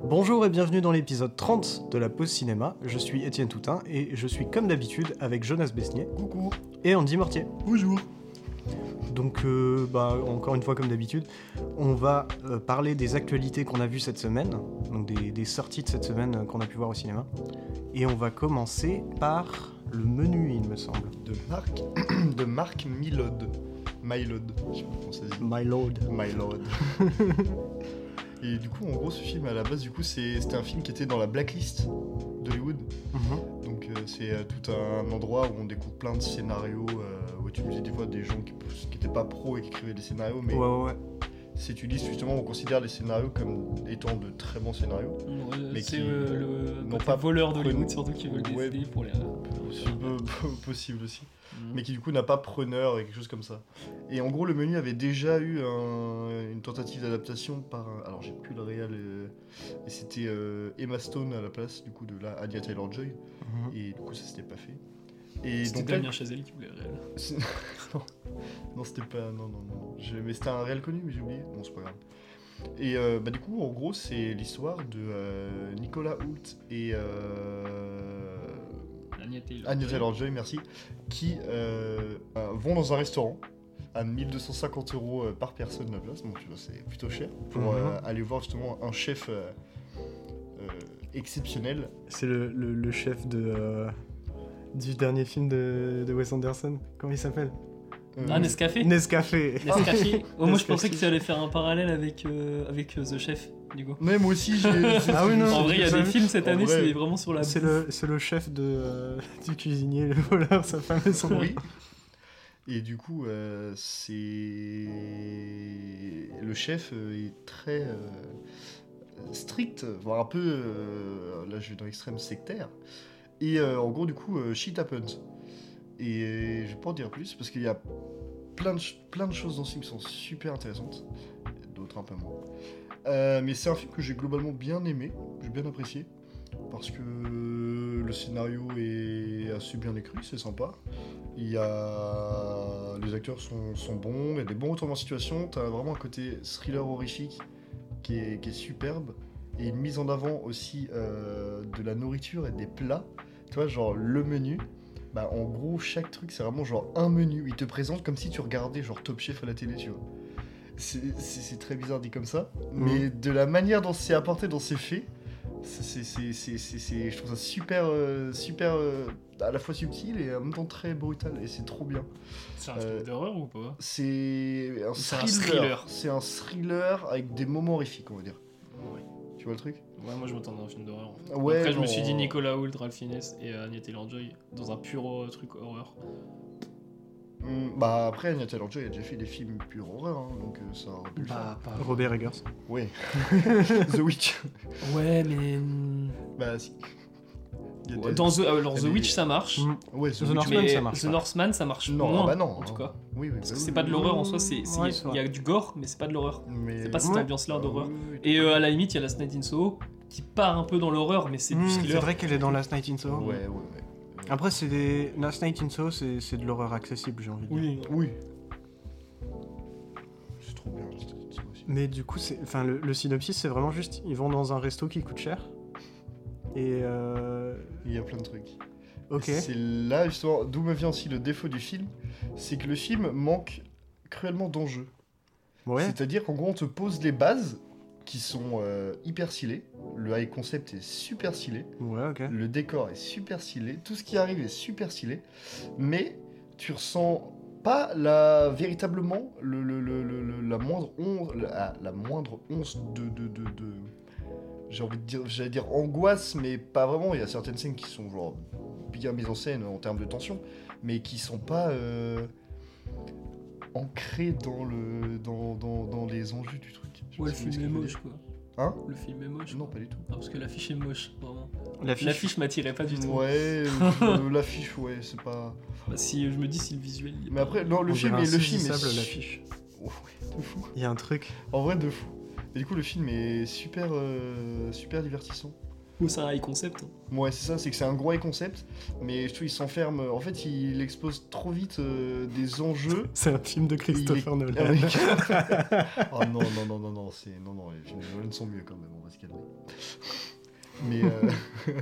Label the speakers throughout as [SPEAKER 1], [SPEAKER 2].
[SPEAKER 1] Bonjour et bienvenue dans l'épisode 30 de la pause cinéma. Je suis Étienne Toutin et je suis comme d'habitude avec Jonas Besnier
[SPEAKER 2] Coucou.
[SPEAKER 1] et Andy Mortier.
[SPEAKER 2] Bonjour.
[SPEAKER 1] Donc, euh, bah, encore une fois, comme d'habitude, on va euh, parler des actualités qu'on a vues cette semaine, donc des, des sorties de cette semaine euh, qu'on a pu voir au cinéma. Et on va commencer par le menu, il me semble.
[SPEAKER 2] De Marc, de Marc Milod. Mylod, je sais pas comment ça se dit.
[SPEAKER 1] My Lord.
[SPEAKER 2] My lord. Et du coup, en gros, ce film, à la base, du coup, c'est- c'était un film qui était dans la blacklist d'Hollywood.
[SPEAKER 1] Mhm.
[SPEAKER 2] Donc, euh, c'est euh, tout un endroit où on découvre plein de scénarios, euh, où tu faisais des fois des gens qui n'étaient pas pros et qui écrivaient des scénarios, mais
[SPEAKER 1] Ouais, ouais, ouais.
[SPEAKER 2] c'est tu lis justement, on considère les scénarios comme étant de très bons scénarios.
[SPEAKER 3] Euh,
[SPEAKER 2] Mais
[SPEAKER 3] c'est
[SPEAKER 2] qui
[SPEAKER 3] euh, le
[SPEAKER 2] n'ont
[SPEAKER 3] côté
[SPEAKER 2] pas
[SPEAKER 3] voleur d'Hollywood
[SPEAKER 2] connu.
[SPEAKER 3] surtout qui veulent
[SPEAKER 2] Ouais.
[SPEAKER 3] décider pour les. Mmh.
[SPEAKER 2] C'est peu- peu possible aussi. mais qui du coup n'a pas preneur et quelque chose comme ça. Et en gros, le menu avait déjà eu un- une tentative d'adaptation par. un- alors, j'ai plus le réel. euh, et c'était euh, Emma Stone à la place du coup de la Anya Taylor Joy.
[SPEAKER 1] Mhm.
[SPEAKER 2] Et du coup, ça s'était pas fait. Et
[SPEAKER 3] C'était
[SPEAKER 2] donc,
[SPEAKER 3] Damien Chazelle qui voulait le réel.
[SPEAKER 2] c'est- non, non c'était pas. Non, non, non. Je- mais c'était un réel connu, mais j'ai oublié. Bon, c'est pas grave. Et euh, bah, du coup, en gros, c'est l'histoire de euh, Nicolas Hoult et. euh,
[SPEAKER 3] Anya Taylor.
[SPEAKER 2] Anne Taylor-Joy, merci, qui euh, euh, vont dans un restaurant à 1250 euros euh, par personne la place, donc tu vois, c'est plutôt cher, pour
[SPEAKER 1] Mhm.
[SPEAKER 2] euh, aller voir justement un chef euh, euh, exceptionnel.
[SPEAKER 1] C'est le, le- le chef de, euh, du dernier film de, de Wes Anderson. Comment il s'appelle
[SPEAKER 2] Euh,
[SPEAKER 3] Ah, Nescafé
[SPEAKER 1] Nescafé.
[SPEAKER 3] Nescafé Oh, Moi je
[SPEAKER 1] Nescafé.
[SPEAKER 3] pensais que tu allais faire un parallèle avec, euh, avec euh, The Chef, du coup.
[SPEAKER 2] mais moi aussi, j'ai... c'est-
[SPEAKER 1] Ah oui, non,
[SPEAKER 3] En vrai, il y a
[SPEAKER 1] j'ai
[SPEAKER 3] des
[SPEAKER 1] vu.
[SPEAKER 3] films cette
[SPEAKER 2] En
[SPEAKER 3] année,
[SPEAKER 2] vrai.
[SPEAKER 3] c'est vraiment sur la.
[SPEAKER 1] C'est le, c'est le chef de, euh, du cuisinier, le voleur, sa femme et son
[SPEAKER 2] Oui. Et du coup, euh, c'est le chef euh, est très euh, strict, voire un peu, euh, là je vais dans l'extrême sectaire. Et euh, en gros, du coup, euh, shit happens. Et euh, je vais pas en dire plus parce qu'il y a plein de, ch- plein de choses dans ce film qui sont super intéressantes, d'autres un peu moins. Euh, mais c'est un film que j'ai globalement bien aimé, que j'ai bien apprécié, parce que le scénario est assez bien écrit, c'est sympa. Il y a... Les acteurs sont, sont bons, il y a des bons retournements de situation, t'as vraiment un côté thriller horrifique qui est, qui est superbe, et une mise en avant aussi euh, de la nourriture et des plats. Tu vois, genre le menu, bah en gros, chaque truc, c'est vraiment genre un menu. Il te présente comme si tu regardais genre Top Chef à la télé, tu vois. C'est- C'est c'est très bizarre dit comme ça,
[SPEAKER 3] Mmh.
[SPEAKER 2] mais de la manière dont c'est apporté, dont c'est fait, c'est- c'est- c'est- c'est- c'est- je trouve ça super, euh, super, euh, à la fois subtil et en même temps très brutal, et c'est trop bien.
[SPEAKER 3] C'est
[SPEAKER 2] un film Euh,
[SPEAKER 3] d'horreur ou pas
[SPEAKER 2] C'est un
[SPEAKER 3] C'est un
[SPEAKER 2] thriller.
[SPEAKER 3] thriller.
[SPEAKER 2] C'est un thriller avec des moments horrifiques, on va dire.
[SPEAKER 3] Ouais.
[SPEAKER 2] Tu vois le truc
[SPEAKER 3] moi je m'attendais à un film d'horreur. en fait.
[SPEAKER 2] Ouais,
[SPEAKER 3] Après, je me
[SPEAKER 2] non.
[SPEAKER 3] suis dit Nicolas Hoult, Ralph Fiennes et euh, Anya Taylor Joy dans un pur euh, truc horreur.
[SPEAKER 2] Hmm, Bah après, Anya Taylor-Joy a déjà fait des films pure horreur, hein, donc euh, ça aurait pu le
[SPEAKER 3] Bah.
[SPEAKER 2] faire.
[SPEAKER 1] Robert Eggers.
[SPEAKER 2] Ouais. The Witch.
[SPEAKER 3] Ouais, mais. euh,
[SPEAKER 2] bah si. Il y a des-
[SPEAKER 3] Dans The, alors, The
[SPEAKER 2] Mais-
[SPEAKER 3] Witch ça marche.
[SPEAKER 1] Mm.
[SPEAKER 2] Ouais, The,
[SPEAKER 1] The
[SPEAKER 2] Witch.
[SPEAKER 1] North- Northman,
[SPEAKER 3] mais
[SPEAKER 1] ça marche
[SPEAKER 3] The
[SPEAKER 1] pas.
[SPEAKER 3] Northman ça marche
[SPEAKER 2] Non,
[SPEAKER 3] moins.
[SPEAKER 2] ah bah non.
[SPEAKER 3] En tout cas.
[SPEAKER 2] Oui, oui.
[SPEAKER 3] Parce
[SPEAKER 2] bah
[SPEAKER 3] que
[SPEAKER 2] oui,
[SPEAKER 3] c'est pas de
[SPEAKER 2] oui,
[SPEAKER 3] l'horreur en
[SPEAKER 2] oui,
[SPEAKER 3] soi, c'est- c'est- il
[SPEAKER 1] Ouais,
[SPEAKER 3] y,
[SPEAKER 1] c'est vrai.
[SPEAKER 3] a- il y a du gore, mais c'est pas de l'horreur.
[SPEAKER 2] Mais...
[SPEAKER 3] C'est pas cette
[SPEAKER 1] Ouais.
[SPEAKER 3] ambiance-là d'horreur.
[SPEAKER 2] Ah, oui, oui,
[SPEAKER 3] Et euh, à la limite, il y a la Snide in Soho qui part un peu dans l'horreur, mais c'est
[SPEAKER 1] Mm,
[SPEAKER 3] du
[SPEAKER 1] c'est
[SPEAKER 3] thriller.
[SPEAKER 1] vrai qu'elle est dans Last Night in Soho.
[SPEAKER 2] Ouais, ouais, ouais.
[SPEAKER 1] Après, c'est des... Last Night in Soho, c'est c'est de l'horreur accessible, j'ai envie de dire.
[SPEAKER 3] Oui,
[SPEAKER 2] Oui. C'est trop bien, c'est- c'est aussi.
[SPEAKER 1] Mais du coup, c'est- enfin, le, le synopsis, c'est vraiment juste ils vont dans un resto qui coûte cher. Et. euh,
[SPEAKER 2] Il y a plein de trucs.
[SPEAKER 1] Ok.
[SPEAKER 2] C'est là justement d'où me vient aussi le défaut du film, c'est que le film manque cruellement d'enjeux.
[SPEAKER 1] Ouais.
[SPEAKER 2] C'est-à-dire qu'en gros on te pose les bases qui sont euh, hyper stylées, le high concept est super stylé,
[SPEAKER 1] Ouais, ok.
[SPEAKER 2] le décor est super stylé, tout ce qui arrive est super stylé, mais tu ressens pas la véritablement le, le- le- le- le- la moindre once la, ah, la moindre once de de, de, de- j'ai envie de dire j'allais dire angoisse mais pas vraiment il y a certaines scènes qui sont genre bien mises en scène en termes de tension mais qui sont pas euh, ancrées dans le dans, dans, dans les enjeux du truc Je sais
[SPEAKER 3] Ouais,
[SPEAKER 2] pas
[SPEAKER 3] le
[SPEAKER 2] si vous
[SPEAKER 3] film
[SPEAKER 2] voyez
[SPEAKER 3] est
[SPEAKER 2] ce que je veux dire.
[SPEAKER 3] moche quoi.
[SPEAKER 2] Hein
[SPEAKER 3] Le film est moche.
[SPEAKER 2] non pas du tout
[SPEAKER 3] Ah, parce que l'affiche est moche, vraiment.
[SPEAKER 1] L'affiche.
[SPEAKER 3] L'affiche m'attirait pas du tout.
[SPEAKER 2] ouais euh, l'affiche ouais c'est pas
[SPEAKER 3] Bah, si je me dis si le visuel. il est
[SPEAKER 2] Mais après, non, le
[SPEAKER 1] On
[SPEAKER 2] film,
[SPEAKER 1] dirait
[SPEAKER 2] est, le film est
[SPEAKER 1] insaisissable,
[SPEAKER 2] su-
[SPEAKER 1] l'affiche.
[SPEAKER 2] Ouais, de fou.
[SPEAKER 1] Il y a un truc.
[SPEAKER 2] En vrai, de fou. Et du coup, le film est super, euh, super divertissant.
[SPEAKER 3] Ou c'est un high concept. hein.
[SPEAKER 2] Ouais, c'est ça, c'est que c'est un gros high concept, mais je trouve il s'enferme. euh, En fait, il expose trop vite euh, des enjeux.
[SPEAKER 1] C'est un film de Christopher
[SPEAKER 2] Il est-
[SPEAKER 1] Nolan.
[SPEAKER 2] Avec- oh non, non, non, non, non, c'est... non, non, les films de Nolan sont mieux quand même, on va se calmer. Mais, euh,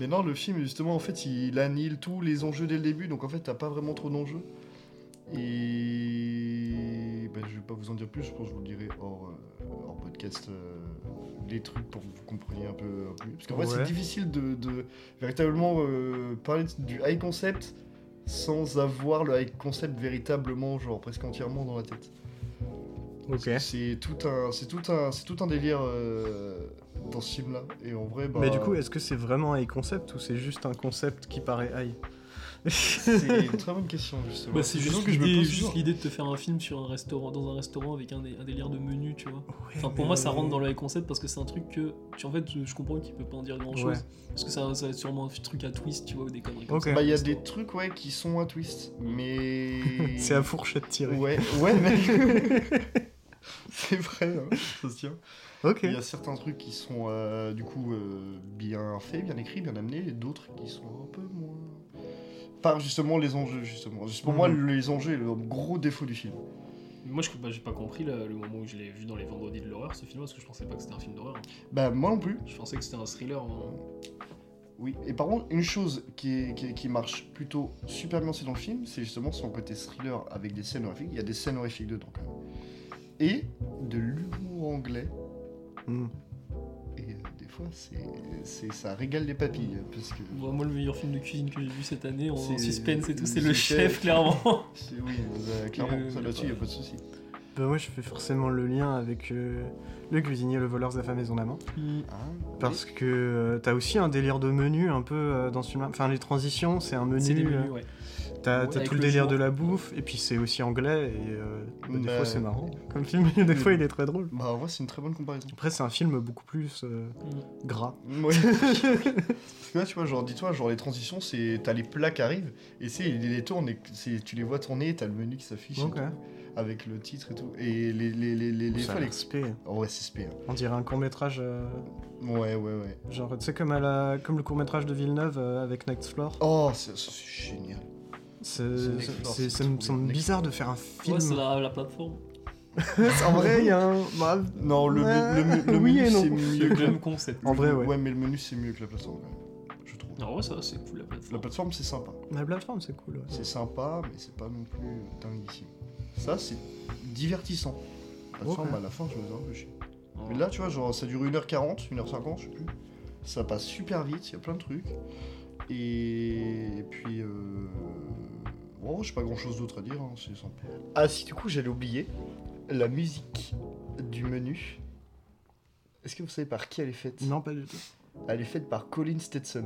[SPEAKER 2] mais non, le film, justement, en fait, il annihile tous les enjeux dès le début, donc en fait, t'as pas vraiment trop d'enjeux. Et bah, je vais pas vous en dire plus, je pense que je vous le dirai hors, euh, hors podcast. euh, les trucs pour que vous compreniez un peu euh, plus. Parce qu'en vrai,
[SPEAKER 1] Ouais.
[SPEAKER 2] c'est difficile de, de véritablement euh, parler du high concept sans avoir le high concept véritablement, genre presque entièrement dans la tête.
[SPEAKER 1] Ok.
[SPEAKER 2] C'est tout un, c'est tout un, c'est tout un délire euh, dans ce film-là. Et en vrai, bah,
[SPEAKER 1] Mais du coup, est-ce que c'est vraiment un high concept ou c'est juste un concept qui paraît high
[SPEAKER 2] c'est une très bonne question justement.
[SPEAKER 3] Bah, c'est
[SPEAKER 2] Une
[SPEAKER 3] juste
[SPEAKER 2] question que je me
[SPEAKER 3] l'idée
[SPEAKER 2] pose
[SPEAKER 3] juste
[SPEAKER 2] toujours.
[SPEAKER 3] l'idée de te faire un film sur un restaurant, dans un restaurant avec un, dé- un délire de menu, tu vois. Enfin,
[SPEAKER 1] mais-
[SPEAKER 3] pour moi, ça rentre dans le high concept parce que c'est un truc que, tu, en fait, je, je comprends qu'il peut pas en dire grand chose.
[SPEAKER 1] Ouais.
[SPEAKER 3] Parce que ça, ça va être sûrement un truc à twist, tu vois, ou des conneries comme
[SPEAKER 1] Ok.
[SPEAKER 3] ça.
[SPEAKER 2] Bah, il y a des trucs ouais qui sont un twist, mais
[SPEAKER 1] C'est à fourchette tirée.
[SPEAKER 2] Ouais, ouais, mais... c'est vrai, hein, ça se tient.
[SPEAKER 1] Ok.
[SPEAKER 2] Il y a certains trucs qui sont euh, du coup euh, bien faits, bien écrits, bien amenés, et d'autres qui sont un peu moins. Par justement les enjeux, justement. Juste pour
[SPEAKER 1] Mhm.
[SPEAKER 2] moi,
[SPEAKER 3] Hmm.
[SPEAKER 2] les enjeux est le gros défaut du film.
[SPEAKER 3] Moi, je bah, j'ai pas compris là, le moment où je l'ai vu dans les Vendredis de l'horreur, ce film, parce que je pensais pas que c'était un film d'horreur.
[SPEAKER 2] Bah, moi non plus.
[SPEAKER 3] Je pensais que c'était un thriller. hein.
[SPEAKER 2] Oui. Et par contre, une chose qui, est- qui, est- qui marche plutôt super bien aussi dans le film, c'est justement son côté thriller avec des scènes horrifiques. Il y a des scènes horrifiques dedans quand même. Et de l'humour anglais.
[SPEAKER 1] Hmm.
[SPEAKER 2] Et euh, des fois, c'est, c'est, ça régale les papilles. Parce que.
[SPEAKER 3] Bon, moi, le meilleur film de cuisine que j'ai vu cette année en
[SPEAKER 2] C'est-
[SPEAKER 3] suspense et tout, c'est
[SPEAKER 2] c'est
[SPEAKER 3] le
[SPEAKER 2] chef.
[SPEAKER 3] chef, clairement.
[SPEAKER 2] c'est- oui, euh, clairement,
[SPEAKER 3] Euh,
[SPEAKER 2] ça, là-dessus, il n'y a pas de souci.
[SPEAKER 1] Bah moi je fais forcément le lien avec euh, le cuisinier, le voleur, sa maison d'amant.
[SPEAKER 3] Mm.
[SPEAKER 2] Ah,
[SPEAKER 1] Parce que euh, t'as aussi un délire de menu un peu euh, dans ce film Enfin les transitions, c'est un menu.
[SPEAKER 3] C'est des
[SPEAKER 1] euh,
[SPEAKER 3] menus, ouais.
[SPEAKER 1] T'as
[SPEAKER 3] Ouais,
[SPEAKER 1] t'as
[SPEAKER 3] avec
[SPEAKER 1] tout le
[SPEAKER 3] le
[SPEAKER 1] délire
[SPEAKER 3] jour.
[SPEAKER 1] de la bouffe, et puis c'est aussi anglais, et euh, bah, des
[SPEAKER 2] Bah,
[SPEAKER 1] fois c'est marrant comme film, des fois
[SPEAKER 3] Mm.
[SPEAKER 1] il est très drôle.
[SPEAKER 2] Bah, en vrai, c'est une très bonne comparaison.
[SPEAKER 1] Après c'est un film beaucoup plus euh, gras.
[SPEAKER 2] Ouais. Parce que là, tu vois, genre, dis-toi, genre, les transitions, c'est. T'as les plats qui arrivent, et c'est, ils les tournent, et c'est- tu les vois tourner, t'as le menu qui s'affiche, et
[SPEAKER 1] Ok.
[SPEAKER 2] tout, avec le titre et tout. Et les. les, les, les, les
[SPEAKER 1] Ça a
[SPEAKER 2] fois, les-
[SPEAKER 1] l'air spé.
[SPEAKER 2] Oh, ouais, c'est spé. hein.
[SPEAKER 1] On dirait un court métrage,
[SPEAKER 2] Ouais, ouais, ouais.
[SPEAKER 1] genre tu sais comme, à la- comme le court métrage de Villeneuve euh, avec Next Floor.
[SPEAKER 2] Oh, c'est, c'est génial.
[SPEAKER 1] C'est-
[SPEAKER 2] C'est
[SPEAKER 1] c'est-
[SPEAKER 2] Next Floor,
[SPEAKER 1] c'est-
[SPEAKER 2] c'est
[SPEAKER 1] ça me
[SPEAKER 2] trop
[SPEAKER 1] semble
[SPEAKER 2] bien.
[SPEAKER 1] bizarre de faire un
[SPEAKER 3] Ouais,
[SPEAKER 1] film.
[SPEAKER 3] c'est la, la plateforme.
[SPEAKER 1] en vrai il y a un... bah,
[SPEAKER 2] Non, le,
[SPEAKER 1] Ouais,
[SPEAKER 2] le, le, le
[SPEAKER 1] oui
[SPEAKER 2] menu,
[SPEAKER 1] et non.
[SPEAKER 2] c'est
[SPEAKER 3] C'est
[SPEAKER 2] mieux
[SPEAKER 3] le
[SPEAKER 2] que la...
[SPEAKER 3] même concept.
[SPEAKER 1] En vrai, ouais.
[SPEAKER 2] Ouais, mais le menu, c'est mieux que la plateforme, quand même. Je trouve.
[SPEAKER 3] Non, ouais, ça, c'est cool la
[SPEAKER 2] La
[SPEAKER 3] plateforme.
[SPEAKER 2] plateforme, c'est sympa.
[SPEAKER 1] La plateforme c'est cool. ouais.
[SPEAKER 2] C'est sympa, mais c'est pas non plus dinguissime. Ça, c'est divertissant. La plateforme,
[SPEAKER 1] Ok.
[SPEAKER 2] à la fin, je me faisais un peu chier.
[SPEAKER 3] Ouais.
[SPEAKER 2] Mais là, tu vois, genre, ça dure 1h40, 1h50, je sais plus. Ça passe super vite, il y a plein de trucs. Et, et puis. Euh... Bon, j'ai pas grand chose d'autre à dire, hein, c'est sympa. Ah, si, du coup, j'allais oublier la musique du menu. Est-ce que vous savez par qui elle est faite
[SPEAKER 1] Non pas du tout.
[SPEAKER 2] Elle est faite par Colin Stetson.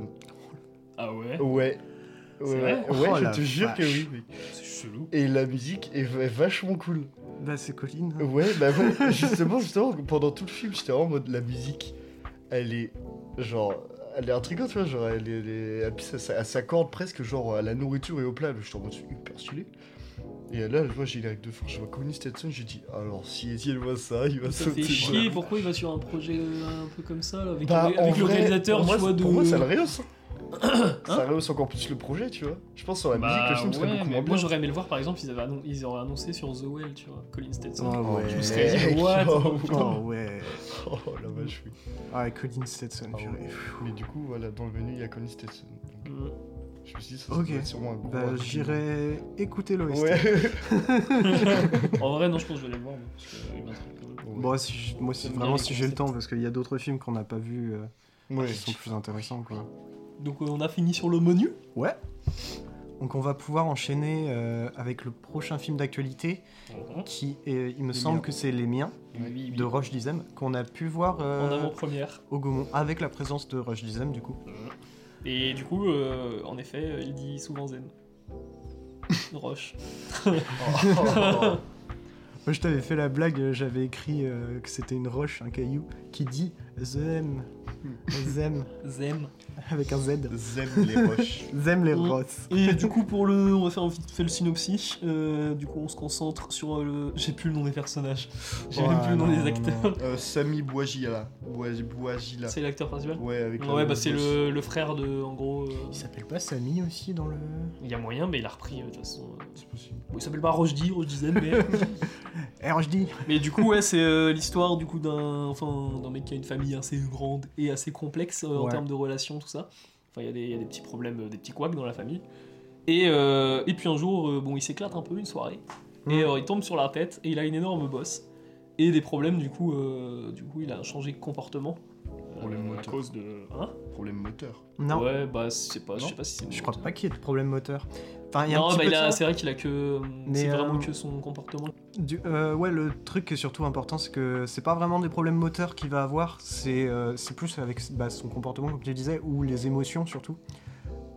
[SPEAKER 3] Ah ouais,
[SPEAKER 2] Ouais.
[SPEAKER 3] C'est
[SPEAKER 2] Ouais,
[SPEAKER 3] vrai
[SPEAKER 2] ouais, ouais,
[SPEAKER 1] Oh
[SPEAKER 2] je
[SPEAKER 1] la
[SPEAKER 2] te jure que
[SPEAKER 1] vache.
[SPEAKER 2] oui. mec.
[SPEAKER 3] c'est chelou.
[SPEAKER 2] Et la musique est v- vachement cool.
[SPEAKER 1] Bah c'est Colline.
[SPEAKER 2] Ouais, bah ouais, justement, justement, pendant tout le film, j'étais vraiment en mode la musique, elle est genre, elle est intrigante, tu vois, genre, elle, est, elle, est- elle- puis ça, ça- elle s'accorde presque genre à la nourriture et au plat, j'étais en mode c'est hyper stylé. Et là, je vois générique de fin, je vois Connie Stetson, j'ai dit, alors si Eddie elle voit ça, il va
[SPEAKER 3] Ça fait
[SPEAKER 2] sauter.
[SPEAKER 3] chier, pourquoi il va sur un projet euh, un peu comme ça, là, avec,
[SPEAKER 2] Bah,
[SPEAKER 3] avec
[SPEAKER 2] en
[SPEAKER 3] le
[SPEAKER 2] vrai,
[SPEAKER 3] réalisateur,
[SPEAKER 2] pour moi,
[SPEAKER 3] tu vois, de...
[SPEAKER 2] Pour moi, ça le rehausse. ça
[SPEAKER 3] Hein
[SPEAKER 2] rehausse encore plus le projet, tu vois. Je pense sur la
[SPEAKER 3] Bah,
[SPEAKER 2] musique, le film serait
[SPEAKER 3] ouais,
[SPEAKER 2] beaucoup
[SPEAKER 3] mais
[SPEAKER 2] moins
[SPEAKER 3] moi
[SPEAKER 2] bien.
[SPEAKER 3] j'aurais aimé le voir par exemple, ils, avaient annon- ils auraient annoncé sur The Well, tu vois, Colin Stetson.
[SPEAKER 1] Ah ouais.
[SPEAKER 2] Je
[SPEAKER 3] me serais dit,
[SPEAKER 2] Mec,
[SPEAKER 3] what
[SPEAKER 2] oh,
[SPEAKER 1] Oh ouais.
[SPEAKER 2] oh, la vache, oui.
[SPEAKER 1] Ah et Colin Stetson.
[SPEAKER 2] Ah
[SPEAKER 1] purée.
[SPEAKER 2] ouais. Mais du coup, voilà, dans le menu, il y a Connie Stetson.
[SPEAKER 3] Mm.
[SPEAKER 2] Je me suis dit, ça, ça
[SPEAKER 1] Ok.
[SPEAKER 2] doit être sûrement un gros
[SPEAKER 1] Bah,
[SPEAKER 2] argument.
[SPEAKER 1] j'irai écouter l'OST.
[SPEAKER 2] Ouais.
[SPEAKER 3] en vrai, non, je pense que euh, je vais aller le voir, moi, parce qu'il m'intrigue quand même.
[SPEAKER 1] Bon, si je- moi, si,
[SPEAKER 3] J'aime
[SPEAKER 1] vraiment,
[SPEAKER 3] bien
[SPEAKER 1] si
[SPEAKER 3] les
[SPEAKER 1] j'ai le
[SPEAKER 3] concepts.
[SPEAKER 1] temps, parce qu'il y a d'autres films qu'on n'a pas vus euh,
[SPEAKER 2] Ouais.
[SPEAKER 1] qui sont plus intéressants. Quoi.
[SPEAKER 3] Donc euh, on a fini sur le menu
[SPEAKER 1] Ouais. Donc, on va pouvoir enchaîner euh, avec le prochain film d'actualité qui, est- il me
[SPEAKER 2] Les
[SPEAKER 1] semble
[SPEAKER 2] miens.
[SPEAKER 1] que c'est Les Miens
[SPEAKER 3] Oui, oui, oui.
[SPEAKER 1] de Roche Dizem qu'on a pu voir euh,
[SPEAKER 3] En avant-première.
[SPEAKER 1] au Gaumont avec la présence de Roche Dizem du coup.
[SPEAKER 3] Et du coup, euh, en effet, il dit souvent zen. Roche.
[SPEAKER 2] Oh.
[SPEAKER 1] Moi, je t'avais fait la blague, euh, j'avais écrit euh, que c'était une roche, un caillou qui dit Zem. Zem,
[SPEAKER 3] Zem.
[SPEAKER 1] avec un Z.
[SPEAKER 2] Zem les roches.
[SPEAKER 1] Zem les
[SPEAKER 3] Mm.
[SPEAKER 1] Ross.
[SPEAKER 3] Et du coup, pour le. On va faire vite fait le synopsis. Euh, du coup, on se concentre sur euh, le. J'ai plus le nom des personnages. J'ai même
[SPEAKER 1] Ouais,
[SPEAKER 3] plus le nom
[SPEAKER 1] non,
[SPEAKER 3] des
[SPEAKER 1] non,
[SPEAKER 3] acteurs.
[SPEAKER 1] non.
[SPEAKER 2] Euh, Sami Bouagila. Bois- Bouagila.
[SPEAKER 3] C'est l'acteur principal
[SPEAKER 2] Ouais, avec
[SPEAKER 3] Ouais, bah c'est
[SPEAKER 2] boss.
[SPEAKER 3] le, le frère de. En gros. euh,
[SPEAKER 1] Il s'appelle pas Samy aussi dans le.
[SPEAKER 3] Il y a moyen, mais il a repris euh, de toute façon. euh.
[SPEAKER 2] C'est possible.
[SPEAKER 3] Bon, il s'appelle pas Rochdi, Rochdi Zem, mais.
[SPEAKER 1] RHD
[SPEAKER 3] Mais du coup, ouais, c'est euh, l'histoire du coup d'un enfin, d'un mec qui a une famille assez grande et assez complexe euh, en
[SPEAKER 1] Ouais.
[SPEAKER 3] termes de relations, tout ça. Enfin, il y, a des- il y a des petits problèmes, euh, des petits couacs dans la famille. Et, euh, et puis un jour, euh, bon, il s'éclate un peu une soirée et
[SPEAKER 1] Mhm.
[SPEAKER 3] euh, il tombe sur la tête et il a une énorme bosse et des problèmes. Du coup, euh, du coup, il a changé de comportement. Euh,
[SPEAKER 2] Problème
[SPEAKER 3] à
[SPEAKER 2] moteur.
[SPEAKER 3] cause de. Hein
[SPEAKER 2] Problème moteur.
[SPEAKER 1] Non,
[SPEAKER 3] Ouais, bah, c'est pas, je
[SPEAKER 2] Non.
[SPEAKER 3] sais pas si c'est.
[SPEAKER 1] je crois pas qu'il y ait de problème moteur. Enfin, il y a un
[SPEAKER 3] Non,
[SPEAKER 1] petit
[SPEAKER 3] bah,
[SPEAKER 1] peu
[SPEAKER 3] il
[SPEAKER 1] de
[SPEAKER 3] a-
[SPEAKER 1] ça.
[SPEAKER 3] c'est vrai qu'il a que.
[SPEAKER 1] Mais,
[SPEAKER 3] C'est vraiment
[SPEAKER 1] euh,
[SPEAKER 3] que son comportement.
[SPEAKER 1] Du- euh, ouais, le truc qui est surtout important, c'est que c'est pas vraiment des problèmes moteurs qu'il va avoir, c'est euh, c'est plus avec bah, son comportement, comme tu disais, ou les émotions surtout.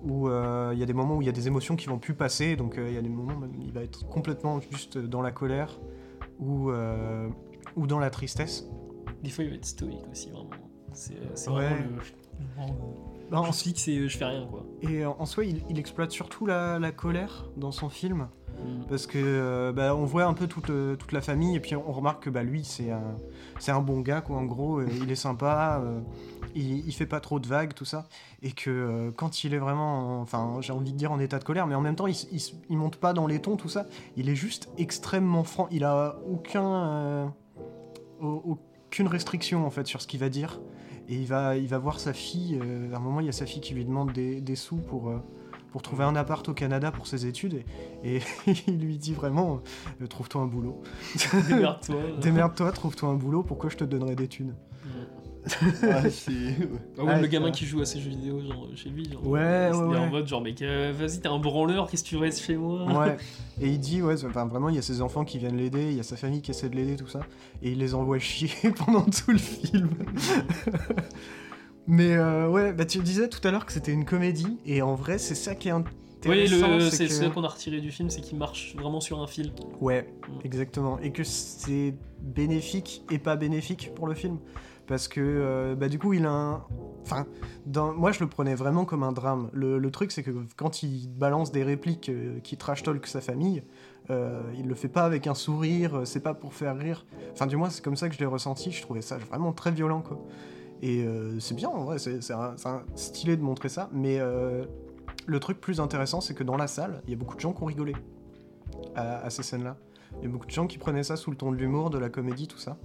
[SPEAKER 1] Où euh, il y a des moments où il y a des émotions qui vont plus passer, donc euh, il y a des moments où il va être complètement juste dans la colère ou, euh, ou dans la tristesse.
[SPEAKER 3] Des fois, il va être stoïque aussi, vraiment. C'est euh, c'est
[SPEAKER 1] Ouais.
[SPEAKER 3] vraiment le. le-
[SPEAKER 1] Bah, en-
[SPEAKER 3] Je fixe et euh, je fais rien, quoi.
[SPEAKER 1] et en en soi, il, il exploite surtout la, la colère dans son film, parce que euh, bah, on voit un peu toute, euh, toute la famille, et puis on remarque que bah, lui, c'est un, c'est un bon gars, quoi. En gros, euh, il est sympa, euh, il, il fait pas trop de vagues, tout ça. Et que euh, quand il est vraiment, en- enfin, j'ai envie de dire en état de colère, mais en même temps, il, s- il s- il monte pas dans les tons, tout ça. Il est juste extrêmement franc. Il a aucun, euh, au- aucune restriction, en fait, sur ce qu'il va dire. Et il va, il va voir sa fille. euh, à un moment, il y a sa fille qui lui demande des, des sous pour. euh, pour trouver un appart au Canada pour ses études et, et il lui dit vraiment euh, trouve-toi un boulot
[SPEAKER 3] Démerde-toi. euh.
[SPEAKER 1] Démerde-toi, trouve-toi un boulot, pourquoi je te donnerais des thunes
[SPEAKER 3] Mm.
[SPEAKER 2] Ah, c'est.
[SPEAKER 3] Ah ouais,
[SPEAKER 1] Ah,
[SPEAKER 3] le
[SPEAKER 1] c'est
[SPEAKER 3] gamin
[SPEAKER 1] vrai.
[SPEAKER 3] qui joue à ses jeux vidéo, genre euh, chez lui. Genre,
[SPEAKER 1] Ouais,
[SPEAKER 3] euh, il est
[SPEAKER 1] ouais,
[SPEAKER 3] en
[SPEAKER 1] ouais.
[SPEAKER 3] mode, genre, mec, euh, vas-y, t'es un branleur, qu'est-ce que tu restes chez moi
[SPEAKER 1] Ouais. Et il dit, ouais, enfin, vraiment, il y a ses enfants qui viennent l'aider, il y a sa famille qui essaie de l'aider, tout ça. Et il les envoie chier pendant tout le film. Mais euh, ouais, bah, tu disais tout à l'heure que c'était une comédie, et en vrai, c'est ça qui est
[SPEAKER 3] Oui,
[SPEAKER 1] intéressant.
[SPEAKER 3] le- c'est
[SPEAKER 1] que-
[SPEAKER 3] ça qu'on a retiré du film, c'est qu'il marche vraiment sur un fil.
[SPEAKER 1] Ouais, exactement. Et que c'est bénéfique et pas bénéfique pour le film. Parce que, euh, bah, du coup, il a un. Enfin, dans... moi, je le prenais vraiment comme un drame. Le, le truc, c'est que quand il balance des répliques euh, qui trash talk sa famille, euh, il le fait pas avec un sourire, euh, c'est pas pour faire rire. Enfin, du moins, c'est comme ça que je l'ai ressenti. Je trouvais ça vraiment très violent, quoi. Et euh, c'est bien, en vrai, c'est c'est un- c'est un- stylé de montrer ça. Mais euh, le truc plus intéressant, c'est que dans la salle, il y a beaucoup de gens qui ont rigolé à, à ces scènes-là. Il y a beaucoup de gens qui prenaient ça sous le ton de l'humour, de la comédie, tout ça.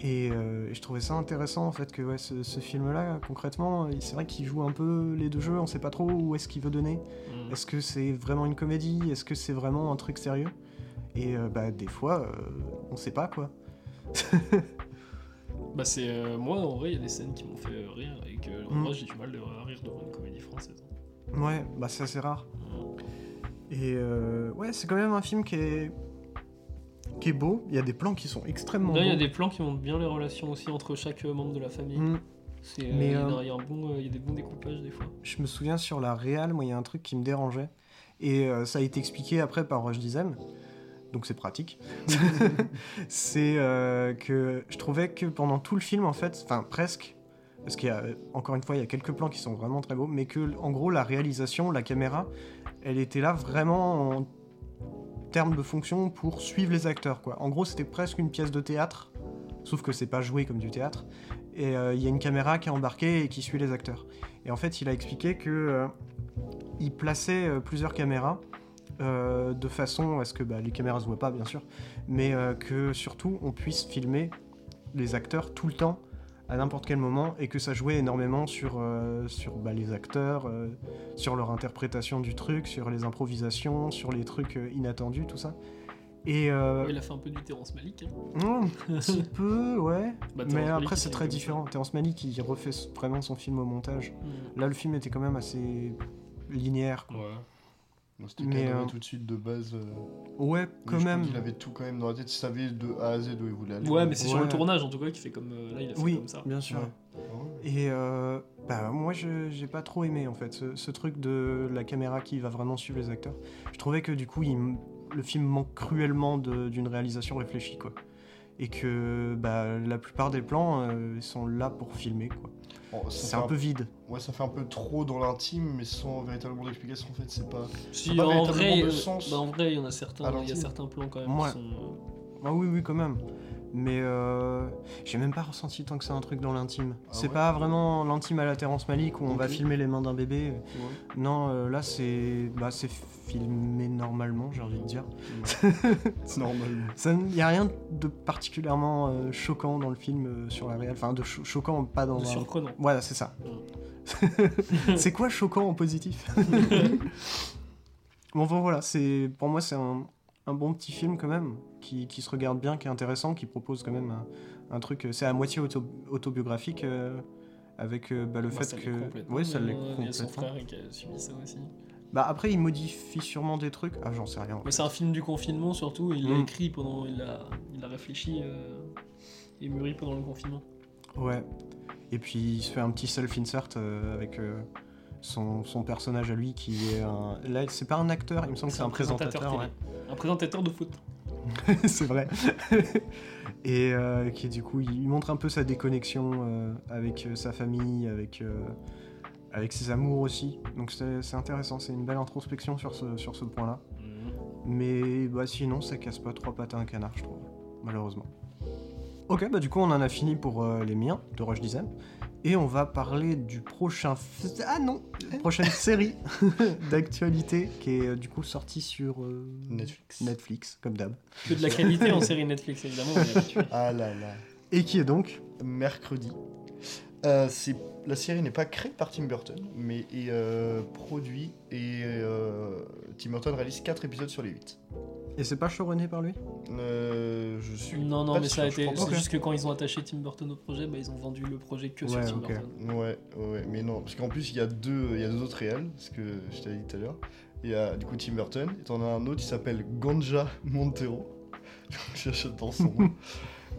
[SPEAKER 1] Et, euh, et je trouvais ça intéressant en fait que ouais, ce, ce film-là, concrètement, il- c'est vrai qu'il joue un peu les deux jeux, on sait pas trop où est-ce qu'il veut donner.
[SPEAKER 3] Mm.
[SPEAKER 1] Est-ce que c'est vraiment une comédie Est-ce que c'est vraiment un truc sérieux Et euh, bah des fois, euh, on sait pas quoi.
[SPEAKER 3] Bah, c'est. euh, moi, en vrai, il y a des scènes qui m'ont fait euh, rire et que, en
[SPEAKER 1] Mm.
[SPEAKER 3] vrai, j'ai du mal de rire devant une comédie française.
[SPEAKER 1] Ouais, bah c'est assez rare.
[SPEAKER 3] Mm.
[SPEAKER 1] Et euh, ouais, c'est quand même un film qui est qui est beau. Il y a des plans qui sont extrêmement
[SPEAKER 3] Là, il y a
[SPEAKER 1] beaux.
[SPEAKER 3] des plans qui montrent bien les relations aussi entre chaque euh, membre de la famille.
[SPEAKER 1] Mm.
[SPEAKER 3] C'est, euh,
[SPEAKER 1] Mais,
[SPEAKER 3] il y a-
[SPEAKER 1] euh,
[SPEAKER 3] il y a un bon, euh, il y a des bons découpages des fois.
[SPEAKER 1] je me souviens sur la réal, moi, il y a un truc qui me dérangeait. Et euh, ça a été expliqué après par Roche Dizem. Donc c'est pratique. c'est euh, que je trouvais que pendant tout le film, en fait, enfin presque, parce qu'il y a, encore une fois, il y a quelques plans qui sont vraiment très beaux, mais que, en gros, la réalisation, la caméra, elle était là vraiment en termes de fonction pour suivre les acteurs, quoi. En gros, c'était presque une pièce de théâtre, sauf que c'est pas joué comme du théâtre. Et euh, il y a une caméra qui est embarquée et qui suit les acteurs. Et en fait, il a expliqué que euh, il plaçait euh, plusieurs caméras euh, de façon à ce que bah, les caméras se voient pas, bien sûr, mais euh, que surtout on puisse filmer les acteurs tout le temps, à n'importe quel moment, et que ça jouait énormément sur, euh, sur bah, les acteurs, euh, sur leur interprétation du truc, sur les improvisations, sur les trucs euh, inattendus, tout ça. Et euh,
[SPEAKER 3] Ouais, il a fait un peu du Terrence Malick. hein.
[SPEAKER 1] hmm, un petit peu, ouais.
[SPEAKER 3] Bah, Terrence
[SPEAKER 1] mais
[SPEAKER 3] Malick,
[SPEAKER 1] après
[SPEAKER 3] il
[SPEAKER 1] c'est
[SPEAKER 3] fait
[SPEAKER 1] très
[SPEAKER 3] comme ça.
[SPEAKER 1] différent. Terrence Malick, il refait vraiment son film au montage.
[SPEAKER 3] Mm.
[SPEAKER 1] Là, le film était quand même assez linéaire. quoi.
[SPEAKER 3] Ouais.
[SPEAKER 2] Non, C'était
[SPEAKER 1] Mais,
[SPEAKER 2] cadré
[SPEAKER 1] euh,
[SPEAKER 2] tout de suite de base. euh,
[SPEAKER 1] Ouais,
[SPEAKER 2] mais
[SPEAKER 1] quand
[SPEAKER 2] je
[SPEAKER 1] même.
[SPEAKER 2] pense qu'il avait tout quand même dans la tête, il savait de A à Z où il voulait aller.
[SPEAKER 3] Mm. Ouais, mais c'est sur
[SPEAKER 1] Ouais.
[SPEAKER 3] le tournage en tout cas qu'il fait comme euh, là, il a fait
[SPEAKER 1] Oui,
[SPEAKER 3] comme ça.
[SPEAKER 1] bien sûr.
[SPEAKER 2] Ouais. Ouais.
[SPEAKER 1] Et euh, bah, moi, je- j'ai pas trop aimé en fait ce, ce truc de la caméra qui va vraiment suivre les acteurs. Je trouvais que du coup, il m- le film manque cruellement de- d'une réalisation réfléchie, quoi. Et que bah, la plupart des plans euh, sont là pour filmer, quoi.
[SPEAKER 2] Bon, Oh, ça
[SPEAKER 1] C'est
[SPEAKER 2] fait
[SPEAKER 1] un peu vide.
[SPEAKER 2] Ouais, ça fait un peu trop dans l'intime, mais sans véritablement d'explication, en fait, c'est pas...
[SPEAKER 3] Si,
[SPEAKER 2] pas
[SPEAKER 3] en
[SPEAKER 2] véritablement
[SPEAKER 3] vrai,
[SPEAKER 2] de
[SPEAKER 3] euh,
[SPEAKER 2] sens.
[SPEAKER 3] bah, en vrai, il y en a certains,
[SPEAKER 2] à
[SPEAKER 3] il y a
[SPEAKER 2] l'intime.
[SPEAKER 3] certains plans quand même
[SPEAKER 1] Moi-
[SPEAKER 3] qui sont. euh,
[SPEAKER 1] Ah oui, oui, quand même. Mais euh, j'ai même pas ressenti tant que c'est un truc dans l'intime.
[SPEAKER 2] Ah
[SPEAKER 1] c'est
[SPEAKER 2] ouais
[SPEAKER 1] pas vraiment l'intime à la Terrence Malick où on va
[SPEAKER 2] Ok.
[SPEAKER 1] filmer les mains d'un bébé.
[SPEAKER 2] Ouais.
[SPEAKER 1] Non, euh, là c'est bah, c'est filmé normalement, j'ai envie de dire.
[SPEAKER 2] C'est normal.
[SPEAKER 1] Il y a rien de particulièrement euh, choquant dans le film euh, sur la réelle. Enfin, de cho- choquant, pas dans.
[SPEAKER 3] de
[SPEAKER 1] un-
[SPEAKER 3] surprenant.
[SPEAKER 1] Voilà, c'est ça. c'est quoi choquant en positif Bon, enfin voilà, c'est pour moi c'est un, un bon petit film quand même, qui, qui se regarde bien, qui est intéressant, qui propose quand même un, un truc. C'est à moitié auto- autobiographique euh, avec euh, bah, le
[SPEAKER 3] Bah,
[SPEAKER 1] fait
[SPEAKER 3] ça l'est
[SPEAKER 1] que.
[SPEAKER 3] complètement,
[SPEAKER 1] ouais, ça
[SPEAKER 3] mais,
[SPEAKER 1] l'est
[SPEAKER 3] euh, Il y a son
[SPEAKER 1] complètement.
[SPEAKER 3] frère qui a subi ça aussi.
[SPEAKER 1] Bah après il modifie sûrement des trucs. Ah j'en sais rien.
[SPEAKER 3] Mais Bah, c'est un film du confinement surtout, il l'a
[SPEAKER 1] Mm.
[SPEAKER 3] écrit pendant. Il a, il a réfléchi euh, et mûri pendant le confinement.
[SPEAKER 1] Ouais. Et puis il se fait un petit self insert euh, avec euh, son, son personnage à lui qui est un. Là c'est pas un acteur, il me semble que c'est un présentateur. ouais.
[SPEAKER 3] télé. Un présentateur de foot.
[SPEAKER 1] c'est vrai. et euh, qui du coup, il montre un peu sa déconnexion euh, avec euh, sa famille, avec, euh, avec ses amours aussi. Donc c'est c'est intéressant, c'est une belle introspection sur ce, sur ce point-là. Mais bah, sinon, ça casse pas trois pattes à un canard, je trouve, malheureusement. Ok, bah du coup, on en a fini pour euh, les miens de Roche Dizem. Et on va parler du prochain. f- Ah non Prochaine série d'actualité qui est euh, du coup sortie sur euh,
[SPEAKER 2] Netflix.
[SPEAKER 1] Netflix, comme d'hab.
[SPEAKER 3] Que de la qualité en série Netflix évidemment. on est habitué.
[SPEAKER 2] Ah là là.
[SPEAKER 1] Et qui est donc
[SPEAKER 2] mercredi. Euh, c'est- la série n'est pas créée par Tim Burton, mais est euh, produite et euh, Tim Burton réalise 4 épisodes sur les 8.
[SPEAKER 1] Et c'est pas showrunné par lui
[SPEAKER 2] Euh, je suis.
[SPEAKER 3] Non, non,
[SPEAKER 2] pas
[SPEAKER 3] mais ça a
[SPEAKER 2] sûr, je
[SPEAKER 3] été.
[SPEAKER 2] crois
[SPEAKER 3] C'est
[SPEAKER 2] pas.
[SPEAKER 3] juste que quand ils ont attaché Tim Burton au projet, bah, ils ont vendu le projet que sur
[SPEAKER 1] Ouais,
[SPEAKER 3] Tim
[SPEAKER 1] ok.
[SPEAKER 3] Burton.
[SPEAKER 2] Ouais, ouais, mais non, parce qu'en plus il y a deux, il y a deux autres réels, ce que je t'avais dit tout à l'heure. Il y a du coup Tim Burton, et t'en as un autre qui s'appelle Ganja Montero. J'achète dans son nom.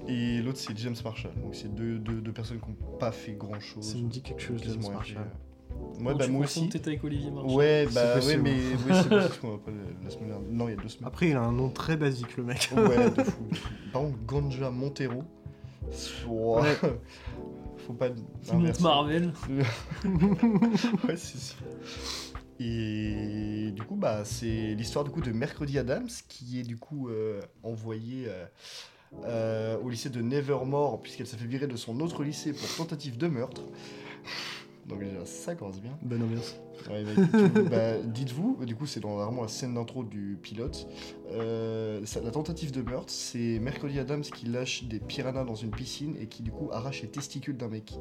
[SPEAKER 2] Et l'autre c'est James Marshall. Donc c'est deux, deux, deux personnes qui n'ont pas fait grand chose.
[SPEAKER 1] Ça me dit quelque chose, James Marshall.
[SPEAKER 2] Ouais,
[SPEAKER 3] Donc,
[SPEAKER 2] bah
[SPEAKER 3] tu
[SPEAKER 2] moi
[SPEAKER 3] confonds
[SPEAKER 2] aussi.
[SPEAKER 3] peut-être avec Olivier Marchand.
[SPEAKER 2] Ouais,
[SPEAKER 1] C'est
[SPEAKER 2] bah ouais,
[SPEAKER 1] possible. Ah,
[SPEAKER 2] mais oui, c'est possible qu'on appelle la semaine dernière. Non, il y a deux semaines.
[SPEAKER 1] Après, il a un nom très basique, le mec.
[SPEAKER 2] Ouais, de fou. de fou. Par contre, Ganja Montero. Ouah.
[SPEAKER 1] Ouais.
[SPEAKER 2] Faut pas.
[SPEAKER 3] Qui monte
[SPEAKER 2] inverser.
[SPEAKER 3] Marvel.
[SPEAKER 2] ouais, c'est sûr. Et du coup, bah, c'est l'histoire du coup de Mercredi Adams qui est du coup euh, envoyée euh, euh, au lycée de Nevermore puisqu'elle s'est fait virer de son autre lycée pour tentative de meurtre. Donc déjà, ça commence bien.
[SPEAKER 1] Bonne ambiance.
[SPEAKER 2] Ouais, bah, écoute, bah, dites-vous, du coup c'est dans vraiment la scène d'intro du pilote, euh, ça- la tentative de meurtre, c'est Mercredi Adams qui lâche des piranhas dans une piscine et qui du coup arrache les testicules d'un mec.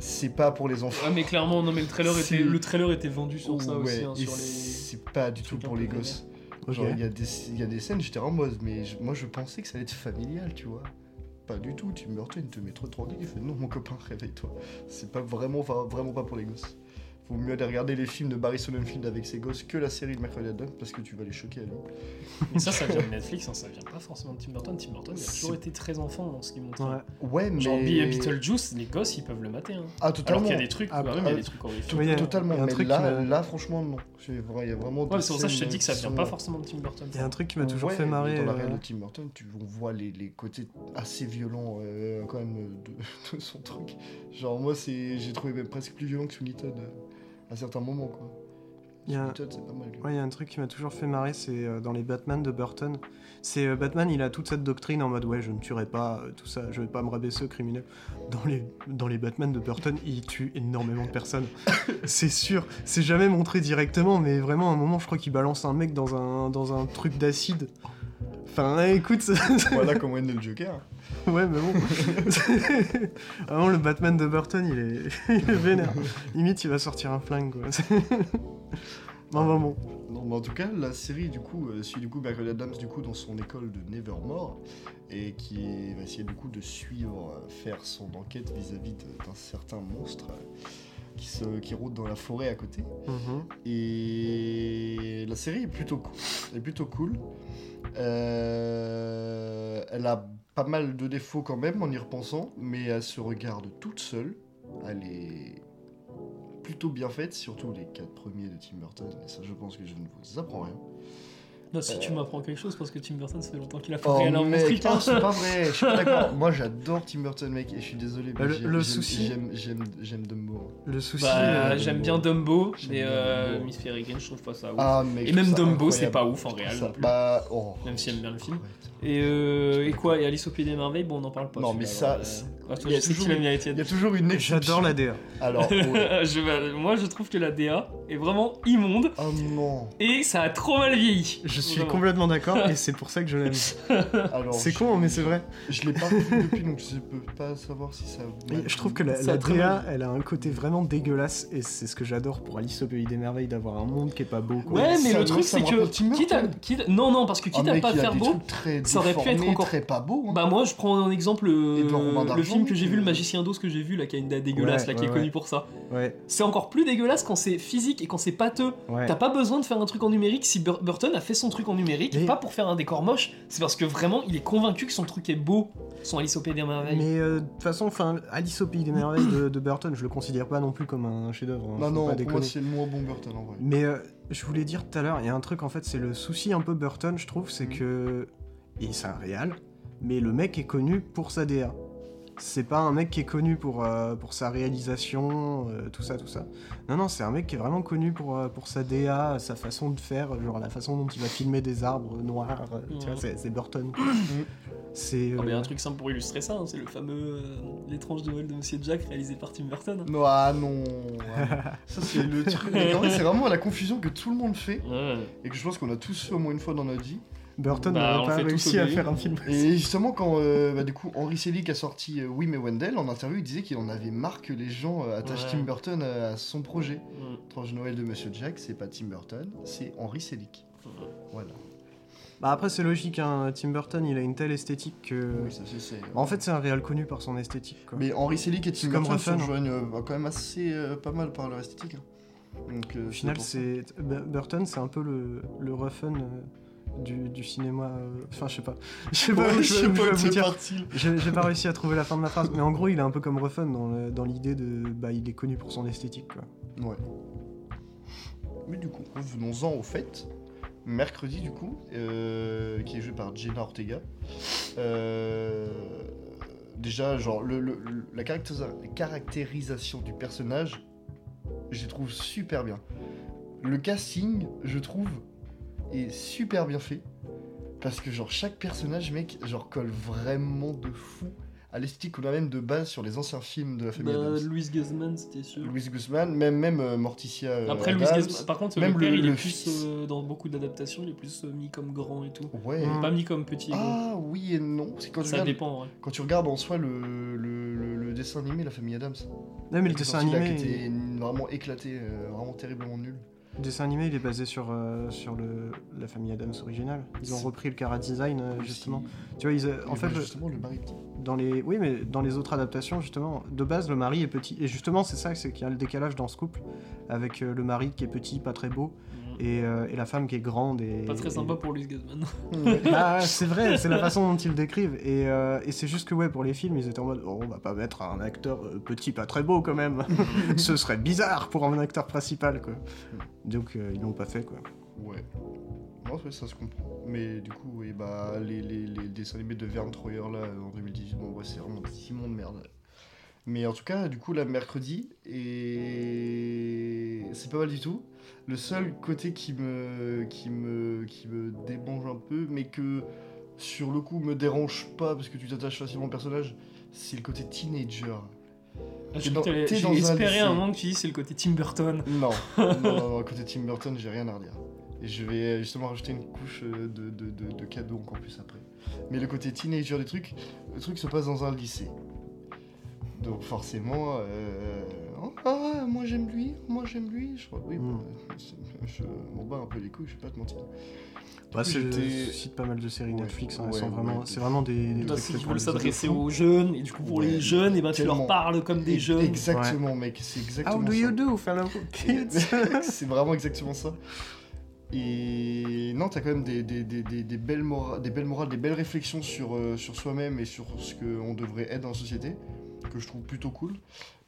[SPEAKER 2] C'est pas pour les enfants.
[SPEAKER 3] Ouais, mais clairement, non, mais le trailer,
[SPEAKER 2] C'est-
[SPEAKER 3] était, le trailer était vendu sur ça
[SPEAKER 2] Ouais,
[SPEAKER 3] aussi. hein,
[SPEAKER 2] et
[SPEAKER 3] sur les...
[SPEAKER 2] C'est pas du tout
[SPEAKER 3] trucs un
[SPEAKER 2] pour
[SPEAKER 3] peu
[SPEAKER 2] les
[SPEAKER 3] vénères.
[SPEAKER 2] gosses.
[SPEAKER 1] Ok.
[SPEAKER 2] Genre il y, a des- il y a des scènes, j'étais en mode, mais je- moi je pensais que ça allait être familial, tu vois. Pas du tout, tu me retournes, il te met trop de drogue, il fait non mon copain, réveille-toi. C'est pas vraiment, enfin, vraiment pas pour les gosses. Vaut mieux aller regarder les films de Barry Sonnenfeld avec ses gosses que la série de Mercredi Adams parce que tu vas les choquer à lui.
[SPEAKER 3] Mais ça, ça vient de Netflix, hein, ça vient pas forcément de Tim Burton. Tim Burton, il a
[SPEAKER 2] C'est-
[SPEAKER 3] toujours été très enfant dans ce qu'il montre.
[SPEAKER 1] Ouais.
[SPEAKER 2] Ouais, mais.
[SPEAKER 3] Genre Be- Beetlejuice, les gosses, ils peuvent le mater. hein.
[SPEAKER 2] Ah,
[SPEAKER 3] Alors
[SPEAKER 2] totalement.
[SPEAKER 3] qu'il y a des trucs,
[SPEAKER 1] Ah,
[SPEAKER 3] bah ouais, mais il y
[SPEAKER 2] ah,
[SPEAKER 3] a des trucs horrifiques.
[SPEAKER 2] To-
[SPEAKER 1] Oui, il y a-
[SPEAKER 2] totalement,
[SPEAKER 1] il y a un
[SPEAKER 2] mais
[SPEAKER 1] truc
[SPEAKER 2] là,
[SPEAKER 1] qui m'a-
[SPEAKER 2] là, franchement, non. J'ai- Il y a vraiment.
[SPEAKER 3] Ouais,
[SPEAKER 2] des
[SPEAKER 3] c'est pour ça que je te
[SPEAKER 2] scènes
[SPEAKER 3] dis que ça
[SPEAKER 2] qui
[SPEAKER 3] vient
[SPEAKER 2] sont-
[SPEAKER 3] pas forcément de Tim Burton.
[SPEAKER 1] Il y a un truc qui m'a toujours
[SPEAKER 2] Ouais,
[SPEAKER 1] fait
[SPEAKER 2] mais
[SPEAKER 1] marrer.
[SPEAKER 2] Dans la
[SPEAKER 1] euh,
[SPEAKER 2] réelle de Tim Burton, tu, on voit les, les côtés assez violents euh, quand même de, de son truc. Genre moi, c'est, j'ai trouvé même presque plus violent que Swinton à certains moments. Quoi.
[SPEAKER 1] Il y a-
[SPEAKER 2] Sweeney Todd, c'est pas mal. lui.
[SPEAKER 1] Ouais, il y a un truc qui m'a toujours fait marrer, c'est euh, dans les Batman de Burton. C'est euh, Batman, il a toute cette doctrine en mode ouais, je ne tuerai pas, euh, tout ça, je vais pas me rabaisser aux criminels. Dans les, dans les Batman de Burton, il tue énormément de personnes. c'est sûr, c'est jamais montré directement, mais vraiment, à un moment, je crois qu'il balance un mec dans un, dans un truc d'acide. Enfin, ouais, écoute,
[SPEAKER 2] voilà comment est né le Joker.
[SPEAKER 1] Ouais, mais bon. Vraiment, le Batman de Burton, il est, il est vénère. Limite, il va sortir un flingue, quoi. bon, bon, bon.
[SPEAKER 2] Non, mais en tout cas, la série du coup euh, suit du coup Mercredi Adams du coup dans son école de Nevermore et qui va essayer du coup de suivre, euh, faire son enquête vis-à-vis de- d'un certain monstre euh, qui se, qui rôde dans la forêt à côté. Et la série est plutôt cool. Elle est plutôt cool. Euh, elle a pas mal de défauts quand même en y repensant, mais elle se regarde toute seule. Elle est plutôt bien faite, surtout les quatre premiers de Tim Burton. Et ça, je pense que je ne vous apprends rien.
[SPEAKER 3] Non, si tu m'apprends quelque chose, parce que Tim Burton, ça fait longtemps qu'il a pas
[SPEAKER 2] Oh
[SPEAKER 3] créé un
[SPEAKER 2] mec,
[SPEAKER 3] monstre.
[SPEAKER 2] non, c'est pas vrai, je suis pas d'accord. Moi j'adore Tim Burton mec et je suis désolé. mais
[SPEAKER 1] Le-
[SPEAKER 2] j'ai-
[SPEAKER 1] le
[SPEAKER 2] j'aime-
[SPEAKER 1] souci-
[SPEAKER 2] J'aime j'aime j'aime Dumbo. hein.
[SPEAKER 1] Le souci.
[SPEAKER 3] Bah,
[SPEAKER 1] euh,
[SPEAKER 3] j'aime bien Dumbo,
[SPEAKER 2] J'aime
[SPEAKER 3] mais
[SPEAKER 2] bien
[SPEAKER 3] euh,
[SPEAKER 2] Dumbo.
[SPEAKER 3] Miss Fairy Game, je trouve pas ça ouf.
[SPEAKER 2] Ah mec.
[SPEAKER 3] et
[SPEAKER 2] je
[SPEAKER 3] même
[SPEAKER 2] trouve ça
[SPEAKER 3] Dumbo, c'est
[SPEAKER 2] incroyable.
[SPEAKER 3] pas ouf en
[SPEAKER 2] Je trouve
[SPEAKER 3] réel
[SPEAKER 2] ça-
[SPEAKER 3] non plus.
[SPEAKER 2] Bah oh.
[SPEAKER 3] Même si j'aime bien le film.
[SPEAKER 2] Arrête.
[SPEAKER 3] Et, euh, et quoi Et Alice au Pays des Merveilles Bon, on en parle pas.
[SPEAKER 2] Non, mais
[SPEAKER 3] celui-là,
[SPEAKER 2] ça,
[SPEAKER 3] alors, euh, ah, toi,
[SPEAKER 2] il y
[SPEAKER 3] je
[SPEAKER 2] a
[SPEAKER 3] sais que tu
[SPEAKER 2] toujours-
[SPEAKER 3] l'aimes bien, Étienne.
[SPEAKER 2] Il y a toujours une exception.
[SPEAKER 1] J'adore la DA.
[SPEAKER 2] Alors. oh ouais.
[SPEAKER 3] Je vais- moi, je trouve que la DA est vraiment immonde
[SPEAKER 2] Oh non.
[SPEAKER 3] et ça a trop mal vieilli.
[SPEAKER 1] Je suis
[SPEAKER 3] Vraiment.
[SPEAKER 1] complètement d'accord et c'est pour ça que je l'aime.
[SPEAKER 2] Alors.
[SPEAKER 1] C'est
[SPEAKER 2] je-
[SPEAKER 1] con, hein, mais c'est vrai.
[SPEAKER 2] Je l'ai pas vu depuis donc je peux pas savoir si ça.
[SPEAKER 1] Mais je trouve que la,
[SPEAKER 3] Ça
[SPEAKER 1] la
[SPEAKER 3] a très
[SPEAKER 1] DA, elle a un côté vraiment dégueulasse et c'est ce que j'adore pour Alice au pays des merveilles d'avoir un monde qui est pas beau. Quoi.
[SPEAKER 3] Ouais, mais
[SPEAKER 2] Ça,
[SPEAKER 3] le
[SPEAKER 2] moi,
[SPEAKER 3] truc,
[SPEAKER 2] ça
[SPEAKER 3] c'est
[SPEAKER 2] me
[SPEAKER 3] que.
[SPEAKER 2] rappelle Tim
[SPEAKER 3] Quitte à,
[SPEAKER 2] Burton.
[SPEAKER 3] quitte- non, non, parce que quitte
[SPEAKER 2] Ah,
[SPEAKER 3] à
[SPEAKER 2] mec,
[SPEAKER 3] pas
[SPEAKER 2] il y a
[SPEAKER 3] faire
[SPEAKER 2] des
[SPEAKER 3] beau,
[SPEAKER 2] trucs très
[SPEAKER 3] ça aurait pu être
[SPEAKER 2] déformés,
[SPEAKER 3] encore-
[SPEAKER 2] très pas hein. beau.
[SPEAKER 3] bah moi je prends en exemple euh,
[SPEAKER 2] Edouard Robin
[SPEAKER 3] le
[SPEAKER 2] d'Argent,
[SPEAKER 3] film que j'ai vu,
[SPEAKER 2] euh,
[SPEAKER 3] Le Magicien d'Oz, que j'ai vu, la Kainda dégueulasse,
[SPEAKER 1] Ouais,
[SPEAKER 3] là, qui
[SPEAKER 1] ouais,
[SPEAKER 3] est
[SPEAKER 1] ouais.
[SPEAKER 3] connue pour ça.
[SPEAKER 1] Ouais,
[SPEAKER 3] C'est encore plus dégueulasse quand c'est physique et quand c'est pâteux.
[SPEAKER 1] ouais.
[SPEAKER 3] T'as pas besoin de faire un truc en numérique si Bur- Burton a fait son truc en numérique,
[SPEAKER 1] Mais-
[SPEAKER 3] pas pour faire un décor moche, c'est parce que vraiment il est convaincu que son truc est beau, son Alice au Pays des Merveilles.
[SPEAKER 1] Mais euh, de toute façon, enfin, Alice au pays des merveilles de, de Burton, je le considère pas non plus comme un chef-d'œuvre. hein,
[SPEAKER 2] Non
[SPEAKER 1] faut
[SPEAKER 2] non,
[SPEAKER 1] pas
[SPEAKER 2] pour moi
[SPEAKER 1] déconner.
[SPEAKER 2] c'est le moins bon Burton en vrai.
[SPEAKER 1] Mais euh, je voulais dire tout à l'heure, il y a un truc en fait, c'est le souci un peu Burton, je trouve,
[SPEAKER 3] Mm.
[SPEAKER 1] c'est
[SPEAKER 2] Mhm.
[SPEAKER 1] que. Et c'est un réal, mais le mec est connu pour sa DA. C'est pas un mec qui est connu pour, euh, pour sa réalisation, euh, tout ça, tout ça. Non, non, c'est un mec qui est vraiment connu pour, euh, pour sa DA, sa façon de faire, genre la façon dont il va filmer des arbres noirs. euh, Tu
[SPEAKER 3] Mhm.
[SPEAKER 1] vois, c'est c'est Burton. quoi. c'est.
[SPEAKER 3] Ah,
[SPEAKER 1] euh,
[SPEAKER 3] mais un truc simple pour illustrer ça, hein, c'est le fameux euh, L'étrange Noël de Monsieur Jack réalisé par Tim Burton. hein.
[SPEAKER 2] Non, ah non. ah non. Ça c'est le truc. Mais en vrai, c'est vraiment la confusion que tout le monde fait
[SPEAKER 3] Ouais.
[SPEAKER 2] et que je pense qu'on a tous fait au moins une fois dans notre vie.
[SPEAKER 1] Burton
[SPEAKER 3] Bah,
[SPEAKER 1] n'aurait
[SPEAKER 3] on le
[SPEAKER 1] pas
[SPEAKER 3] fait tous
[SPEAKER 1] réussi
[SPEAKER 3] au
[SPEAKER 1] à
[SPEAKER 3] début.
[SPEAKER 1] faire un film.
[SPEAKER 2] Et justement, quand euh, bah, du coup Henry Selick a sorti euh, Oui mais Wendell en interview, il disait qu'il en avait marre que les gens euh, attachent
[SPEAKER 3] Ouais.
[SPEAKER 2] Tim Burton à, à son projet.
[SPEAKER 3] Mm.
[SPEAKER 2] Tranche Noël de Monsieur Jack, c'est pas Tim Burton, c'est Henry Selick. Voilà.
[SPEAKER 1] Bah, après, c'est logique, hein, Tim Burton, il a une telle esthétique que.
[SPEAKER 2] Oui, ça, c'est- c'est-
[SPEAKER 1] En fait, c'est un réal connu par son esthétique. Quoi.
[SPEAKER 2] mais Henry Selick et Tim
[SPEAKER 1] c'est comme
[SPEAKER 2] Burton se
[SPEAKER 1] Ruffin, hein.
[SPEAKER 2] rejoignent euh, bah, quand même assez euh, pas mal par leur esthétique. hein. Donc, euh,
[SPEAKER 1] Au final,
[SPEAKER 2] pour ça.
[SPEAKER 1] c'est Bu- Burton, c'est un peu le, le Ruffin euh, du, du cinéma. euh, Enfin, je sais pas. Je sais pas.
[SPEAKER 2] Ouais,
[SPEAKER 1] je-
[SPEAKER 2] je sais
[SPEAKER 1] je
[SPEAKER 2] pas
[SPEAKER 1] vais
[SPEAKER 2] où
[SPEAKER 1] vous
[SPEAKER 2] c'est
[SPEAKER 1] dire.
[SPEAKER 2] parti.
[SPEAKER 1] J'ai j'ai pas réussi à trouver la fin de ma phrase, mais en gros, il est un peu comme Ruffin dans le- dans l'idée de, bah, il est connu pour son esthétique, quoi.
[SPEAKER 2] Ouais. Mais du coup, revenons-en au fait. Mercredi, du coup, euh, qui est joué par Jenna Ortega. Euh, déjà, genre, le, le- le- la caractérisa- caractérisation du personnage, je les trouve super bien. Le casting, je trouve, est super bien fait. Parce que, genre, chaque personnage, mec, genre, colle vraiment de fou à l'esthétique qu'on a même de base sur les anciens films de la famille
[SPEAKER 3] Bah,
[SPEAKER 2] Addams.
[SPEAKER 3] Louise Guzman, c'était sûr.
[SPEAKER 2] Louis Guzman, même, même euh, Morticia. euh,
[SPEAKER 3] Après,
[SPEAKER 2] Adams.
[SPEAKER 3] Louise Guzman, par contre,
[SPEAKER 2] Même
[SPEAKER 3] le père,
[SPEAKER 2] le-
[SPEAKER 3] il est
[SPEAKER 2] le
[SPEAKER 3] plus
[SPEAKER 2] fils.
[SPEAKER 3] euh, dans beaucoup d'adaptations, il est plus euh, mis comme grand et tout.
[SPEAKER 2] Ouais.
[SPEAKER 1] Mm.
[SPEAKER 3] Pas mis comme petit et gros.
[SPEAKER 2] Ah oui et non. Parce que quand, tu
[SPEAKER 3] Ça
[SPEAKER 2] regardes,
[SPEAKER 3] dépend, ouais.
[SPEAKER 2] quand tu regardes en soi le, le, le- le dessin animé La famille Adams.
[SPEAKER 1] Non, mais le
[SPEAKER 2] qui est
[SPEAKER 1] dessin
[SPEAKER 2] sorti là,
[SPEAKER 1] animé,
[SPEAKER 2] Qui était vraiment éclaté, euh, vraiment terriblement nul.
[SPEAKER 1] le dessin animé, il est basé sur, euh, sur le, la famille Adams originale. Ils ont
[SPEAKER 2] C'est-
[SPEAKER 1] repris le cara design, euh, justement. Tu vois, ils, euh,
[SPEAKER 2] Et
[SPEAKER 1] en fait,
[SPEAKER 2] bah,
[SPEAKER 1] le-
[SPEAKER 2] justement, le mari petit.
[SPEAKER 1] dans les, oui, mais dans les autres adaptations, justement, de base, le mari est petit, et justement, c'est ça, c'est qu'il y a le décalage dans ce couple avec euh, le mari qui est petit, pas très beau.
[SPEAKER 3] Mm.
[SPEAKER 1] et, euh, et la femme qui est grande et
[SPEAKER 3] Pas très
[SPEAKER 1] et-
[SPEAKER 3] sympa pour Louise Guzman.
[SPEAKER 1] Bah, c'est vrai, c'est la façon dont ils le décrivent et, euh, et c'est juste que ouais pour les films ils étaient en mode oh, on va pas mettre un acteur euh, petit pas très beau quand même, ce serait bizarre pour un acteur principal quoi. Donc euh, ils l'ont pas fait quoi.
[SPEAKER 2] Ouais. Non, ouais, ça se comprend. Mais du coup, oui, bah, les, les, les dessins animés de Verne Troyer là euh, en 2018, bon, ouais, c'est vraiment des immondes merde. Mais en tout cas, du coup, là, mercredi, et c'est pas mal du tout. Le seul côté qui me, qui me, qui me démange un peu, mais que sur le coup me dérange pas parce que tu t'attaches facilement au personnage, c'est le côté teenager.
[SPEAKER 3] Ah, je
[SPEAKER 2] T'es dans-
[SPEAKER 3] crois que t'allais-
[SPEAKER 2] t'es
[SPEAKER 3] J'ai
[SPEAKER 2] dans un
[SPEAKER 3] espéré
[SPEAKER 2] lycée.
[SPEAKER 3] un moment que tu dis c'est le côté Tim Burton.
[SPEAKER 2] Non, non, non, non, côté Tim Burton, j'ai rien à redire. Et je vais euh, justement rajouter une couche euh, de, de, de- de cadeaux encore plus après. Mais le côté teenager des trucs, le truc se passe dans un lycée. Donc forcément, euh, oh, ah, moi j'aime lui, moi j'aime lui. Je crois, oui,
[SPEAKER 1] Mm.
[SPEAKER 2] bah, c'est- je m'en bats un peu les couilles, je vais pas te mentir.
[SPEAKER 1] Bah, c'est le
[SPEAKER 2] j'étais-
[SPEAKER 1] souci de pas mal de séries
[SPEAKER 2] Ouais,
[SPEAKER 1] Netflix, hein, elles
[SPEAKER 2] ouais,
[SPEAKER 1] sont
[SPEAKER 2] ouais,
[SPEAKER 1] vraiment,
[SPEAKER 2] de
[SPEAKER 1] c'est
[SPEAKER 2] fou.
[SPEAKER 1] vraiment des, des
[SPEAKER 2] Bah,
[SPEAKER 1] trucs
[SPEAKER 2] c'est
[SPEAKER 1] faits
[SPEAKER 3] Ils
[SPEAKER 1] pour
[SPEAKER 3] veulent
[SPEAKER 1] les adultes.
[SPEAKER 3] s'adresser aux jeunes, et du coup pour les
[SPEAKER 2] Ouais,
[SPEAKER 3] jeunes, et ben tu leur
[SPEAKER 2] tellement.
[SPEAKER 3] parles comme des jeunes.
[SPEAKER 2] Exactement, mec, c'est exactement
[SPEAKER 1] How do
[SPEAKER 2] ça.
[SPEAKER 1] you do fellow kids
[SPEAKER 2] c'est vraiment exactement ça. Et non, t'as quand même des, des, des, des, des belles mora- des belles morales, des belles réflexions sur, euh, sur soi-même et sur ce qu'on devrait être dans la société. que je trouve plutôt cool.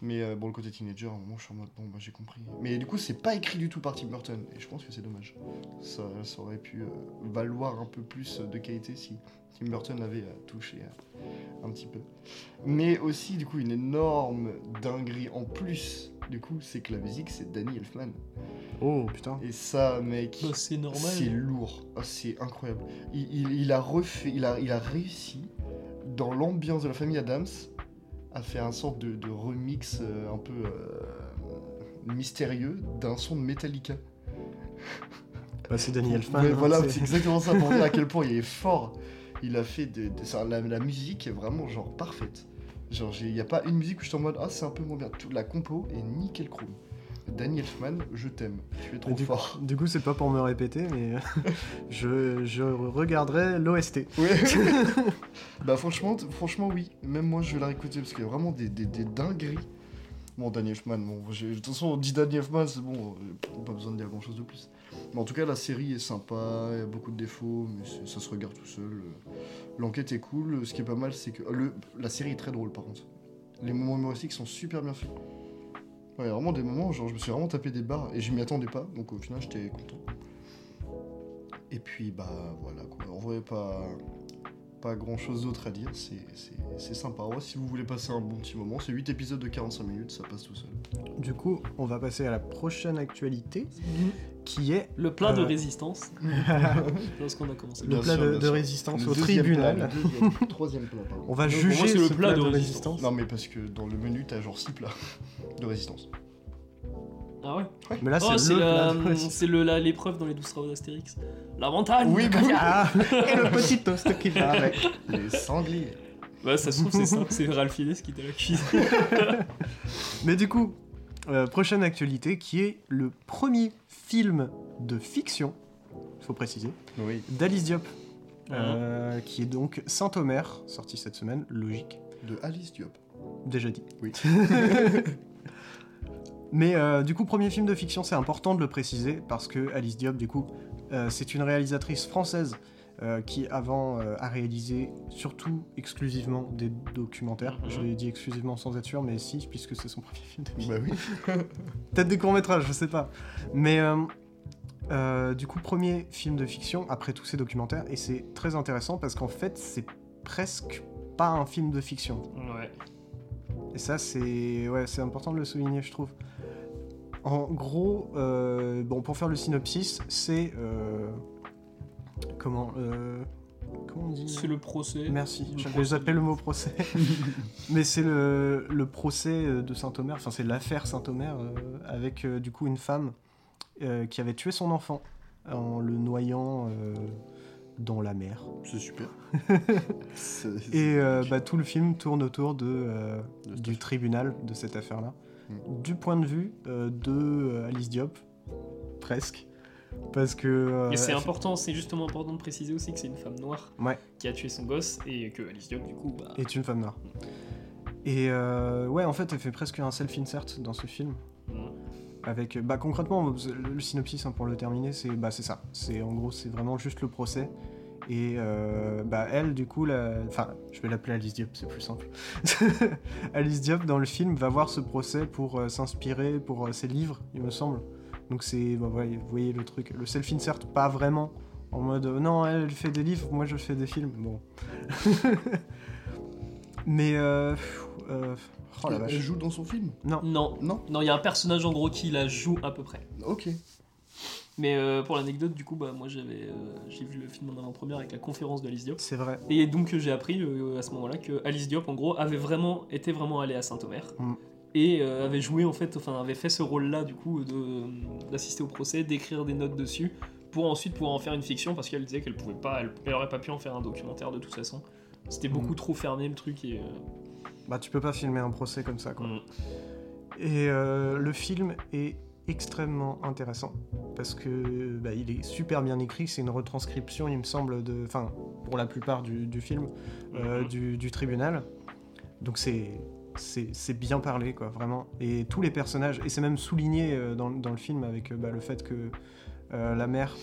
[SPEAKER 2] Mais euh, bon, le côté teenager, à un moment, je suis en mode, bon, bah, j'ai compris. Mais du coup, c'est pas écrit du tout par Tim Burton, et je pense que c'est dommage. Ça, ça aurait pu euh, valoir un peu plus euh, de qualité si Tim Burton l'avait euh, touché euh, un petit peu. Mais aussi, du coup, une énorme dinguerie en plus, du coup, c'est que la musique, c'est Danny Elfman.
[SPEAKER 1] Oh putain.
[SPEAKER 2] Et ça, mec.
[SPEAKER 3] Bah, c'est normal.
[SPEAKER 2] C'est lourd, Ah, c'est incroyable. Il, il- il a refait, il a, il a réussi dans l'ambiance de la famille Adams à faire un sorte de, de remix euh, un peu euh, mystérieux d'un son de Metallica.
[SPEAKER 1] Bah, c'est Danny Elfman.
[SPEAKER 2] Ouais,
[SPEAKER 1] hein,
[SPEAKER 2] voilà,
[SPEAKER 1] c'est-
[SPEAKER 2] c'est exactement ça pour dire à quel point il est fort. Il a fait des- des- ça, la, la musique est vraiment genre parfaite. Genre il n'y a pas une musique où je suis en mode ah c'est un peu moins bien. Toute la compo est nickel chrome. Daniel Elfman, je t'aime. Tu es trop
[SPEAKER 1] Mais du,
[SPEAKER 2] fort.
[SPEAKER 1] du coup, c'est pas pour me répéter, mais je, je regarderai l'OST.
[SPEAKER 2] Ouais. bah franchement, t- franchement oui. Même moi je vais la réécouter parce qu'il y a vraiment des, des, des dingueries. Bon, Danny Elfman, bon, j'ai- de toute façon, on dit Danny Elfman, c'est bon, euh, pas besoin de dire grand chose de plus. Mais en tout cas, la série est sympa, il y a beaucoup de défauts, mais c'est- ça se regarde tout seul. euh. L'enquête est cool, ce qui est pas mal, c'est que. Le, la série est très drôle par contre. Les moments humoristiques sont super bien faits. Ouais, il y a vraiment des moments, genre, je me suis vraiment tapé des barres et je m'y attendais pas, donc au final, j'étais content. Et puis, bah voilà, quoi. En vrai, pas pas grand chose d'autre à dire, c'est- c'est c'est sympa. Ouais, si vous voulez passer un bon petit moment, c'est 8 épisodes de 45 minutes, ça passe tout seul.
[SPEAKER 1] Du coup, on va passer à la prochaine actualité, qui est
[SPEAKER 3] Le plat de
[SPEAKER 1] Euh.
[SPEAKER 3] résistance. Lorsqu'on a commencé.
[SPEAKER 1] le
[SPEAKER 2] Bien
[SPEAKER 1] plat
[SPEAKER 2] sûr,
[SPEAKER 1] de,
[SPEAKER 2] bien
[SPEAKER 1] de
[SPEAKER 2] sûr.
[SPEAKER 1] résistance
[SPEAKER 2] Le
[SPEAKER 1] au
[SPEAKER 2] deuxième
[SPEAKER 1] tribunal.
[SPEAKER 2] plat, le deuxième- troisième plat, pardon.
[SPEAKER 1] On va
[SPEAKER 3] Donc, pour
[SPEAKER 1] juger
[SPEAKER 3] moi, c'est
[SPEAKER 1] ce
[SPEAKER 3] le plat de résistance.
[SPEAKER 2] Non mais parce que dans le menu t'as genre 6 plats de résistance.
[SPEAKER 3] Ah ouais.
[SPEAKER 1] Mais là,
[SPEAKER 3] oh,
[SPEAKER 1] c'est
[SPEAKER 3] c'est
[SPEAKER 1] le plat
[SPEAKER 3] la-
[SPEAKER 1] de résistance.
[SPEAKER 3] c'est le- la- l'épreuve dans les 12 travaux d'Astérix. La montagne.
[SPEAKER 2] Oui, bah oui.
[SPEAKER 1] Ah, et le petit toast qui va avec.
[SPEAKER 2] Les sangliers.
[SPEAKER 3] Ouais, Bah, ça se trouve, c'est ça. C'est Ralph Fiennes qui t'a la cuisine.
[SPEAKER 1] Mais du coup, euh, prochaine actualité qui est le premier film de fiction, il faut préciser,
[SPEAKER 2] Oui.
[SPEAKER 1] d'Alice Diop, euh, qui est donc Saint-Omer, sorti cette semaine, logique,
[SPEAKER 2] De Alice Diop.
[SPEAKER 1] déjà dit.
[SPEAKER 2] Oui.
[SPEAKER 1] Mais euh, du coup, premier film de fiction, c'est important de le préciser parce que Alice Diop, du coup, euh, c'est une réalisatrice française euh, qui, avant, euh, a réalisé surtout exclusivement des documentaires.
[SPEAKER 3] Mhm.
[SPEAKER 1] Je l'ai dit exclusivement sans être sûr, mais si, puisque c'est son premier film de fiction.
[SPEAKER 2] Bah oui.
[SPEAKER 1] Peut-être des courts-métrages, je sais pas. Mais euh, euh, du coup, premier film de fiction après tous ces documentaires, et c'est très intéressant parce qu'en fait, c'est presque pas un film de fiction.
[SPEAKER 3] Ouais.
[SPEAKER 1] Et ça, c'est ouais, c'est important de le souligner, je trouve. En gros, euh, bon, pour faire le synopsis, c'est euh, comment euh, comment on dit
[SPEAKER 3] C'est le procès.
[SPEAKER 1] Merci.
[SPEAKER 3] le
[SPEAKER 1] J'avais-
[SPEAKER 3] procès.
[SPEAKER 1] J'appelle le mot procès, mais c'est le, le procès euh, de Saint-Omer. Enfin, c'est l'affaire Saint-Omer euh, avec euh, du coup une femme euh, qui avait tué son enfant en le noyant euh, dans la mer.
[SPEAKER 2] C'est super. C'est-
[SPEAKER 1] Et
[SPEAKER 2] c'est-
[SPEAKER 1] euh, bah, tout le film tourne autour de, euh,
[SPEAKER 2] De
[SPEAKER 1] du
[SPEAKER 2] cette
[SPEAKER 1] tribunal de cette affaire-là.
[SPEAKER 2] Mm.
[SPEAKER 1] Du point de vue euh, de euh, Alice Diop, presque. Parce que. euh,
[SPEAKER 3] Et c'est
[SPEAKER 1] elle-
[SPEAKER 3] important, c'est justement important de préciser aussi que c'est une femme noire
[SPEAKER 1] Ouais.
[SPEAKER 3] qui a tué son gosse et que Alice Diop, du coup, bah.
[SPEAKER 1] est une femme noire. Et euh, ouais, en fait, elle fait presque un self-insert dans ce film.
[SPEAKER 3] Mm.
[SPEAKER 1] Avec, bah, concrètement, le, le synopsis hein, pour le terminer, c'est bah, c'est ça. C'est en gros, c'est vraiment juste le procès. Et euh, bah, elle, du coup, la- enfin, je vais l'appeler Alice Diop, c'est plus simple. Alice Diop dans le film va voir ce procès pour euh, s'inspirer pour euh, ses livres, il me semble. Donc c'est, bah, ouais, vous voyez le truc, le self-insert, pas vraiment en mode euh, non, elle, elle fait des livres, moi je fais des films. Bon. Mais euh, pff, euh, oh la
[SPEAKER 2] Elle
[SPEAKER 1] vache.
[SPEAKER 2] joue dans son film
[SPEAKER 3] Non.
[SPEAKER 2] Non
[SPEAKER 3] Non, il y a un personnage en gros qui la joue à peu près.
[SPEAKER 2] Ok.
[SPEAKER 3] Mais euh, pour l'anecdote, du coup, bah, moi j'avais, euh, j'ai vu le film en avant-première avec la conférence d'Alice Diop.
[SPEAKER 1] C'est vrai.
[SPEAKER 3] Et donc euh, j'ai appris euh, à ce moment-là que Alice Diop, en gros, avait vraiment été vraiment allée à Saint-Omer
[SPEAKER 1] Mm.
[SPEAKER 3] et euh, avait joué en fait, enfin avait fait ce rôle-là du coup de d'assister au procès, d'écrire des notes dessus pour ensuite pouvoir en faire une fiction parce qu'elle disait qu'elle pouvait pas, elle, elle aurait pas pu en faire un documentaire de toute façon. C'était
[SPEAKER 1] Mm.
[SPEAKER 3] beaucoup trop fermé le truc et. euh,
[SPEAKER 1] Bah tu peux pas filmer un procès comme ça quoi. Et euh, le film est extrêmement intéressant parce que bah, il est super bien écrit. C'est une retranscription, il me semble, de, enfin, pour la plupart du, du film, euh,
[SPEAKER 3] Mhm.
[SPEAKER 1] du, du tribunal. Donc c'est c'est c'est bien parlé quoi, vraiment. Et tous les personnages, et c'est même souligné euh, dans, dans le film avec euh, bah, le fait que euh, la mère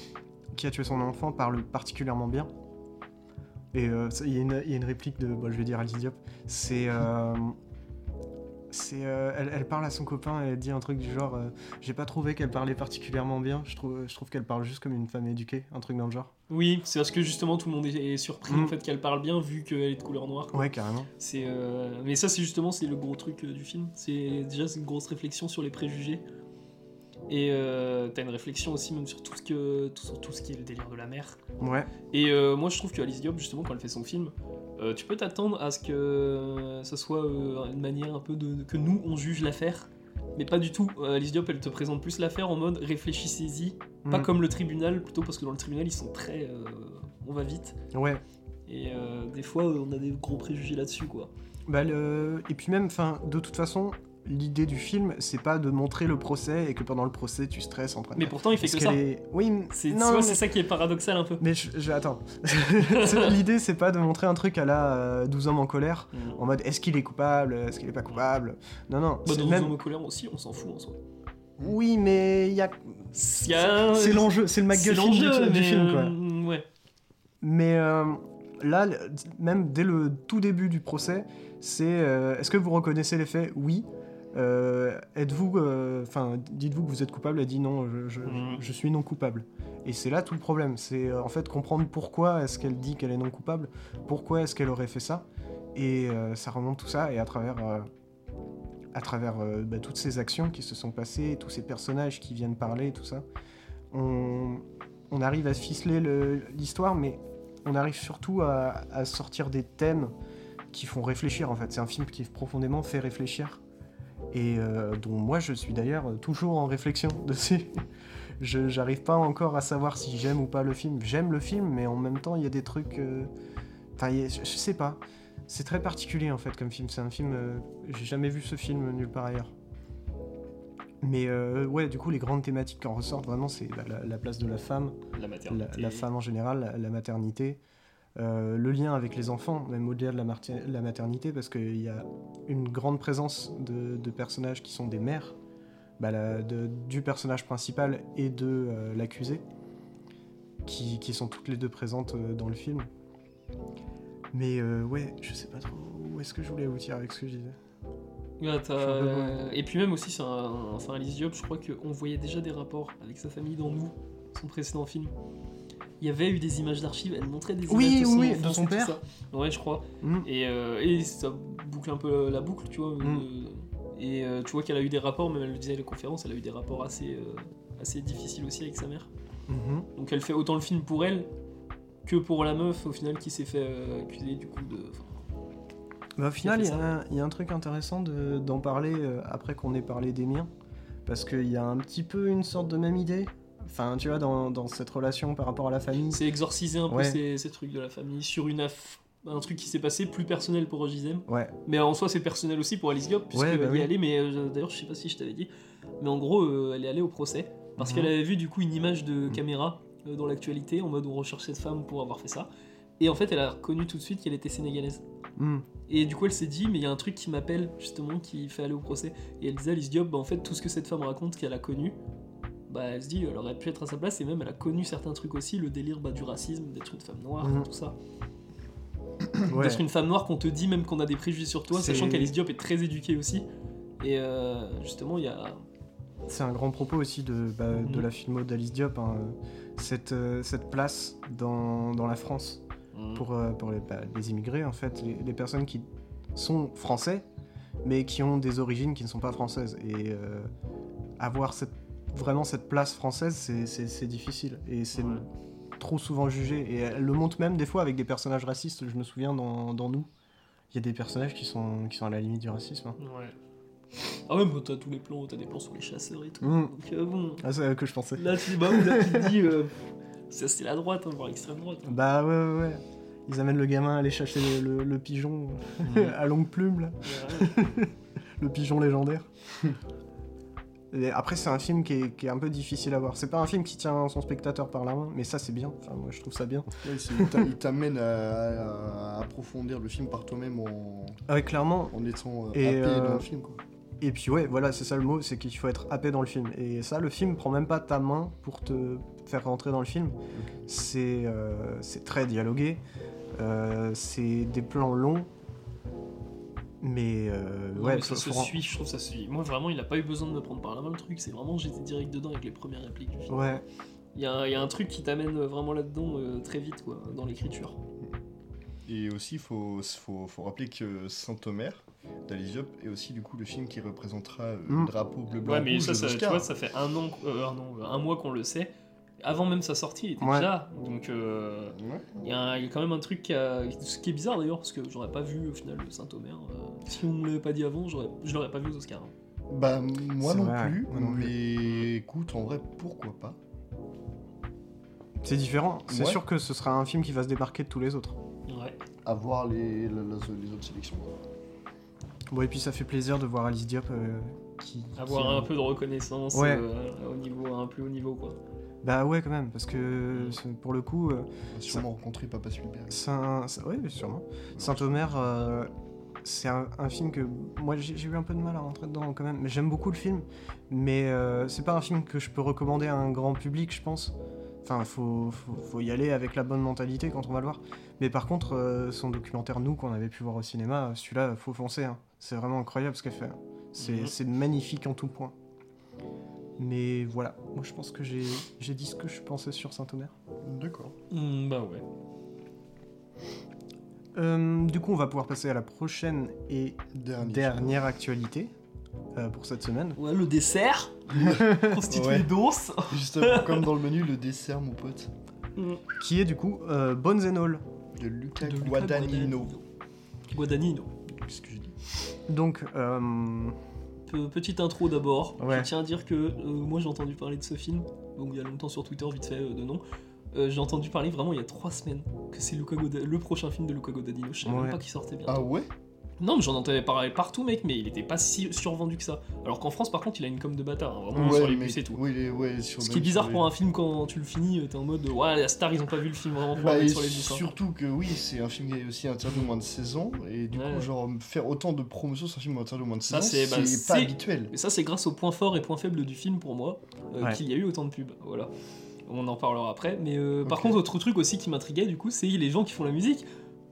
[SPEAKER 1] qui a tué son enfant parle particulièrement bien. Et euh, ça- il y, a une- il y a une réplique de, bon, je vais dire Alice Diop, c'est euh, C'est, euh, elle, elle parle à son copain, elle dit un truc du genre euh, J'ai pas trouvé qu'elle parlait particulièrement bien, je trouve, je trouve qu'elle parle juste comme une femme éduquée, un truc dans le genre.
[SPEAKER 3] Oui, c'est parce que justement tout le monde est est surpris
[SPEAKER 1] Mm.
[SPEAKER 3] en fait qu'elle parle bien vu qu'elle est de couleur noire. quoi.
[SPEAKER 1] Ouais, carrément.
[SPEAKER 3] C'est euh, mais ça c'est justement c'est le gros truc euh, du film. C'est déjà c'est une grosse réflexion sur les préjugés et euh, t'as une réflexion aussi même sur tout ce que tout- sur tout ce qui est le délire de la mère.
[SPEAKER 1] Ouais,
[SPEAKER 3] Et euh, moi je trouve que Alice Diop justement quand elle fait son film, euh, tu peux t'attendre à ce que ça soit euh, une manière un peu de, de- que nous on juge l'affaire. Mais pas du tout. Euh, Alice Diop, elle te présente plus l'affaire en mode réfléchissez-y. Pas
[SPEAKER 1] Mm.
[SPEAKER 3] comme le tribunal, plutôt parce que dans le tribunal, ils sont très. euh, on va vite.
[SPEAKER 1] ouais.
[SPEAKER 3] Et euh, des fois, euh, on a des gros préjugés là-dessus, quoi.
[SPEAKER 1] Bah, le- Et puis même, enfin, de toute façon, l'idée du film, c'est pas de montrer le procès et que pendant le procès, tu stresses en train de-
[SPEAKER 3] Mais pourtant, il fait
[SPEAKER 1] Parce
[SPEAKER 3] que
[SPEAKER 1] qu'elle
[SPEAKER 3] ça.
[SPEAKER 1] est- Oui, m-
[SPEAKER 3] C'est tu
[SPEAKER 1] non,
[SPEAKER 3] vois,
[SPEAKER 1] mais-
[SPEAKER 3] c'est ça qui est paradoxal un peu. Mm.
[SPEAKER 1] Mais je, je- attends. C'est- L'idée, c'est pas de montrer un truc à la euh, 12 hommes en colère, en mode est-ce qu'il est coupable, est-ce qu'il est pas coupable. Non, non.
[SPEAKER 3] Bah,
[SPEAKER 1] c'est
[SPEAKER 3] dans
[SPEAKER 1] même...
[SPEAKER 3] Zone colère aussi, on s'en fout en soi.
[SPEAKER 1] Oui, mais il y a.
[SPEAKER 3] Il y a-
[SPEAKER 1] C'est l'enjeu, c'est le
[SPEAKER 3] C'est
[SPEAKER 1] MacGuffin du,
[SPEAKER 3] l'enjeu,
[SPEAKER 1] du
[SPEAKER 3] mais,
[SPEAKER 1] film, quoi.
[SPEAKER 3] euh, ouais.
[SPEAKER 1] Mais euh, là, le- même dès le tout début du procès, c'est euh, est-ce que vous reconnaissez les faits Oui. Euh, Êtes-vous, euh, enfin, dites-vous que vous êtes coupable Elle dit non, je, je-
[SPEAKER 3] Mhm.
[SPEAKER 1] je suis non coupable. Et c'est là tout le problème, c'est euh, en fait comprendre pourquoi est-ce qu'elle dit qu'elle est non coupable, pourquoi est-ce qu'elle aurait fait ça, et euh, ça remonte tout ça et à travers, euh, à travers euh, bah, toutes ces actions qui se sont passées, tous ces personnages qui viennent parler, tout ça, on, on arrive à ficeler le- l'histoire, mais on arrive surtout à, à sortir des thèmes qui font réfléchir en fait. C'est un film qui profondément fait réfléchir et euh, dont moi je suis d'ailleurs toujours en réflexion dessus. Je j'arrive pas encore à savoir si j'aime ou pas le film. J'aime le film, mais en même temps il y a des trucs. euh, Enfin, il y a- je, je sais pas. C'est très particulier en fait comme film. C'est un film. euh, J'ai jamais vu ce film nulle part ailleurs. Mais euh, ouais, du coup, les grandes thématiques qui en ressortent vraiment, c'est bah, la- la place de la femme,
[SPEAKER 3] La
[SPEAKER 1] la,
[SPEAKER 3] maternité.
[SPEAKER 1] la femme en général, la, la maternité, euh, le lien avec les enfants, même au-delà de la, marti- la maternité, parce qu'il y a une grande présence de, de personnages qui sont des mères, bah, la- de- du personnage principal et de euh, l'accusé, qui, qui sont toutes les deux présentes euh, dans le film. Mais euh, ouais, je sais pas trop où est-ce que je voulais aboutir avec ce que je disais.
[SPEAKER 3] Ouais, t'as-
[SPEAKER 1] Je suis un peu loin.
[SPEAKER 3] Et puis même aussi, c'est un... enfin, Alice Diop, je crois qu'on voyait déjà des rapports avec sa famille dans Nous, son précédent film. Il y avait eu des images d'archives, elle montrait des
[SPEAKER 1] Oui,
[SPEAKER 3] images de son,
[SPEAKER 1] oui,
[SPEAKER 3] enfance
[SPEAKER 1] de son
[SPEAKER 3] et tout
[SPEAKER 1] père.
[SPEAKER 3] ça. Ouais, je crois.
[SPEAKER 1] Hmm.
[SPEAKER 3] Et, euh, et ça boucle un peu la boucle, tu vois.
[SPEAKER 1] Mm.
[SPEAKER 3] euh, et euh, tu vois qu'elle a eu des rapports, même elle le disait à la conférence, elle a eu des rapports assez, euh, assez difficiles aussi avec sa mère.
[SPEAKER 1] Mhm.
[SPEAKER 3] Donc elle fait autant le film pour elle que pour la meuf, au final, qui s'est fait euh, accuser du coup de. enfin,
[SPEAKER 1] Bah, au final,
[SPEAKER 3] fait
[SPEAKER 1] il y, a un- il y a un truc intéressant de- d'en parler euh, après qu'on ait parlé des miens. Parce qu'il y a un petit peu une sorte de même idée. Enfin, tu vois, dans, dans cette relation par rapport à la famille.
[SPEAKER 3] c'est exorciser un peu
[SPEAKER 1] Ouais.
[SPEAKER 3] ces, ces trucs de la famille sur une aff- un truc qui s'est passé plus personnel pour Gisem.
[SPEAKER 1] Ouais.
[SPEAKER 3] Mais en soi, c'est personnel aussi pour Alice Diop, puisqu'elle
[SPEAKER 1] Ouais, bah
[SPEAKER 3] y
[SPEAKER 1] oui.
[SPEAKER 3] allait, mais euh, d'ailleurs, je sais pas si je t'avais dit, mais en gros, euh, elle est allée au procès, parce
[SPEAKER 1] Mhm.
[SPEAKER 3] qu'elle avait vu du coup une image de
[SPEAKER 1] Mhm.
[SPEAKER 3] caméra euh, dans l'actualité, en mode on recherche cette femme pour avoir fait ça, et en fait, elle a reconnu tout de suite qu'elle était sénégalaise.
[SPEAKER 1] Hmm.
[SPEAKER 3] Et du coup, elle s'est dit, mais il y a un truc qui m'appelle, justement, qui fait aller au procès. Et elle disait, Alice Diop, bah, en fait, tout ce que cette femme raconte, qu'elle a connu, bah, elle se dit, elle aurait pu être à sa place, et même, elle a connu certains trucs aussi, le délire bah, du racisme, d'être une femme noire,
[SPEAKER 1] Mhm.
[SPEAKER 3] tout ça.
[SPEAKER 1] Ouais.
[SPEAKER 3] D'être une femme noire qu'on te dit, même qu'on a des préjugés sur toi,
[SPEAKER 1] C'est-
[SPEAKER 3] sachant qu'Alice Diop est très éduquée aussi. Et euh, justement, il y a.
[SPEAKER 1] C'est un grand propos aussi de, bah, de
[SPEAKER 3] Mhm.
[SPEAKER 1] la filmo d'Alice Diop. hein, euh, Cette, euh, cette place dans, dans la France
[SPEAKER 3] Mhm.
[SPEAKER 1] pour, euh, pour les, bah, les immigrés, en fait, les, les personnes qui sont français, mais qui ont des origines qui ne sont pas françaises. Et euh, avoir cette, vraiment cette place française, c'est- c'est c'est difficile. Et c'est
[SPEAKER 3] Ouais.
[SPEAKER 1] trop souvent jugé. Et elle le montre même des fois avec des personnages racistes, je me souviens, dans, dans Nous. Il y a des personnages qui sont, qui sont à la limite du racisme. hein.
[SPEAKER 3] Ouais. Ah ouais, bah, t'as tous les plans, t'as des plans sur les chasseurs et tout.
[SPEAKER 1] Mmh.
[SPEAKER 3] Donc, euh, bon.
[SPEAKER 1] Ah, c'est à eux que je pensais.
[SPEAKER 3] Là, tu, bah, là, tu te dis, euh, ça, c'est la droite, hein, voire l'extrême droite. hein.
[SPEAKER 1] Bah ouais, ouais, ouais. Ils amènent le gamin à aller chercher le, le- le pigeon à longue plume, là.
[SPEAKER 3] Ouais.
[SPEAKER 1] Le pigeon légendaire. Et après, c'est un film qui est, qui est un peu difficile à voir. C'est pas un film qui tient son spectateur par la main, mais ça, c'est bien. Enfin, moi, je trouve ça bien.
[SPEAKER 2] Ouais, c'est- il t'a- il t'amène à, à approfondir le film par toi-même en,
[SPEAKER 1] Ouais, clairement.
[SPEAKER 2] en étant euh,
[SPEAKER 1] Et,
[SPEAKER 2] happé
[SPEAKER 1] euh,
[SPEAKER 2] dans le film. Quoi.
[SPEAKER 1] Et puis, ouais, voilà, c'est ça le mot, c'est qu'il faut être happé dans le film. Et ça, le film prend même pas ta main pour te faire rentrer dans le film. C'est euh, c'est très dialogué. Euh, c'est des plans longs. Mais euh,
[SPEAKER 3] Non,
[SPEAKER 1] ouais,
[SPEAKER 3] mais ça
[SPEAKER 1] faut-
[SPEAKER 3] se
[SPEAKER 1] faut-
[SPEAKER 3] suit, je trouve ça se suit. Moi, vraiment, il a pas eu besoin de me prendre par la main le truc. C'est vraiment, j'étais direct dedans avec les premières répliques. du film.
[SPEAKER 1] ouais,
[SPEAKER 3] Il y, a un- il y a un truc qui t'amène vraiment là-dedans euh, très vite, quoi, dans l'écriture.
[SPEAKER 2] Et aussi, il faut, faut, faut rappeler que Saint-Omer d'Alice Diop est aussi du coup le film qui représentera euh,
[SPEAKER 1] Mm.
[SPEAKER 2] le drapeau bleu blanc
[SPEAKER 3] Ouais, mais
[SPEAKER 2] rouge
[SPEAKER 3] ça,
[SPEAKER 2] aux
[SPEAKER 3] ça, tu
[SPEAKER 2] Oscars.
[SPEAKER 3] vois, ça fait un an, qu- euh, un, an, euh, un mois qu'on le sait. Avant même sa sortie, il était
[SPEAKER 1] Ouais.
[SPEAKER 3] déjà là. Donc, euh,
[SPEAKER 2] Ouais.
[SPEAKER 3] il y, a un- il y a quand même un truc qui a- ce qui est bizarre d'ailleurs, parce que j'aurais pas vu au final le Saint-Omer. euh, si on me l'avait pas dit avant, j'aurais- je l'aurais pas vu aux Oscars. hein.
[SPEAKER 2] Bah, moi
[SPEAKER 1] C'est
[SPEAKER 2] non,
[SPEAKER 1] vrai,
[SPEAKER 2] plus,
[SPEAKER 1] moi non plus.
[SPEAKER 2] mais écoute, en vrai, pourquoi pas
[SPEAKER 1] c'est différent. C'est
[SPEAKER 2] Ouais.
[SPEAKER 1] sûr que ce sera un film qui va se débarquer de tous les autres.
[SPEAKER 3] Ouais.
[SPEAKER 2] Avoir les, la- la- les autres sélections.
[SPEAKER 1] Bon, et puis ça fait plaisir de voir Alice Diop euh, qui.
[SPEAKER 3] Avoir
[SPEAKER 1] qui- euh,
[SPEAKER 3] un peu de reconnaissance
[SPEAKER 1] Ouais.
[SPEAKER 3] euh, au niveau, à un plus haut niveau, quoi.
[SPEAKER 1] Bah ouais, quand même, parce
[SPEAKER 3] Mm.
[SPEAKER 1] que c'est- pour le coup, euh,
[SPEAKER 2] On va sûrement rencontrer Papa Spielberg.
[SPEAKER 1] Saint. Saint- Ouais, sûrement. Saint-Omer, euh, c'est un, un film que. Moi, j'ai j'ai eu un peu de mal à rentrer dedans quand même. mais J'aime beaucoup le film, mais euh, c'est pas un film que je peux recommander à un grand public, je pense. Enfin, faut, faut, faut y aller avec la bonne mentalité quand on va le voir. Mais par contre, euh, son documentaire, nous, qu'on avait pu voir au cinéma, celui-là, faut foncer. hein. C'est vraiment incroyable ce qu'elle fait. C'est
[SPEAKER 3] Mhm.
[SPEAKER 1] c'est magnifique en tout point. Mais voilà, moi je pense que j'ai j'ai dit ce que je pensais sur Saint-Omer.
[SPEAKER 2] D'accord.
[SPEAKER 3] Hmm, bah ouais.
[SPEAKER 1] Euh, du coup, on va pouvoir passer à la prochaine et
[SPEAKER 2] Dernier.
[SPEAKER 1] dernière actualité euh, pour cette semaine.
[SPEAKER 3] Ouais, le dessert constitué
[SPEAKER 2] Ouais.
[SPEAKER 3] d'os.
[SPEAKER 2] Justement, comme dans le menu, le dessert, mon pote,
[SPEAKER 1] Qui est du coup euh, Bones and All.
[SPEAKER 2] de Luca
[SPEAKER 3] Mmh. De Luca
[SPEAKER 2] Guadagnino.
[SPEAKER 3] Guadagnino.
[SPEAKER 2] Qu'est-ce que j'ai dit
[SPEAKER 1] Donc, euh,
[SPEAKER 3] Pe- petite intro d'abord.
[SPEAKER 1] Ouais.
[SPEAKER 3] Je tiens à dire que euh, moi j'ai entendu parler de ce film, donc il y a longtemps sur Twitter, vite fait euh, de nom. Euh, j'ai entendu parler vraiment il y a trois semaines que c'est Luca Goda- le prochain film de Luca Guadagnino. Je savais
[SPEAKER 1] Ouais.
[SPEAKER 3] même pas qu'il sortait bientôt.
[SPEAKER 2] Ah ouais
[SPEAKER 3] Non, mais j'en entendais parler partout, mec, mais il était pas si survendu que ça. Alors qu'en France, par contre, il a une com de bâtard, hein, vraiment sur les
[SPEAKER 2] mais-
[SPEAKER 3] bus et tout.
[SPEAKER 2] Oui, les- ouais, sur-
[SPEAKER 3] Ce
[SPEAKER 2] même
[SPEAKER 3] qui est bizarre
[SPEAKER 2] sur
[SPEAKER 3] pour
[SPEAKER 2] les-
[SPEAKER 3] un film quand tu le finis, euh, t'es en mode euh, ouais, la star, ils ont pas vu le film vraiment, faut
[SPEAKER 2] Bah,
[SPEAKER 3] la
[SPEAKER 2] et
[SPEAKER 3] mettre sur les bus. hein.
[SPEAKER 2] surtout que oui, c'est un film qui est aussi interdit au moins de 16 ans, et du
[SPEAKER 3] Ouais.
[SPEAKER 2] coup, genre, faire autant de promotions sur un film interdit au moins de 16
[SPEAKER 3] Ça,
[SPEAKER 2] ans,
[SPEAKER 3] c'est-
[SPEAKER 2] c'est
[SPEAKER 3] bah, c'est-
[SPEAKER 2] pas habituel.
[SPEAKER 3] Mais ça, c'est grâce aux points forts et points faibles du film pour moi euh,
[SPEAKER 1] Ouais.
[SPEAKER 3] qu'il y a eu autant de pubs. Voilà. On en parlera après. Mais euh, par
[SPEAKER 2] Ok.
[SPEAKER 3] contre, autre truc aussi qui m'intriguait, du coup, c'est les gens qui font la musique.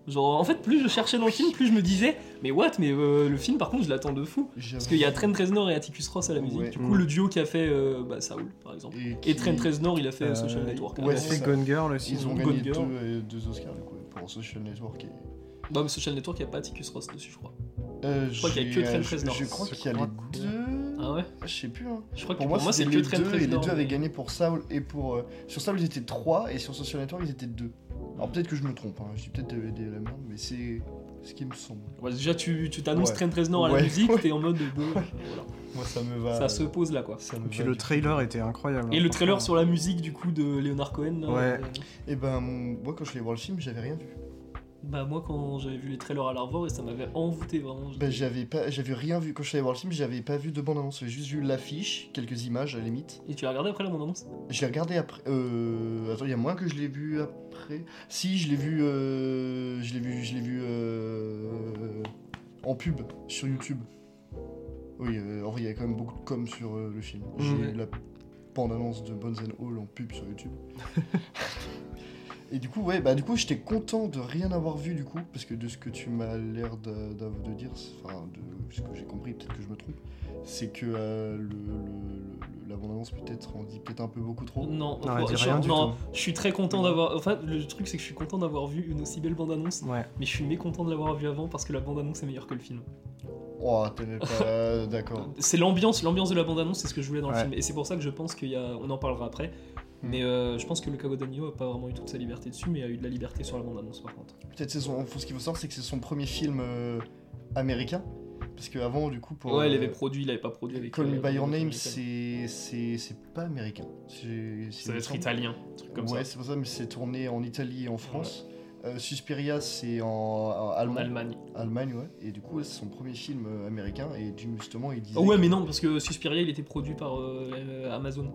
[SPEAKER 3] Genre, en fait, plus je cherchais dans le film, plus je me disais, mais what, mais euh, le film, par contre, je l'attends de fou. Parce qu'il y a Trent Reznor et Atticus Ross à la musique.
[SPEAKER 2] Ouais.
[SPEAKER 3] Du coup, le duo qui a fait euh, bah, Saul, par exemple. Et
[SPEAKER 2] qui-
[SPEAKER 3] Trent Reznor, il a fait euh,
[SPEAKER 1] Euh,
[SPEAKER 3] Social Network.
[SPEAKER 2] ouais,
[SPEAKER 3] Ah,
[SPEAKER 1] c'est
[SPEAKER 2] c'est ça.
[SPEAKER 1] Gone Girl aussi.
[SPEAKER 2] Ils ont
[SPEAKER 3] Gone
[SPEAKER 2] gagné deux,
[SPEAKER 3] Girl.
[SPEAKER 2] euh, deux Oscars, du coup, pour Social Network. Et...
[SPEAKER 3] Non, Bah, mais Social Network, il n'y a pas Atticus Ross dessus, je crois.
[SPEAKER 2] Euh,
[SPEAKER 3] crois qu'il y a
[SPEAKER 2] j'ai-
[SPEAKER 3] que Trent
[SPEAKER 2] euh, je-
[SPEAKER 3] Reznor.
[SPEAKER 2] Je crois
[SPEAKER 1] Je
[SPEAKER 2] qu'il y a
[SPEAKER 1] crois
[SPEAKER 2] les
[SPEAKER 1] que-
[SPEAKER 2] deux...
[SPEAKER 3] Ah ouais
[SPEAKER 2] Je sais plus, hein.
[SPEAKER 3] Je crois que
[SPEAKER 2] Pour moi,
[SPEAKER 3] c'est
[SPEAKER 2] c'était
[SPEAKER 3] que
[SPEAKER 2] les
[SPEAKER 3] Trent
[SPEAKER 2] deux,
[SPEAKER 3] Reznor.
[SPEAKER 2] et les deux avaient
[SPEAKER 3] mais-
[SPEAKER 2] gagné pour Saul et pour... euh, sur Saul, ils étaient trois, et sur Social Network, ils étaient deux. Alors peut-être que je me trompe, hein. je dis peut-être euh, des- la merde, mais c'est ce qui me semble.
[SPEAKER 3] Ouais, déjà, tu tu t'annonces
[SPEAKER 2] Ouais.
[SPEAKER 3] Trent Reznor à la
[SPEAKER 2] Ouais.
[SPEAKER 3] musique, t'es en mode bon, voilà.
[SPEAKER 2] Moi, ça me va.
[SPEAKER 3] Ça se pose là, quoi.
[SPEAKER 2] ça me
[SPEAKER 1] Et puis
[SPEAKER 2] va
[SPEAKER 1] le
[SPEAKER 2] du
[SPEAKER 1] trailer était incroyable.
[SPEAKER 3] Et
[SPEAKER 1] hein,
[SPEAKER 3] le trailer
[SPEAKER 1] franchement.
[SPEAKER 3] sur la musique du coup de Leonard Cohen. là,
[SPEAKER 1] Ouais.
[SPEAKER 3] euh,
[SPEAKER 2] Et ben, moi quand je vais voir le film, j'avais rien vu.
[SPEAKER 3] bah moi quand j'avais vu les trailers à l'arvor et ça m'avait envoûté vraiment.
[SPEAKER 2] Bah, j'avais pas, j'avais rien vu. Quand je suis allé voir le film, j'avais pas vu de bande annonce. J'avais juste vu l'affiche, quelques images à la limite.
[SPEAKER 3] Et tu as regardé après la bande annonce
[SPEAKER 2] J'ai regardé après. Euh... Attends, il y a moins que je l'ai vu après. Si, je l'ai vu. euh, Je l'ai vu. Je l'ai vu. euh, En pub, sur YouTube. Oui, euh, en vrai, il y a quand même beaucoup de com sur euh, le film. J'ai
[SPEAKER 3] Ouais.
[SPEAKER 2] eu la bande annonce de Bones and All en pub sur YouTube. Et du coup, ouais, bah du coup, j'étais content de rien avoir vu du coup, parce que de ce que tu m'as l'air d'a- d'av- de, dire, c'est- enfin de ce que j'ai compris, peut-être que je me trompe, c'est que euh, le, le- le- la bande-annonce peut-être on dit peut-être un peu beaucoup trop.
[SPEAKER 1] Non,
[SPEAKER 3] Non,
[SPEAKER 1] elle
[SPEAKER 3] faut-
[SPEAKER 1] dit
[SPEAKER 3] je,
[SPEAKER 1] rien du
[SPEAKER 3] non,
[SPEAKER 1] tout.
[SPEAKER 3] je suis très content d'avoir. Enfin, le truc c'est que je suis content d'avoir vu une aussi belle bande annonce,
[SPEAKER 1] Ouais.
[SPEAKER 3] mais je suis mécontent de l'avoir vu avant parce que la bande annonce est meilleure que le film.
[SPEAKER 2] Oh, t'en es pas euh, d'accord.
[SPEAKER 3] C'est l'ambiance, l'ambiance de la bande annonce, c'est ce que je voulais dans le
[SPEAKER 1] Ouais.
[SPEAKER 3] film, et c'est pour ça que je pense qu'il y a. On en parlera après.
[SPEAKER 2] Hmm.
[SPEAKER 3] Mais euh, je pense que le Cagodagno a pas vraiment eu toute sa liberté dessus, mais a eu de la liberté sur la bande annonce par contre.
[SPEAKER 2] Peut-être c'est son. faut- Ce qu'il faut savoir, c'est que c'est son premier film euh, américain, parce que avant du coup pour.
[SPEAKER 3] ouais, il
[SPEAKER 2] euh,
[SPEAKER 3] avait produit, il avait pas produit avec.
[SPEAKER 2] Call
[SPEAKER 3] euh,
[SPEAKER 2] Me by Your
[SPEAKER 3] American
[SPEAKER 2] Name,
[SPEAKER 3] Idol.
[SPEAKER 2] c'est c'est c'est pas américain. C'est c'est-
[SPEAKER 3] Ça doit être italien, un truc comme
[SPEAKER 2] ouais,
[SPEAKER 3] ça.
[SPEAKER 2] c'est pour ça, mais c'est tourné en Italie et en France. Euh, Suspiria, c'est en, en
[SPEAKER 3] En
[SPEAKER 2] Allemagne.
[SPEAKER 3] Allemagne.
[SPEAKER 2] Allemagne, ouais. Et du coup, c'est son premier film euh, américain. Et du- justement, il disait.
[SPEAKER 3] Ah ouais,
[SPEAKER 2] que-
[SPEAKER 3] mais non, parce que Suspiria, il était produit par euh, euh, Amazon.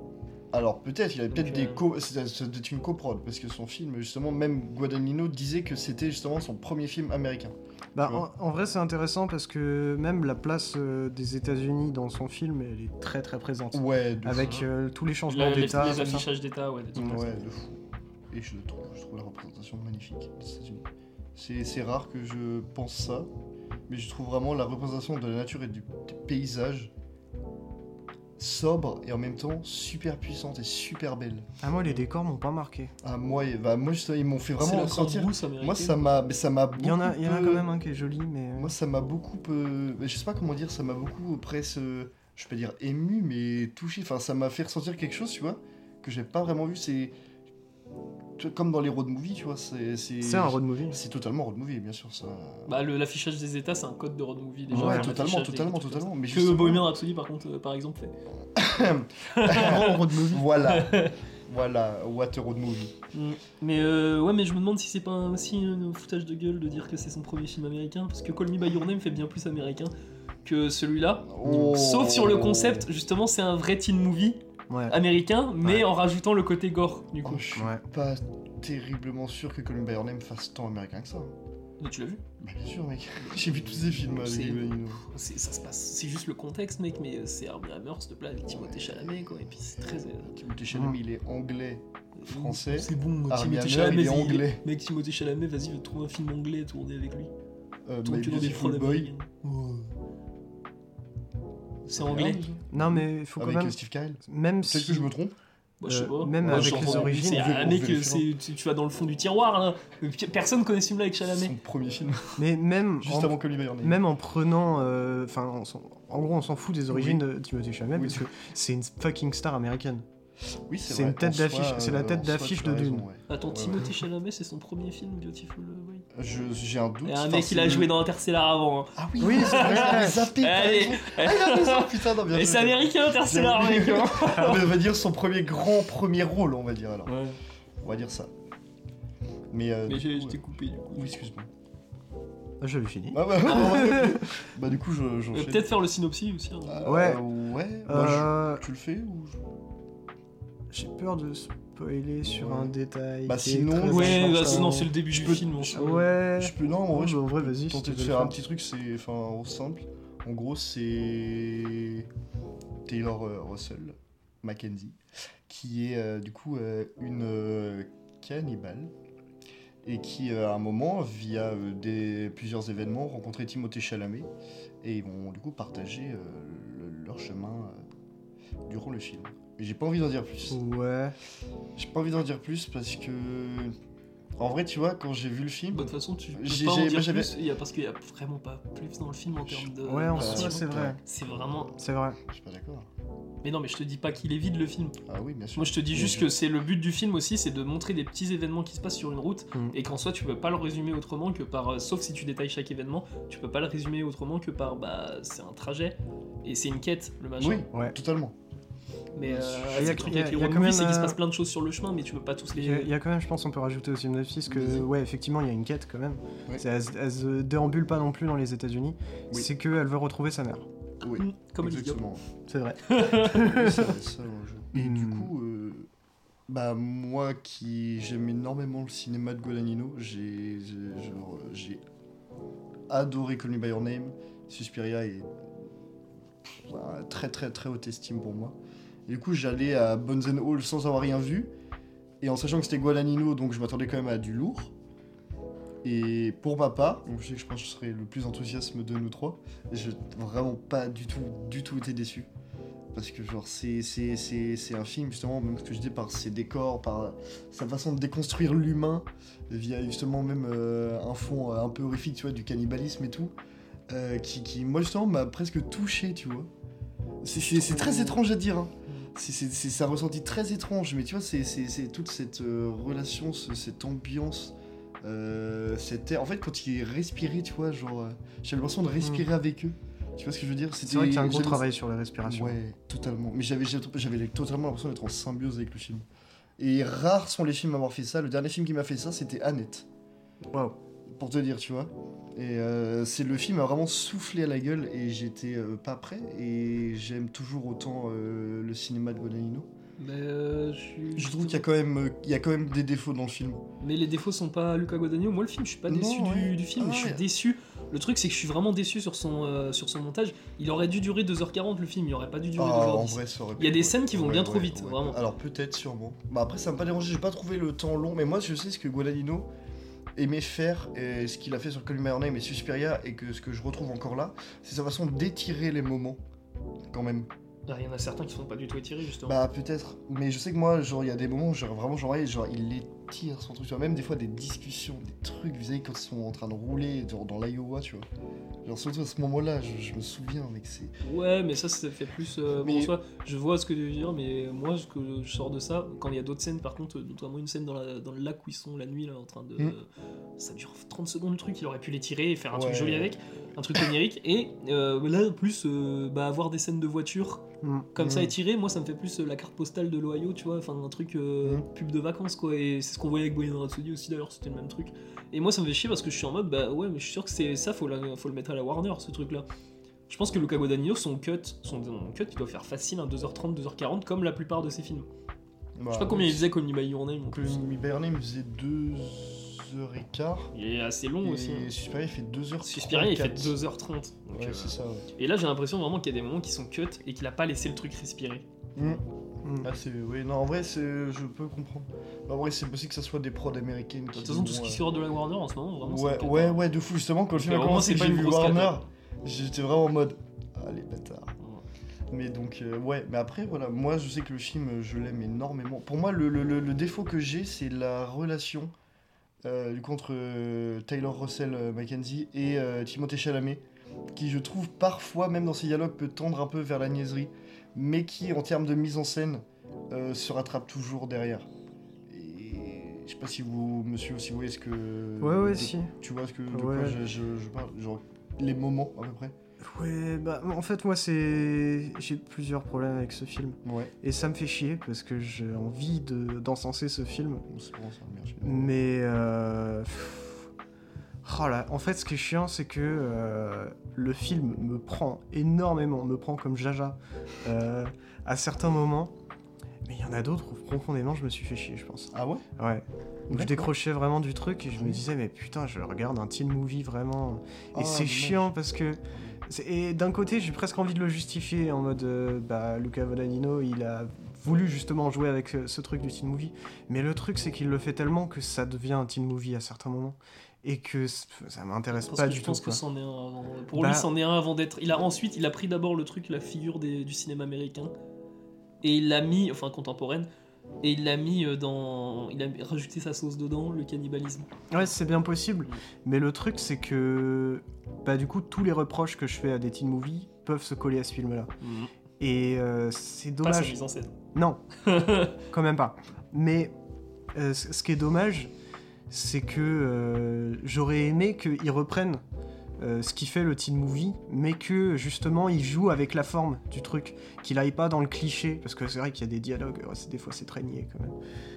[SPEAKER 2] Alors peut-être, il avait peut-être
[SPEAKER 3] Donc,
[SPEAKER 2] des
[SPEAKER 3] euh,
[SPEAKER 2] co. c'est- Ça doit être une coprod, parce que son film, justement, même Guadagnino disait que c'était justement son premier film américain.
[SPEAKER 1] Bah,
[SPEAKER 2] tu
[SPEAKER 1] en,
[SPEAKER 2] vois.
[SPEAKER 1] en vrai, c'est intéressant parce que même la place euh, des États-Unis dans son film, elle est très très présente.
[SPEAKER 2] Ouais, de
[SPEAKER 1] Avec
[SPEAKER 3] fou.
[SPEAKER 1] euh, tous les changements
[SPEAKER 3] La- les,
[SPEAKER 1] d'état.
[SPEAKER 3] les
[SPEAKER 1] tout ça.
[SPEAKER 3] affichages d'État, ouais. des
[SPEAKER 2] fou.
[SPEAKER 3] trucs comme ça. Bah,
[SPEAKER 2] Ouais, de fou. Et je trouve, je trouve la représentation magnifique des États-Unis. C'est c'est rare que je pense ça. mais je trouve vraiment la représentation de la nature et du du paysage sobre et en même temps super puissante et super belle.
[SPEAKER 1] Ah, moi, les décors m'ont pas marqué.
[SPEAKER 2] Ah, moi, et- bah, moi je- ils m'ont fait
[SPEAKER 3] C'est
[SPEAKER 2] vraiment
[SPEAKER 3] la
[SPEAKER 2] ressentir.
[SPEAKER 3] Bruce américaine.
[SPEAKER 2] Moi, ça m'a, mais ça m'a beaucoup.
[SPEAKER 1] Il y en a, il y en a
[SPEAKER 2] euh,
[SPEAKER 1] quand même un qui est joli, mais. euh,
[SPEAKER 2] Moi, ça m'a beaucoup. euh, mais je sais pas comment dire, ça m'a beaucoup euh, presque. euh, Je peux dire ému, mais touché. Enfin, ça m'a fait ressentir quelque chose, tu vois, que j'ai pas vraiment vu. C'est. tu vois, Comme dans les road movies, tu vois. C'est
[SPEAKER 1] C'est un road movie.
[SPEAKER 2] C'est totalement road movie, bien sûr. Ça...
[SPEAKER 3] Bah, le- l'affichage des états, c'est un code de road movie déjà.
[SPEAKER 1] Ouais,
[SPEAKER 3] L'affichage
[SPEAKER 2] totalement,
[SPEAKER 3] des-
[SPEAKER 2] totalement, totalement. Mais
[SPEAKER 3] Que
[SPEAKER 2] justement-
[SPEAKER 3] Bohemian Rhapsody, par contre, euh, par exemple, fait.
[SPEAKER 1] Un road movie.
[SPEAKER 2] Voilà. voilà, what a road movie.
[SPEAKER 3] Mais euh, ouais, mais je me demande si c'est pas un- aussi un foutage de gueule de dire que c'est son premier film américain, parce que Call Me By Your Name fait bien plus américain que celui-là.
[SPEAKER 2] Oh.
[SPEAKER 3] Sauf sur le concept, justement, c'est un vrai teen movie
[SPEAKER 1] Ouais.
[SPEAKER 3] américain, mais
[SPEAKER 1] Ouais.
[SPEAKER 3] en rajoutant le côté gore, du coup.
[SPEAKER 2] Oh, je suis
[SPEAKER 1] Ouais.
[SPEAKER 2] pas terriblement sûr que Colin Bayer Name fasse tant américain que ça.
[SPEAKER 3] Mais tu l'as vu
[SPEAKER 2] Bah, bien sûr, mec. J'ai vu tous ces films hein, avec
[SPEAKER 3] C'est-
[SPEAKER 2] Ivanino.
[SPEAKER 3] C'est- ça se passe, c'est juste le contexte, mec, mais euh, c'est Armie Hammer, s'il te plaît, avec Timothée Chalamet, quoi, et puis c'est très... euh,
[SPEAKER 2] Timothée Chalamet, il est anglais. Français,
[SPEAKER 3] C'est bon,
[SPEAKER 2] Armie
[SPEAKER 3] Timothée
[SPEAKER 2] Hammer,
[SPEAKER 3] Chalamet,
[SPEAKER 2] il est anglais.
[SPEAKER 3] Mec, Timothée Chalamet, vas-y, va te trouver un film anglais, tourner avec lui.
[SPEAKER 2] Euh,
[SPEAKER 3] Tourne
[SPEAKER 2] My
[SPEAKER 3] que dans des
[SPEAKER 2] Beautiful
[SPEAKER 3] films
[SPEAKER 2] Boy. Oh.
[SPEAKER 3] américains. C'est anglais
[SPEAKER 1] Non, mais il faut quand
[SPEAKER 2] Avec
[SPEAKER 1] même.
[SPEAKER 2] euh, Steve Carell.
[SPEAKER 1] Même
[SPEAKER 2] Peut-être
[SPEAKER 1] si.
[SPEAKER 2] que je me trompe.
[SPEAKER 3] Bah, je sais
[SPEAKER 1] Euh,
[SPEAKER 3] pas.
[SPEAKER 1] même
[SPEAKER 3] Moi,
[SPEAKER 2] avec
[SPEAKER 3] j'en
[SPEAKER 2] les
[SPEAKER 3] vois plus,
[SPEAKER 1] origines,
[SPEAKER 3] c'est
[SPEAKER 2] je
[SPEAKER 3] un mec, euh,
[SPEAKER 2] vérifie,
[SPEAKER 3] c'est- tu, tu vas dans le fond du tiroir, là. Euh, Personne connaît ce film-là avec
[SPEAKER 2] C'est
[SPEAKER 3] Chalamet.
[SPEAKER 2] son premier film,
[SPEAKER 1] Mais même.
[SPEAKER 2] juste
[SPEAKER 1] en-
[SPEAKER 2] avant Colin Bayer Name.
[SPEAKER 1] Même en prenant. euh, Enfin, on s'en- en gros, on s'en fout des origines de Timothée Chalamet
[SPEAKER 2] Oui.
[SPEAKER 1] parce que c'est une fucking star américaine.
[SPEAKER 2] Oui,
[SPEAKER 1] c'est
[SPEAKER 2] vrai,
[SPEAKER 1] une tête
[SPEAKER 2] en soi,
[SPEAKER 1] d'affiche- c'est la
[SPEAKER 2] euh,
[SPEAKER 1] tête
[SPEAKER 2] en soi,
[SPEAKER 1] d'affiche
[SPEAKER 2] tu
[SPEAKER 1] de
[SPEAKER 2] as raison,
[SPEAKER 1] Dune.
[SPEAKER 2] ouais.
[SPEAKER 3] Attends,
[SPEAKER 2] Ouais,
[SPEAKER 3] Timothée Chalamet, c'est son premier film, Beautiful Boy.
[SPEAKER 2] ouais. Je- J'ai un doute.
[SPEAKER 3] Et un
[SPEAKER 2] enfin,
[SPEAKER 3] mec, il a
[SPEAKER 2] c'est
[SPEAKER 3] joué
[SPEAKER 2] le-
[SPEAKER 3] dans Interstellar avant. hein.
[SPEAKER 2] Ah oui,
[SPEAKER 1] Oui,
[SPEAKER 2] c'est vrai,
[SPEAKER 1] c'est vrai.
[SPEAKER 2] j'avais zappé. t'as
[SPEAKER 3] Allez.
[SPEAKER 2] raison. Ah, il a raison, putain, non, bien
[SPEAKER 3] Et
[SPEAKER 2] joué.
[SPEAKER 3] c'est américain, Interstellar,
[SPEAKER 2] Bien
[SPEAKER 3] mec.
[SPEAKER 2] joué.
[SPEAKER 3] hein.
[SPEAKER 2] On va dire son premier grand premier rôle, on va dire alors. On va dire ça. Mais. euh,
[SPEAKER 3] Mais
[SPEAKER 2] du coup,
[SPEAKER 3] j'ai- je t'ai
[SPEAKER 2] euh,
[SPEAKER 3] coupé, du coup.
[SPEAKER 2] Oui, excuse-moi.
[SPEAKER 1] Ah, J'avais fini.
[SPEAKER 2] Ah, bah, bah, bah, du coup, je.
[SPEAKER 3] Euh,
[SPEAKER 2] j'enchaîne.
[SPEAKER 3] Peut-être faire le synopsis aussi. hein.
[SPEAKER 2] Euh,
[SPEAKER 1] Ouais.
[SPEAKER 2] Ouais. bah, je-
[SPEAKER 1] Euh,
[SPEAKER 2] Tu le fais ou je-
[SPEAKER 1] J'ai peur de spoiler sur
[SPEAKER 2] Ouais.
[SPEAKER 1] un détail.
[SPEAKER 2] Bah,
[SPEAKER 1] qui est
[SPEAKER 2] sinon,
[SPEAKER 1] très
[SPEAKER 3] Ouais,
[SPEAKER 1] important.
[SPEAKER 3] bah, sinon, c'est le début du
[SPEAKER 2] peux-
[SPEAKER 3] film. en
[SPEAKER 2] je
[SPEAKER 3] soi.
[SPEAKER 1] Ouais.
[SPEAKER 2] Je peux non, en vrai, je
[SPEAKER 1] bah, en vrai,
[SPEAKER 2] peux
[SPEAKER 1] vas-y, si
[SPEAKER 2] tenter
[SPEAKER 1] tu
[SPEAKER 2] de
[SPEAKER 1] veux le
[SPEAKER 2] faire un
[SPEAKER 1] faire.
[SPEAKER 2] petit truc, c'est enfin au simple. En gros, c'est Taylor euh, Russell Mackenzie qui est euh, du coup euh, une euh, cannibale et qui euh, à un moment via euh, des plusieurs événements rencontré Timothée Chalamet et ils vont du coup partager euh, le- leur chemin euh, durant le film. Mais j'ai pas envie d'en dire plus.
[SPEAKER 1] Oh. Ouais.
[SPEAKER 2] J'ai pas envie d'en dire plus parce que en vrai, tu vois, quand j'ai vu le film,
[SPEAKER 3] Bah, De toute façon, tu peux
[SPEAKER 2] J'ai-
[SPEAKER 3] pas en
[SPEAKER 2] j'ai-
[SPEAKER 3] dire
[SPEAKER 2] moi, j'avais-
[SPEAKER 3] plus, il y a- parce qu'il y a vraiment pas plus dans le film en termes de.
[SPEAKER 1] Ouais, en
[SPEAKER 3] de
[SPEAKER 1] soi,
[SPEAKER 3] style.
[SPEAKER 1] c'est vrai.
[SPEAKER 3] C'est vraiment.
[SPEAKER 1] C'est vrai.
[SPEAKER 2] je suis pas d'accord.
[SPEAKER 3] Mais non, mais je te dis pas qu'il est vide le film.
[SPEAKER 2] Ah oui, bien sûr.
[SPEAKER 3] Moi, je te dis juste que c'est le but du film aussi, c'est de montrer des petits événements qui se passent sur une route
[SPEAKER 1] Mm.
[SPEAKER 3] et qu'en soi, tu peux pas le résumer autrement que par. euh, sauf si tu détailles chaque événement, tu peux pas le résumer autrement que par. Bah, c'est un trajet et c'est une quête, le machin.
[SPEAKER 2] Oui,
[SPEAKER 1] Ouais.
[SPEAKER 2] totalement.
[SPEAKER 3] Mais euh,
[SPEAKER 1] Il y a-
[SPEAKER 3] c'est le truc
[SPEAKER 1] il y a-
[SPEAKER 3] avec les
[SPEAKER 1] il y a
[SPEAKER 3] road
[SPEAKER 1] quand
[SPEAKER 3] movies,
[SPEAKER 1] même,
[SPEAKER 3] c'est qu'il se
[SPEAKER 1] euh,
[SPEAKER 3] passe plein de choses sur le chemin, mais tu peux pas tous
[SPEAKER 1] Il y, a,
[SPEAKER 3] les.
[SPEAKER 1] il y a quand même, je pense, on peut rajouter au synopsis que,
[SPEAKER 2] Vas-y.
[SPEAKER 1] ouais, effectivement, il y a une quête quand même.
[SPEAKER 2] Ouais.
[SPEAKER 1] C'est- Elle, se- elle se déambule pas non plus dans les États-Unis.
[SPEAKER 2] Oui.
[SPEAKER 1] C'est qu'elle veut retrouver sa mère.
[SPEAKER 2] Oui,
[SPEAKER 3] Mm, Comme Ellie Diop.
[SPEAKER 2] exactement.
[SPEAKER 1] C'est vrai.
[SPEAKER 2] Oui, c'est ça, le jeu. Et du
[SPEAKER 1] Hmm.
[SPEAKER 2] coup, euh, bah moi qui j'aime énormément le cinéma de Guadagnino, j'ai j'ai- genre, j'ai adoré Call Me by Your Name. Suspiria est bah, très très très haute estime pour moi. Et du coup, j'allais à Bones and Hall sans avoir rien vu. Et en sachant que c'était Guadagnino, donc je m'attendais quand même à du lourd. Et pour ma part, donc je sais que je pense que je serais le plus enthousiaste de nous trois, j'ai vraiment pas du tout, du tout été déçu. Parce que genre c'est, c'est, c'est, c'est un film justement, même ce que je dis par ses décors, par sa façon de déconstruire l'humain, via justement même euh, un fond euh, un peu horrifique, tu vois, du cannibalisme et tout, euh, qui, qui, moi justement m'a presque touché, tu vois. C'est, c'est- c'est très étrange à dire, hein. c'est, c'est, c'est- c'est un ressenti très étrange, mais tu vois, c'est, c'est, c'est toute cette euh, relation, ce- cette ambiance, euh, cette air. En fait, quand il respirait, tu vois, genre, euh, j'avais l'impression de respirer avec eux. Tu vois ce que je veux dire
[SPEAKER 1] Hmm. C'est vrai qu'il y a un gros
[SPEAKER 2] j'avais-
[SPEAKER 1] travail sur la respiration.
[SPEAKER 2] Ouais, totalement. Mais j'avais j'avais- j'avais totalement l'impression d'être en symbiose avec le film. Et rares sont les films à avoir fait ça. Le dernier film qui m'a fait ça, c'était Annette,
[SPEAKER 1] Waouh.
[SPEAKER 2] pour te dire, tu vois. Et euh, c'est le film a vraiment soufflé à la gueule et j'étais euh, pas prêt. Et j'aime toujours autant euh, le cinéma de Guadagnino.
[SPEAKER 3] Mais euh, je suis-
[SPEAKER 2] Je trouve qu'il y a quand même, euh, il y a quand même des défauts dans le film.
[SPEAKER 3] Mais les défauts sont pas Luca Guadagnino. Moi, le film, je suis pas
[SPEAKER 2] Non,
[SPEAKER 3] déçu
[SPEAKER 2] ouais.
[SPEAKER 3] du, du film,
[SPEAKER 2] Ah
[SPEAKER 3] mais je suis
[SPEAKER 2] ouais.
[SPEAKER 3] déçu. Le truc, c'est que je suis vraiment déçu sur son, euh, sur son montage. Il aurait dû durer 2h40 le film, il aurait pas dû durer
[SPEAKER 2] Ah,
[SPEAKER 3] 2h10.
[SPEAKER 2] en vrai, ça aurait
[SPEAKER 3] Il y a
[SPEAKER 2] pu-
[SPEAKER 3] des scènes qui vont bien trop vite, vraiment.
[SPEAKER 2] Alors peut-être, sûrement. Bah après, ça m'a pas dérangé, j'ai pas trouvé le temps long, mais moi je sais ce que Guadagnino aimé faire, et ce qu'il a fait sur Call Me By Your Name et Suspiria, et que ce que je retrouve encore là, c'est sa façon d'étirer les moments, quand même.
[SPEAKER 3] Il y en a certains qui sont pas du tout étirés, justement.
[SPEAKER 2] Bah peut-être, mais je sais que moi, genre, il y a des moments où genre, vraiment, genre, ouais, genre, il étire son truc, tu vois, même des fois des discussions, des trucs, vous savez, quand ils sont en train de rouler, genre dans l'Iowa, tu vois. Genre surtout à ce moment-là, je, je me souviens, mec, c'est...
[SPEAKER 3] Ouais, mais ça, ça fait plus. euh,
[SPEAKER 2] Mais-
[SPEAKER 3] bon, soit je vois ce que tu veux dire, mais moi, ce que je sors de ça, quand il y a d'autres scènes, par contre, notamment une scène dans, la- dans le lac où ils sont la nuit, là, en train de.
[SPEAKER 2] Mm.
[SPEAKER 3] Ça dure 30 secondes le truc, il aurait pu les tirer et faire un truc
[SPEAKER 2] Ouais.
[SPEAKER 3] joli avec, un truc onirique. Et euh, là, en plus, euh, bah, avoir des scènes de voiture
[SPEAKER 1] Mm.
[SPEAKER 3] comme ça
[SPEAKER 2] Mm.
[SPEAKER 3] étirées, moi, ça me fait plus euh, la carte postale de l'Ohio, tu vois, enfin, un truc euh,
[SPEAKER 2] Mm.
[SPEAKER 3] pub de vacances, quoi. Et c'est ce qu'on voyait avec Bohemian Rhapsody aussi, d'ailleurs, c'était le même truc. Et moi, ça me fait chier parce que je suis en mode, bah ouais, mais je suis sûr que c'est ça, faut, la- faut le mettre à la Warner, ce truc-là. Je pense que Luca Guadagnino, son cut, son, son cut, il doit faire facile hein, un 2h30, 2h40, comme la plupart de ses films. je sais pas combien il faisait Call Me By Your Name, en
[SPEAKER 2] Que
[SPEAKER 3] plus.
[SPEAKER 2] Call Me By Your Name faisait 2h15,
[SPEAKER 3] Il est assez long aussi.
[SPEAKER 2] et Suspiria, il fait 2h34.
[SPEAKER 3] Suspiria, il fait 2h30. donc,
[SPEAKER 2] Ouais,
[SPEAKER 3] euh,
[SPEAKER 2] c'est ça, ouais.
[SPEAKER 3] Et là, j'ai l'impression vraiment qu'il y a des moments qui sont cut et qu'il a pas laissé le truc respirer.
[SPEAKER 2] Mm.
[SPEAKER 1] Mm.
[SPEAKER 2] Ah, c'est... Oui, non, en vrai, c'est... je peux comprendre. En vrai, c'est possible que ça soit des prods américaines
[SPEAKER 3] De
[SPEAKER 2] qui...
[SPEAKER 3] toute façon, tout
[SPEAKER 2] vont,
[SPEAKER 3] ce qui
[SPEAKER 2] euh,
[SPEAKER 3] sort de la Warner en ce moment, vraiment.
[SPEAKER 2] Ouais,
[SPEAKER 3] c'est une
[SPEAKER 2] ouais,
[SPEAKER 3] cata.
[SPEAKER 2] ouais, de fou, justement, quand le film a
[SPEAKER 3] Mais vraiment,
[SPEAKER 2] commencé,
[SPEAKER 3] c'est pas
[SPEAKER 2] j'ai
[SPEAKER 3] une
[SPEAKER 2] vu
[SPEAKER 3] grosse
[SPEAKER 2] Warner,
[SPEAKER 3] cata.
[SPEAKER 2] j'étais vraiment en mode, ah les bâtards.
[SPEAKER 3] hein.
[SPEAKER 2] Mais donc, euh, ouais, mais après, voilà, moi je sais que le film, euh, je l'aime énormément. Pour moi, le, le- le- le défaut que j'ai, c'est la relation euh, du coup, entre euh, Taylor Russell euh, Mackenzie et euh, Timothée Chalamet, qui je trouve parfois, même dans ses dialogues, peut tendre un peu vers la niaiserie, mais qui, en termes de mise en scène, euh, se rattrape toujours derrière. Et Je sais pas si vous, monsieur, si vous voyez ce que.
[SPEAKER 1] Ouais, ouais,
[SPEAKER 2] de-
[SPEAKER 1] si.
[SPEAKER 2] Tu vois ce que. De quoi
[SPEAKER 1] Ouais.
[SPEAKER 2] je, je- je parle Genre, les moments, à peu près.
[SPEAKER 1] Ouais, bah en fait, moi, c'est. J'ai plusieurs problèmes avec ce film.
[SPEAKER 2] Ouais,
[SPEAKER 1] Et ça me fait chier parce que j'ai envie de- d'encenser ce film.
[SPEAKER 2] c'est bon, ça, merde, je-
[SPEAKER 1] Mais. Euh... pff, Oh là, en fait, ce qui est chiant, c'est que euh, le film me prend énormément, me prend comme jaja euh, à certains moments. Mais il y en a d'autres où profondément je me suis fait chier, je pense.
[SPEAKER 2] Ah ouais
[SPEAKER 1] Ouais. Où je
[SPEAKER 2] D'accord.
[SPEAKER 1] décrochais vraiment du truc et je me
[SPEAKER 2] Oui.
[SPEAKER 1] disais, mais putain, je regarde un teen movie vraiment. Et
[SPEAKER 3] Oh,
[SPEAKER 2] Ah,
[SPEAKER 1] c'est
[SPEAKER 2] dommage.
[SPEAKER 1] chiant parce que. c'est- Et d'un côté, j'ai presque envie de le justifier en mode. euh, bah, Luca Vodanino, il a voulu justement jouer avec euh, ce truc du teen movie. Mais le truc, c'est qu'il le fait tellement que ça devient un teen movie à certains moments. Et que c- ça m'intéresse
[SPEAKER 3] Parce
[SPEAKER 1] pas
[SPEAKER 3] que
[SPEAKER 1] du
[SPEAKER 3] je
[SPEAKER 1] tout.
[SPEAKER 3] pense que
[SPEAKER 1] quoi.
[SPEAKER 3] c'en est un. avant- Pour
[SPEAKER 1] Bah-
[SPEAKER 3] lui, c'en est un avant d'être. Il a ensuite, il a pris d'abord le truc, la figure des- du cinéma américain, et il l'a mis, enfin contemporaine, et il l'a mis euh, dans, il a rajouté sa sauce dedans, le cannibalisme.
[SPEAKER 1] Ouais, c'est bien possible.
[SPEAKER 3] Mm.
[SPEAKER 1] Mais le truc, c'est que. Bah, du coup, tous les reproches que je fais à des teen movies peuvent se coller à ce film-là. Et euh,
[SPEAKER 3] Bah,
[SPEAKER 1] c'est
[SPEAKER 3] Pas sa
[SPEAKER 1] Mm. dommage.
[SPEAKER 3] mise en scène.
[SPEAKER 1] Non, quand même pas. Mais euh, c- ce qui est dommage, c'est que euh, j'aurais aimé qu'ils reprennent euh, ce qui fait le teen movie, mais que justement ils jouent avec la forme du truc, qu'il aille pas dans le cliché, parce que c'est vrai qu'il y a des dialogues, ouais, c'est- des fois c'est très niais quand même.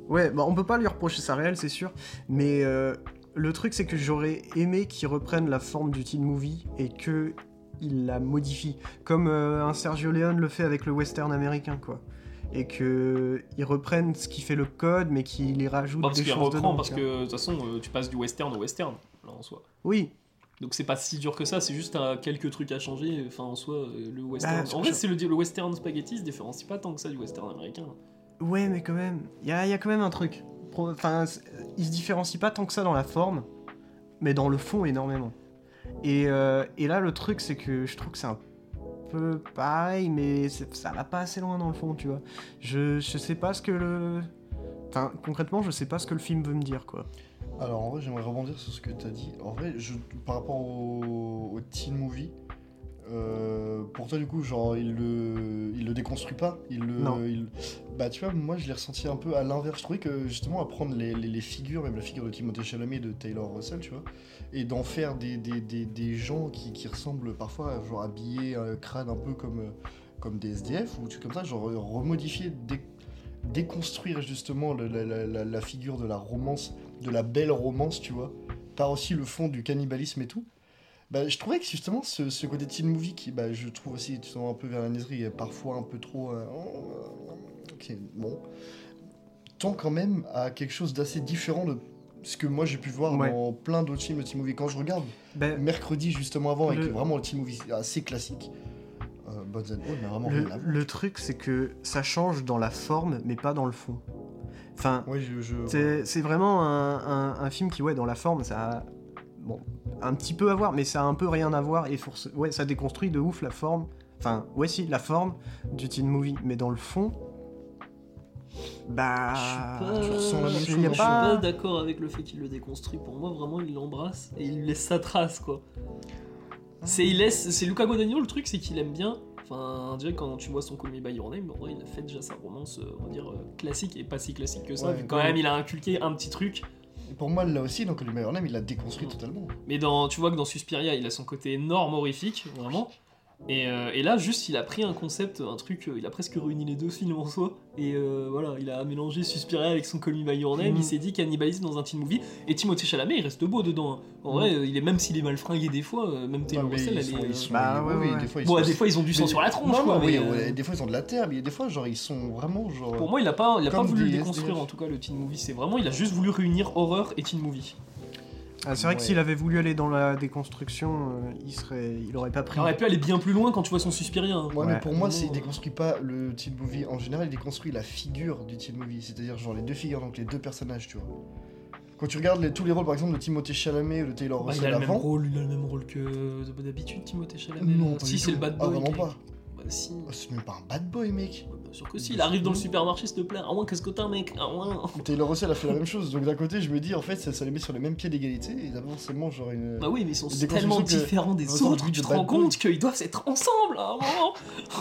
[SPEAKER 1] Ouais, bah on peut pas lui reprocher sa réelle, c'est sûr, mais euh, le truc c'est que j'aurais aimé qu'ils reprennent la forme du teen movie et que ils la modifient, comme euh, un Sergio Leone le fait avec le western américain, quoi. Et que ils reprennent ce qui fait le code, mais qu'ils y rajoutent
[SPEAKER 3] Bah, parce
[SPEAKER 1] des
[SPEAKER 3] qu'il
[SPEAKER 1] choses
[SPEAKER 3] reprend,
[SPEAKER 1] dedans,
[SPEAKER 3] parce
[SPEAKER 1] tu
[SPEAKER 3] que
[SPEAKER 1] vois.
[SPEAKER 3] de toute façon, euh, tu passes du western au western, là en soi.
[SPEAKER 1] Oui,
[SPEAKER 3] Donc c'est pas si dur que ça, c'est juste euh, quelques trucs à changer. Enfin en soi, euh, le western.
[SPEAKER 1] c'est
[SPEAKER 3] en
[SPEAKER 1] pour
[SPEAKER 3] vrai,
[SPEAKER 1] ça.
[SPEAKER 3] c'est le, le western spaghetti se différencie pas tant que ça du western américain. hein.
[SPEAKER 1] Ouais, mais quand même, il y a, y a quand même un truc. Pro- Enfin, c'est- il se différencie pas tant que ça dans la forme, mais dans le fond énormément. Et, euh, et là, le truc, c'est que je trouve que c'est un peu pareil, mais c'est- ça va pas assez loin dans le fond, tu vois. Je, je sais pas ce que le. Enfin, concrètement, je sais pas ce que le film veut me dire, quoi.
[SPEAKER 2] Alors en vrai, j'aimerais rebondir sur ce que tu as dit. En vrai, je, par rapport au, au teen movie, euh, pour toi du coup, genre il le, il le déconstruit pas, il le,
[SPEAKER 1] Non.
[SPEAKER 2] il- bah tu vois, moi je l'ai ressenti un peu à l'inverse. Je trouvais que justement à prendre les, les- les figures, même la figure de Timothée Chalamet, et de Taylor Russell, tu vois, et d'en faire des, des, des- des gens qui, qui ressemblent parfois, genre habillés, euh, crâne un peu comme euh, comme des SDF ou des trucs comme ça, genre euh, remodifier, dé- déconstruire justement le- la- la- la- la figure de la romance de la belle romance, tu vois, par aussi le fond du cannibalisme et tout. Bah, je trouvais que justement ce, ce côté teen movie qui, bah, je trouve aussi, tu sens un peu vers la niaiserie, et parfois un peu trop. euh, ok, bon. Tend quand même à quelque chose d'assez différent de ce que moi j'ai pu voir
[SPEAKER 1] Ouais.
[SPEAKER 2] dans plein d'autres films de teen movie. Quand je regarde
[SPEAKER 1] Ben,
[SPEAKER 2] mercredi justement avant, avec
[SPEAKER 1] Le-
[SPEAKER 2] vraiment le teen movie assez classique, euh, Buds and Old n'a vraiment
[SPEAKER 1] le,
[SPEAKER 2] rien à voir.
[SPEAKER 1] le truc, c'est que ça change dans la forme, mais pas dans le fond. Enfin,
[SPEAKER 2] Ouais, je. je-
[SPEAKER 1] c'est c'est vraiment un, un- un film qui, ouais, dans la forme, ça a bon, un petit peu à voir, mais ça a un peu rien à voir et force- ouais, ça déconstruit de ouf la forme. Enfin, ouais, si, la forme du teen movie, mais dans le fond, bah,
[SPEAKER 3] je suis pas,
[SPEAKER 2] ressens la même
[SPEAKER 3] je suis
[SPEAKER 2] chose.
[SPEAKER 1] y a
[SPEAKER 3] pas
[SPEAKER 1] pas-
[SPEAKER 3] d'accord avec le fait qu'il le déconstruit. Pour moi, vraiment, il l'embrasse et il lui laisse sa trace, quoi. C'est il laisse, c'est Luca Guadagnino. Le truc, c'est qu'il aime bien. Enfin, déjà quand tu vois son Call Me by Your Name, en vrai, il a fait déjà sa romance, euh, on va dire euh, classique et pas si classique que ça.
[SPEAKER 2] Ouais,
[SPEAKER 3] vu quand
[SPEAKER 2] ouais.
[SPEAKER 3] même, il a inculqué un petit truc.
[SPEAKER 2] Pour moi, là aussi, donc le meilleur name, il l'a déconstruit totalement.
[SPEAKER 3] Mais dans, tu vois que dans Suspiria, il a son côté énorme, horrifique, vraiment. Et, euh, et là, juste, il a pris un concept, un truc, euh, il a presque réuni les deux films en soi. Et euh, voilà, il a mélangé Suspiria avec son Call Me By Your Name,
[SPEAKER 2] Mm.
[SPEAKER 1] Mhm.
[SPEAKER 3] il s'est dit cannibalisme dans un teen movie. Et Timothée Chalamet, il reste beau dedans. hein. En
[SPEAKER 1] Mhm.
[SPEAKER 3] vrai, euh, il est, même s'il est mal fringué des fois, euh, même Taylor
[SPEAKER 2] Non, Mm. Ah, mais
[SPEAKER 3] Russell,
[SPEAKER 2] ils
[SPEAKER 3] elle
[SPEAKER 2] sont-
[SPEAKER 3] est,
[SPEAKER 2] ils
[SPEAKER 3] euh,
[SPEAKER 2] sont-
[SPEAKER 1] Bah,
[SPEAKER 2] oui,
[SPEAKER 1] ouais,
[SPEAKER 2] oui,
[SPEAKER 1] ouais.
[SPEAKER 2] des fois, ils
[SPEAKER 3] Bon,
[SPEAKER 2] sont-
[SPEAKER 3] des fois, ils ont du sang
[SPEAKER 2] Mais-
[SPEAKER 3] sur la tronche,
[SPEAKER 2] Non,
[SPEAKER 3] quoi,
[SPEAKER 2] non,
[SPEAKER 3] mais,
[SPEAKER 2] oui,
[SPEAKER 3] euh,
[SPEAKER 2] ouais, des fois ils ont de la terre, mais des fois genre ils sont vraiment genre.
[SPEAKER 3] Pour moi, il a pas, il a pas
[SPEAKER 2] Comme
[SPEAKER 3] voulu
[SPEAKER 2] des
[SPEAKER 3] le déconstruire,
[SPEAKER 2] SDF.
[SPEAKER 3] en tout cas, le teen movie. C'est vraiment, il a juste voulu réunir horreur et teen movie.
[SPEAKER 1] Ah, c'est vrai que
[SPEAKER 2] Ouais.
[SPEAKER 1] s'il avait voulu aller dans la déconstruction, euh, il serait, il aurait pas pris.
[SPEAKER 3] Il aurait pu aller bien plus loin quand tu vois son Suspiria. hein.
[SPEAKER 2] Ouais, mais
[SPEAKER 1] Ouais.
[SPEAKER 2] pour moi, c'est- il
[SPEAKER 3] Vraiment, euh.
[SPEAKER 2] déconstruit pas le teen movie en général, il déconstruit la figure du teen movie, c'est-à-dire genre les deux figures, donc les deux personnages, tu vois. Quand tu regardes les- tous les rôles, par exemple, de Timothée Chalamet ou de Taylor
[SPEAKER 3] Bah, il
[SPEAKER 2] Russell
[SPEAKER 3] a le même
[SPEAKER 2] avant,
[SPEAKER 3] rôle, il a le même rôle que euh, d'habitude Timothée Chalamet.
[SPEAKER 2] non,
[SPEAKER 3] là.
[SPEAKER 2] pas
[SPEAKER 3] si
[SPEAKER 2] du
[SPEAKER 3] c'est
[SPEAKER 2] tout.
[SPEAKER 3] le bad
[SPEAKER 2] Ah,
[SPEAKER 3] boy.
[SPEAKER 2] vraiment
[SPEAKER 3] qui-
[SPEAKER 2] pas. Bah,
[SPEAKER 3] Bah si.
[SPEAKER 2] Oh, c'est même pas un bad boy, mec.
[SPEAKER 3] Ouais, bien sûr que si, il arrive dans le supermarché s'il te plaît. Ah ouais, qu'est-ce que t'as mec Ah ouais.
[SPEAKER 2] Taylor Russell a fait la même chose, donc d'un côté, je me dis en fait, ça, ça les met sur le même pied d'égalité, et d'abord, forcément genre une.
[SPEAKER 3] Bah oui, mais ils sont
[SPEAKER 2] Des
[SPEAKER 3] tellement
[SPEAKER 2] constructions que-
[SPEAKER 3] différents des
[SPEAKER 2] Vincent
[SPEAKER 3] autres,
[SPEAKER 2] Dudut
[SPEAKER 3] tu
[SPEAKER 2] de
[SPEAKER 3] te
[SPEAKER 2] Bad
[SPEAKER 3] rends
[SPEAKER 2] Boy.
[SPEAKER 3] compte qu'ils doivent être ensemble à un moment.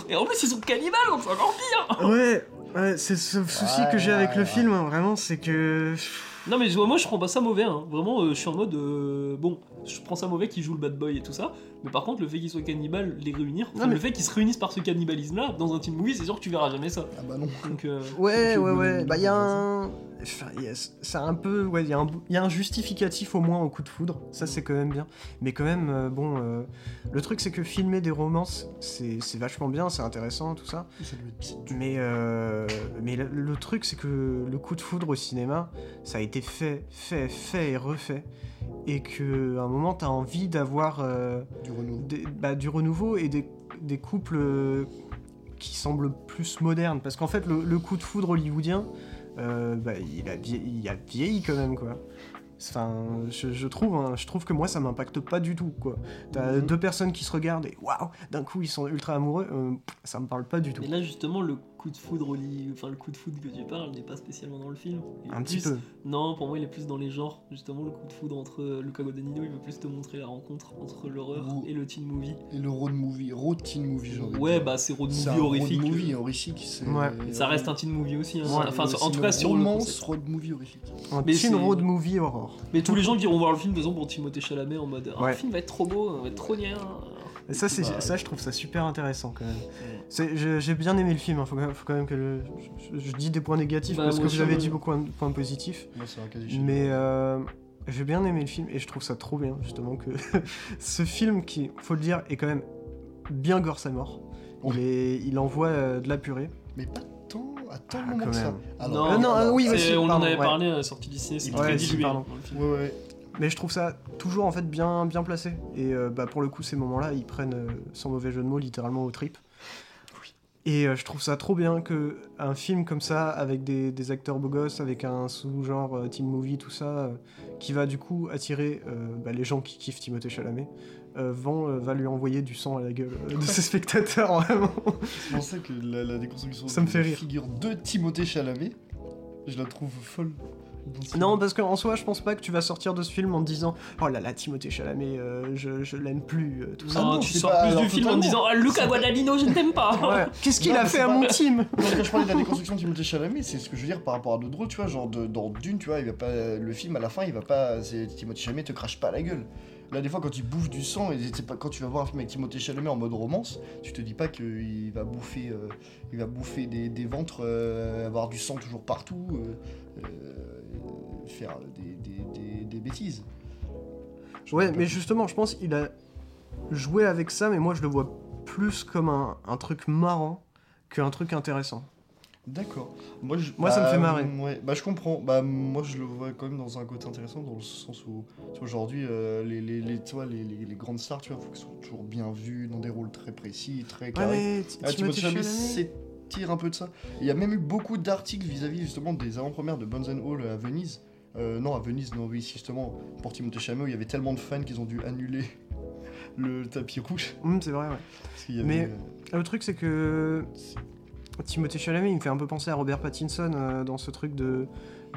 [SPEAKER 3] Et en plus, ils sont cannibales, donc c'est encore pire.
[SPEAKER 1] Ouais, ouais, c'est ce souci que j'ai avec
[SPEAKER 2] Ouais,
[SPEAKER 1] le
[SPEAKER 2] ouais.
[SPEAKER 1] film, hein, vraiment, c'est que. pff,
[SPEAKER 3] Non, mais moi, je prends pas ça mauvais. hein. Vraiment, euh, je suis en mode. euh, bon, je prends ça mauvais qu'ils jouent le bad boy et tout ça. Mais par contre, le fait qu'ils soient cannibales, les réunir,
[SPEAKER 1] Non,
[SPEAKER 3] enfin,
[SPEAKER 1] mais-
[SPEAKER 3] le fait qu'ils se réunissent par ce cannibalisme là, dans un teen movie, c'est sûr que tu verras jamais ça.
[SPEAKER 2] Ah bah non.
[SPEAKER 3] Donc. euh,
[SPEAKER 1] Ouais,
[SPEAKER 2] J'ai
[SPEAKER 1] ouais,
[SPEAKER 2] oublié
[SPEAKER 1] ouais.
[SPEAKER 2] de-
[SPEAKER 1] Bah, il y a
[SPEAKER 2] de-
[SPEAKER 1] un. Enfin, il y a- c'est un peu. Ouais, il y, a un bou- il y a un justificatif au moins au coup de foudre. Ça, c'est quand même bien. Mais quand même, euh, bon. euh, le truc, c'est que filmer des romances, c'est c'est vachement bien, c'est intéressant, tout ça.
[SPEAKER 2] Ça doit être petit.
[SPEAKER 1] Mais, euh, mais le, le truc, c'est que le coup de foudre au cinéma, ça a été fait, fait, fait et refait. Et qu'à un moment, t'as envie d'avoir. euh,
[SPEAKER 2] Du renouveau.
[SPEAKER 1] des- bah, du renouveau et des, des couples euh, qui semblent plus modernes. Parce qu'en fait, le, le coup de foudre hollywoodien, euh, bah, il, a vie- il a vieilli quand même, quoi. Enfin, je, je trouve, hein, je trouve que moi, ça m'impacte pas du tout, quoi. T'as
[SPEAKER 2] Mhm.
[SPEAKER 1] deux personnes qui se regardent et waouh, d'un coup, ils sont ultra amoureux, euh, ça me parle pas du tout.
[SPEAKER 3] Mais là justement le coup de foudre au lit- enfin le coup de foudre que tu parles n'est pas spécialement dans le film. Il est
[SPEAKER 1] Un petit
[SPEAKER 3] plus-
[SPEAKER 1] peu.
[SPEAKER 3] Non, pour moi il est plus dans les genres. Justement le coup de foudre entre euh, Luca Guadagnino, il veut plus te montrer la rencontre entre l'horreur
[SPEAKER 2] Ouh.
[SPEAKER 3] et le teen movie.
[SPEAKER 2] Et le road movie, road teen movie, genre.
[SPEAKER 3] ouais, bah c'est road
[SPEAKER 2] c'est
[SPEAKER 3] movie
[SPEAKER 2] un road
[SPEAKER 3] horrifique.
[SPEAKER 2] movie hein. horrifique, c'est.
[SPEAKER 1] Ouais.
[SPEAKER 3] Ça reste un teen movie aussi. hein.
[SPEAKER 1] Ouais,
[SPEAKER 3] enfin
[SPEAKER 2] C'est
[SPEAKER 3] en tout
[SPEAKER 2] une
[SPEAKER 3] cas sur le
[SPEAKER 2] romance
[SPEAKER 3] concept.
[SPEAKER 2] road movie horrifique.
[SPEAKER 1] Un
[SPEAKER 3] Mais
[SPEAKER 1] teen
[SPEAKER 3] c'est-
[SPEAKER 1] road movie horror.
[SPEAKER 3] Mais tous les gens qui iront voir le film de toute façon pour Timothée Chalamet en mode ah,
[SPEAKER 1] Ouais.
[SPEAKER 3] le film va être trop beau, va être trop bien.
[SPEAKER 1] Et ça, c'est,
[SPEAKER 2] Bah,
[SPEAKER 1] ça, je trouve ça super intéressant quand même.
[SPEAKER 3] Mm.
[SPEAKER 1] C'est- je- j'ai bien aimé le film, hein, faut, quand même, faut quand même que je, je- je dis des points négatifs
[SPEAKER 3] Bah,
[SPEAKER 1] parce
[SPEAKER 3] moi
[SPEAKER 1] que
[SPEAKER 3] aussi,
[SPEAKER 1] vous avez
[SPEAKER 3] ouais.
[SPEAKER 1] dit beaucoup de points positifs.
[SPEAKER 2] Moi, c'est un quasi
[SPEAKER 1] Mais euh, j'ai bien aimé le film et je trouve ça trop bien justement que ce film qui, faut le dire, est quand même bien gore sa mort. Il,
[SPEAKER 2] Ouais.
[SPEAKER 1] est- il envoie euh, de la purée.
[SPEAKER 2] Mais pas tant, à tant
[SPEAKER 1] Ah,
[SPEAKER 2] le moment
[SPEAKER 1] quand
[SPEAKER 2] que ça.
[SPEAKER 1] même.
[SPEAKER 2] Alors, ah
[SPEAKER 3] Non, Euh,
[SPEAKER 1] non, euh, oui,
[SPEAKER 2] ouais.
[SPEAKER 1] aussi,
[SPEAKER 3] C'est- on en
[SPEAKER 1] pardon,
[SPEAKER 3] avait
[SPEAKER 1] ouais.
[SPEAKER 3] parlé à la sortie du ciné, c'est
[SPEAKER 2] Ouais,
[SPEAKER 3] très
[SPEAKER 2] si,
[SPEAKER 3] dilué.
[SPEAKER 1] pardon.
[SPEAKER 3] dans le film.
[SPEAKER 2] Ouais, ouais.
[SPEAKER 1] Mais je trouve ça toujours en fait bien, bien placé. Et euh, bah, pour le coup, ces moments-là, ils prennent, euh, sans mauvais jeu de mots, littéralement aux tripes. Et euh, je trouve ça trop bien que un film comme ça, avec des, des acteurs beaux gosses, avec un sous-genre euh, teen movie, tout ça, euh, qui va du coup attirer euh, bah, les gens qui kiffent Timothée Chalamet, euh, vont, euh, va lui envoyer du sang à la gueule euh, de ses spectateurs, vraiment.
[SPEAKER 2] C'est pour ça que la, la déconstruction
[SPEAKER 1] Ça me
[SPEAKER 2] de
[SPEAKER 1] fait
[SPEAKER 2] la
[SPEAKER 1] rire.
[SPEAKER 2] figure de Timothée Chalamet, je la trouve folle. Dans ce
[SPEAKER 1] Non,
[SPEAKER 2] film.
[SPEAKER 1] parce qu'en soi, je pense pas que tu vas sortir de ce film en te disant Oh là là, Timothée Chalamet, euh, je, je l'aime plus, euh, tout ça.
[SPEAKER 2] Ah
[SPEAKER 3] Non,
[SPEAKER 2] non,
[SPEAKER 3] tu
[SPEAKER 2] c'est
[SPEAKER 3] sors
[SPEAKER 2] pas-
[SPEAKER 3] plus
[SPEAKER 2] alors,
[SPEAKER 3] du film en
[SPEAKER 2] totalement.
[SPEAKER 3] disant ah, Luca
[SPEAKER 2] C'est-
[SPEAKER 3] Guadagnino, je ne t'aime pas.
[SPEAKER 1] Ouais. Qu'est-ce qu'il
[SPEAKER 2] Non,
[SPEAKER 1] a
[SPEAKER 2] mais
[SPEAKER 1] fait
[SPEAKER 2] c'est
[SPEAKER 1] à
[SPEAKER 2] pas-
[SPEAKER 1] mon team
[SPEAKER 2] Non, quand je parlais de la déconstruction de Timothée Chalamet, c'est ce que je veux dire par rapport à d'autres rôles, tu vois, genre de- dans Dune, tu vois, il va pas, le film à la fin, il va pas, c'est- Timothée Chalamet te crache pas à la gueule. Là, des fois, quand il bouffe du sang, et c'est pas, quand tu vas voir un film avec Timothée Chalamet en mode romance, tu te dis pas qu'il va bouffer, euh, il va bouffer des, des ventres, euh, avoir du sang toujours partout, euh, euh, faire des, des- des- des bêtises. Je
[SPEAKER 1] Ouais,
[SPEAKER 2] vois
[SPEAKER 1] mais
[SPEAKER 2] pas-
[SPEAKER 1] justement, je pense qu'il a joué avec ça, mais moi je le vois plus comme un, un truc marrant qu'un truc intéressant.
[SPEAKER 2] D'accord. Moi, je-
[SPEAKER 1] Moi, ça me
[SPEAKER 2] bah,
[SPEAKER 1] fait marrer.
[SPEAKER 2] ouais. Bah, je comprends. Bah, moi, je le vois quand même dans un côté intéressant, dans le sens où, tu vois, aujourd'hui, euh, les, les, les, tu vois, les, les, les grandes stars, tu vois, faut qu'elles soient toujours bien vues, dans des rôles très précis, très
[SPEAKER 1] Ouais,
[SPEAKER 2] carrés.
[SPEAKER 1] mais Ti-
[SPEAKER 2] Ah, Timothée Chalamet,
[SPEAKER 1] Chalamet,
[SPEAKER 2] c'est tire un peu de ça. Il y a même eu beaucoup d'articles vis-à-vis justement des avant-premières de Bones and All à Venise. Euh, non, à Venise, non, oui, justement, pour Timothée Chalamet, où il y avait tellement de fans qu'ils ont dû annuler le tapis rouge.
[SPEAKER 1] Hum, c'est vrai, ouais.
[SPEAKER 2] Parce qu'il y avait,
[SPEAKER 1] Mais-
[SPEAKER 2] euh,
[SPEAKER 1] Le truc, c'est que Timothée Chalamet, il me fait un peu penser à Robert Pattinson euh, dans ce truc de,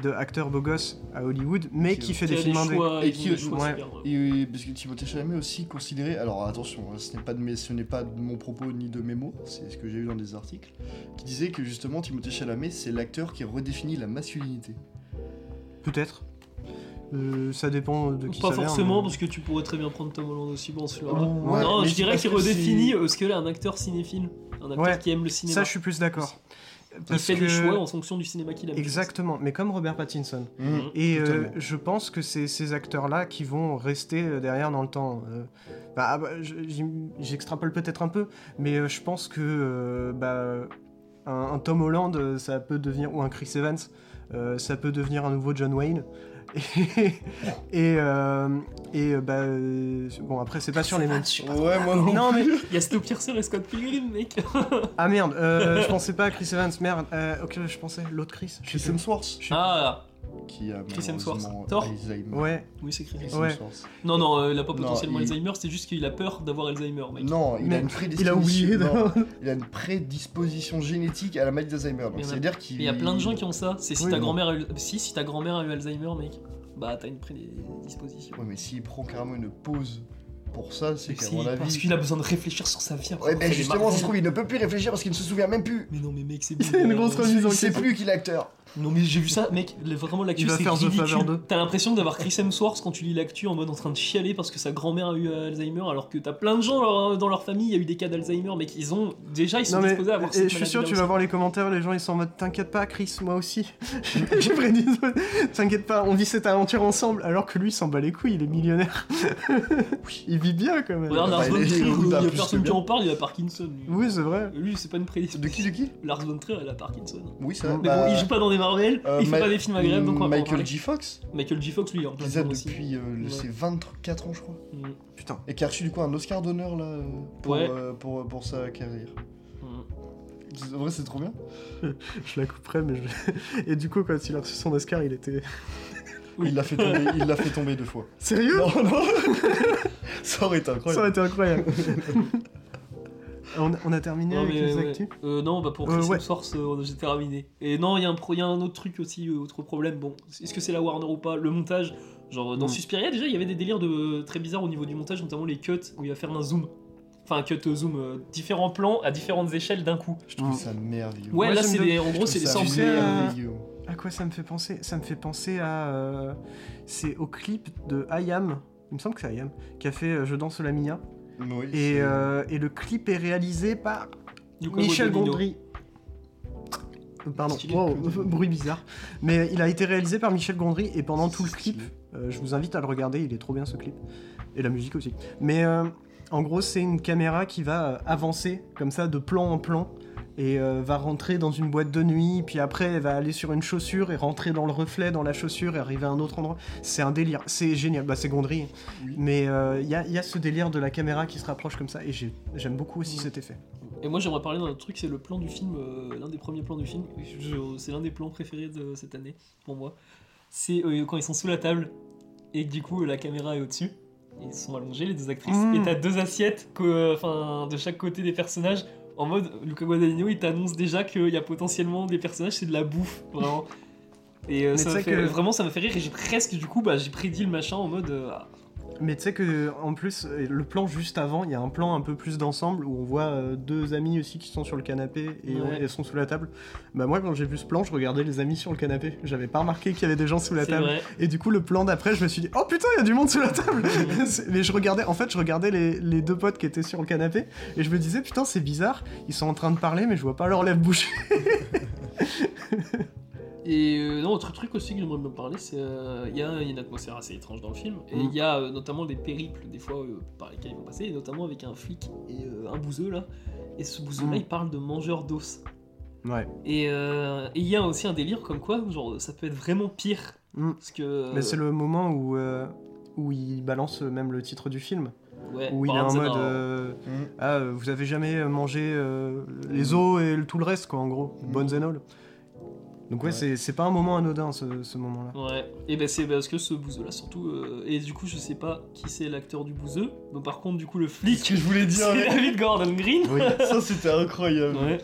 [SPEAKER 1] de acteur beau gosse à Hollywood, mais
[SPEAKER 2] Qui-
[SPEAKER 1] qui fait
[SPEAKER 3] Il
[SPEAKER 1] des
[SPEAKER 3] y euh, a des
[SPEAKER 1] films indés.
[SPEAKER 3] choix,
[SPEAKER 2] Et
[SPEAKER 3] ils ont
[SPEAKER 2] qui-
[SPEAKER 3] des choix
[SPEAKER 1] ouais.
[SPEAKER 3] super, euh,
[SPEAKER 2] Et, et- parce que Timothée Chalamet aussi considéré, alors attention, hein, ce n'est pas de mes, ce n'est pas de mon propos ni de mes mots, c'est ce que j'ai eu dans des articles, qui disait que justement Timothée Chalamet c'est l'acteur qui redéfinit la masculinité.
[SPEAKER 1] Peut-être. Euh, ça dépend de qui
[SPEAKER 3] Pas
[SPEAKER 1] ça vient,
[SPEAKER 3] forcément,
[SPEAKER 1] mais- Oh,
[SPEAKER 3] parce que tu pourrais très bien prendre Tom Holland aussi dans celui-là.
[SPEAKER 1] Ouais,
[SPEAKER 3] non,
[SPEAKER 2] mais
[SPEAKER 3] je
[SPEAKER 2] c'est
[SPEAKER 3] dirais
[SPEAKER 2] parce
[SPEAKER 3] qu'il
[SPEAKER 2] que
[SPEAKER 3] redéfinit
[SPEAKER 2] c'est-
[SPEAKER 3] euh, ce que là, un acteur cinéphile, un acteur
[SPEAKER 1] Ouais.
[SPEAKER 3] qui aime le cinéma.
[SPEAKER 1] Ça, je suis plus d'accord.
[SPEAKER 3] il
[SPEAKER 1] Parce
[SPEAKER 3] fait des
[SPEAKER 1] que-
[SPEAKER 3] choix en fonction du cinéma qu'il aime.
[SPEAKER 1] Exactement, mais comme Robert Pattinson.
[SPEAKER 2] Mhm.
[SPEAKER 3] Mhm.
[SPEAKER 1] Et euh,
[SPEAKER 2] Totalement.
[SPEAKER 1] je pense que c'est ces acteurs-là qui vont rester euh, derrière dans le temps. Euh, bah, ah bah, je- j'im- J'extrapole peut-être un peu, mais euh, je pense que euh, bah, un, un Tom Holland, euh, ça peut devenir, ou un Chris Evans, euh, ça peut devenir un nouveau John Wayne. Et, et, euh, et, euh, bah, euh, bon, après, c'est pas sur les mêmes.
[SPEAKER 2] Ouais, moi non.
[SPEAKER 1] Non, mais.
[SPEAKER 3] Il y a Snowpiercer et Scott Pilgrim, mec.
[SPEAKER 1] Ah merde, euh, je pensais pas à Chris Evans, merde. Euh, ok, je pensais l'autre Chris. je sais
[SPEAKER 2] Chris
[SPEAKER 1] plus.
[SPEAKER 2] Hemsworth
[SPEAKER 1] Je sais
[SPEAKER 3] Ah,
[SPEAKER 2] qui a
[SPEAKER 3] Chris Hemsworth.
[SPEAKER 2] malheureusement
[SPEAKER 3] Thor.
[SPEAKER 1] plus.
[SPEAKER 2] Alzheimer.
[SPEAKER 1] Ouais,
[SPEAKER 3] oui, c'est Chris.
[SPEAKER 2] Chris
[SPEAKER 1] Ouais.
[SPEAKER 2] Hemsworth.
[SPEAKER 3] Non, non, euh, il a pas
[SPEAKER 2] Non,
[SPEAKER 3] potentiellement
[SPEAKER 2] il-
[SPEAKER 3] Alzheimer, c'est juste qu'il a peur d'avoir Alzheimer, mec.
[SPEAKER 2] Non, il
[SPEAKER 1] Mais
[SPEAKER 2] a une
[SPEAKER 1] il a
[SPEAKER 2] prédisposition.
[SPEAKER 1] oublié. de-
[SPEAKER 2] non, il a une prédisposition génétique à la maladie d'Alzheimer.
[SPEAKER 3] Il
[SPEAKER 2] Donc
[SPEAKER 3] y en a-
[SPEAKER 2] c'est-à-dire qu'il
[SPEAKER 3] Mais il y a plein de gens qui ont ça. C'est si
[SPEAKER 1] Oui,
[SPEAKER 3] ta
[SPEAKER 1] non.
[SPEAKER 3] grand-mère a eu... Si, si ta grand-mère a eu Alzheimer, mec, bah t'as une prédisposition.
[SPEAKER 2] Ouais, mais s'il prend carrément une pause pour ça, c'est qu'à
[SPEAKER 3] Si,
[SPEAKER 2] mon
[SPEAKER 3] parce
[SPEAKER 2] avis.
[SPEAKER 3] qu'il a besoin de réfléchir sur sa vie après.
[SPEAKER 2] Ouais,
[SPEAKER 3] avoir
[SPEAKER 2] ben
[SPEAKER 3] fait des
[SPEAKER 2] justement, ça se
[SPEAKER 3] Marvel.
[SPEAKER 2] trouve, il ne peut plus réfléchir parce qu'il ne se souvient même plus.
[SPEAKER 3] Mais non, mais mec, c'est
[SPEAKER 1] C'est une grosse
[SPEAKER 3] bizarre.
[SPEAKER 1] remise en
[SPEAKER 2] Il sait
[SPEAKER 1] question.
[SPEAKER 2] plus qu'il est acteur.
[SPEAKER 3] Non mais j'ai vu ça, mec, le- vraiment l'actu
[SPEAKER 1] Il va
[SPEAKER 3] c'est
[SPEAKER 1] faire The Favor
[SPEAKER 3] ridicule.
[SPEAKER 1] 2.
[SPEAKER 3] T'as l'impression d'avoir Chris Hemsworth quand tu lis l'actu en mode en train de chialer parce que sa grand-mère a eu euh, Alzheimer alors que t'as plein de gens leur- euh, dans leur famille, il y a eu des cas d'Alzheimer, mec, ils ont déjà ils sont
[SPEAKER 1] Non mais
[SPEAKER 3] disposés à avoir
[SPEAKER 1] et
[SPEAKER 3] cette
[SPEAKER 1] je suis sûr
[SPEAKER 3] maladie-là
[SPEAKER 1] tu vas voir les commentaires, les gens ils sont en mode t'inquiète pas Chris, moi aussi. J'ai prédit t'inquiète pas, on vit cette aventure ensemble alors que lui il s'en bat les couilles, il est millionnaire. il vit bien quand même.
[SPEAKER 3] aussi. Regarde
[SPEAKER 2] Bah,
[SPEAKER 3] Lars von
[SPEAKER 2] il est-
[SPEAKER 3] Trier,
[SPEAKER 2] il
[SPEAKER 3] il y
[SPEAKER 2] a
[SPEAKER 3] a
[SPEAKER 2] plus
[SPEAKER 3] personne
[SPEAKER 2] que
[SPEAKER 3] qui
[SPEAKER 2] bien.
[SPEAKER 3] en parle, il a Parkinson. lui.
[SPEAKER 1] Oui, c'est vrai.
[SPEAKER 3] Lui, c'est pas une prédisposition.
[SPEAKER 2] De qui, de qui
[SPEAKER 3] Lars von Trier, il a Parkinson.
[SPEAKER 2] Oui, ça.
[SPEAKER 1] Mais
[SPEAKER 3] Mais bon, il joue pas dans des Marvel,
[SPEAKER 1] euh,
[SPEAKER 3] il fait pas des films agréables, donc on va pas en
[SPEAKER 2] euh, Michael
[SPEAKER 3] parler.
[SPEAKER 2] G. Fox,
[SPEAKER 3] Michael G. Fox, lui, il est en plein
[SPEAKER 2] qui a
[SPEAKER 3] dedans aussi.
[SPEAKER 2] depuis euh, le-
[SPEAKER 3] Ouais.
[SPEAKER 2] ses 24 ans, je crois.
[SPEAKER 3] Mm,
[SPEAKER 1] Putain.
[SPEAKER 2] Et qui a reçu du coup un Oscar d'honneur là euh, pour,
[SPEAKER 3] Ouais.
[SPEAKER 2] euh, pour, euh, pour sa carrière.
[SPEAKER 3] mm.
[SPEAKER 2] En vrai, c'est trop bien.
[SPEAKER 1] Je la couperai mais je... Et du coup quand il a reçu son Oscar il était...
[SPEAKER 3] Oui.
[SPEAKER 2] Il l'a fait tomber, il l'a fait tomber deux fois.
[SPEAKER 1] Sérieux
[SPEAKER 2] Non, non Ça aurait été
[SPEAKER 1] Ça
[SPEAKER 2] incroyable.
[SPEAKER 1] aurait été incroyable. on, on a terminé
[SPEAKER 3] Non,
[SPEAKER 1] avec
[SPEAKER 3] mais
[SPEAKER 1] les
[SPEAKER 3] ouais.
[SPEAKER 1] actus
[SPEAKER 3] Euh, non, bah pour
[SPEAKER 1] Euh,
[SPEAKER 3] Chris
[SPEAKER 1] ouais.
[SPEAKER 3] Hemsworth, euh, j'ai terminé. Et non, il y, a un pro- il y a un autre truc aussi, euh, autre problème. Bon, est-ce que c'est la Warner ou pas Le montage. Genre, dans
[SPEAKER 1] Mm.
[SPEAKER 3] Suspiria, déjà, il y avait des délires de, très bizarres au niveau du montage, notamment les cuts où il va faire un zoom. Enfin, un cut euh, zoom, euh, différents plans à différentes échelles d'un coup.
[SPEAKER 2] Je trouve ça merveilleux.
[SPEAKER 3] Ouais,
[SPEAKER 1] Moi,
[SPEAKER 3] là,
[SPEAKER 1] j'aime
[SPEAKER 3] c'est
[SPEAKER 1] bien.
[SPEAKER 3] des, en gros,
[SPEAKER 2] Je
[SPEAKER 3] c'est
[SPEAKER 2] trouve
[SPEAKER 3] des
[SPEAKER 1] Tu
[SPEAKER 2] ça
[SPEAKER 3] sorties.
[SPEAKER 1] sais, euh,
[SPEAKER 2] merveilleux.
[SPEAKER 1] À quoi ça me fait penser Ça me fait penser à... euh, C'est au clip de Ayam, il me semble que c'est Ayam, qui a fait euh, Je danse la Mia.
[SPEAKER 2] Oui,
[SPEAKER 1] Et,
[SPEAKER 2] c'est-
[SPEAKER 1] euh, et le clip est réalisé par
[SPEAKER 3] Luca
[SPEAKER 1] Michel
[SPEAKER 3] Guadagnino.
[SPEAKER 1] Gondry. Pardon,
[SPEAKER 3] Stylé.
[SPEAKER 1] wow, bruit bizarre. Mais il a été réalisé par Michel Gondry et pendant tout le
[SPEAKER 2] C'est stylé.
[SPEAKER 1] clip, euh, je vous invite à le regarder, il est trop bien ce clip. Et la musique aussi. Mais euh, en gros, c'est une caméra qui va euh, avancer comme ça de plan en plan et euh, va rentrer dans une boîte de nuit, puis après elle va aller sur une chaussure et rentrer dans le reflet dans la chaussure et arriver à un autre endroit. C'est un délire, c'est génial, bah c'est Gondry.
[SPEAKER 2] Oui.
[SPEAKER 1] Mais il y, a, y a ce délire de la caméra qui se rapproche comme ça et j'ai- j'aime beaucoup aussi
[SPEAKER 3] Mm.
[SPEAKER 1] cet effet.
[SPEAKER 3] Et moi, j'aimerais parler d'un autre truc, c'est le plan du film, euh, l'un des premiers plans du film. Je- C'est l'un des plans préférés de cette année, pour moi. C'est euh, quand ils sont sous la table et que du coup, la caméra est au-dessus. Ils sont allongés, les deux actrices,
[SPEAKER 1] Mmh.
[SPEAKER 3] et t'as deux assiettes que, enfin, de chaque côté des personnages. En mode, Luca Guadagnino, il t'annonce déjà qu'il y a potentiellement des personnages, c'est de la bouffe, vraiment. Et euh,
[SPEAKER 1] Mais
[SPEAKER 3] ça
[SPEAKER 1] tu
[SPEAKER 3] m'a
[SPEAKER 1] sais
[SPEAKER 3] fait,
[SPEAKER 1] que-
[SPEAKER 3] vraiment, ça m'a fait rire. Et j'ai presque, du coup, bah, j'ai prédit le machin en mode. euh, ah,
[SPEAKER 1] Mais tu sais que en plus euh, le plan juste avant, il y a un plan un peu plus d'ensemble où on voit euh, deux amis aussi qui sont sur le canapé et
[SPEAKER 3] Ouais.
[SPEAKER 1] euh, elles sont sous la table. Bah moi quand j'ai vu ce plan, je regardais les amis sur le canapé. J'avais pas remarqué qu'il y avait des gens sous la
[SPEAKER 3] c'est
[SPEAKER 1] table.
[SPEAKER 3] vrai.
[SPEAKER 1] Et du coup le plan d'après, je me suis dit oh putain il y a du monde sous la table. C'est- Mais je regardais, en fait je regardais les, les deux potes qui étaient sur le canapé et je me disais putain c'est bizarre, ils sont en train de parler mais je vois pas leurs lèvres bouger.
[SPEAKER 3] Et euh, non, autre truc aussi que j'aimerais bien parler, c'est euh, il y, a il y a une atmosphère assez étrange dans le film, et il
[SPEAKER 1] Mm.
[SPEAKER 3] y a euh, notamment des périples des fois euh, par lesquels ils vont passer, et notamment avec un flic et euh, un bouseux là. Et ce bouseux là,
[SPEAKER 1] Mm.
[SPEAKER 3] il parle de mangeur d'os.
[SPEAKER 1] Ouais.
[SPEAKER 3] Et euh, et il y a aussi un délire comme quoi, genre ça peut être vraiment pire,
[SPEAKER 1] Mm.
[SPEAKER 3] parce que.
[SPEAKER 1] euh, Mais c'est le moment où euh, où ils balancent même le titre du film.
[SPEAKER 3] Ouais,
[SPEAKER 1] où il est en
[SPEAKER 3] Barnes and
[SPEAKER 1] mode
[SPEAKER 3] Noble.
[SPEAKER 1] euh,
[SPEAKER 2] Mm.
[SPEAKER 1] ah euh, vous avez jamais euh, mangé euh, les os et le- tout le reste quoi en gros
[SPEAKER 2] Mm.
[SPEAKER 1] bones and all donc ouais,
[SPEAKER 2] Ouais.
[SPEAKER 1] c'est- c'est pas un moment anodin ce, ce moment là
[SPEAKER 3] Ouais, et ben c'est parce que ce bouseux là surtout. euh, Et du coup, je sais pas qui c'est l'acteur du bouseux. Mais par contre, du coup, le
[SPEAKER 2] Ce
[SPEAKER 3] flic,
[SPEAKER 2] que je voulais dire,
[SPEAKER 3] c'est David Gordon Green.
[SPEAKER 1] oui
[SPEAKER 2] ouais. ça c'était incroyable.
[SPEAKER 3] Ouais.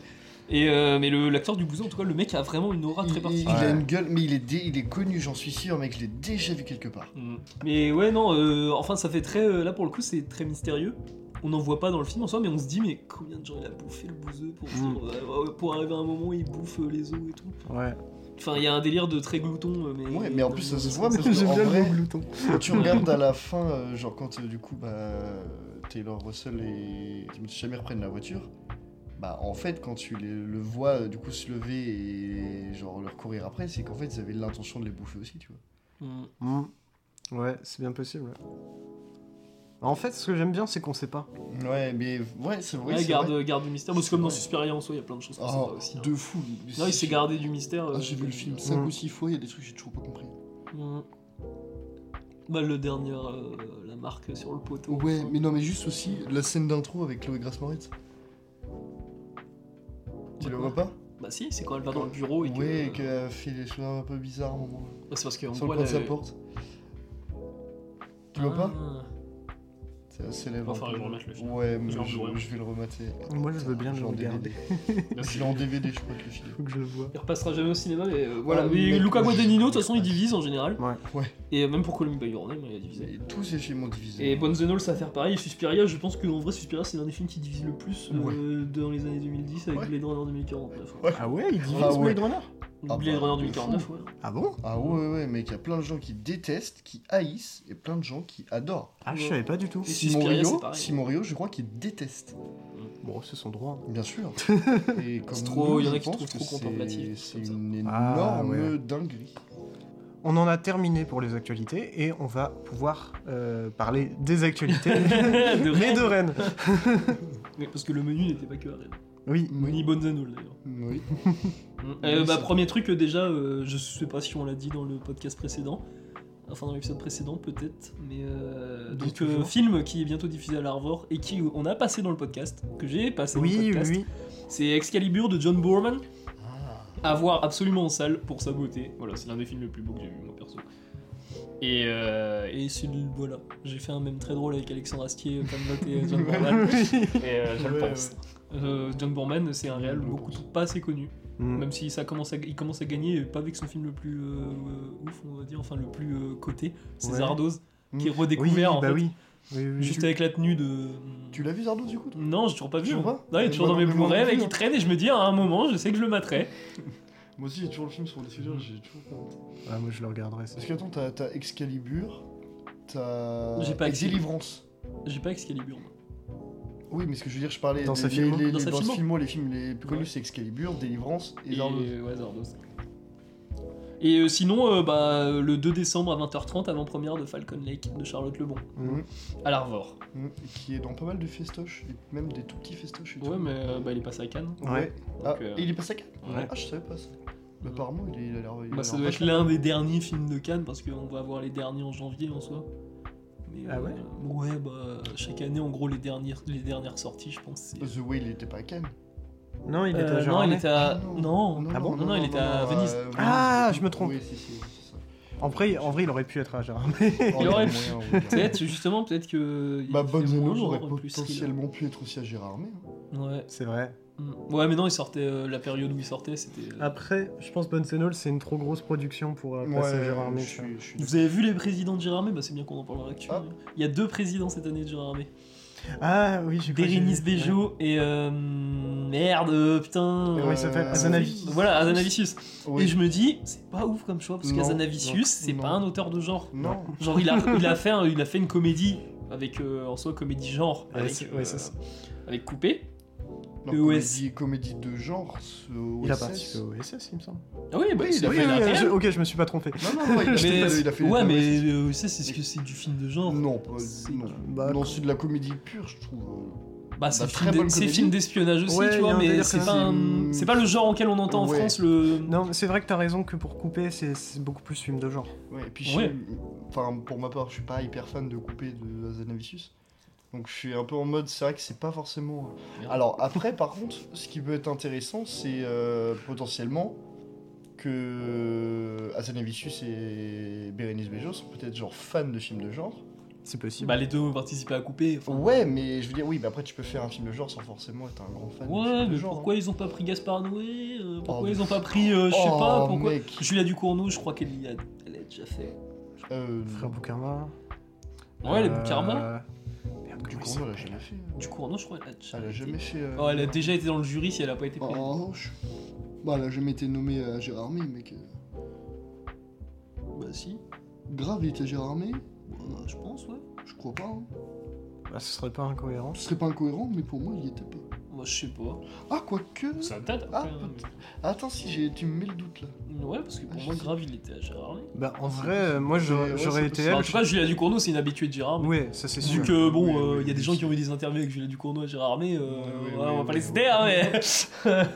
[SPEAKER 3] Et euh, mais le- l'acteur du bouseux, en tout cas, le mec a vraiment une aura
[SPEAKER 2] Il,
[SPEAKER 3] très
[SPEAKER 2] il- il
[SPEAKER 3] particulière.
[SPEAKER 2] a
[SPEAKER 1] Ouais.
[SPEAKER 2] une gueule, mais il est, dé- il est connu, j'en suis sûr, mec, je l'ai déjà vu quelque part.
[SPEAKER 3] Mm. Mais ouais, non, euh, enfin, ça fait très. euh, là, pour le coup, c'est très mystérieux. On n'en voit pas dans le film en soi, mais on se dit, mais combien de gens il a bouffé le bouseux pour, se
[SPEAKER 1] Mm.
[SPEAKER 3] dire, euh, euh, pour arriver à un moment où il bouffe euh, les os et tout.
[SPEAKER 1] ouais
[SPEAKER 3] Enfin, il y a un délire de très glouton, euh, mais.
[SPEAKER 2] Ouais, mais en plus, ça se voit, mais-
[SPEAKER 1] j'aime
[SPEAKER 2] en
[SPEAKER 1] bien le
[SPEAKER 2] vrai-
[SPEAKER 1] mot glouton
[SPEAKER 2] Quand tu regardes à la fin, euh, genre quand euh, du coup bah, Taylor Russell et Timothy Chalamet reprennent la voiture, bah en fait quand tu les- le vois euh, du coup se lever et genre leur courir après, c'est qu'en fait ils avaient l'intention de les bouffer aussi, tu vois.
[SPEAKER 3] Mm.
[SPEAKER 1] Mm. ouais c'est bien possible ouais. en fait ce que j'aime bien c'est qu'on sait pas
[SPEAKER 2] Ouais, mais ouais, c'est vrai.
[SPEAKER 3] Ouais,
[SPEAKER 2] c'est
[SPEAKER 3] garde,
[SPEAKER 2] vrai.
[SPEAKER 3] garde du mystère. Bon, c'est comme dans
[SPEAKER 2] Ouais.
[SPEAKER 3] Suspiria en soi, il y a plein de choses qu'on sait
[SPEAKER 2] Oh,
[SPEAKER 3] pas aussi. hein.
[SPEAKER 2] de fou.
[SPEAKER 3] Non, il s'est gardé du mystère.
[SPEAKER 2] Ah,
[SPEAKER 3] euh,
[SPEAKER 2] j'ai vu le film
[SPEAKER 3] euh,
[SPEAKER 2] 5
[SPEAKER 1] Mm.
[SPEAKER 2] ou 6 fois, il y a des trucs que j'ai toujours pas compris.
[SPEAKER 3] Mm. Bah, le dernier, euh, la marque sur le poteau.
[SPEAKER 2] Ouais, mais non, mais juste aussi la scène d'intro avec Chloé Grace Moretz. Tu le
[SPEAKER 3] Pourquoi
[SPEAKER 2] vois pas
[SPEAKER 3] Bah, si, c'est quand elle va dans le bureau et que.
[SPEAKER 2] Ouais, et qu'elle fait des choses un peu bizarres à un moment.
[SPEAKER 3] Ouais, c'est parce qu'on
[SPEAKER 2] Sur
[SPEAKER 3] voit
[SPEAKER 2] le coin de
[SPEAKER 3] la-
[SPEAKER 2] sa porte. Tu vois pas
[SPEAKER 3] Ah.
[SPEAKER 2] Ça s'élève.
[SPEAKER 3] Enfin,
[SPEAKER 2] un peu.
[SPEAKER 3] je vais remettre le film.
[SPEAKER 2] Ouais, mais
[SPEAKER 3] Je vais en
[SPEAKER 2] je,
[SPEAKER 3] Blu-ray.
[SPEAKER 2] je vais le remater.
[SPEAKER 1] Moi, je veux bien
[SPEAKER 2] Je
[SPEAKER 1] le
[SPEAKER 2] l'ai en
[SPEAKER 1] regarder.
[SPEAKER 2] DVD. Je l'ai en DVD, je crois que le film.
[SPEAKER 1] faut que je le vois
[SPEAKER 3] Il repassera jamais au cinéma, mais euh, voilà.
[SPEAKER 2] Ah,
[SPEAKER 3] mais
[SPEAKER 2] mec,
[SPEAKER 3] Luca
[SPEAKER 2] moi, je-
[SPEAKER 3] Guadagnino, de toute façon, il divise en général.
[SPEAKER 1] Ouais.
[SPEAKER 2] Ouais.
[SPEAKER 3] Et euh, même pour Columbia Your Name, il a divisé.
[SPEAKER 2] Et tous ces films ont divisé.
[SPEAKER 3] Et Bones and All, ça va faire pareil. Et Suspiria, je pense qu'en vrai, Suspiria, c'est l'un des films qui divise le plus euh, dans les années 2010 avec
[SPEAKER 2] Ouais.
[SPEAKER 3] Blade Runner 2049.
[SPEAKER 2] Ouais.
[SPEAKER 1] ah ouais il dit
[SPEAKER 2] Ah ouais.
[SPEAKER 1] Blade Runner
[SPEAKER 2] Ah
[SPEAKER 3] Blade
[SPEAKER 2] bah,
[SPEAKER 3] Runner
[SPEAKER 2] de
[SPEAKER 3] 2049, ouais.
[SPEAKER 1] ah bon
[SPEAKER 2] Ah ouais, ouais, mec, il y a plein de gens qui détestent, qui haïssent, et plein de gens qui adorent.
[SPEAKER 1] ah je savais pas du tout
[SPEAKER 3] Et Suspiria,
[SPEAKER 2] Simon
[SPEAKER 3] c'est
[SPEAKER 2] Rio,
[SPEAKER 3] pareil.
[SPEAKER 2] Simon Rio, je crois qu'il déteste.
[SPEAKER 1] bon c'est son droit hein.
[SPEAKER 2] Bien sûr. Et comme
[SPEAKER 3] C'est trop-
[SPEAKER 2] nous,
[SPEAKER 3] il y en a
[SPEAKER 2] je
[SPEAKER 3] qui
[SPEAKER 2] pense
[SPEAKER 3] trouvent
[SPEAKER 2] que
[SPEAKER 3] trop
[SPEAKER 2] c'est-
[SPEAKER 3] contemplatif,
[SPEAKER 2] C'est
[SPEAKER 3] comme ça.
[SPEAKER 2] une
[SPEAKER 1] Ah,
[SPEAKER 2] énorme
[SPEAKER 1] ouais.
[SPEAKER 2] dinguerie.
[SPEAKER 1] On en a terminé pour les actualités et on va pouvoir euh, parler des actualités,
[SPEAKER 3] De
[SPEAKER 1] mais de
[SPEAKER 3] Rennes.
[SPEAKER 1] Rennes.
[SPEAKER 3] Mais parce que le menu n'était pas que à Rennes.
[SPEAKER 1] Oui,
[SPEAKER 3] Ni Bones and All, d'ailleurs.
[SPEAKER 2] Oui.
[SPEAKER 3] Euh,
[SPEAKER 2] Oui,
[SPEAKER 3] bah,
[SPEAKER 2] ça.
[SPEAKER 3] premier truc, euh, déjà, euh, je sais pas si on l'a dit dans le podcast précédent, enfin dans l'épisode précédent peut-être, mais euh,
[SPEAKER 1] Dis
[SPEAKER 3] donc
[SPEAKER 1] toujours.
[SPEAKER 3] euh, film qui est bientôt diffusé à l'Arvor et qui on a passé dans le podcast, que j'ai passé dans le
[SPEAKER 1] oui, oui,
[SPEAKER 3] podcast,
[SPEAKER 1] oui.
[SPEAKER 3] c'est Excalibur de John Boorman,
[SPEAKER 2] Ah.
[SPEAKER 3] à voir absolument en salle pour sa beauté. Voilà, c'est l'un des films les plus beaux que j'ai vu moi perso. Et, euh, et c'est voilà, j'ai fait un même très drôle avec Alexandre Astier, fan vote et John Boorman. Et euh, Ah, je le
[SPEAKER 2] Ouais,
[SPEAKER 3] pense. Euh, John Boorman, c'est un réel
[SPEAKER 2] Je le
[SPEAKER 3] beaucoup
[SPEAKER 2] pense.
[SPEAKER 3] pas assez connu.
[SPEAKER 1] Mm.
[SPEAKER 3] Même si ça commence à, il commence à gagner, euh, pas avec son film le plus euh, euh, ouf, on va dire, enfin le plus euh, coté, c'est
[SPEAKER 1] Ouais.
[SPEAKER 3] Zardoz, qui est
[SPEAKER 2] Mm.
[SPEAKER 1] Oui,
[SPEAKER 3] redécouvert en
[SPEAKER 1] bah
[SPEAKER 3] fait,
[SPEAKER 1] oui. Oui, oui, oui.
[SPEAKER 3] juste avec la tenue de.
[SPEAKER 2] Tu l'as vu, Zardo, du coup
[SPEAKER 3] Non, j'ai toujours pas vu.
[SPEAKER 2] Tu
[SPEAKER 3] hein.
[SPEAKER 2] vois
[SPEAKER 3] Non, il est
[SPEAKER 2] Et
[SPEAKER 3] toujours
[SPEAKER 2] moi
[SPEAKER 3] dans
[SPEAKER 2] non
[SPEAKER 3] mes
[SPEAKER 2] plus, moi non
[SPEAKER 3] Blu-ray
[SPEAKER 2] plus,
[SPEAKER 3] avec,
[SPEAKER 2] hein.
[SPEAKER 3] il traîne et je me dis à un moment, je sais que je le materai.
[SPEAKER 2] Moi aussi, j'ai toujours le film sur les sujets, j'ai toujours pas honte.
[SPEAKER 1] Ah, moi, je le regarderai. ça.
[SPEAKER 2] Parce que attends, t'as t'as Excalibur, t'as.
[SPEAKER 3] J'ai pas
[SPEAKER 2] Délivrance.
[SPEAKER 3] J'ai pas Excalibur. moi.
[SPEAKER 2] Oui, mais ce que je veux dire, je parlais.
[SPEAKER 1] Dans
[SPEAKER 2] des-
[SPEAKER 1] sa
[SPEAKER 2] les,
[SPEAKER 1] filmo.
[SPEAKER 2] les-
[SPEAKER 3] Dans sa
[SPEAKER 2] dans ce
[SPEAKER 3] filmo.
[SPEAKER 2] filmo, les films les plus connus,
[SPEAKER 3] Ouais.
[SPEAKER 2] c'est Excalibur, Délivrance et
[SPEAKER 3] Et,
[SPEAKER 2] Zardo.
[SPEAKER 3] ouais, Zardoz. Et euh, sinon, euh, bah, le 2 décembre à 20h30, avant-première de Falcon Lake de Charlotte Lebon,
[SPEAKER 2] Mhm.
[SPEAKER 3] à l'Arvor.
[SPEAKER 2] Mhm. Qui est dans pas mal de festoches, et même des tout petits festoches et tout.
[SPEAKER 3] Ouais, mais euh, bah, il est passé à Cannes.
[SPEAKER 1] Ouais.
[SPEAKER 3] donc,
[SPEAKER 2] Ah,
[SPEAKER 3] euh,
[SPEAKER 2] et il est passé à Cannes
[SPEAKER 3] ouais.
[SPEAKER 2] Ah, je savais pas ça.
[SPEAKER 3] Mhm.
[SPEAKER 2] Bah, apparemment, il, est- il a l'air. il a
[SPEAKER 3] Bah, ça
[SPEAKER 2] l'air
[SPEAKER 3] doit être
[SPEAKER 2] vachement-
[SPEAKER 3] l'un des derniers films de Cannes parce qu'on va avoir les derniers en janvier en soi. Mais,
[SPEAKER 1] Ah
[SPEAKER 3] euh,
[SPEAKER 1] ouais
[SPEAKER 3] Ouais, bah chaque année en gros les, dernières les dernières sorties je pense. c'est-
[SPEAKER 2] The Way, il était pas à Cannes.
[SPEAKER 1] Non, Euh, il était
[SPEAKER 3] Euh,
[SPEAKER 1] à
[SPEAKER 3] non, il
[SPEAKER 1] Gérardmer.
[SPEAKER 3] était à.
[SPEAKER 2] Ah
[SPEAKER 3] Non,
[SPEAKER 1] Ah bon
[SPEAKER 3] Non, non, euh, il était à Venise.
[SPEAKER 1] Ah, je me trompe.
[SPEAKER 2] euh, Oui, si, si, c'est ça.
[SPEAKER 1] En vrai, en vrai, il aurait pu être à Gérardmer.
[SPEAKER 2] Oh,
[SPEAKER 3] aurait
[SPEAKER 2] y a moyen, ouais.
[SPEAKER 3] Peut-être, justement, peut-être que.
[SPEAKER 2] Bah,
[SPEAKER 3] bonne
[SPEAKER 2] Bones and All aurait potentiellement pu être aussi à Gérard Armé. hein.
[SPEAKER 3] Ouais.
[SPEAKER 1] C'est vrai.
[SPEAKER 3] Mm. Ouais, mais non, il sortait. euh, la période où il sortait, c'était. euh,
[SPEAKER 1] Après, je pense Bones and All, c'est une trop grosse production pour euh, passer à Gérardmer.
[SPEAKER 2] je
[SPEAKER 1] ça.
[SPEAKER 2] suis, je suis
[SPEAKER 3] Vous avez vu les présidents de Gérardmer Bah, c'est bien qu'on en parlera actuellement. Il y a deux présidents cette année de Gérardmer.
[SPEAKER 1] Ah oui, j'ai cru que j'ai
[SPEAKER 3] Bérénice
[SPEAKER 1] vu.
[SPEAKER 3] Bejo et. euh, merde, euh, putain.
[SPEAKER 1] Ouais. Comment il s'appelle
[SPEAKER 2] Euh,
[SPEAKER 1] Azanavi.
[SPEAKER 3] Voilà, Azanavicius.
[SPEAKER 2] Oui.
[SPEAKER 3] Et je me dis, c'est pas ouf comme choix, parce
[SPEAKER 2] Non, non,
[SPEAKER 3] qu'Azanavicius, c'est
[SPEAKER 2] non.
[SPEAKER 3] pas un auteur de genre.
[SPEAKER 2] Non.
[SPEAKER 3] Genre, il a, il a, fait, un- il a fait une comédie, avec euh, en soi comédie genre,
[SPEAKER 1] Ouais,
[SPEAKER 3] avec, euh,
[SPEAKER 1] c'est- ouais, c'est ça.
[SPEAKER 3] avec Coupé.
[SPEAKER 2] Non,
[SPEAKER 3] EOS.
[SPEAKER 2] comédie, comédie de genre, ce
[SPEAKER 1] Il a
[SPEAKER 2] OSS.
[SPEAKER 1] participé au SS, il me semble.
[SPEAKER 3] Ah oui, bah,
[SPEAKER 2] Oui,
[SPEAKER 3] il a
[SPEAKER 2] oui,
[SPEAKER 3] fait
[SPEAKER 2] oui,
[SPEAKER 3] la
[SPEAKER 2] oui,
[SPEAKER 3] RTL.
[SPEAKER 1] je- ok, je me suis pas trompé.
[SPEAKER 2] Non, non, non, il a fait,
[SPEAKER 3] Mais-
[SPEAKER 2] il a fait
[SPEAKER 3] ouais,
[SPEAKER 2] les-
[SPEAKER 3] mais euh, ça, c'est ce que c'est du film de genre.
[SPEAKER 2] Non, pas-
[SPEAKER 3] C'est-
[SPEAKER 2] non.
[SPEAKER 1] Bah,
[SPEAKER 2] Non, c'est de la comédie pure, je trouve.
[SPEAKER 3] Bah, c'est
[SPEAKER 2] Bah,
[SPEAKER 3] film
[SPEAKER 2] très
[SPEAKER 3] d'e-
[SPEAKER 2] bonne
[SPEAKER 3] c'est
[SPEAKER 2] comédie.
[SPEAKER 3] film d'espionnage aussi,
[SPEAKER 1] Ouais, il
[SPEAKER 3] tu
[SPEAKER 1] y a
[SPEAKER 3] vois,
[SPEAKER 1] un
[SPEAKER 3] mais
[SPEAKER 1] délire
[SPEAKER 3] c'est
[SPEAKER 1] comme
[SPEAKER 3] pas,
[SPEAKER 2] ça.
[SPEAKER 3] un- c'est pas le genre auquel on entend en
[SPEAKER 2] Ouais.
[SPEAKER 3] France le.
[SPEAKER 1] non, c'est vrai que t'as raison que pour couper, c'est c'est beaucoup plus film de genre.
[SPEAKER 2] Ouais, et puis je
[SPEAKER 3] Ouais.
[SPEAKER 2] suis- Enfin, pour ma part, je suis pas hyper fan de couper de Azanavicius. Donc je suis un peu en mode, c'est vrai que c'est pas forcément. Alors après, par contre, ce qui peut être intéressant, c'est euh, potentiellement que Asanavicius et Bérénice Bejo sont peut-être genre fans de films de genre.
[SPEAKER 1] C'est possible.
[SPEAKER 3] Bah, les deux ont participé à couper. enfin.
[SPEAKER 2] Ouais, mais je veux dire, oui, mais après tu peux faire un film de genre sans forcément être un grand fan de films
[SPEAKER 3] Ouais,
[SPEAKER 2] de
[SPEAKER 3] mais
[SPEAKER 2] genre. hein.
[SPEAKER 3] pourquoi ils ont pas pris Gaspard Noé euh, Pourquoi
[SPEAKER 2] Oh,
[SPEAKER 3] ils ont pas pris, euh, je sais
[SPEAKER 2] oh,
[SPEAKER 3] pas, pourquoi
[SPEAKER 2] mec.
[SPEAKER 3] Julia Ducournau, je crois qu'elle y a, elle a déjà fait.
[SPEAKER 2] hein. Euh,
[SPEAKER 1] Frère Boukarma.
[SPEAKER 3] Ouais, les
[SPEAKER 1] euh,
[SPEAKER 3] Boukarma.
[SPEAKER 1] Merde,
[SPEAKER 2] du
[SPEAKER 1] comment il
[SPEAKER 2] coup, elle
[SPEAKER 1] s'appelle
[SPEAKER 2] a jamais fait. euh,
[SPEAKER 3] Ducournau, je crois qu'elle a déjà.
[SPEAKER 2] Elle a
[SPEAKER 3] été-
[SPEAKER 2] jamais fait. euh,
[SPEAKER 3] Oh, elle a déjà été dans le jury si elle a pas été
[SPEAKER 2] en
[SPEAKER 3] prise.
[SPEAKER 2] revanche. Oh. Bah, elle a jamais été nommée à Gérard May, mec.
[SPEAKER 3] Bah, si.
[SPEAKER 2] Grave, il était Gérard May
[SPEAKER 3] Bah, je pense, ouais.
[SPEAKER 2] Je crois pas. hein.
[SPEAKER 1] Bah, ce serait pas incohérent.
[SPEAKER 2] Ce serait pas incohérent, mais pour moi, il y était pas.
[SPEAKER 3] Moi, je sais pas.
[SPEAKER 2] Ah, quoique.
[SPEAKER 3] Ça date
[SPEAKER 2] Ah,
[SPEAKER 3] après. hein,
[SPEAKER 2] peut- Attends, si j'ai... tu me mets le doute là.
[SPEAKER 3] mais- Mm, Ouais, parce que pour
[SPEAKER 2] Ah,
[SPEAKER 3] moi,
[SPEAKER 2] je sais.
[SPEAKER 3] grave, il était à Gérard May.
[SPEAKER 1] Bah, en vrai, euh, moi j'aurais
[SPEAKER 2] Ouais,
[SPEAKER 1] j'aurais
[SPEAKER 2] c'est
[SPEAKER 1] été
[SPEAKER 2] possible.
[SPEAKER 1] elle.
[SPEAKER 3] Enfin, en tout cas, Julia Ducournau, c'est une habituée de Gérard May.
[SPEAKER 1] Ouais, ça c'est
[SPEAKER 3] Vu
[SPEAKER 1] sûr.
[SPEAKER 3] que bon, euh, il
[SPEAKER 2] Oui, oui,
[SPEAKER 3] y a des
[SPEAKER 2] oui,
[SPEAKER 3] gens qui
[SPEAKER 2] oui.
[SPEAKER 3] ont eu des interviews avec Julia Ducournau et Gérard May, euh,
[SPEAKER 2] Oui, oui,
[SPEAKER 3] voilà, on va
[SPEAKER 2] oui,
[SPEAKER 3] pas
[SPEAKER 2] oui, oui.
[SPEAKER 3] les citer, hein,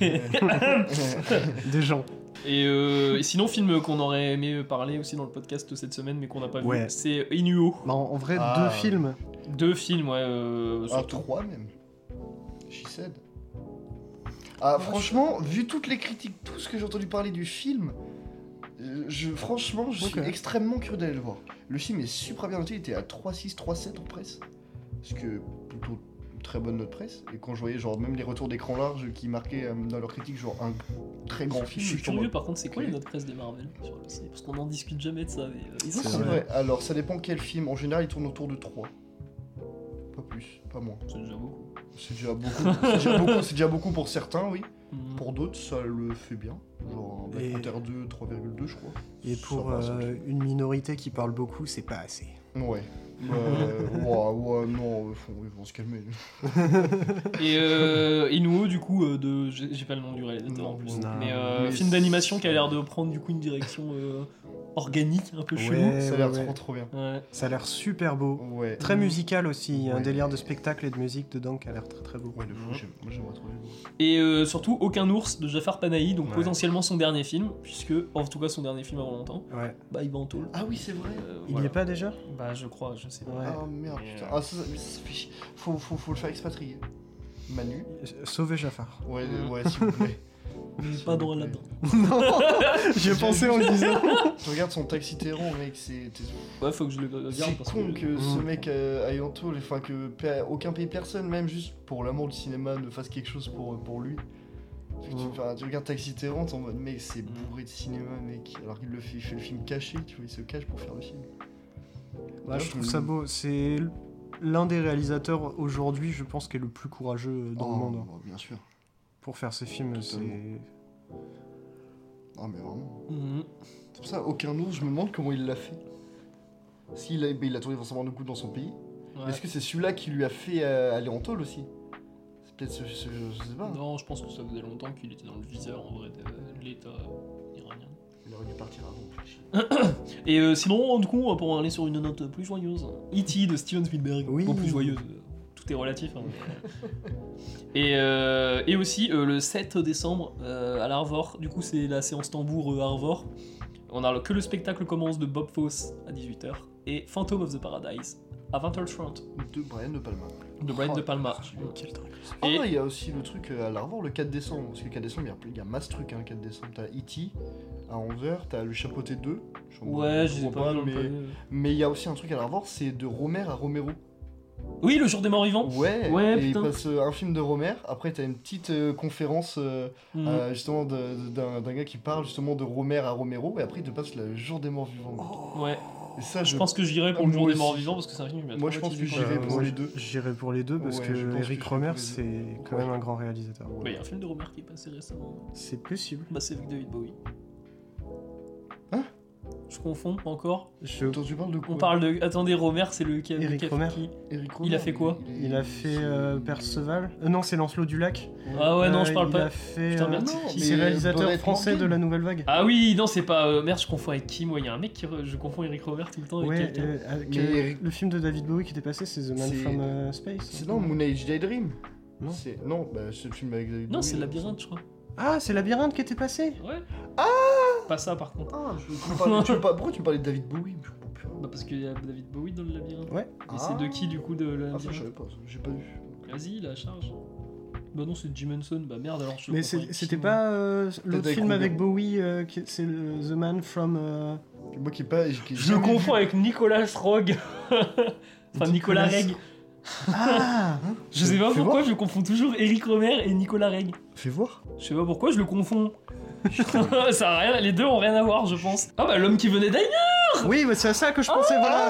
[SPEAKER 3] mais.
[SPEAKER 1] Des gens.
[SPEAKER 3] Et, euh, et sinon, film qu'on aurait aimé parler aussi dans le podcast cette semaine, mais qu'on n'a pas
[SPEAKER 1] Ouais.
[SPEAKER 3] vu, c'est Inuo.
[SPEAKER 1] Bah, en, en vrai,
[SPEAKER 2] Ah.
[SPEAKER 1] deux films.
[SPEAKER 3] Deux films, ouais. euh,
[SPEAKER 2] Ah,
[SPEAKER 3] surtout.
[SPEAKER 2] trois même. She said. Ah, franchement, vu toutes les critiques, tout ce que j'ai entendu parler du film, euh, je, franchement, je
[SPEAKER 1] Ok.
[SPEAKER 2] suis extrêmement curieux d'aller le voir. Le film est super bien noté, il était à 3,6, 3,7 en presse. Ce que plutôt une très bonne note presse. Et quand je voyais genre même les retours d'écran large qui marquaient euh, dans leurs critiques genre un très grand
[SPEAKER 3] Je
[SPEAKER 2] film,
[SPEAKER 3] suis
[SPEAKER 2] j'étais en
[SPEAKER 3] curieux
[SPEAKER 2] mode,
[SPEAKER 3] par contre, c'est quoi
[SPEAKER 2] Ok.
[SPEAKER 3] les notes presse des Marvel sur le site Parce qu'on en discute jamais de ça, mais euh, ils en
[SPEAKER 1] C'est
[SPEAKER 3] sont
[SPEAKER 2] C'est
[SPEAKER 1] vrai.
[SPEAKER 3] là.
[SPEAKER 2] vrai. Alors, ça dépend quel film. En général, il tourne autour de 3. Pas plus, pas moins.
[SPEAKER 3] C'est déjà beaucoup.
[SPEAKER 2] C'est déjà beaucoup. c'est déjà beaucoup, c'est déjà beaucoup pour certains, oui.
[SPEAKER 3] Hmm.
[SPEAKER 2] Pour d'autres, ça le fait bien. Genre un Black
[SPEAKER 1] Et-
[SPEAKER 2] Panther 2, 3,2, je crois.
[SPEAKER 1] Et
[SPEAKER 2] Ça
[SPEAKER 1] pour
[SPEAKER 2] va, ça me
[SPEAKER 1] euh,
[SPEAKER 2] suffit.
[SPEAKER 1] une minorité qui parle beaucoup, c'est pas assez.
[SPEAKER 2] Ouais.
[SPEAKER 3] Mmh.
[SPEAKER 2] Euh, ouah, ouah, non, euh, faut- ils vont se calmer.
[SPEAKER 3] Et euh, Inuo, du coup, euh, de... j'ai j'ai pas le nom du réalisateur
[SPEAKER 2] Non,
[SPEAKER 3] en plus.
[SPEAKER 1] non.
[SPEAKER 3] mais euh,
[SPEAKER 2] Mais
[SPEAKER 3] film
[SPEAKER 2] c'est-
[SPEAKER 3] d'animation qui a l'air de prendre du coup une direction euh, organique, un peu
[SPEAKER 1] Ouais.
[SPEAKER 3] chelou.
[SPEAKER 2] ça a l'air
[SPEAKER 1] ouais.
[SPEAKER 2] trop trop bien.
[SPEAKER 3] Ouais.
[SPEAKER 1] Ça a l'air super beau.
[SPEAKER 2] Ouais.
[SPEAKER 1] Très musical aussi. Il y a un
[SPEAKER 2] Ouais.
[SPEAKER 1] délire de spectacle et de musique dedans qui a l'air très très beau.
[SPEAKER 2] Ouais, de fou,
[SPEAKER 3] Mhm.
[SPEAKER 2] j'aime- moi j'aimerais trop le voir.
[SPEAKER 3] Et euh, surtout, Aucun ours de Jafar Panahi, donc
[SPEAKER 1] Ouais.
[SPEAKER 3] potentiellement son dernier film, puisque, en tout cas son dernier film avant longtemps,
[SPEAKER 1] Ouais.
[SPEAKER 3] bah il va en tôle.
[SPEAKER 2] Ah oui, c'est vrai.
[SPEAKER 3] Euh,
[SPEAKER 1] Il y
[SPEAKER 3] voilà.
[SPEAKER 1] est pas déjà
[SPEAKER 3] Bah je crois, je sais pas.
[SPEAKER 1] Ouais.
[SPEAKER 2] Ah merde,
[SPEAKER 3] Mais,
[SPEAKER 2] putain.
[SPEAKER 3] euh,
[SPEAKER 2] Ah, ça, ça- mais ça fait chier. faut, faut, faut le faire expatrier. Manu.
[SPEAKER 1] Sauver Jafar.
[SPEAKER 2] Ouais,
[SPEAKER 3] Mhm.
[SPEAKER 2] ouais, s'il vous plaît.
[SPEAKER 3] Il est
[SPEAKER 2] S'il
[SPEAKER 3] pas
[SPEAKER 2] vous
[SPEAKER 3] dans
[SPEAKER 2] plaît.
[SPEAKER 3] là-dedans.
[SPEAKER 1] J'y ai pensé en le disant.
[SPEAKER 2] Tu regardes son taxi terrant, mec, c'est. t'es-
[SPEAKER 3] Ouais, faut que je le regarde
[SPEAKER 2] C'est
[SPEAKER 3] parce
[SPEAKER 2] con
[SPEAKER 3] que...
[SPEAKER 2] que ce
[SPEAKER 1] Mm.
[SPEAKER 2] mec euh, aille en taule, enfin que pe- aucun pays, personne, même juste pour l'amour du cinéma, ne fasse quelque chose pour, euh, pour lui. Parce que tu,
[SPEAKER 1] Mm.
[SPEAKER 2] enfin, tu regardes Taxi Terrant t'es en mode mec, c'est
[SPEAKER 3] Mmh.
[SPEAKER 2] bourré de cinéma, mec. Alors qu'il le fait, il fait le film caché, tu vois, il se cache pour faire le film.
[SPEAKER 1] Ouais, Bah, je trouve ça beau. C'est l'un des réalisateurs aujourd'hui, je pense, qui est le plus courageux euh, dans le monde.
[SPEAKER 2] Oh, bah, bien sûr.
[SPEAKER 1] Pour faire ses films,
[SPEAKER 2] Totalement.
[SPEAKER 1] c'est.
[SPEAKER 2] Non, mais vraiment.
[SPEAKER 3] Mhm.
[SPEAKER 2] C'est pour ça, aucun ours, je me demande comment il l'a fait. S'il a, ben, il a tourné forcément de coup dans son pays.
[SPEAKER 3] Ouais.
[SPEAKER 2] Est-ce que c'est celui-là qui lui a fait euh, aller en taule aussi C'est peut-être ce, ce- Je sais pas. hein.
[SPEAKER 3] Non, je pense que ça faisait longtemps qu'il était dans le viseur en vrai de l'État iranien.
[SPEAKER 2] Il aurait dû partir avant.
[SPEAKER 3] Et euh, sinon, du coup, pour aller sur une note plus joyeuse, E.T. de Steven Spielberg,
[SPEAKER 1] Oui.
[SPEAKER 3] bon, plus joyeuse, euh, tout est relatif. hein, mais, euh. et, euh, et aussi, euh, le 7 décembre, euh, à l'Arvor, du coup, c'est la séance tambour euh, Arvor. On a le- que le spectacle commence de Bob Fosse à 18h et Phantom of the Paradise à 20h30
[SPEAKER 2] De Brian De Palma.
[SPEAKER 3] de Brian
[SPEAKER 2] Oh,
[SPEAKER 3] De Palma.
[SPEAKER 1] Quel truc.
[SPEAKER 2] Ah
[SPEAKER 3] Et-
[SPEAKER 2] ouais, il y a aussi le truc euh, à l'arvor le 4 décembre, parce que le 4 décembre, il y a, plein- il y a masse trucs, hein, le 4 décembre, t'as E.T. à 11h, t'as le chapeauté 2, je comprends-
[SPEAKER 3] Ouais,
[SPEAKER 2] je
[SPEAKER 3] je sais
[SPEAKER 2] comprends
[SPEAKER 3] pas. j'en ai pas
[SPEAKER 2] mais...
[SPEAKER 3] vu.
[SPEAKER 2] mais il y a aussi un truc à l'arvor c'est de Romer à Romero.
[SPEAKER 3] Oui, le jour des morts vivants.
[SPEAKER 2] Ouais,
[SPEAKER 3] Oh, Ouais,
[SPEAKER 2] et il
[SPEAKER 3] putain.
[SPEAKER 2] passe euh, un film de Romer, après t'as une petite euh, conférence euh,
[SPEAKER 3] Mhm.
[SPEAKER 2] euh, justement de- de- d'un d'un gars qui parle justement de Romer à Romero, et après il te passe le jour des morts vivants.
[SPEAKER 3] Ouais,
[SPEAKER 2] Et ça,
[SPEAKER 3] Oh, je pense que j'irai pour
[SPEAKER 2] Ah,
[SPEAKER 3] le jour
[SPEAKER 2] moi
[SPEAKER 3] des morts
[SPEAKER 2] aussi.
[SPEAKER 3] vivants parce que c'est un film qui m'a
[SPEAKER 2] Moi, je pense
[SPEAKER 3] traumatisé
[SPEAKER 2] que
[SPEAKER 3] quand
[SPEAKER 2] j'irai
[SPEAKER 3] j'étais
[SPEAKER 1] Euh,
[SPEAKER 2] pour
[SPEAKER 1] moi,
[SPEAKER 2] les
[SPEAKER 1] je-
[SPEAKER 2] deux.
[SPEAKER 1] J'irai pour les deux parce
[SPEAKER 2] Ouais, je
[SPEAKER 1] que
[SPEAKER 2] pense que
[SPEAKER 1] Eric
[SPEAKER 2] j'irai
[SPEAKER 1] Romer,
[SPEAKER 2] pour les deux.
[SPEAKER 1] c'est quand
[SPEAKER 2] Ouais.
[SPEAKER 1] même un grand réalisateur.
[SPEAKER 3] Ouais, Il y a un film de Romer qui est passé récemment.
[SPEAKER 1] C'est possible.
[SPEAKER 3] Bah, c'est avec David Bowie.
[SPEAKER 2] Hein
[SPEAKER 3] Je confonds encore.
[SPEAKER 1] Je-
[SPEAKER 2] Attends, tu parles de quoi
[SPEAKER 3] On parle de. Attendez, Romer, c'est le qui a-
[SPEAKER 1] Eric
[SPEAKER 3] qui a-
[SPEAKER 1] Rohmer.
[SPEAKER 3] qui-
[SPEAKER 2] Eric
[SPEAKER 3] il a
[SPEAKER 2] Rohmer,
[SPEAKER 3] fait quoi
[SPEAKER 2] est-
[SPEAKER 1] Il a fait euh,
[SPEAKER 2] c'est-
[SPEAKER 1] Perceval. Euh, non, c'est Lancelot du Lac.
[SPEAKER 3] Ah ouais, non,
[SPEAKER 1] Euh,
[SPEAKER 3] je parle
[SPEAKER 1] il
[SPEAKER 3] pas.
[SPEAKER 1] A fait,
[SPEAKER 3] Putain,
[SPEAKER 1] euh,
[SPEAKER 3] merde.
[SPEAKER 2] Non,
[SPEAKER 1] c'est
[SPEAKER 2] mais
[SPEAKER 1] réalisateur
[SPEAKER 2] Donald
[SPEAKER 1] français de
[SPEAKER 2] Morgan.
[SPEAKER 1] la Nouvelle Vague.
[SPEAKER 3] Ah oui, non, c'est pas. euh, merde, je confonds avec qui Moi, il y a un mec qui. re- Je confonds Eric Romer tout le temps avec
[SPEAKER 1] ouais,
[SPEAKER 3] quelqu'un.
[SPEAKER 1] euh, avec,
[SPEAKER 2] Mais
[SPEAKER 1] euh,
[SPEAKER 2] Eric-
[SPEAKER 1] le film de David Bowie qui était passé, c'est The Man
[SPEAKER 2] C'est-
[SPEAKER 1] from euh, Space.
[SPEAKER 2] C'est non, Moon Age Daydream.
[SPEAKER 1] Non.
[SPEAKER 2] C'est non, bah c'est le film avec David
[SPEAKER 3] Non,
[SPEAKER 2] Bowie,
[SPEAKER 3] c'est
[SPEAKER 2] là.
[SPEAKER 3] Labyrinthe, je crois.
[SPEAKER 1] Ah, c'est Labyrinthe qui était passé
[SPEAKER 3] Ouais. Pas ça, par contre.
[SPEAKER 2] Ah, je tu me parlais- tu me parlais- pourquoi tu me parlais de David Bowie Je comprends plus préféré
[SPEAKER 3] Bah, parce qu'il y a David Bowie dans le labyrinthe.
[SPEAKER 1] Ouais.
[SPEAKER 3] Et c'est de qui du coup de la
[SPEAKER 2] Ah, ça, je savais pas, ça. j'ai pas vu.
[SPEAKER 3] Vas-y, la charge. Bah non, c'est Jim Henson. Bah merde, alors je
[SPEAKER 1] Mais
[SPEAKER 3] comprends
[SPEAKER 1] c'est-
[SPEAKER 3] rien.
[SPEAKER 1] c'était pas euh, l'autre
[SPEAKER 2] avec
[SPEAKER 1] film
[SPEAKER 2] Ruben.
[SPEAKER 1] avec Bowie, euh, qui- c'est le The Man from. euh,
[SPEAKER 2] Puis Moi qui ai pas. qui ai
[SPEAKER 3] Je le
[SPEAKER 2] jamais vu-
[SPEAKER 3] confonds avec Nicolas Rogue. enfin, Nicolas
[SPEAKER 1] Nicolas-
[SPEAKER 3] Reg.
[SPEAKER 1] Ah
[SPEAKER 3] Je sais pas
[SPEAKER 2] Fais
[SPEAKER 3] pourquoi,
[SPEAKER 2] voir.
[SPEAKER 3] je confonds toujours Eric Romer et Nicolas Reg.
[SPEAKER 2] Fais voir.
[SPEAKER 3] Je sais pas pourquoi, je le confonds. ça a rien, les deux ont rien à voir, je pense. Ah bah l'homme qui venait d'ailleurs
[SPEAKER 1] Oui, bah, c'est à ça que je
[SPEAKER 3] Ah!
[SPEAKER 1] pensais, voilà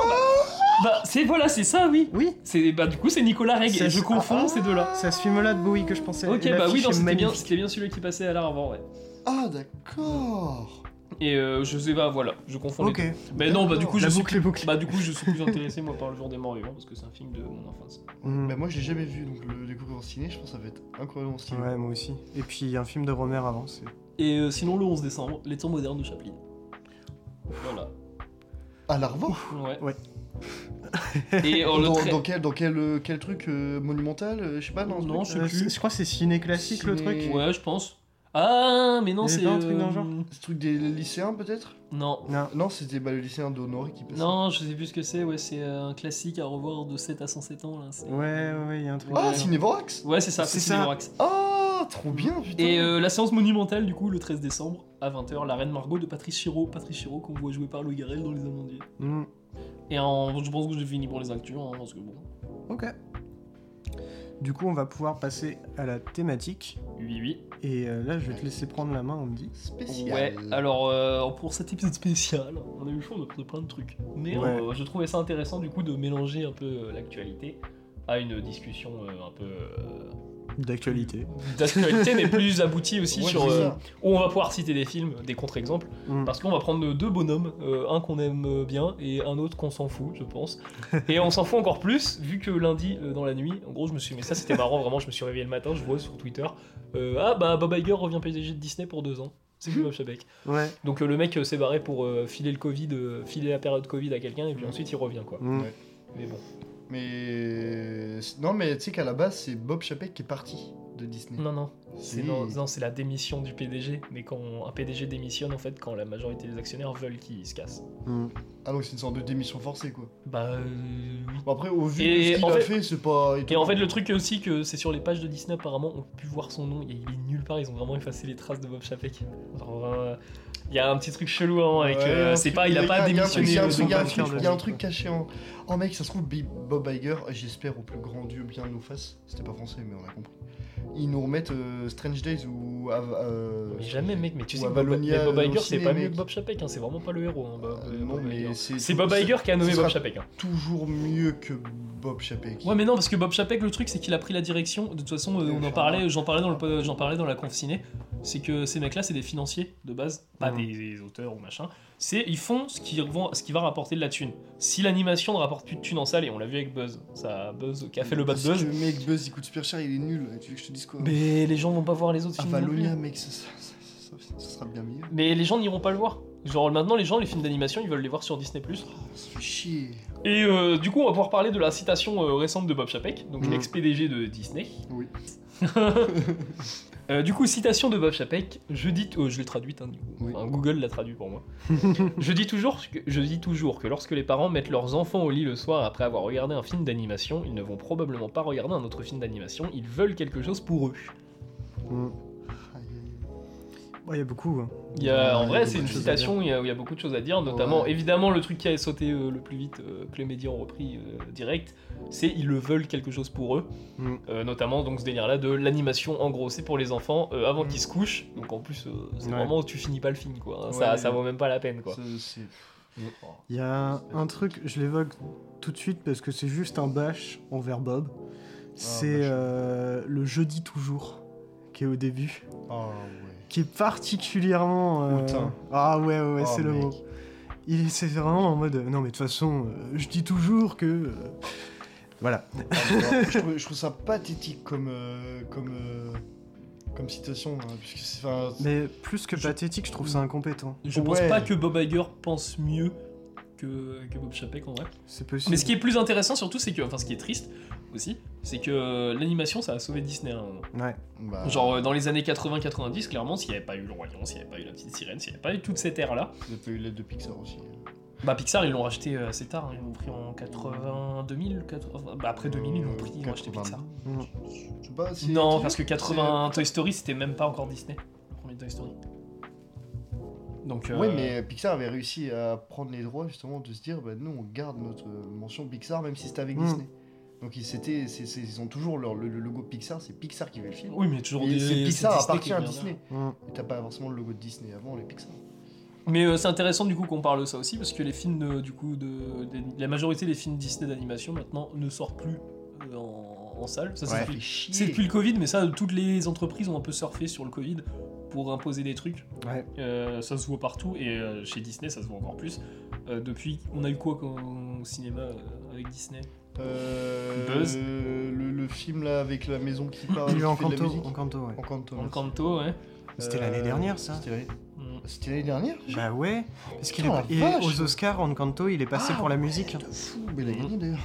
[SPEAKER 3] Bah c'est voilà, c'est ça, oui.
[SPEAKER 1] Oui
[SPEAKER 3] C'est bah du coup c'est Nicolas Reg
[SPEAKER 1] C'est-
[SPEAKER 3] et je confonds ces deux-là.
[SPEAKER 1] C'est à ce film-là de Bowie que je pensais.
[SPEAKER 3] Ok,
[SPEAKER 1] Et
[SPEAKER 3] bah oui,
[SPEAKER 1] l'affiche
[SPEAKER 3] non,
[SPEAKER 1] est
[SPEAKER 3] c'était bien,
[SPEAKER 1] magnifique.
[SPEAKER 3] c'était bien celui qui passait à l'avant, ouais.
[SPEAKER 2] Ah, d'accord.
[SPEAKER 3] Et euh, je sais pas, voilà, je confonds
[SPEAKER 1] Ok,
[SPEAKER 3] les deux. Mais non, bah du coup je
[SPEAKER 1] la
[SPEAKER 3] suis
[SPEAKER 1] boucle est bouclée.
[SPEAKER 3] bah du coup je suis plus intéressé moi par le jour des morts vivants parce que c'est un film de mon enfance.
[SPEAKER 1] Hmm.
[SPEAKER 2] Bah, moi, j'ai jamais vu, donc le découvrir en ciné, je pense que ça va être incroyablement stylé.
[SPEAKER 1] bah, Ouais, moi aussi. Et puis un film de Romer avant, c'est.
[SPEAKER 3] Et euh, sinon le 11 décembre, les temps modernes de Chaplin. Voilà.
[SPEAKER 2] À la revoir.
[SPEAKER 3] Ouais.
[SPEAKER 1] Ouais.
[SPEAKER 3] Et oh, le
[SPEAKER 2] dans,
[SPEAKER 3] trai-
[SPEAKER 2] dans quel, dans quel, euh, quel truc euh, monumental euh, Je sais pas, non,
[SPEAKER 3] Non,
[SPEAKER 2] c'est-
[SPEAKER 3] Je sais
[SPEAKER 1] Euh,
[SPEAKER 3] plus.
[SPEAKER 1] c'est- je crois que c'est ciné classique le
[SPEAKER 2] Ciné-
[SPEAKER 1] truc.
[SPEAKER 3] Ouais, je pense. Ah, mais non,
[SPEAKER 1] Il y avait
[SPEAKER 3] c'est.
[SPEAKER 1] pas un truc dans le
[SPEAKER 3] euh,
[SPEAKER 1] genre
[SPEAKER 2] c'est le truc des lycéens peut-être
[SPEAKER 3] Non.
[SPEAKER 1] Non.
[SPEAKER 2] Non, c'était bah, le lycéen d'Honoré qui passait.
[SPEAKER 3] Non, je sais plus ce que c'est, ouais, c'est euh, un classique à revoir de 7 à 107 ans là. c'est-
[SPEAKER 1] Ouais, ouais, ouais, il y a un truc.
[SPEAKER 2] Ah,
[SPEAKER 3] Ouais.
[SPEAKER 2] Cinévorax
[SPEAKER 3] Ouais, c'est ça, c'est
[SPEAKER 1] C'est
[SPEAKER 3] Ciné
[SPEAKER 1] ça.
[SPEAKER 3] Vorax.
[SPEAKER 2] Ah, trop bien, putain.
[SPEAKER 3] Et euh, la séance monumentale, du coup, le 13 décembre, à 20h, la Reine Margot de Patrice Chiraud. Patrice Chiraud qu'on voit jouer par Louis Garrel dans Les Amandiers.
[SPEAKER 1] Hmm.
[SPEAKER 3] Et en, je pense que j'ai fini pour les actus, hein, parce que bon.
[SPEAKER 1] Ok. Du coup, on va pouvoir passer à la thématique.
[SPEAKER 3] Oui, oui.
[SPEAKER 1] Et euh, là, je vais te laisser prendre la main, on me dit.
[SPEAKER 2] Spécial.
[SPEAKER 3] Ouais, alors euh, pour cet épisode spécial, on a eu le choix de prendre plein de trucs. Mais
[SPEAKER 1] Ouais.
[SPEAKER 3] euh, je trouvais ça intéressant du coup de mélanger un peu euh, l'actualité à une discussion euh, un peu euh,
[SPEAKER 1] D'actualité.
[SPEAKER 3] d'actualité mais plus aboutie aussi
[SPEAKER 2] Ouais,
[SPEAKER 3] sur
[SPEAKER 2] c'est
[SPEAKER 3] euh,
[SPEAKER 2] ça.
[SPEAKER 3] où on va pouvoir citer des films, des contre-exemples,
[SPEAKER 1] Hmm.
[SPEAKER 3] parce qu'on va prendre deux bonhommes, euh, un qu'on aime bien et un autre qu'on s'en fout, je pense. Et on s'en fout encore plus vu que lundi euh, dans la nuit, en gros je me suis, mais ça c'était marrant vraiment, je me suis réveillé le matin, je vois sur Twitter, euh, ah bah Bob Iger revient PDG de Disney pour deux ans. C'est plus Bob Chapek.
[SPEAKER 1] Ouais.
[SPEAKER 3] Donc euh, le mec euh, s'est barré pour euh, filer le Covid, euh, filer la période Covid à quelqu'un et puis
[SPEAKER 2] Mhm.
[SPEAKER 3] ensuite il revient quoi.
[SPEAKER 1] Hmm.
[SPEAKER 2] Ouais.
[SPEAKER 3] Mais bon.
[SPEAKER 2] Mais. Non, mais tu sais qu'à la base, c'est Bob Chapek qui est parti de Disney.
[SPEAKER 3] Non non, c'est
[SPEAKER 2] Si.
[SPEAKER 3] non, non, c'est la démission du PDG. Mais quand un PDG démissionne en fait, quand la majorité des actionnaires veulent qu'il se casse.
[SPEAKER 1] Hmm.
[SPEAKER 2] Ah, donc c'est une sorte de démission forcée, quoi.
[SPEAKER 3] Bah euh, oui.
[SPEAKER 2] Bon, après, au vu
[SPEAKER 3] Et
[SPEAKER 2] de ce qu'il
[SPEAKER 3] en
[SPEAKER 2] a
[SPEAKER 3] fait-
[SPEAKER 2] fait, c'est pas.
[SPEAKER 3] Et
[SPEAKER 2] étonnant.
[SPEAKER 3] en fait le truc aussi que c'est sur les pages de Disney apparemment on peut plus voir son nom. Il est nulle part. Ils ont vraiment effacé les traces de Bob Chapek. Genre, euh, Il y a un petit truc chelou hein, avec.
[SPEAKER 2] Ouais,
[SPEAKER 3] euh,
[SPEAKER 2] un
[SPEAKER 3] c'est
[SPEAKER 2] truc-
[SPEAKER 3] pas, il a
[SPEAKER 2] y
[SPEAKER 3] pas
[SPEAKER 2] y un truc-
[SPEAKER 3] démissionné.
[SPEAKER 2] Il y a un
[SPEAKER 3] euh,
[SPEAKER 2] truc- il y a un
[SPEAKER 1] de
[SPEAKER 2] truc-
[SPEAKER 1] Disney.
[SPEAKER 2] il y a un truc caché en. Oh mec, ça se trouve, Bi- Bob Iger, j'espère au plus grand Dieu bien nous fasse. C'était pas français, mais on a compris. Ils nous remettent euh, Strange Days ou. Av- euh,
[SPEAKER 3] Mais jamais mec, mais tu
[SPEAKER 2] Ou
[SPEAKER 3] sais
[SPEAKER 2] à
[SPEAKER 3] que Bob,
[SPEAKER 2] Valonia,
[SPEAKER 3] mais Bob
[SPEAKER 2] euh,
[SPEAKER 3] Iger
[SPEAKER 2] au
[SPEAKER 3] c'est
[SPEAKER 2] ciné,
[SPEAKER 3] pas mieux
[SPEAKER 2] mec.
[SPEAKER 3] que Bob Chapek, hein, c'est vraiment pas le héros. hein, Bob-
[SPEAKER 2] Euh,
[SPEAKER 3] euh,
[SPEAKER 2] non,
[SPEAKER 3] Bob Iger.
[SPEAKER 2] mais c'est.
[SPEAKER 3] C'est Bob Iger qui a nommé
[SPEAKER 2] ce
[SPEAKER 3] Bob
[SPEAKER 2] sera
[SPEAKER 3] Chapek. hein.
[SPEAKER 2] Toujours mieux que Bob Chapek.
[SPEAKER 3] Ouais mais non parce que Bob Chapek le truc c'est qu'il a pris la direction de toute façon euh, on en parlait j'en parlais dans le po- j'en parlais dans la conf ciné c'est que ces mecs là c'est des financiers de base pas
[SPEAKER 1] Mhm.
[SPEAKER 3] des, des auteurs ou machin c'est ils font ce qui vont ce qui va rapporter de la thune si l'animation ne rapporte plus de thune en salle et on l'a vu avec Buzz ça Buzz qui a fait le bad
[SPEAKER 2] Parce
[SPEAKER 3] Buzz
[SPEAKER 2] que, mec, Buzz il coûte super cher, il est nul. Tu veux que je te dise quoi
[SPEAKER 3] mais les gens vont pas voir les autres films non plus.
[SPEAKER 2] Avalonia, mec, ça, ça- ça- ça- ça sera bien mieux.
[SPEAKER 3] mais les gens n'iront pas le voir genre maintenant les gens les films d'animation ils veulent les voir sur Disney
[SPEAKER 2] Ça fait chier.
[SPEAKER 3] Et euh, du coup, on va pouvoir parler de la citation euh, récente de Bob Chapek, donc
[SPEAKER 1] Mhm.
[SPEAKER 3] l'ex-PDG de Disney.
[SPEAKER 2] Oui.
[SPEAKER 3] Euh, du coup, citation de Bob Chapek, je dis, euh, je l'ai traduite, hein, du coup.
[SPEAKER 2] Oui.
[SPEAKER 3] Enfin, Google l'a traduit pour moi. je, dis toujours que, je dis toujours que lorsque les parents mettent leurs enfants au lit le soir après avoir regardé un film d'animation, ils ne vont probablement pas regarder un autre film d'animation, ils veulent quelque chose pour eux.
[SPEAKER 1] Hmm. Ouais, il y a beaucoup. hein.
[SPEAKER 3] Il y a- en
[SPEAKER 2] Ouais, il y a
[SPEAKER 3] vrai,
[SPEAKER 2] beaucoup
[SPEAKER 3] c'est
[SPEAKER 2] de
[SPEAKER 3] une
[SPEAKER 2] choses à
[SPEAKER 3] citation, il y, a, il y a beaucoup de choses à dire, notamment,
[SPEAKER 2] Ouais.
[SPEAKER 3] évidemment, le truc qui a sauté euh, le plus vite, euh, que les médias ont repris euh, direct, c'est ils le veulent quelque chose pour eux.
[SPEAKER 1] Mm.
[SPEAKER 3] Euh, notamment, donc, ce délire-là de l'animation, en gros, c'est pour les enfants euh, avant
[SPEAKER 2] Mm.
[SPEAKER 3] qu'ils se couchent. Donc, en plus, euh, c'est
[SPEAKER 1] Ouais.
[SPEAKER 3] vraiment où tu finis pas le film, quoi. hein.
[SPEAKER 2] Ouais,
[SPEAKER 3] ça,
[SPEAKER 2] ouais.
[SPEAKER 3] ça vaut même pas la peine, quoi.
[SPEAKER 2] Ça, c'est- Oh.
[SPEAKER 1] Il y a un truc, je l'évoque tout de suite parce que c'est juste un bash envers Bob. C'est
[SPEAKER 2] bash.
[SPEAKER 1] euh, le jeudi toujours qui est au début,
[SPEAKER 2] Ah ouais.
[SPEAKER 1] qui est particulièrement. euh,
[SPEAKER 2] Hautain.
[SPEAKER 1] Ah ouais, ouais, ouais,
[SPEAKER 2] Oh,
[SPEAKER 1] c'est le
[SPEAKER 2] mec.
[SPEAKER 1] mot. Il est- c'est vraiment en mode. euh, Non mais de toute façon, euh, je dis toujours que. euh, Voilà.
[SPEAKER 2] Ah, mais alors, je, trouve, je trouve ça pathétique comme euh, comme euh, comme citation, hein, puisque c'est. enfin, c'est-
[SPEAKER 1] Mais plus que pathétique, je trouve ça incompétent.
[SPEAKER 3] Je pense
[SPEAKER 2] Ouais.
[SPEAKER 3] pas que Bob Iger pense mieux que, que Bob Chapek, en vrai.
[SPEAKER 1] C'est possible.
[SPEAKER 3] Mais ce qui est plus intéressant, surtout, c'est que, enfin, ce qui est triste aussi, c'est que euh, l'animation, ça a sauvé Disney hein. à un moment.
[SPEAKER 1] Ouais.
[SPEAKER 2] bah,
[SPEAKER 3] Genre euh, dans les années 80-90, clairement, s'il n'y avait pas eu le Royaume, s'il n'y avait pas eu la petite sirène, s'il n'y avait pas eu toute cette ère-là,
[SPEAKER 2] Il a pas eu l'aide de Pixar aussi. hein.
[SPEAKER 3] Bah Pixar ils l'ont racheté euh, assez tard, hein. ils l'ont pris en 80 2000, 80 bah, après 2000 ils l'ont pris, ils ont
[SPEAKER 2] 80.
[SPEAKER 3] acheté Pixar.
[SPEAKER 2] Euh, Je sais pas si-
[SPEAKER 3] Non
[SPEAKER 2] si-
[SPEAKER 3] parce que
[SPEAKER 2] c'est-
[SPEAKER 3] 80 Toy Story c'était même pas encore Disney, le premier Toy Story. Donc euh,
[SPEAKER 2] Ouais, mais Pixar avait réussi à prendre les droits justement de se dire, bah, nous on garde notre euh, mention Pixar même si c'était avec
[SPEAKER 1] Mm.
[SPEAKER 2] Disney. Donc ils, c'était, c'est- c'est- ils ont toujours leur- le, le logo Pixar, c'est Pixar qui fait le film.
[SPEAKER 3] oui mais toujours
[SPEAKER 2] Et
[SPEAKER 3] des
[SPEAKER 2] c'est
[SPEAKER 3] c'est
[SPEAKER 2] Pixar
[SPEAKER 3] Disney qui
[SPEAKER 2] appartient à
[SPEAKER 3] est
[SPEAKER 2] Disney.
[SPEAKER 3] derrière.
[SPEAKER 1] Mm.
[SPEAKER 2] Et T'as pas forcément le logo de Disney avant les Pixar.
[SPEAKER 3] Mais euh, c'est intéressant du coup qu'on parle de ça aussi parce que les films de- du coup de, des- la majorité des films Disney d'animation maintenant ne sortent plus euh, en, en salle. Ça c'est
[SPEAKER 2] Ça
[SPEAKER 3] depuis-
[SPEAKER 2] fait chier.
[SPEAKER 3] C'est depuis le Covid, mais ça, toutes les entreprises ont un peu surfé sur le Covid pour imposer des trucs.
[SPEAKER 1] Ouais.
[SPEAKER 3] Euh, ça se voit partout, et euh, chez Disney, ça se voit encore plus. Euh, depuis, on a eu quoi qu'au- au cinéma euh, avec Disney
[SPEAKER 2] Euh,
[SPEAKER 3] Buzz.
[SPEAKER 2] Le, le film là avec la maison qui parle. qui
[SPEAKER 1] Il est
[SPEAKER 2] fait
[SPEAKER 1] en
[SPEAKER 2] de la
[SPEAKER 1] canto,
[SPEAKER 2] musique.
[SPEAKER 1] en canto, ouais.
[SPEAKER 2] Encanto, merci.
[SPEAKER 3] Encanto, ouais.
[SPEAKER 1] C'était
[SPEAKER 2] Euh,
[SPEAKER 1] l'année dernière, ça
[SPEAKER 2] C'était l'année-
[SPEAKER 3] Mm.
[SPEAKER 2] c'était l'année dernière
[SPEAKER 1] Bah ouais, parce qu'il est,
[SPEAKER 2] Putain,
[SPEAKER 1] et
[SPEAKER 2] la vache.
[SPEAKER 1] aux Oscars, Encanto, il est passé
[SPEAKER 2] Ah
[SPEAKER 1] pour la
[SPEAKER 2] ouais,
[SPEAKER 1] musique. hein.
[SPEAKER 2] de fou, mais il a gagné d'ailleurs.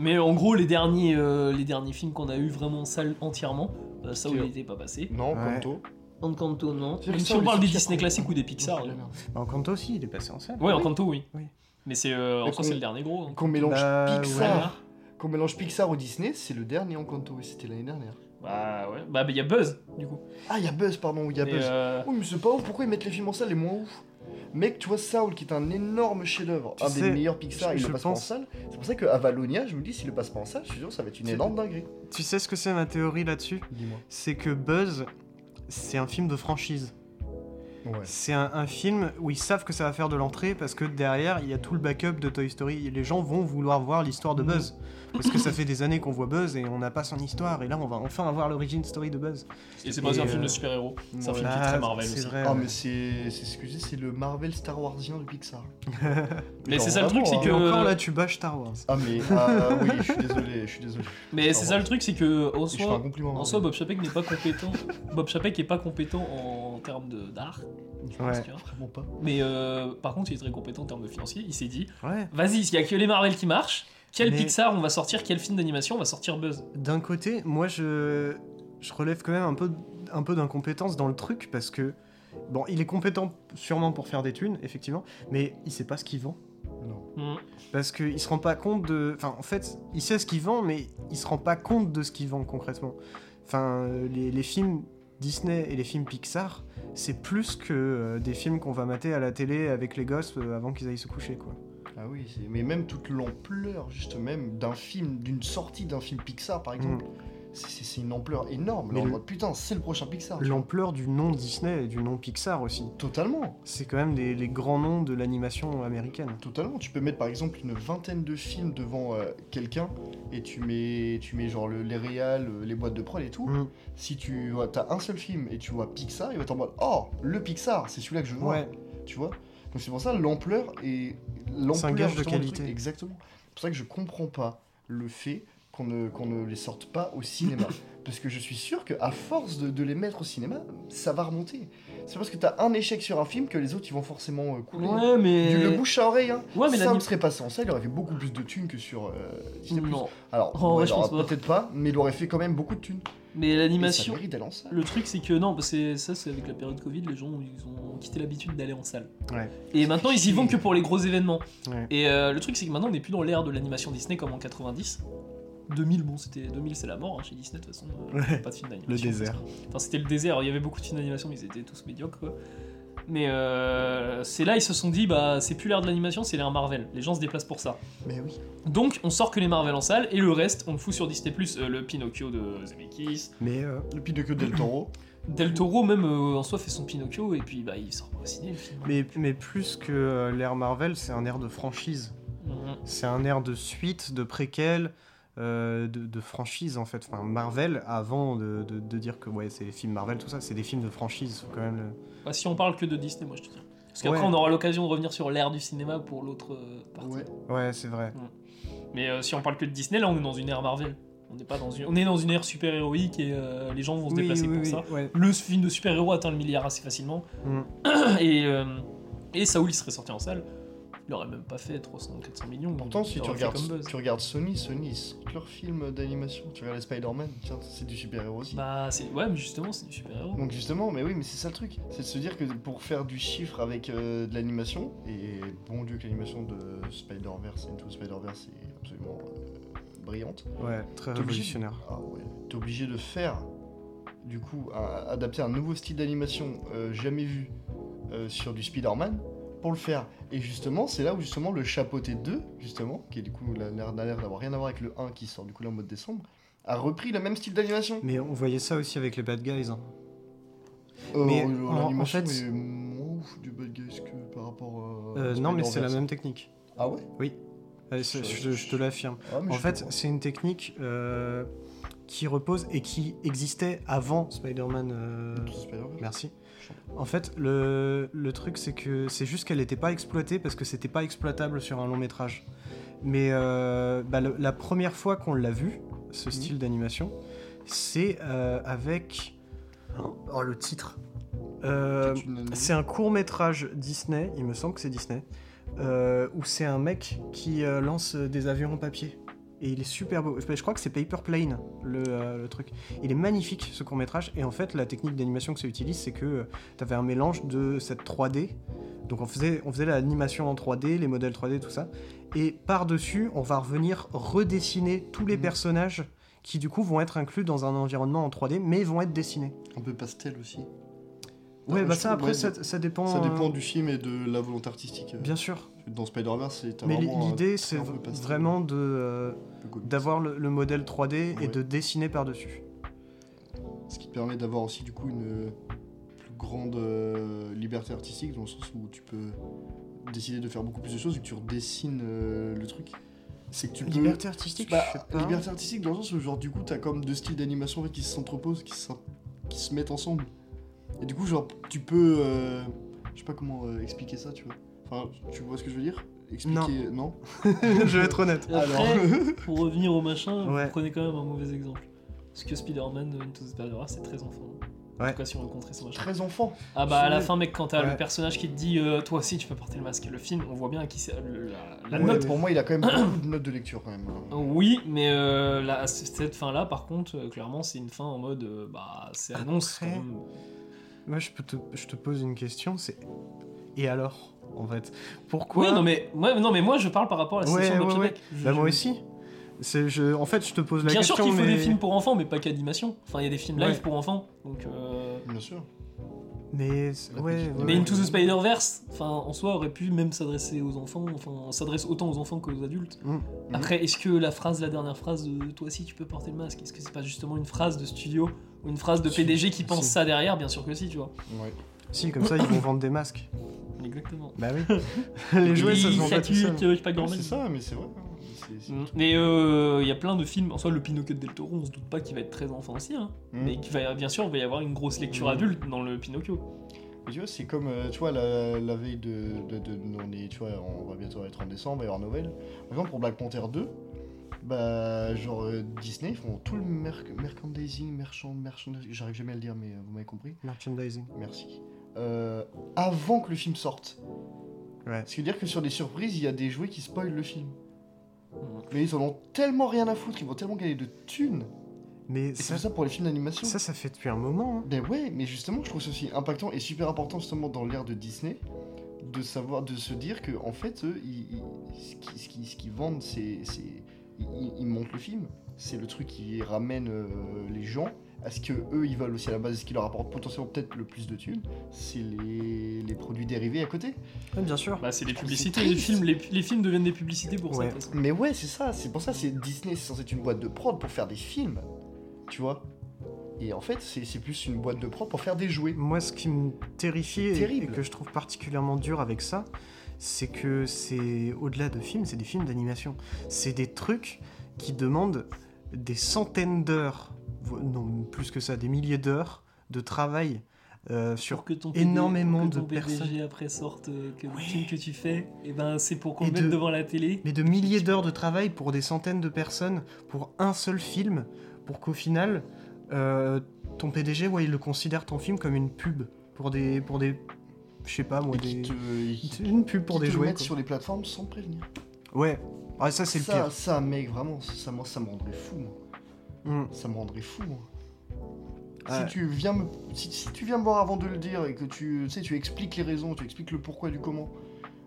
[SPEAKER 3] Mais en gros, les derniers, euh, les derniers films qu'on a eu vraiment en salle entièrement, euh, ça, on
[SPEAKER 2] C'était-
[SPEAKER 3] n'était pas passé.
[SPEAKER 2] Non,
[SPEAKER 1] Ouais.
[SPEAKER 2] Encanto.
[SPEAKER 3] Encanto, non.
[SPEAKER 2] C'est-à-dire
[SPEAKER 3] Même
[SPEAKER 2] que
[SPEAKER 3] si
[SPEAKER 2] ça,
[SPEAKER 3] on
[SPEAKER 2] on
[SPEAKER 3] parle
[SPEAKER 2] les
[SPEAKER 3] des
[SPEAKER 2] soutient
[SPEAKER 3] Disney
[SPEAKER 2] quand-
[SPEAKER 3] classiques ou des Pixar. euh,
[SPEAKER 1] Bah, Encanto aussi, il est passé en salle.
[SPEAKER 2] Oui.
[SPEAKER 3] Ouais, Encanto, oui.
[SPEAKER 1] Oui.
[SPEAKER 3] Mais c'est, euh,
[SPEAKER 2] Mais
[SPEAKER 3] en soi,
[SPEAKER 2] qu'on-
[SPEAKER 3] c'est le dernier gros. hein.
[SPEAKER 2] Qu'on mélange
[SPEAKER 1] Bah,
[SPEAKER 2] Pixar.
[SPEAKER 3] Voilà.
[SPEAKER 2] Qu'on mélange Pixar au Disney, c'est le dernier Encanto, et c'était l'année dernière.
[SPEAKER 3] Bah ouais. Bah, il y a Buzz, du coup.
[SPEAKER 2] Ah, il y a Buzz, pardon, oui, il y a
[SPEAKER 3] Mais,
[SPEAKER 2] Buzz.
[SPEAKER 3] euh,
[SPEAKER 2] Oui, mais c'est pas ouf, pourquoi ils mettent les films en salle et moins ouf Mec, tu vois Soul, qui est un énorme chef-d'œuvre,
[SPEAKER 1] Tu
[SPEAKER 2] un
[SPEAKER 1] sais,
[SPEAKER 2] des meilleurs Pixar,
[SPEAKER 1] je-
[SPEAKER 2] il
[SPEAKER 1] je
[SPEAKER 2] le passe
[SPEAKER 1] pense-
[SPEAKER 2] pas en salle. C'est pour ça que Avalonia, je me dis, s'il le passe pas en salle, je suis sûr, ça va être une
[SPEAKER 1] C'est-
[SPEAKER 2] énorme dinguerie.
[SPEAKER 1] Tu sais ce que c'est ma théorie là-dessus
[SPEAKER 2] Dis-moi.
[SPEAKER 1] C'est que Buzz, c'est un film de franchise.
[SPEAKER 2] Ouais.
[SPEAKER 3] Euh.
[SPEAKER 1] C'est un, un film où ils savent que ça va faire de l'entrée parce que derrière, il y a tout le backup de Toy Story. Les gens vont vouloir voir l'histoire de Buzz. Parce que ça fait des années qu'on voit Buzz et on n'a pas son histoire. Et là, on va enfin avoir l'origin story de Buzz.
[SPEAKER 3] Et c'est pas aussi un
[SPEAKER 1] Et,
[SPEAKER 3] film
[SPEAKER 1] euh,
[SPEAKER 3] de super-héros. C'est un film qui
[SPEAKER 1] Ah,
[SPEAKER 3] est très Marvel
[SPEAKER 1] c'est
[SPEAKER 3] aussi.
[SPEAKER 1] vrai,
[SPEAKER 2] Ah,
[SPEAKER 1] ouais.
[SPEAKER 2] mais c'est, c'est ce que je dis, c'est le Marvel Star Warsien de Pixar.
[SPEAKER 3] Mais
[SPEAKER 2] Genre,
[SPEAKER 3] c'est ça le truc,
[SPEAKER 2] vraiment,
[SPEAKER 3] c'est
[SPEAKER 2] hein.
[SPEAKER 1] Et
[SPEAKER 3] que-
[SPEAKER 1] encore là, tu bâches Star Wars.
[SPEAKER 2] Ah, mais ah, oui, je suis désolé, je suis désolé.
[SPEAKER 3] Mais c'est ça le truc, c'est que en
[SPEAKER 2] Et Je fais un
[SPEAKER 3] soi,
[SPEAKER 2] compliment. hein.
[SPEAKER 3] en
[SPEAKER 2] ouais.
[SPEAKER 3] soi, Bob Chapek n'est pas compétent. Bob Chapek est pas compétent en termes de- d'art. je pense,
[SPEAKER 1] Ouais.
[SPEAKER 3] tu vois.
[SPEAKER 2] Vraiment pas.
[SPEAKER 3] Mais euh, par contre, il est très compétent en termes de financier. Il s'est dit,
[SPEAKER 1] Ouais.
[SPEAKER 3] vas-y, il y a que les Marvel qui marchent. Quel
[SPEAKER 1] Mais-
[SPEAKER 3] Pixar on va sortir Quel film d'animation on va sortir Buzz
[SPEAKER 1] D'un côté, moi, je, je relève quand même un peu, un peu d'incompétence dans le truc parce que. Bon, il est compétent sûrement pour faire des thunes, effectivement, mais il sait pas ce qu'il vend.
[SPEAKER 2] Non.
[SPEAKER 3] Hmm.
[SPEAKER 1] Parce qu'il se rend pas compte de. Enfin, en fait, il sait ce qu'il vend, mais il se rend pas compte de ce qu'il vend concrètement. Enfin, euh, les, les films Disney et les films Pixar, c'est plus que euh, des films qu'on va mater à la télé avec les gosses euh, avant qu'ils aillent se coucher, quoi.
[SPEAKER 2] Ah oui, c'est- mais même toute l'ampleur, juste même, d'un film, d'une sortie d'un film Pixar, par
[SPEAKER 1] Mmh.
[SPEAKER 2] exemple, c'est- c'est c'est une ampleur énorme.
[SPEAKER 1] Mm. Mais
[SPEAKER 2] Là, on
[SPEAKER 1] le-
[SPEAKER 2] voit, Putain, c'est le prochain Pixar. tu vois.
[SPEAKER 1] L'ampleur du nom Disney et du nom Pixar aussi.
[SPEAKER 2] Totalement.
[SPEAKER 1] C'est quand même des- les grands noms de l'animation américaine.
[SPEAKER 2] Totalement, tu peux mettre par exemple une vingtaine de films devant euh, quelqu'un et tu mets, tu mets genre le, les réals, euh, les boîtes de prod et tout.
[SPEAKER 1] Mm.
[SPEAKER 2] Si tu vois, as un seul film et tu vois Pixar, il va être en mode Oh, le Pixar, c'est celui-là que je veux voir.
[SPEAKER 1] Ouais,
[SPEAKER 2] Tu vois Donc c'est pour ça l'ampleur et
[SPEAKER 1] C'est un
[SPEAKER 2] l'ampleur
[SPEAKER 1] gage de
[SPEAKER 2] justement du
[SPEAKER 1] qualité.
[SPEAKER 2] truc, exactement. C'est pour ça que je comprends pas le fait qu'on ne, qu'on ne les sorte pas au cinéma. parce que je suis sûr que à force de, de les mettre au cinéma, ça va remonter. C'est parce que tu as un échec sur un film que les autres ils vont forcément euh, couler.
[SPEAKER 3] Ouais, mais.
[SPEAKER 2] Du- le bouche à oreille, hein.
[SPEAKER 3] Ouais, mais
[SPEAKER 2] ça
[SPEAKER 3] l'anim-
[SPEAKER 2] serait passé en salle, il aurait fait beaucoup plus de thunes que sur euh, Disney+.
[SPEAKER 3] Non.
[SPEAKER 2] Alors,
[SPEAKER 3] Oh, ouais,
[SPEAKER 2] ouais,
[SPEAKER 3] je
[SPEAKER 2] alors,
[SPEAKER 3] pense pas.
[SPEAKER 2] peut-être pas, mais il aurait fait quand même beaucoup de thunes.
[SPEAKER 3] Mais
[SPEAKER 2] Et ça
[SPEAKER 3] l'animation.
[SPEAKER 2] mérite d'aller en salle.
[SPEAKER 3] Le truc, c'est que non, parce que ça, c'est avec la période Covid, les gens ils ont quitté l'habitude d'aller en salle.
[SPEAKER 1] Ouais.
[SPEAKER 3] Et maintenant, ils y vont que pour les gros événements.
[SPEAKER 1] Ouais.
[SPEAKER 3] Et euh, le truc, c'est que maintenant, on n'est plus dans l'ère de l'animation Disney comme en 90. 2000, bon, c'était 2000, c'est la mort hein, chez Disney de toute façon. euh,
[SPEAKER 1] Ouais.
[SPEAKER 3] Pas de film d'animation.
[SPEAKER 1] le désert.
[SPEAKER 3] Enfin, c'était le désert. Il y avait beaucoup de films d'animation, mais ils étaient tous médiocres. Quoi. Mais euh, c'est là, ils se sont dit, bah, c'est plus l'ère de l'animation, c'est l'ère Marvel. Les gens se déplacent pour ça.
[SPEAKER 2] Mais oui.
[SPEAKER 3] Donc, on sort que les Marvel en salle, et le reste, on le fout sur Disney+. Euh, le Pinocchio de Zemeckis,
[SPEAKER 1] Mais euh,
[SPEAKER 2] Le Pinocchio del Toro.
[SPEAKER 3] Del Toro même euh, en soi fait son Pinocchio et puis bah il sort pas au ciné le film.
[SPEAKER 1] Mais, mais plus que euh, l'ère Marvel, c'est un air de franchise.
[SPEAKER 3] Mhm.
[SPEAKER 1] C'est un air de suite, de préquel, euh, de, de franchise en fait. Enfin, Marvel, avant de, de- de dire que ouais, c'est les films Marvel, tout ça, c'est des films de franchise. Faut quand même le-
[SPEAKER 3] Bah, si on parle que de Disney moi je te dis. Parce qu'après
[SPEAKER 1] Ouais.
[SPEAKER 3] on aura l'occasion de revenir sur l'ère du cinéma pour l'autre euh, partie.
[SPEAKER 2] Ouais.
[SPEAKER 1] Ouais, c'est vrai.
[SPEAKER 3] Mais euh, si on parle que de Disney là on est dans une ère Marvel. On n'est pas dans une on est dans une ère super héroïque et euh, les gens vont se déplacer pour ça.
[SPEAKER 1] ouais.
[SPEAKER 3] Le film de super héros atteint le milliard assez facilement
[SPEAKER 1] Mm.
[SPEAKER 3] et euh, et Saoul il serait sorti en salle. Il aurait même pas fait 300 400 millions.
[SPEAKER 2] Pourtant,
[SPEAKER 3] il
[SPEAKER 2] si tu
[SPEAKER 3] aurait fait
[SPEAKER 2] regardes,
[SPEAKER 3] comme Buzz.
[SPEAKER 2] tu regardes Sony, Sony, ils sortent leurs films d'animation. Tu regardes les Spider-Man, tiens, c'est du super-héros aussi.
[SPEAKER 3] Bah, c'est... ouais, mais justement, c'est du super-héros.
[SPEAKER 2] Donc justement, mais oui, mais c'est ça le truc. C'est de se dire que pour faire du chiffre avec euh, de l'animation, et bon Dieu que l'animation de Spider-Verse, Into Spider-Verse est absolument euh, brillante,
[SPEAKER 1] Ouais, très
[SPEAKER 2] T'es obligé de-
[SPEAKER 1] révolutionnaire.
[SPEAKER 2] ah ouais, t'es obligé de faire, du coup, un- adapter un nouveau style d'animation euh, jamais vu euh, sur du Spider-Man pour le faire. Et justement, c'est là où justement le chapeauté 2, justement, qui est du coup la- n'a n'a l'air d'avoir rien à voir avec le 1 qui sort du coup là en mode décembre, a repris le même style d'animation.
[SPEAKER 1] Mais on voyait ça aussi avec les Bad Guys. hein.
[SPEAKER 2] Euh,
[SPEAKER 1] Mais
[SPEAKER 2] euh,
[SPEAKER 1] en-
[SPEAKER 2] l'animation
[SPEAKER 1] en fait-
[SPEAKER 2] est moins ouf du Bad Guys que par rapport à.
[SPEAKER 1] Euh, non, mais c'est la
[SPEAKER 2] Spider-Verse.
[SPEAKER 1] même technique.
[SPEAKER 2] Ah ouais
[SPEAKER 1] Euh, c'est- je, je te l'affirme.
[SPEAKER 2] Ah, mais
[SPEAKER 1] En
[SPEAKER 2] je
[SPEAKER 1] fait,
[SPEAKER 2] comprends.
[SPEAKER 1] c'est une technique euh, qui repose et qui existait avant Spider-Man. euh,
[SPEAKER 2] Into Spider-Verse.
[SPEAKER 1] Merci. En fait, le, le truc, c'est que c'est juste qu'elle n'était pas exploitée parce que c'était pas exploitable sur un long métrage. Mais euh, bah, le- la première fois qu'on l'a vu, ce style d'animation, c'est euh, avec. Oh, le titre Euh,
[SPEAKER 2] Peut-être une-
[SPEAKER 1] C'est un court métrage Disney, il me semble que c'est Disney, euh, où c'est un mec qui euh, lance des avions en papier. Et il est super beau. Je crois que c'est Paper Plane, le, euh, le truc. Il est magnifique ce court métrage. Et en fait, la technique d'animation que ça utilise, c'est que euh, t'avais un mélange de cette 3D. Donc on faisait, on faisait l'animation en 3D, les modèles 3D, tout ça. Et par-dessus, on va revenir redessiner tous les
[SPEAKER 2] Mhm.
[SPEAKER 1] personnages qui du coup vont être inclus dans un environnement en 3D, mais vont être dessinés.
[SPEAKER 2] un peu pastel aussi.
[SPEAKER 1] Ouais,
[SPEAKER 2] mais
[SPEAKER 1] bah
[SPEAKER 2] je
[SPEAKER 1] ça
[SPEAKER 2] trouve,
[SPEAKER 1] après,
[SPEAKER 2] ouais,
[SPEAKER 1] ça, ça dépend.
[SPEAKER 2] Ça dépend
[SPEAKER 1] euh,
[SPEAKER 2] du film et de la volonté artistique.
[SPEAKER 1] Bien sûr.
[SPEAKER 2] Dans Spider-Verse, c'est t'as
[SPEAKER 1] Mais
[SPEAKER 2] vraiment un-
[SPEAKER 1] l'idée, c'est
[SPEAKER 2] un peu pastel,
[SPEAKER 1] vraiment de, euh,
[SPEAKER 2] un peu comique.
[SPEAKER 1] d'avoir le, le modèle 3D et
[SPEAKER 2] Ouais.
[SPEAKER 1] de dessiner par-dessus.
[SPEAKER 2] Ce qui te permet d'avoir aussi du coup une plus grande euh, liberté artistique dans le sens où tu peux décider de faire beaucoup plus de choses et que tu redessines euh, le truc. C'est que tu peux.
[SPEAKER 1] Liberté artistique,
[SPEAKER 2] Bah,
[SPEAKER 1] je sais pas.
[SPEAKER 2] Liberté artistique dans le sens où genre du coup t'as comme deux styles d'animation en fait, qui s'entreposent, qui, s'en- qui se mettent ensemble. Et du coup genre tu peux, euh, je sais pas comment euh, expliquer ça, tu vois. Enfin tu vois ce que je veux dire Expliquer non.
[SPEAKER 1] je vais être honnête.
[SPEAKER 3] Et après, pour revenir au machin,
[SPEAKER 1] Ouais.
[SPEAKER 3] vous prenez quand même un mauvais exemple. Parce que Spider-Man euh, Into the Spider-Verse, c'est très enfant. En
[SPEAKER 1] Ouais.
[SPEAKER 3] tout cas, si on veut contrer son machin.
[SPEAKER 2] très enfant.
[SPEAKER 3] Ah bah à la
[SPEAKER 1] Ouais.
[SPEAKER 3] fin, mec, quand t'as le
[SPEAKER 1] Ouais.
[SPEAKER 3] personnage qui te dit euh, Toi aussi, tu peux porter le masque, le film, on voit bien qui c'est. le- La, la
[SPEAKER 1] Ouais,
[SPEAKER 3] note.
[SPEAKER 1] mais-
[SPEAKER 2] Pour moi il a quand même beaucoup de notes de lecture quand même.
[SPEAKER 3] Oui, mais euh, la- cette fin-là, par contre, euh, clairement, c'est une fin en mode euh, Bah, c'est
[SPEAKER 1] Ah,
[SPEAKER 3] annonce.
[SPEAKER 1] Après-
[SPEAKER 3] quand même.
[SPEAKER 1] Moi, je, peux te, je te pose une question, c'est... Et alors, en fait Pourquoi
[SPEAKER 3] Ouais, non mais, ouais, non, mais moi, je parle par rapport à la
[SPEAKER 1] Ouais,
[SPEAKER 3] situation de
[SPEAKER 1] ouais,
[SPEAKER 3] Québec. Je-
[SPEAKER 1] Bah, moi
[SPEAKER 3] je-
[SPEAKER 1] aussi. C'est, je, en fait, je te pose la
[SPEAKER 3] Bien
[SPEAKER 1] question,
[SPEAKER 3] sûr qu'il faut
[SPEAKER 1] mais...
[SPEAKER 3] des films pour enfants, mais pas qu'animation. Enfin, il y a des films live
[SPEAKER 1] Ouais.
[SPEAKER 3] pour enfants, donc. euh,
[SPEAKER 2] Bien sûr.
[SPEAKER 1] Mais, c'est-
[SPEAKER 2] La
[SPEAKER 1] ouais,
[SPEAKER 2] petite-
[SPEAKER 1] ouais,
[SPEAKER 3] Mais
[SPEAKER 1] ouais.
[SPEAKER 3] Into the Spider-Verse, enfin, en soi, aurait pu même s'adresser aux enfants, enfin, on s'adresse autant aux enfants qu'aux adultes.
[SPEAKER 1] Mm.
[SPEAKER 3] Après, est-ce que la phrase, la dernière phrase de toi aussi tu peux porter le masque, est-ce que c'est pas justement une phrase de studio ou une phrase de
[SPEAKER 2] Si,
[SPEAKER 3] PDG qui pense
[SPEAKER 1] si.
[SPEAKER 3] ça derrière Bien sûr que si, tu vois.
[SPEAKER 2] Ouais.
[SPEAKER 1] Si, comme ça, ils vont vendre des masques.
[SPEAKER 3] Exactement.
[SPEAKER 1] Bah oui. Les jouets, ça se vend pas tout seul.
[SPEAKER 3] je sais pas grand
[SPEAKER 2] c'est ça mais c'est vrai. hein. C'est- c'est-
[SPEAKER 3] Mais euh, il y a plein de films, en soi, le Pinocchio de Del Toro, on se doute pas qu'il va être très enfant aussi, hein.
[SPEAKER 2] Mm.
[SPEAKER 3] Mais qu'il va- bien sûr, il va y avoir une grosse lecture
[SPEAKER 1] Mm.
[SPEAKER 3] adulte dans le Pinocchio.
[SPEAKER 2] Mais tu vois, c'est comme, euh, tu vois, la, la veille de, de, de- On est, tu vois, on va bientôt être en décembre, il va y avoir Noël. Par exemple, pour Black Panther 2, bah, genre, euh, Disney, ils font tout le merc merchandising, merchand, merchandising, j'arrive jamais à le dire, mais euh, vous m'avez compris.
[SPEAKER 1] Merchandising.
[SPEAKER 2] Merci. Euh, avant que le film sorte.
[SPEAKER 1] Ouais.
[SPEAKER 2] Ce qui veut dire que sur des surprises, il y a des jouets qui spoilent le film. Mais ils en ont tellement rien à foutre, ils vont tellement gagner de thunes.
[SPEAKER 1] Mais
[SPEAKER 2] Et c'est
[SPEAKER 1] ça,
[SPEAKER 2] pour ça pour les films d'animation.
[SPEAKER 1] ça, ça fait depuis un moment, hein.
[SPEAKER 2] Ben ouais, mais justement, je trouve ceci impactant et super important justement dans l'ère de Disney, de savoir, de se dire que en fait, eux, ils, ils- ce qui- ce qui- ce qu'ils vendent, c'est, c'est- ils- ils, ils montent le film, c'est le truc qui ramène euh, les gens à ce que eux, ils veulent aussi à la base, ce qui leur apporte potentiellement peut-être le plus de thunes, c'est les, les produits dérivés à côté.
[SPEAKER 1] Ouais, bien sûr.
[SPEAKER 3] Bah, c'est les
[SPEAKER 2] trouve
[SPEAKER 3] publicités,
[SPEAKER 2] c'est
[SPEAKER 3] les
[SPEAKER 2] triste.
[SPEAKER 3] films, les, les films deviennent des publicités pour ça.
[SPEAKER 1] Ouais.
[SPEAKER 3] de toute façon.
[SPEAKER 2] Mais ouais, c'est ça, c'est pour ça, c'est Disney, c'est censé être une boîte de prod pour faire des films, tu vois. Et en fait, c'est, c'est plus une boîte de prod pour faire des jouets.
[SPEAKER 1] Moi, ce qui me terrifie
[SPEAKER 2] C'est
[SPEAKER 1] et, et
[SPEAKER 2] terrible.
[SPEAKER 1] que je trouve particulièrement dur avec ça, c'est que c'est au-delà de films, c'est des films d'animation. C'est des trucs qui demandent des centaines d'heures, vo- non plus que ça, des milliers d'heures de travail euh, sur
[SPEAKER 3] pour que ton
[SPEAKER 1] énormément
[SPEAKER 3] pour que
[SPEAKER 1] de
[SPEAKER 3] ton PDG
[SPEAKER 1] personnes.
[SPEAKER 3] après sorte euh, que
[SPEAKER 1] Oui.
[SPEAKER 3] le film que tu fais et ben c'est pour qu'on
[SPEAKER 1] Et
[SPEAKER 3] le mette
[SPEAKER 1] de-
[SPEAKER 3] devant la télé
[SPEAKER 1] mais de milliers d'heures de travail pour des centaines de personnes, pour un seul film, pour qu'au final, euh, ton PDG, ouais, il le considère ton film comme une pub pour des, pour des je sais pas moi,
[SPEAKER 2] Et qui
[SPEAKER 1] des...
[SPEAKER 2] te, qui
[SPEAKER 1] une pub pour
[SPEAKER 2] te
[SPEAKER 1] des
[SPEAKER 2] le
[SPEAKER 1] jouets.
[SPEAKER 2] mettent sur les plateformes sans prévenir.
[SPEAKER 1] quoi. Ouais, ah, ça c'est le
[SPEAKER 2] ça,
[SPEAKER 1] pire.
[SPEAKER 2] ça, mec, vraiment, ça, moi, ça me rendrait fou, moi.
[SPEAKER 1] Mm.
[SPEAKER 2] Ça me rendrait fou, moi.
[SPEAKER 1] Ouais.
[SPEAKER 2] Si tu viens me, si, si tu viens me voir avant de le dire et que tu, tu sais, tu expliques les raisons, tu expliques le pourquoi du comment,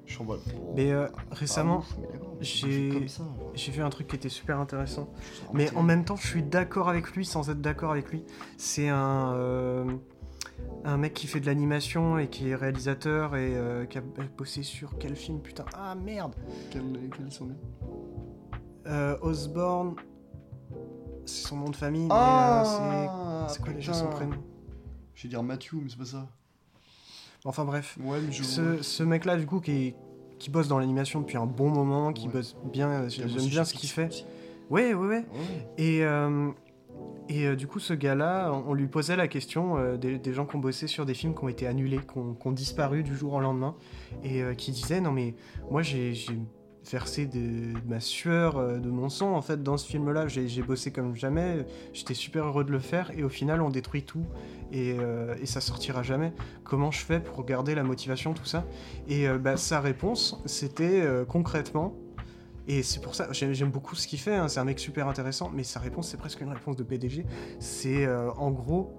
[SPEAKER 2] je suis en mode. oh,
[SPEAKER 1] Mais euh,
[SPEAKER 2] ah,
[SPEAKER 1] récemment,
[SPEAKER 2] ouf, mais d'accord, mais
[SPEAKER 1] j'ai-
[SPEAKER 2] c'est comme ça, genre,
[SPEAKER 1] j'ai vu un truc qui était super intéressant.
[SPEAKER 2] je trouve ça
[SPEAKER 1] Mais
[SPEAKER 2] vraiment
[SPEAKER 1] en même temps, je suis d'accord avec lui sans être d'accord avec lui. C'est un, euh, un mec qui fait de l'animation et qui est réalisateur et euh, qui a bossé sur quel film Putain, ah merde
[SPEAKER 2] terrible. Quel- quels sont les-
[SPEAKER 1] Euh, Osborne, c'est son nom de famille, mais euh,
[SPEAKER 2] Ah,
[SPEAKER 1] c'est. C'est quoi déjà
[SPEAKER 2] putain.
[SPEAKER 1] son prénom
[SPEAKER 2] Je vais dire Mathieu, mais c'est pas ça.
[SPEAKER 1] Enfin bref.
[SPEAKER 2] Ouais, mais je.
[SPEAKER 1] Ce, ce mec-là, du coup, qui, est- qui bosse dans l'animation depuis un bon moment, qui
[SPEAKER 2] Ouais.
[SPEAKER 1] bosse bien, euh,
[SPEAKER 2] Qui a
[SPEAKER 1] j'aime
[SPEAKER 2] bossé
[SPEAKER 1] bien
[SPEAKER 2] chez
[SPEAKER 1] ce qu'il
[SPEAKER 2] Pixar
[SPEAKER 1] fait.
[SPEAKER 2] aussi.
[SPEAKER 1] Ouais, ouais, ouais.
[SPEAKER 2] Ouais.
[SPEAKER 1] Et, euh, et euh, du coup, ce gars-là, on on lui posait la question euh, des, des gens qui ont bossé sur des films qui ont été annulés, qui ont, qui ont disparu du jour au lendemain, et euh, qui disait Non, mais moi, j'ai j'ai versé de, de ma sueur, euh, de mon sang, en fait, dans ce film-là. J'ai j'ai bossé comme jamais, j'étais super heureux de le faire, et au final, on détruit tout, et, euh, et ça sortira jamais. Comment je fais pour garder la motivation, tout ça Et euh, bah, sa réponse, c'était euh, concrètement et c'est pour ça, j'ai- j'aime beaucoup ce qu'il fait, hein, c'est un mec super intéressant, mais sa réponse, c'est presque une réponse de PDG. C'est euh, en gros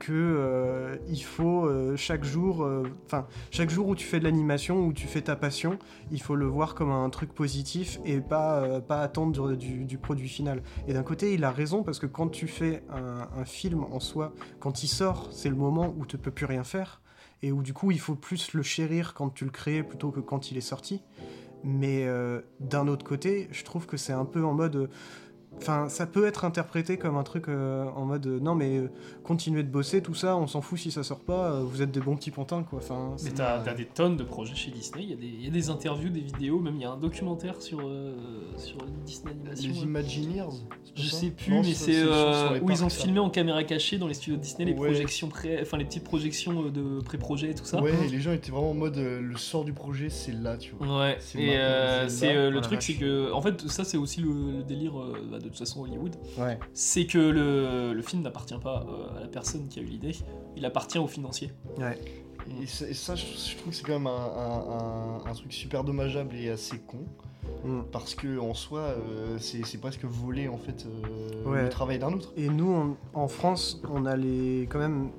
[SPEAKER 1] que euh, il faut euh, chaque jour, euh, enfin, chaque jour où tu fais de l'animation, où tu fais ta passion, il faut le voir comme un truc positif et pas, euh, pas attendre du, du- du produit final. Et d'un côté, il a raison parce que quand tu fais un, un film en soi, quand il sort, c'est le moment où tu peux plus rien faire et où du coup, il faut plus le chérir quand tu le crées plutôt que quand il est sorti. Mais euh, d'un autre côté, je trouve que c'est un peu en mode. euh, Enfin, ça peut être interprété comme un truc euh, en mode euh, non, mais euh, continuez de bosser, tout ça, on s'en fout si ça sort pas, euh, vous êtes des bons petits pantins quoi. Enfin,
[SPEAKER 3] Mais
[SPEAKER 1] c'est-
[SPEAKER 3] t'as t'as des tonnes de projets chez Disney. Il y, a des- il y a des interviews, des vidéos, même il y a un documentaire sur, euh, sur Disney Animation.
[SPEAKER 2] Les
[SPEAKER 3] là.
[SPEAKER 2] Imagineers c'est pas
[SPEAKER 3] Je
[SPEAKER 2] ça
[SPEAKER 3] sais plus,
[SPEAKER 2] Non,
[SPEAKER 3] mais
[SPEAKER 2] ça,
[SPEAKER 3] c'est
[SPEAKER 2] sur-
[SPEAKER 3] euh,
[SPEAKER 2] sur les
[SPEAKER 3] où
[SPEAKER 2] parcs,
[SPEAKER 3] ils ont
[SPEAKER 2] ça.
[SPEAKER 3] filmé en caméra cachée dans les studios de Disney les
[SPEAKER 2] Ouais.
[SPEAKER 3] projections pré... enfin les petites projections euh, de pré-projet et tout ça.
[SPEAKER 2] Ouais, et les gens étaient vraiment en mode euh, le sort du projet, c'est là, tu vois.
[SPEAKER 3] Ouais,
[SPEAKER 2] C'est
[SPEAKER 3] et
[SPEAKER 2] marrant,
[SPEAKER 3] euh,
[SPEAKER 2] c'est
[SPEAKER 3] c'est
[SPEAKER 2] là.
[SPEAKER 3] euh,
[SPEAKER 1] Oh
[SPEAKER 3] le
[SPEAKER 1] la
[SPEAKER 3] truc,
[SPEAKER 1] vache.
[SPEAKER 3] c'est que. En fait, ça, c'est aussi le, le délire euh, bah, de toute façon Hollywood.
[SPEAKER 1] Ouais.
[SPEAKER 3] C'est que le, le film n'appartient pas euh, à la personne qui a eu l'idée, il appartient aux financiers.
[SPEAKER 1] Mm,
[SPEAKER 2] Et, ça- et ça, je, je trouve que c'est quand même un, un- un- un truc super dommageable et assez con.
[SPEAKER 1] Mm.
[SPEAKER 2] Parce que en soi, euh, c'est c'est presque voler en fait euh,
[SPEAKER 1] Ouais.
[SPEAKER 2] le travail d'un autre.
[SPEAKER 1] Et nous, on- en France, on a les, quand même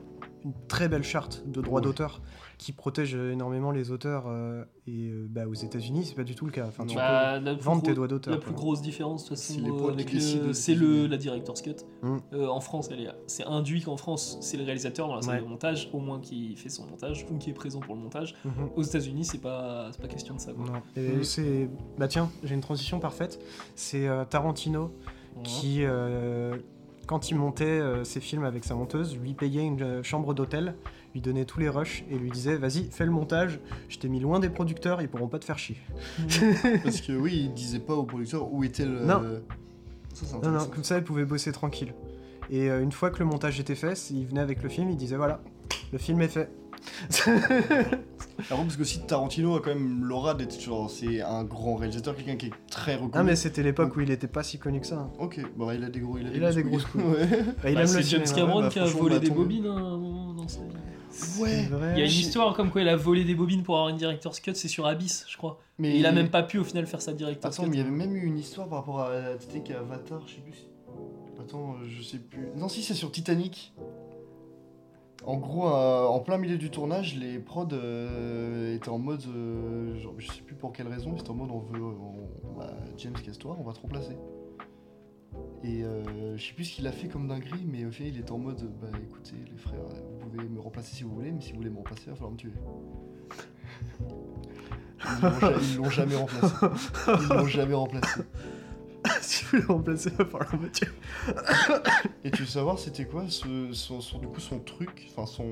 [SPEAKER 1] une très belle charte de droit
[SPEAKER 2] Ouais.
[SPEAKER 1] d'auteur qui protège énormément les auteurs. euh, et euh, bah, aux États-Unis, c'est pas du tout le cas. Enfin, tu
[SPEAKER 3] Bah, la
[SPEAKER 1] peux
[SPEAKER 3] plus
[SPEAKER 1] vendre tes
[SPEAKER 3] gros-
[SPEAKER 1] droits
[SPEAKER 3] La
[SPEAKER 1] d'auteur.
[SPEAKER 3] plus
[SPEAKER 1] quoi.
[SPEAKER 3] grosse différence, de toute
[SPEAKER 2] C'est
[SPEAKER 3] façon,
[SPEAKER 2] les
[SPEAKER 3] euh,
[SPEAKER 2] potes qui
[SPEAKER 3] avec
[SPEAKER 2] décident
[SPEAKER 3] le,
[SPEAKER 2] de
[SPEAKER 3] c'est
[SPEAKER 2] décider.
[SPEAKER 3] le, la director's cut.
[SPEAKER 1] Mm.
[SPEAKER 3] Euh, en France, elle est- c'est induit qu'en France, c'est le réalisateur dans la salle
[SPEAKER 1] Ouais.
[SPEAKER 3] de montage, au moins qui fait son montage ou qui est présent pour le montage.
[SPEAKER 1] Mhm.
[SPEAKER 3] Aux États-Unis, c'est pas, c'est pas question de ça. quoi.
[SPEAKER 1] Non. Et
[SPEAKER 2] Mm.
[SPEAKER 1] c'est. Bah tiens, j'ai une transition parfaite. C'est euh, Tarantino qui, euh, quand il montait euh, ses films avec sa monteuse, lui payait une euh, chambre d'hôtel, lui donnait tous les rushs et lui disait Vas-y, fais le montage, je t'ai mis loin des producteurs, ils pourront pas te faire chier.
[SPEAKER 2] parce que oui, ils disaient pas au producteur où était le.
[SPEAKER 1] Non.
[SPEAKER 2] Ça, c'est
[SPEAKER 1] Non, non,
[SPEAKER 2] intéressant.
[SPEAKER 1] comme ça, elle pouvait bosser tranquille. Et euh, une fois que le montage était fait, il venait avec le film, il disait voilà, le film est fait.
[SPEAKER 2] Après, parce que aussi Tarantino a quand même l'aura d'être genre, c'est un grand réalisateur, quelqu'un qui est très reconnu.
[SPEAKER 1] Ah, mais c'était l'époque où il était pas si connu que ça. hein.
[SPEAKER 2] Ok, bon, il a des gros, il a
[SPEAKER 1] Il a des grosses couilles.
[SPEAKER 2] Ouais.
[SPEAKER 1] Bah, il
[SPEAKER 3] Bah,
[SPEAKER 1] aime le
[SPEAKER 3] c'est James
[SPEAKER 1] cinéma.
[SPEAKER 3] Cameron
[SPEAKER 2] ouais, bah,
[SPEAKER 3] qui a
[SPEAKER 2] franchement,
[SPEAKER 3] volé
[SPEAKER 2] bah,
[SPEAKER 3] des
[SPEAKER 2] tant
[SPEAKER 3] bobines hein, à un moment dans sa vie.
[SPEAKER 1] C'est
[SPEAKER 2] Ouais.
[SPEAKER 1] vrai.
[SPEAKER 3] Il y a une histoire comme quoi il a volé des bobines pour avoir une director's cut, c'est sur Abyss, je crois.
[SPEAKER 2] Mais
[SPEAKER 3] Et il a même pas pu au final faire sa director's
[SPEAKER 2] Attends,
[SPEAKER 3] cut.
[SPEAKER 2] mais il y avait même eu une histoire par rapport à la Titanic et Avatar, je sais plus. si- Attends, euh, je sais plus. Non, si, c'est sur Titanic. En gros, euh, en plein milieu du tournage, les prods euh, étaient en mode. euh, genre, je sais plus pour quelle raison, ils étaient en mode on veut. on- bah, James Castor, on va te remplacer. Et euh, je sais plus ce qu'il a fait comme dinguerie, mais au final, il était en mode bah écoutez, les frères, euh, vous pouvez me remplacer si vous voulez, mais si vous voulez me remplacer, il va falloir me tuer. Ils l'ont ja- Ils l'ont jamais remplacé. Ils l'ont jamais remplacé.
[SPEAKER 1] si vous voulez remplacer la parole en voiture.
[SPEAKER 2] Et tu veux savoir c'était quoi ce, son, son- du coup son truc, enfin son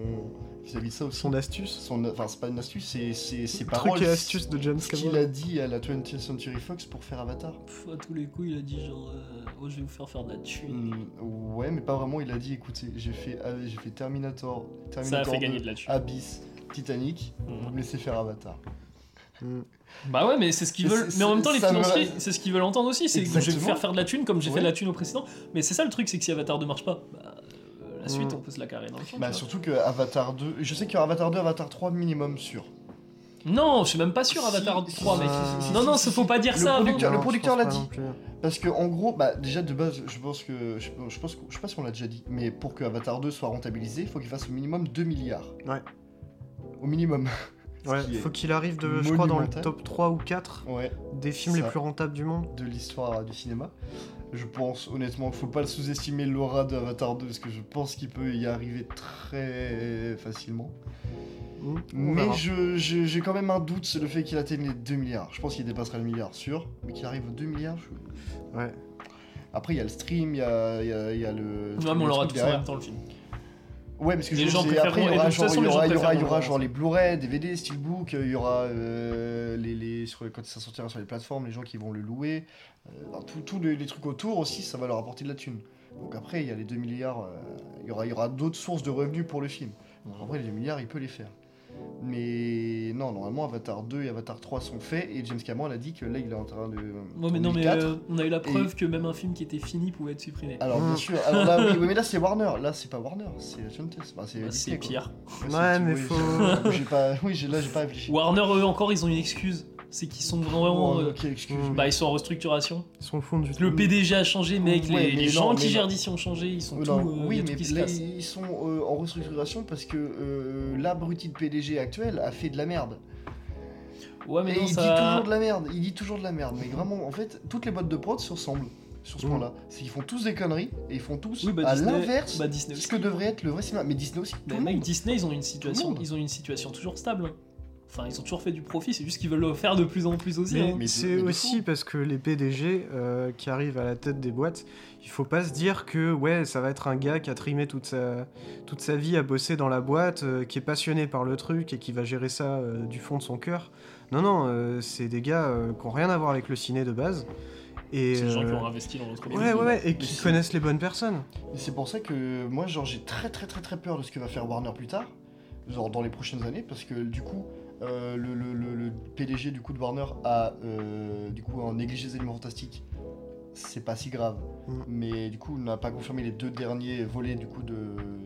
[SPEAKER 2] vis-à-vis de ça aussi.
[SPEAKER 1] Son astuce.
[SPEAKER 2] Son- enfin c'est pas une astuce, c'est c'est ses paroles.
[SPEAKER 1] Truc et astuce de James
[SPEAKER 2] Ce qu'il
[SPEAKER 1] Cameron.
[SPEAKER 2] a dit à la 20th Century Fox pour faire Avatar.
[SPEAKER 3] Pff, à tous les coups, il a dit genre, euh, oh, je vais vous faire faire de la thune.
[SPEAKER 2] Hmm, ouais, mais pas vraiment. Il a dit écoutez, j'ai fait ah, j'ai fait Terminator,
[SPEAKER 3] Ça a
[SPEAKER 2] Terminator
[SPEAKER 3] fait
[SPEAKER 2] 2,
[SPEAKER 3] gagner de la thune.
[SPEAKER 2] Abyss, Titanic.
[SPEAKER 3] Mhm.
[SPEAKER 2] Vous me laissez faire Avatar.
[SPEAKER 1] Mm.
[SPEAKER 3] Bah ouais, mais c'est ce qu'ils
[SPEAKER 2] Mais
[SPEAKER 3] veulent.
[SPEAKER 2] c'est-
[SPEAKER 3] Mais en même temps, les
[SPEAKER 2] ça me-
[SPEAKER 3] financiers, c'est ce qu'ils veulent entendre aussi. C'est que je vais vous
[SPEAKER 2] Exactement.
[SPEAKER 3] faire faire de la thune comme j'ai fait
[SPEAKER 2] Ouais.
[SPEAKER 3] de la thune au précédent. Mais c'est ça le truc, c'est que si Avatar ne marche pas, bah, euh, la suite,
[SPEAKER 1] Mm.
[SPEAKER 3] on peut se la carrer dans le fond.
[SPEAKER 2] Bah,
[SPEAKER 3] tu vois.
[SPEAKER 2] surtout que Avatar 2. Je sais qu'il y aura Avatar 2, Avatar 3 minimum sûr.
[SPEAKER 3] Non, je suis même pas sûr,
[SPEAKER 2] Si,
[SPEAKER 3] Avatar
[SPEAKER 2] si,
[SPEAKER 3] 3,
[SPEAKER 1] si,
[SPEAKER 3] mec.
[SPEAKER 1] si, si, si,
[SPEAKER 3] Non, non,
[SPEAKER 2] si,
[SPEAKER 3] ça faut
[SPEAKER 2] si.
[SPEAKER 3] pas dire
[SPEAKER 2] Le
[SPEAKER 3] ça. hein. non.
[SPEAKER 2] producteur- le producteur l'a dit.
[SPEAKER 1] dit.
[SPEAKER 2] Parce que en gros, bah déjà de base, je pense que je, je pense que- je sais pas si on l'a déjà dit, mais pour que Avatar 2 soit rentabilisé, il faut qu'il fasse au minimum 2 milliards.
[SPEAKER 1] Ouais.
[SPEAKER 2] Au minimum. Ce
[SPEAKER 1] Ouais,
[SPEAKER 2] qui est-
[SPEAKER 1] faut qu'il arrive, de, je crois, dans le
[SPEAKER 2] monumental.
[SPEAKER 1] top 3 ou 4
[SPEAKER 2] Ouais,
[SPEAKER 1] des films
[SPEAKER 2] Ça.
[SPEAKER 1] les plus rentables du monde.
[SPEAKER 2] de l'histoire du cinéma. Je pense honnêtement qu'il faut pas le sous-estimer l'aura d'Avatar 2 parce que je pense qu'il peut y arriver très facilement.
[SPEAKER 1] Mm, on
[SPEAKER 2] Mais
[SPEAKER 1] verra.
[SPEAKER 2] je- je- j'ai quand même un doute sur le fait qu'il atteigne les 2 milliards. Je pense qu'il dépassera le milliard, sûr. Mais qu'il arrive aux 2 milliards, je-
[SPEAKER 1] Ouais.
[SPEAKER 2] Après, il y a le stream, il y a, il y a- il y a le.
[SPEAKER 3] Ouais, mais on
[SPEAKER 2] le
[SPEAKER 3] l'aura
[SPEAKER 2] truc
[SPEAKER 3] tous en
[SPEAKER 2] derrière.
[SPEAKER 3] même temps le film.
[SPEAKER 2] Ouais, parce que
[SPEAKER 3] Les
[SPEAKER 2] je veux
[SPEAKER 3] gens
[SPEAKER 2] dire, c'est-
[SPEAKER 3] préfèrent-
[SPEAKER 2] après, il y
[SPEAKER 3] et de
[SPEAKER 2] aura,
[SPEAKER 3] toute
[SPEAKER 2] genre,
[SPEAKER 3] façon,
[SPEAKER 2] il y
[SPEAKER 3] les gens
[SPEAKER 2] aura, il y aura,
[SPEAKER 3] préfèrent
[SPEAKER 2] il y aura,
[SPEAKER 3] le
[SPEAKER 2] genre les Blu-ray, DVD, Steelbook, il y aura euh, les, les- sur, quand ça sortira sur les plateformes, les gens qui vont le louer. Euh, ben, Tous tous les, les trucs autour aussi, ça va leur apporter de la thune. Donc après, il y a les 2 milliards, euh, il y aura, il y aura d'autres sources de revenus pour le film. Donc après, les 2 milliards, il peut les faire. Mais non, normalement, Avatar 2 et Avatar 3 sont faits, et James Cameron a dit que là, il est en train de.
[SPEAKER 3] Ouais, mais non, mais
[SPEAKER 2] 2004.
[SPEAKER 3] euh, on a eu la preuve que même un film qui était fini pouvait être supprimé.
[SPEAKER 2] Alors
[SPEAKER 1] Hmm.
[SPEAKER 2] bien sûr, alors là, oui, oui, mais là c'est Warner, là c'est pas Warner, c'est Juntess, enfin, c'est
[SPEAKER 3] Bah,
[SPEAKER 2] Disney,
[SPEAKER 3] c'est
[SPEAKER 2] quoi.
[SPEAKER 3] pire.
[SPEAKER 1] Ouais,
[SPEAKER 2] c'est-
[SPEAKER 1] mais
[SPEAKER 2] oui,
[SPEAKER 1] faut-
[SPEAKER 2] je- j'ai pas, oui, j'ai- là j'ai pas réfléchi.
[SPEAKER 3] Warner, eux, encore, ils ont une excuse. C'est qu'ils sont vraiment.
[SPEAKER 2] Bon,
[SPEAKER 3] euh,
[SPEAKER 2] ok, excuse.
[SPEAKER 1] hmm.
[SPEAKER 3] Bah, ils sont en restructuration.
[SPEAKER 1] Ils sont au fond du
[SPEAKER 3] Le PDG a changé, mec.
[SPEAKER 2] Mm. Ouais,
[SPEAKER 3] les les
[SPEAKER 2] mais
[SPEAKER 3] gens
[SPEAKER 2] non, mais
[SPEAKER 3] qui
[SPEAKER 2] non.
[SPEAKER 3] gèrent d'ici ont changé. Ils sont
[SPEAKER 2] Oui,
[SPEAKER 3] tous.
[SPEAKER 2] non,
[SPEAKER 3] euh, y
[SPEAKER 2] oui,
[SPEAKER 3] a tout
[SPEAKER 2] mais
[SPEAKER 3] qui se
[SPEAKER 2] là,
[SPEAKER 3] casse.
[SPEAKER 2] ils sont euh, en restructuration parce que euh, l'abruti de PDG actuel a fait de la merde.
[SPEAKER 3] Ouais, Ah, mais
[SPEAKER 2] Et
[SPEAKER 3] non,
[SPEAKER 2] il
[SPEAKER 3] ça.
[SPEAKER 2] dit toujours de la merde, il dit toujours de la merde. Mais vraiment, en fait, toutes les boîtes de prod se ressemblent sur ce
[SPEAKER 1] Hmm.
[SPEAKER 2] point-là. C'est qu'ils font tous des conneries et ils font tous
[SPEAKER 3] Mm. Oui, bah,
[SPEAKER 2] à
[SPEAKER 3] Disney-
[SPEAKER 2] l'inverse
[SPEAKER 3] Bah, Disney
[SPEAKER 2] ce
[SPEAKER 3] aussi.
[SPEAKER 2] que devrait être le vrai cinéma. Mais Disney aussi, tout
[SPEAKER 3] Mais
[SPEAKER 2] le
[SPEAKER 3] mec,
[SPEAKER 2] monde.
[SPEAKER 3] Disney, ils ont une situation,
[SPEAKER 2] monde.
[SPEAKER 3] ils ont une situation toujours stable. hein. Enfin, ils ont toujours fait du profit, c'est juste qu'ils veulent le faire de plus en plus aussi.
[SPEAKER 1] Mais,
[SPEAKER 3] hein.
[SPEAKER 2] mais de-
[SPEAKER 1] c'est
[SPEAKER 2] mais de fou.
[SPEAKER 1] aussi parce que les PDG euh, qui arrivent à la tête des boîtes, il faut pas se dire que ouais, ça va être un gars qui a trimé toute sa, toute sa vie à bosser dans la boîte, euh, qui est passionné par le truc et qui va gérer ça euh, du fond de son cœur. Non, non, euh, c'est des gars euh, qui ont rien à voir avec le ciné de base. Et,
[SPEAKER 3] C'est les gens qui
[SPEAKER 1] euh,
[SPEAKER 3] ont investi dans l'entreprise.
[SPEAKER 1] ouais, ouais, ouais, et
[SPEAKER 2] Mais
[SPEAKER 1] qui
[SPEAKER 2] c'est-
[SPEAKER 1] connaissent les bonnes personnes.
[SPEAKER 2] Et c'est pour ça que moi, genre, j'ai très très très très peur de ce que va faire Warner plus tard, genre dans les prochaines années, parce que du coup, euh, le, le- le- le PDG du coup de Warner a euh, du coup en négligé les éléments fantastiques. C'est pas si grave,
[SPEAKER 1] Mm.
[SPEAKER 2] mais du coup, on n'a pas confirmé les deux derniers volets du coup de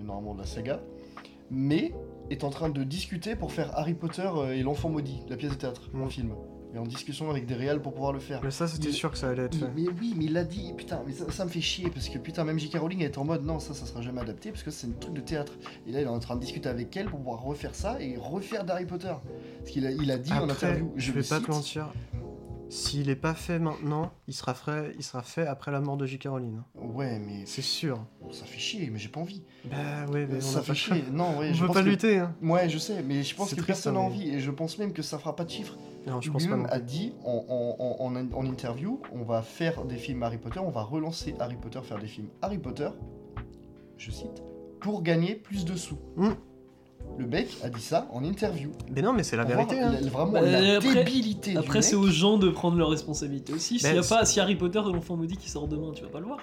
[SPEAKER 2] normalement de la saga, mais est en train de discuter pour faire Harry Potter euh, et l'enfant maudit, la pièce de théâtre,
[SPEAKER 1] Mm.
[SPEAKER 2] en film. Et en discussion avec des réals pour pouvoir le faire.
[SPEAKER 1] Mais ça, c'était
[SPEAKER 2] Mais-
[SPEAKER 1] sûr que ça allait être fait.
[SPEAKER 2] Mais, mais oui, mais il l'a dit, putain, mais ça, ça me fait chier parce que putain, même J.K. Rowling elle est en mode non, ça, ça sera jamais adapté parce que c'est un truc de théâtre. Et là, il est en train de discuter avec elle pour pouvoir refaire ça et refaire d'Harry Potter. Parce qu'il a, il a dit en
[SPEAKER 1] Après,
[SPEAKER 2] interview,
[SPEAKER 1] je
[SPEAKER 2] le
[SPEAKER 1] vais pas
[SPEAKER 2] cite,
[SPEAKER 1] te mentir. S'il est pas fait maintenant, il sera fait, il sera fait après la mort de J. Caroline.
[SPEAKER 2] Ouais, mais
[SPEAKER 1] C'est sûr.
[SPEAKER 2] ça fait chier, mais j'ai pas envie.
[SPEAKER 1] Bah ouais, mais on
[SPEAKER 2] ça
[SPEAKER 1] a
[SPEAKER 2] fait
[SPEAKER 1] pas
[SPEAKER 2] chier. Non, ouais,
[SPEAKER 1] On
[SPEAKER 2] je
[SPEAKER 1] peut
[SPEAKER 2] pense
[SPEAKER 1] pas
[SPEAKER 2] que-
[SPEAKER 1] lutter, hein.
[SPEAKER 2] Ouais, je sais, mais je pense
[SPEAKER 1] C'est
[SPEAKER 2] que
[SPEAKER 1] triste,
[SPEAKER 2] personne n'a
[SPEAKER 1] hein,
[SPEAKER 2] envie et je pense même que ça fera pas de chiffres.
[SPEAKER 1] Non, Hein, je pense pas
[SPEAKER 2] Lui-même
[SPEAKER 1] non plus.
[SPEAKER 2] a dit en, en- en- en- en interview on va faire des films Harry Potter, on va relancer Harry Potter, faire des films Harry Potter, je cite, pour gagner plus de sous.
[SPEAKER 1] Mm.
[SPEAKER 2] Le mec a dit ça en interview.
[SPEAKER 1] Mais non, mais c'est la
[SPEAKER 2] Pour
[SPEAKER 1] vérité,
[SPEAKER 2] voir
[SPEAKER 1] hein.
[SPEAKER 2] la- vraiment
[SPEAKER 3] Bah,
[SPEAKER 2] la
[SPEAKER 3] après-
[SPEAKER 2] débilité du
[SPEAKER 3] Après,
[SPEAKER 2] mec.
[SPEAKER 3] c'est aux gens de prendre leurs responsabilités aussi. S'il
[SPEAKER 1] Ben,
[SPEAKER 3] y a
[SPEAKER 1] c'est-
[SPEAKER 3] pas, si Harry Potter et l'enfant maudit qui sort demain, tu vas pas le voir.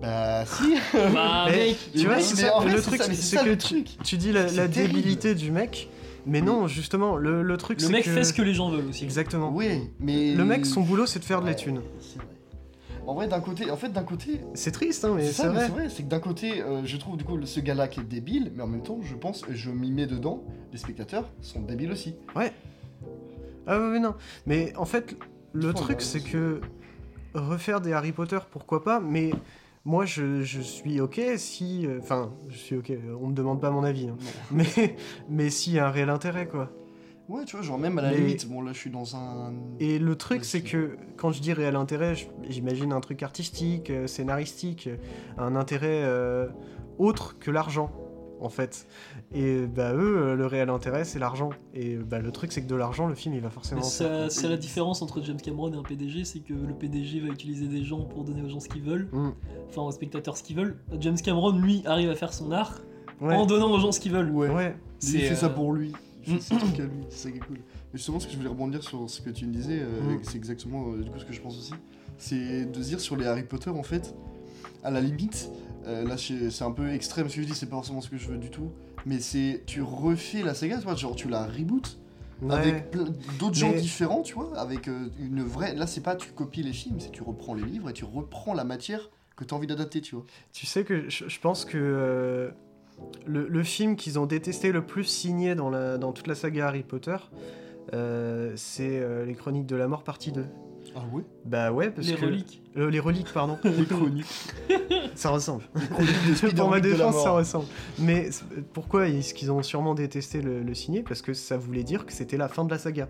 [SPEAKER 2] Bah si.
[SPEAKER 3] Bah,
[SPEAKER 1] Mais-
[SPEAKER 3] mec,
[SPEAKER 1] Tu vois,
[SPEAKER 2] Mais-
[SPEAKER 1] c'est
[SPEAKER 2] mais
[SPEAKER 1] ça.
[SPEAKER 2] en fait,
[SPEAKER 1] le
[SPEAKER 2] c'est
[SPEAKER 1] truc,
[SPEAKER 2] ça, mais
[SPEAKER 1] c'est
[SPEAKER 2] ça,
[SPEAKER 1] que
[SPEAKER 2] le
[SPEAKER 1] tu, tu dis la,
[SPEAKER 2] C'est
[SPEAKER 1] la
[SPEAKER 2] terrible.
[SPEAKER 1] débilité du mec, mais non, justement, le, le truc,
[SPEAKER 3] le
[SPEAKER 1] c'est
[SPEAKER 3] mec
[SPEAKER 1] que-
[SPEAKER 3] fait ce que les gens veulent aussi. hein.
[SPEAKER 1] Exactement.
[SPEAKER 2] Oui, mais
[SPEAKER 1] Le mec, son boulot, c'est de faire de la
[SPEAKER 2] Ouais,
[SPEAKER 1] thune.
[SPEAKER 2] c'est vrai. En vrai, d'un côté, en fait, d'un côté,
[SPEAKER 1] C'est triste, hein, mais
[SPEAKER 2] C'est ça,
[SPEAKER 1] c'est
[SPEAKER 2] mais
[SPEAKER 1] vrai.
[SPEAKER 2] c'est vrai, c'est que d'un côté, euh, je trouve du coup le- ce gars-là qui est débile, mais en même temps, je pense, je m'y mets dedans, les spectateurs sont débiles aussi.
[SPEAKER 1] Ah ouais, mais non. Mais en fait, le
[SPEAKER 2] Ils font
[SPEAKER 1] truc,
[SPEAKER 2] la-
[SPEAKER 1] c'est que refaire des Harry Potter, pourquoi pas, mais moi, je, je suis OK si... euh, Enfin, je suis OK, on me demande pas mon avis. hein. Mais, mais s'il y a un réel intérêt, quoi.
[SPEAKER 2] Ouais, tu vois, genre même à la
[SPEAKER 1] Mais-
[SPEAKER 2] limite, bon là je suis dans un.
[SPEAKER 1] Et le truc, c'est
[SPEAKER 2] Aussi.
[SPEAKER 1] que quand je dis réel intérêt, je- j'imagine un truc artistique, euh, scénaristique, euh, un intérêt euh, autre que l'argent, en fait. Et bah, eux, euh, le réel intérêt, c'est l'argent. Et bah, le truc, c'est que de l'argent, le film, il va forcément.
[SPEAKER 3] Mais
[SPEAKER 1] en faire,
[SPEAKER 3] ça-
[SPEAKER 1] quoi.
[SPEAKER 3] C'est la différence entre James Cameron et un PDG, c'est que le PDG va utiliser des gens pour donner aux gens ce qu'ils veulent,
[SPEAKER 2] Hmm.
[SPEAKER 1] Mm.
[SPEAKER 3] enfin aux spectateurs ce qu'ils veulent. James Cameron, lui, arrive à faire son art
[SPEAKER 1] Ouais.
[SPEAKER 3] en donnant aux gens ce qu'ils veulent.
[SPEAKER 2] Ouais, hum,
[SPEAKER 1] Ouais.
[SPEAKER 2] il fait
[SPEAKER 3] euh,
[SPEAKER 2] ça pour lui, il
[SPEAKER 3] Mm.
[SPEAKER 2] fait ses trucs à lui, c'est ça qui est cool. Et justement, ce que je voulais rebondir sur ce que tu me disais, euh,
[SPEAKER 1] Mm.
[SPEAKER 2] c'est exactement euh, du coup ce que je pense aussi, c'est de se dire sur les Harry Potter en fait, à la limite, euh, là c'est c'est un peu extrême ce que je dis, c'est pas forcément ce que je veux du tout, mais c'est tu refais la saga, tu vois, genre tu la reboot.
[SPEAKER 1] Ouais.
[SPEAKER 2] avec plein d'autres gens
[SPEAKER 1] Mais-
[SPEAKER 2] différents, tu vois, avec euh, une vraie. Là, c'est pas tu copies les films, c'est tu reprends les livres et tu reprends la matière que t'as envie d'adapter, tu vois.
[SPEAKER 1] Tu sais que je, je pense que euh, le, le film qu'ils ont détesté le plus signé dans, la, dans toute la saga Harry Potter, euh, c'est euh, Les Chroniques de la Mort partie 2.
[SPEAKER 2] Ah ouais
[SPEAKER 1] Bah ouais, parce
[SPEAKER 3] Les
[SPEAKER 1] que.
[SPEAKER 3] reliques.
[SPEAKER 1] Euh, les reliques, pardon.
[SPEAKER 2] Les chroniques.
[SPEAKER 1] ça ressemble.
[SPEAKER 2] Les chroniques des
[SPEAKER 1] Pour ma
[SPEAKER 2] Spider-Man de la
[SPEAKER 1] défense, ça
[SPEAKER 2] mort.
[SPEAKER 1] ressemble. Mais c'est- pourquoi est-ce qu'ils ont sûrement détesté le, le signé Parce que ça voulait dire que c'était la fin de la saga.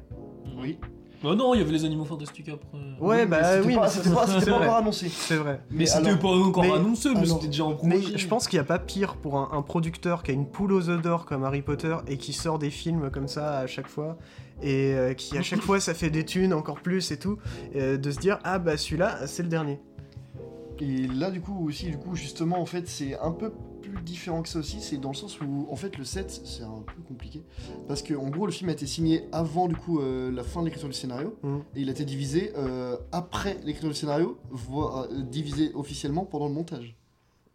[SPEAKER 2] Oui.
[SPEAKER 3] Bah non, il y avait les animaux fantastiques après.
[SPEAKER 1] Ouais,
[SPEAKER 2] mais
[SPEAKER 1] bah
[SPEAKER 2] c'était
[SPEAKER 1] oui,
[SPEAKER 2] pas-
[SPEAKER 1] mais
[SPEAKER 2] C'était pas, c'était
[SPEAKER 1] c'est
[SPEAKER 2] pas
[SPEAKER 1] vrai.
[SPEAKER 2] encore annoncé.
[SPEAKER 1] C'est vrai.
[SPEAKER 3] euh, Mais, c'était
[SPEAKER 2] alors-
[SPEAKER 3] pas encore
[SPEAKER 1] mais-
[SPEAKER 3] annoncé, mais
[SPEAKER 2] alors-
[SPEAKER 3] c'était déjà en projet.
[SPEAKER 1] Mais je pense qu'il n'y a pas pire pour un, un producteur qui a une poule aux œufs d'or comme Harry Potter et qui sort des films comme ça à chaque fois et euh, qui à chaque fois ça fait des thunes encore plus et tout, euh, de se dire ah bah celui-là c'est le dernier.
[SPEAKER 2] Et là, du coup, aussi, du coup, justement, en fait, c'est un peu plus différent que ça aussi. C'est dans le sens où, en fait, le 7, c'est un peu compliqué. Parce que, en gros, le film a été signé avant, du coup, euh, la fin de l'écriture du scénario.
[SPEAKER 1] Mhm.
[SPEAKER 2] Et il a été divisé euh, après l'écriture du scénario, voire euh, divisé officiellement pendant le montage.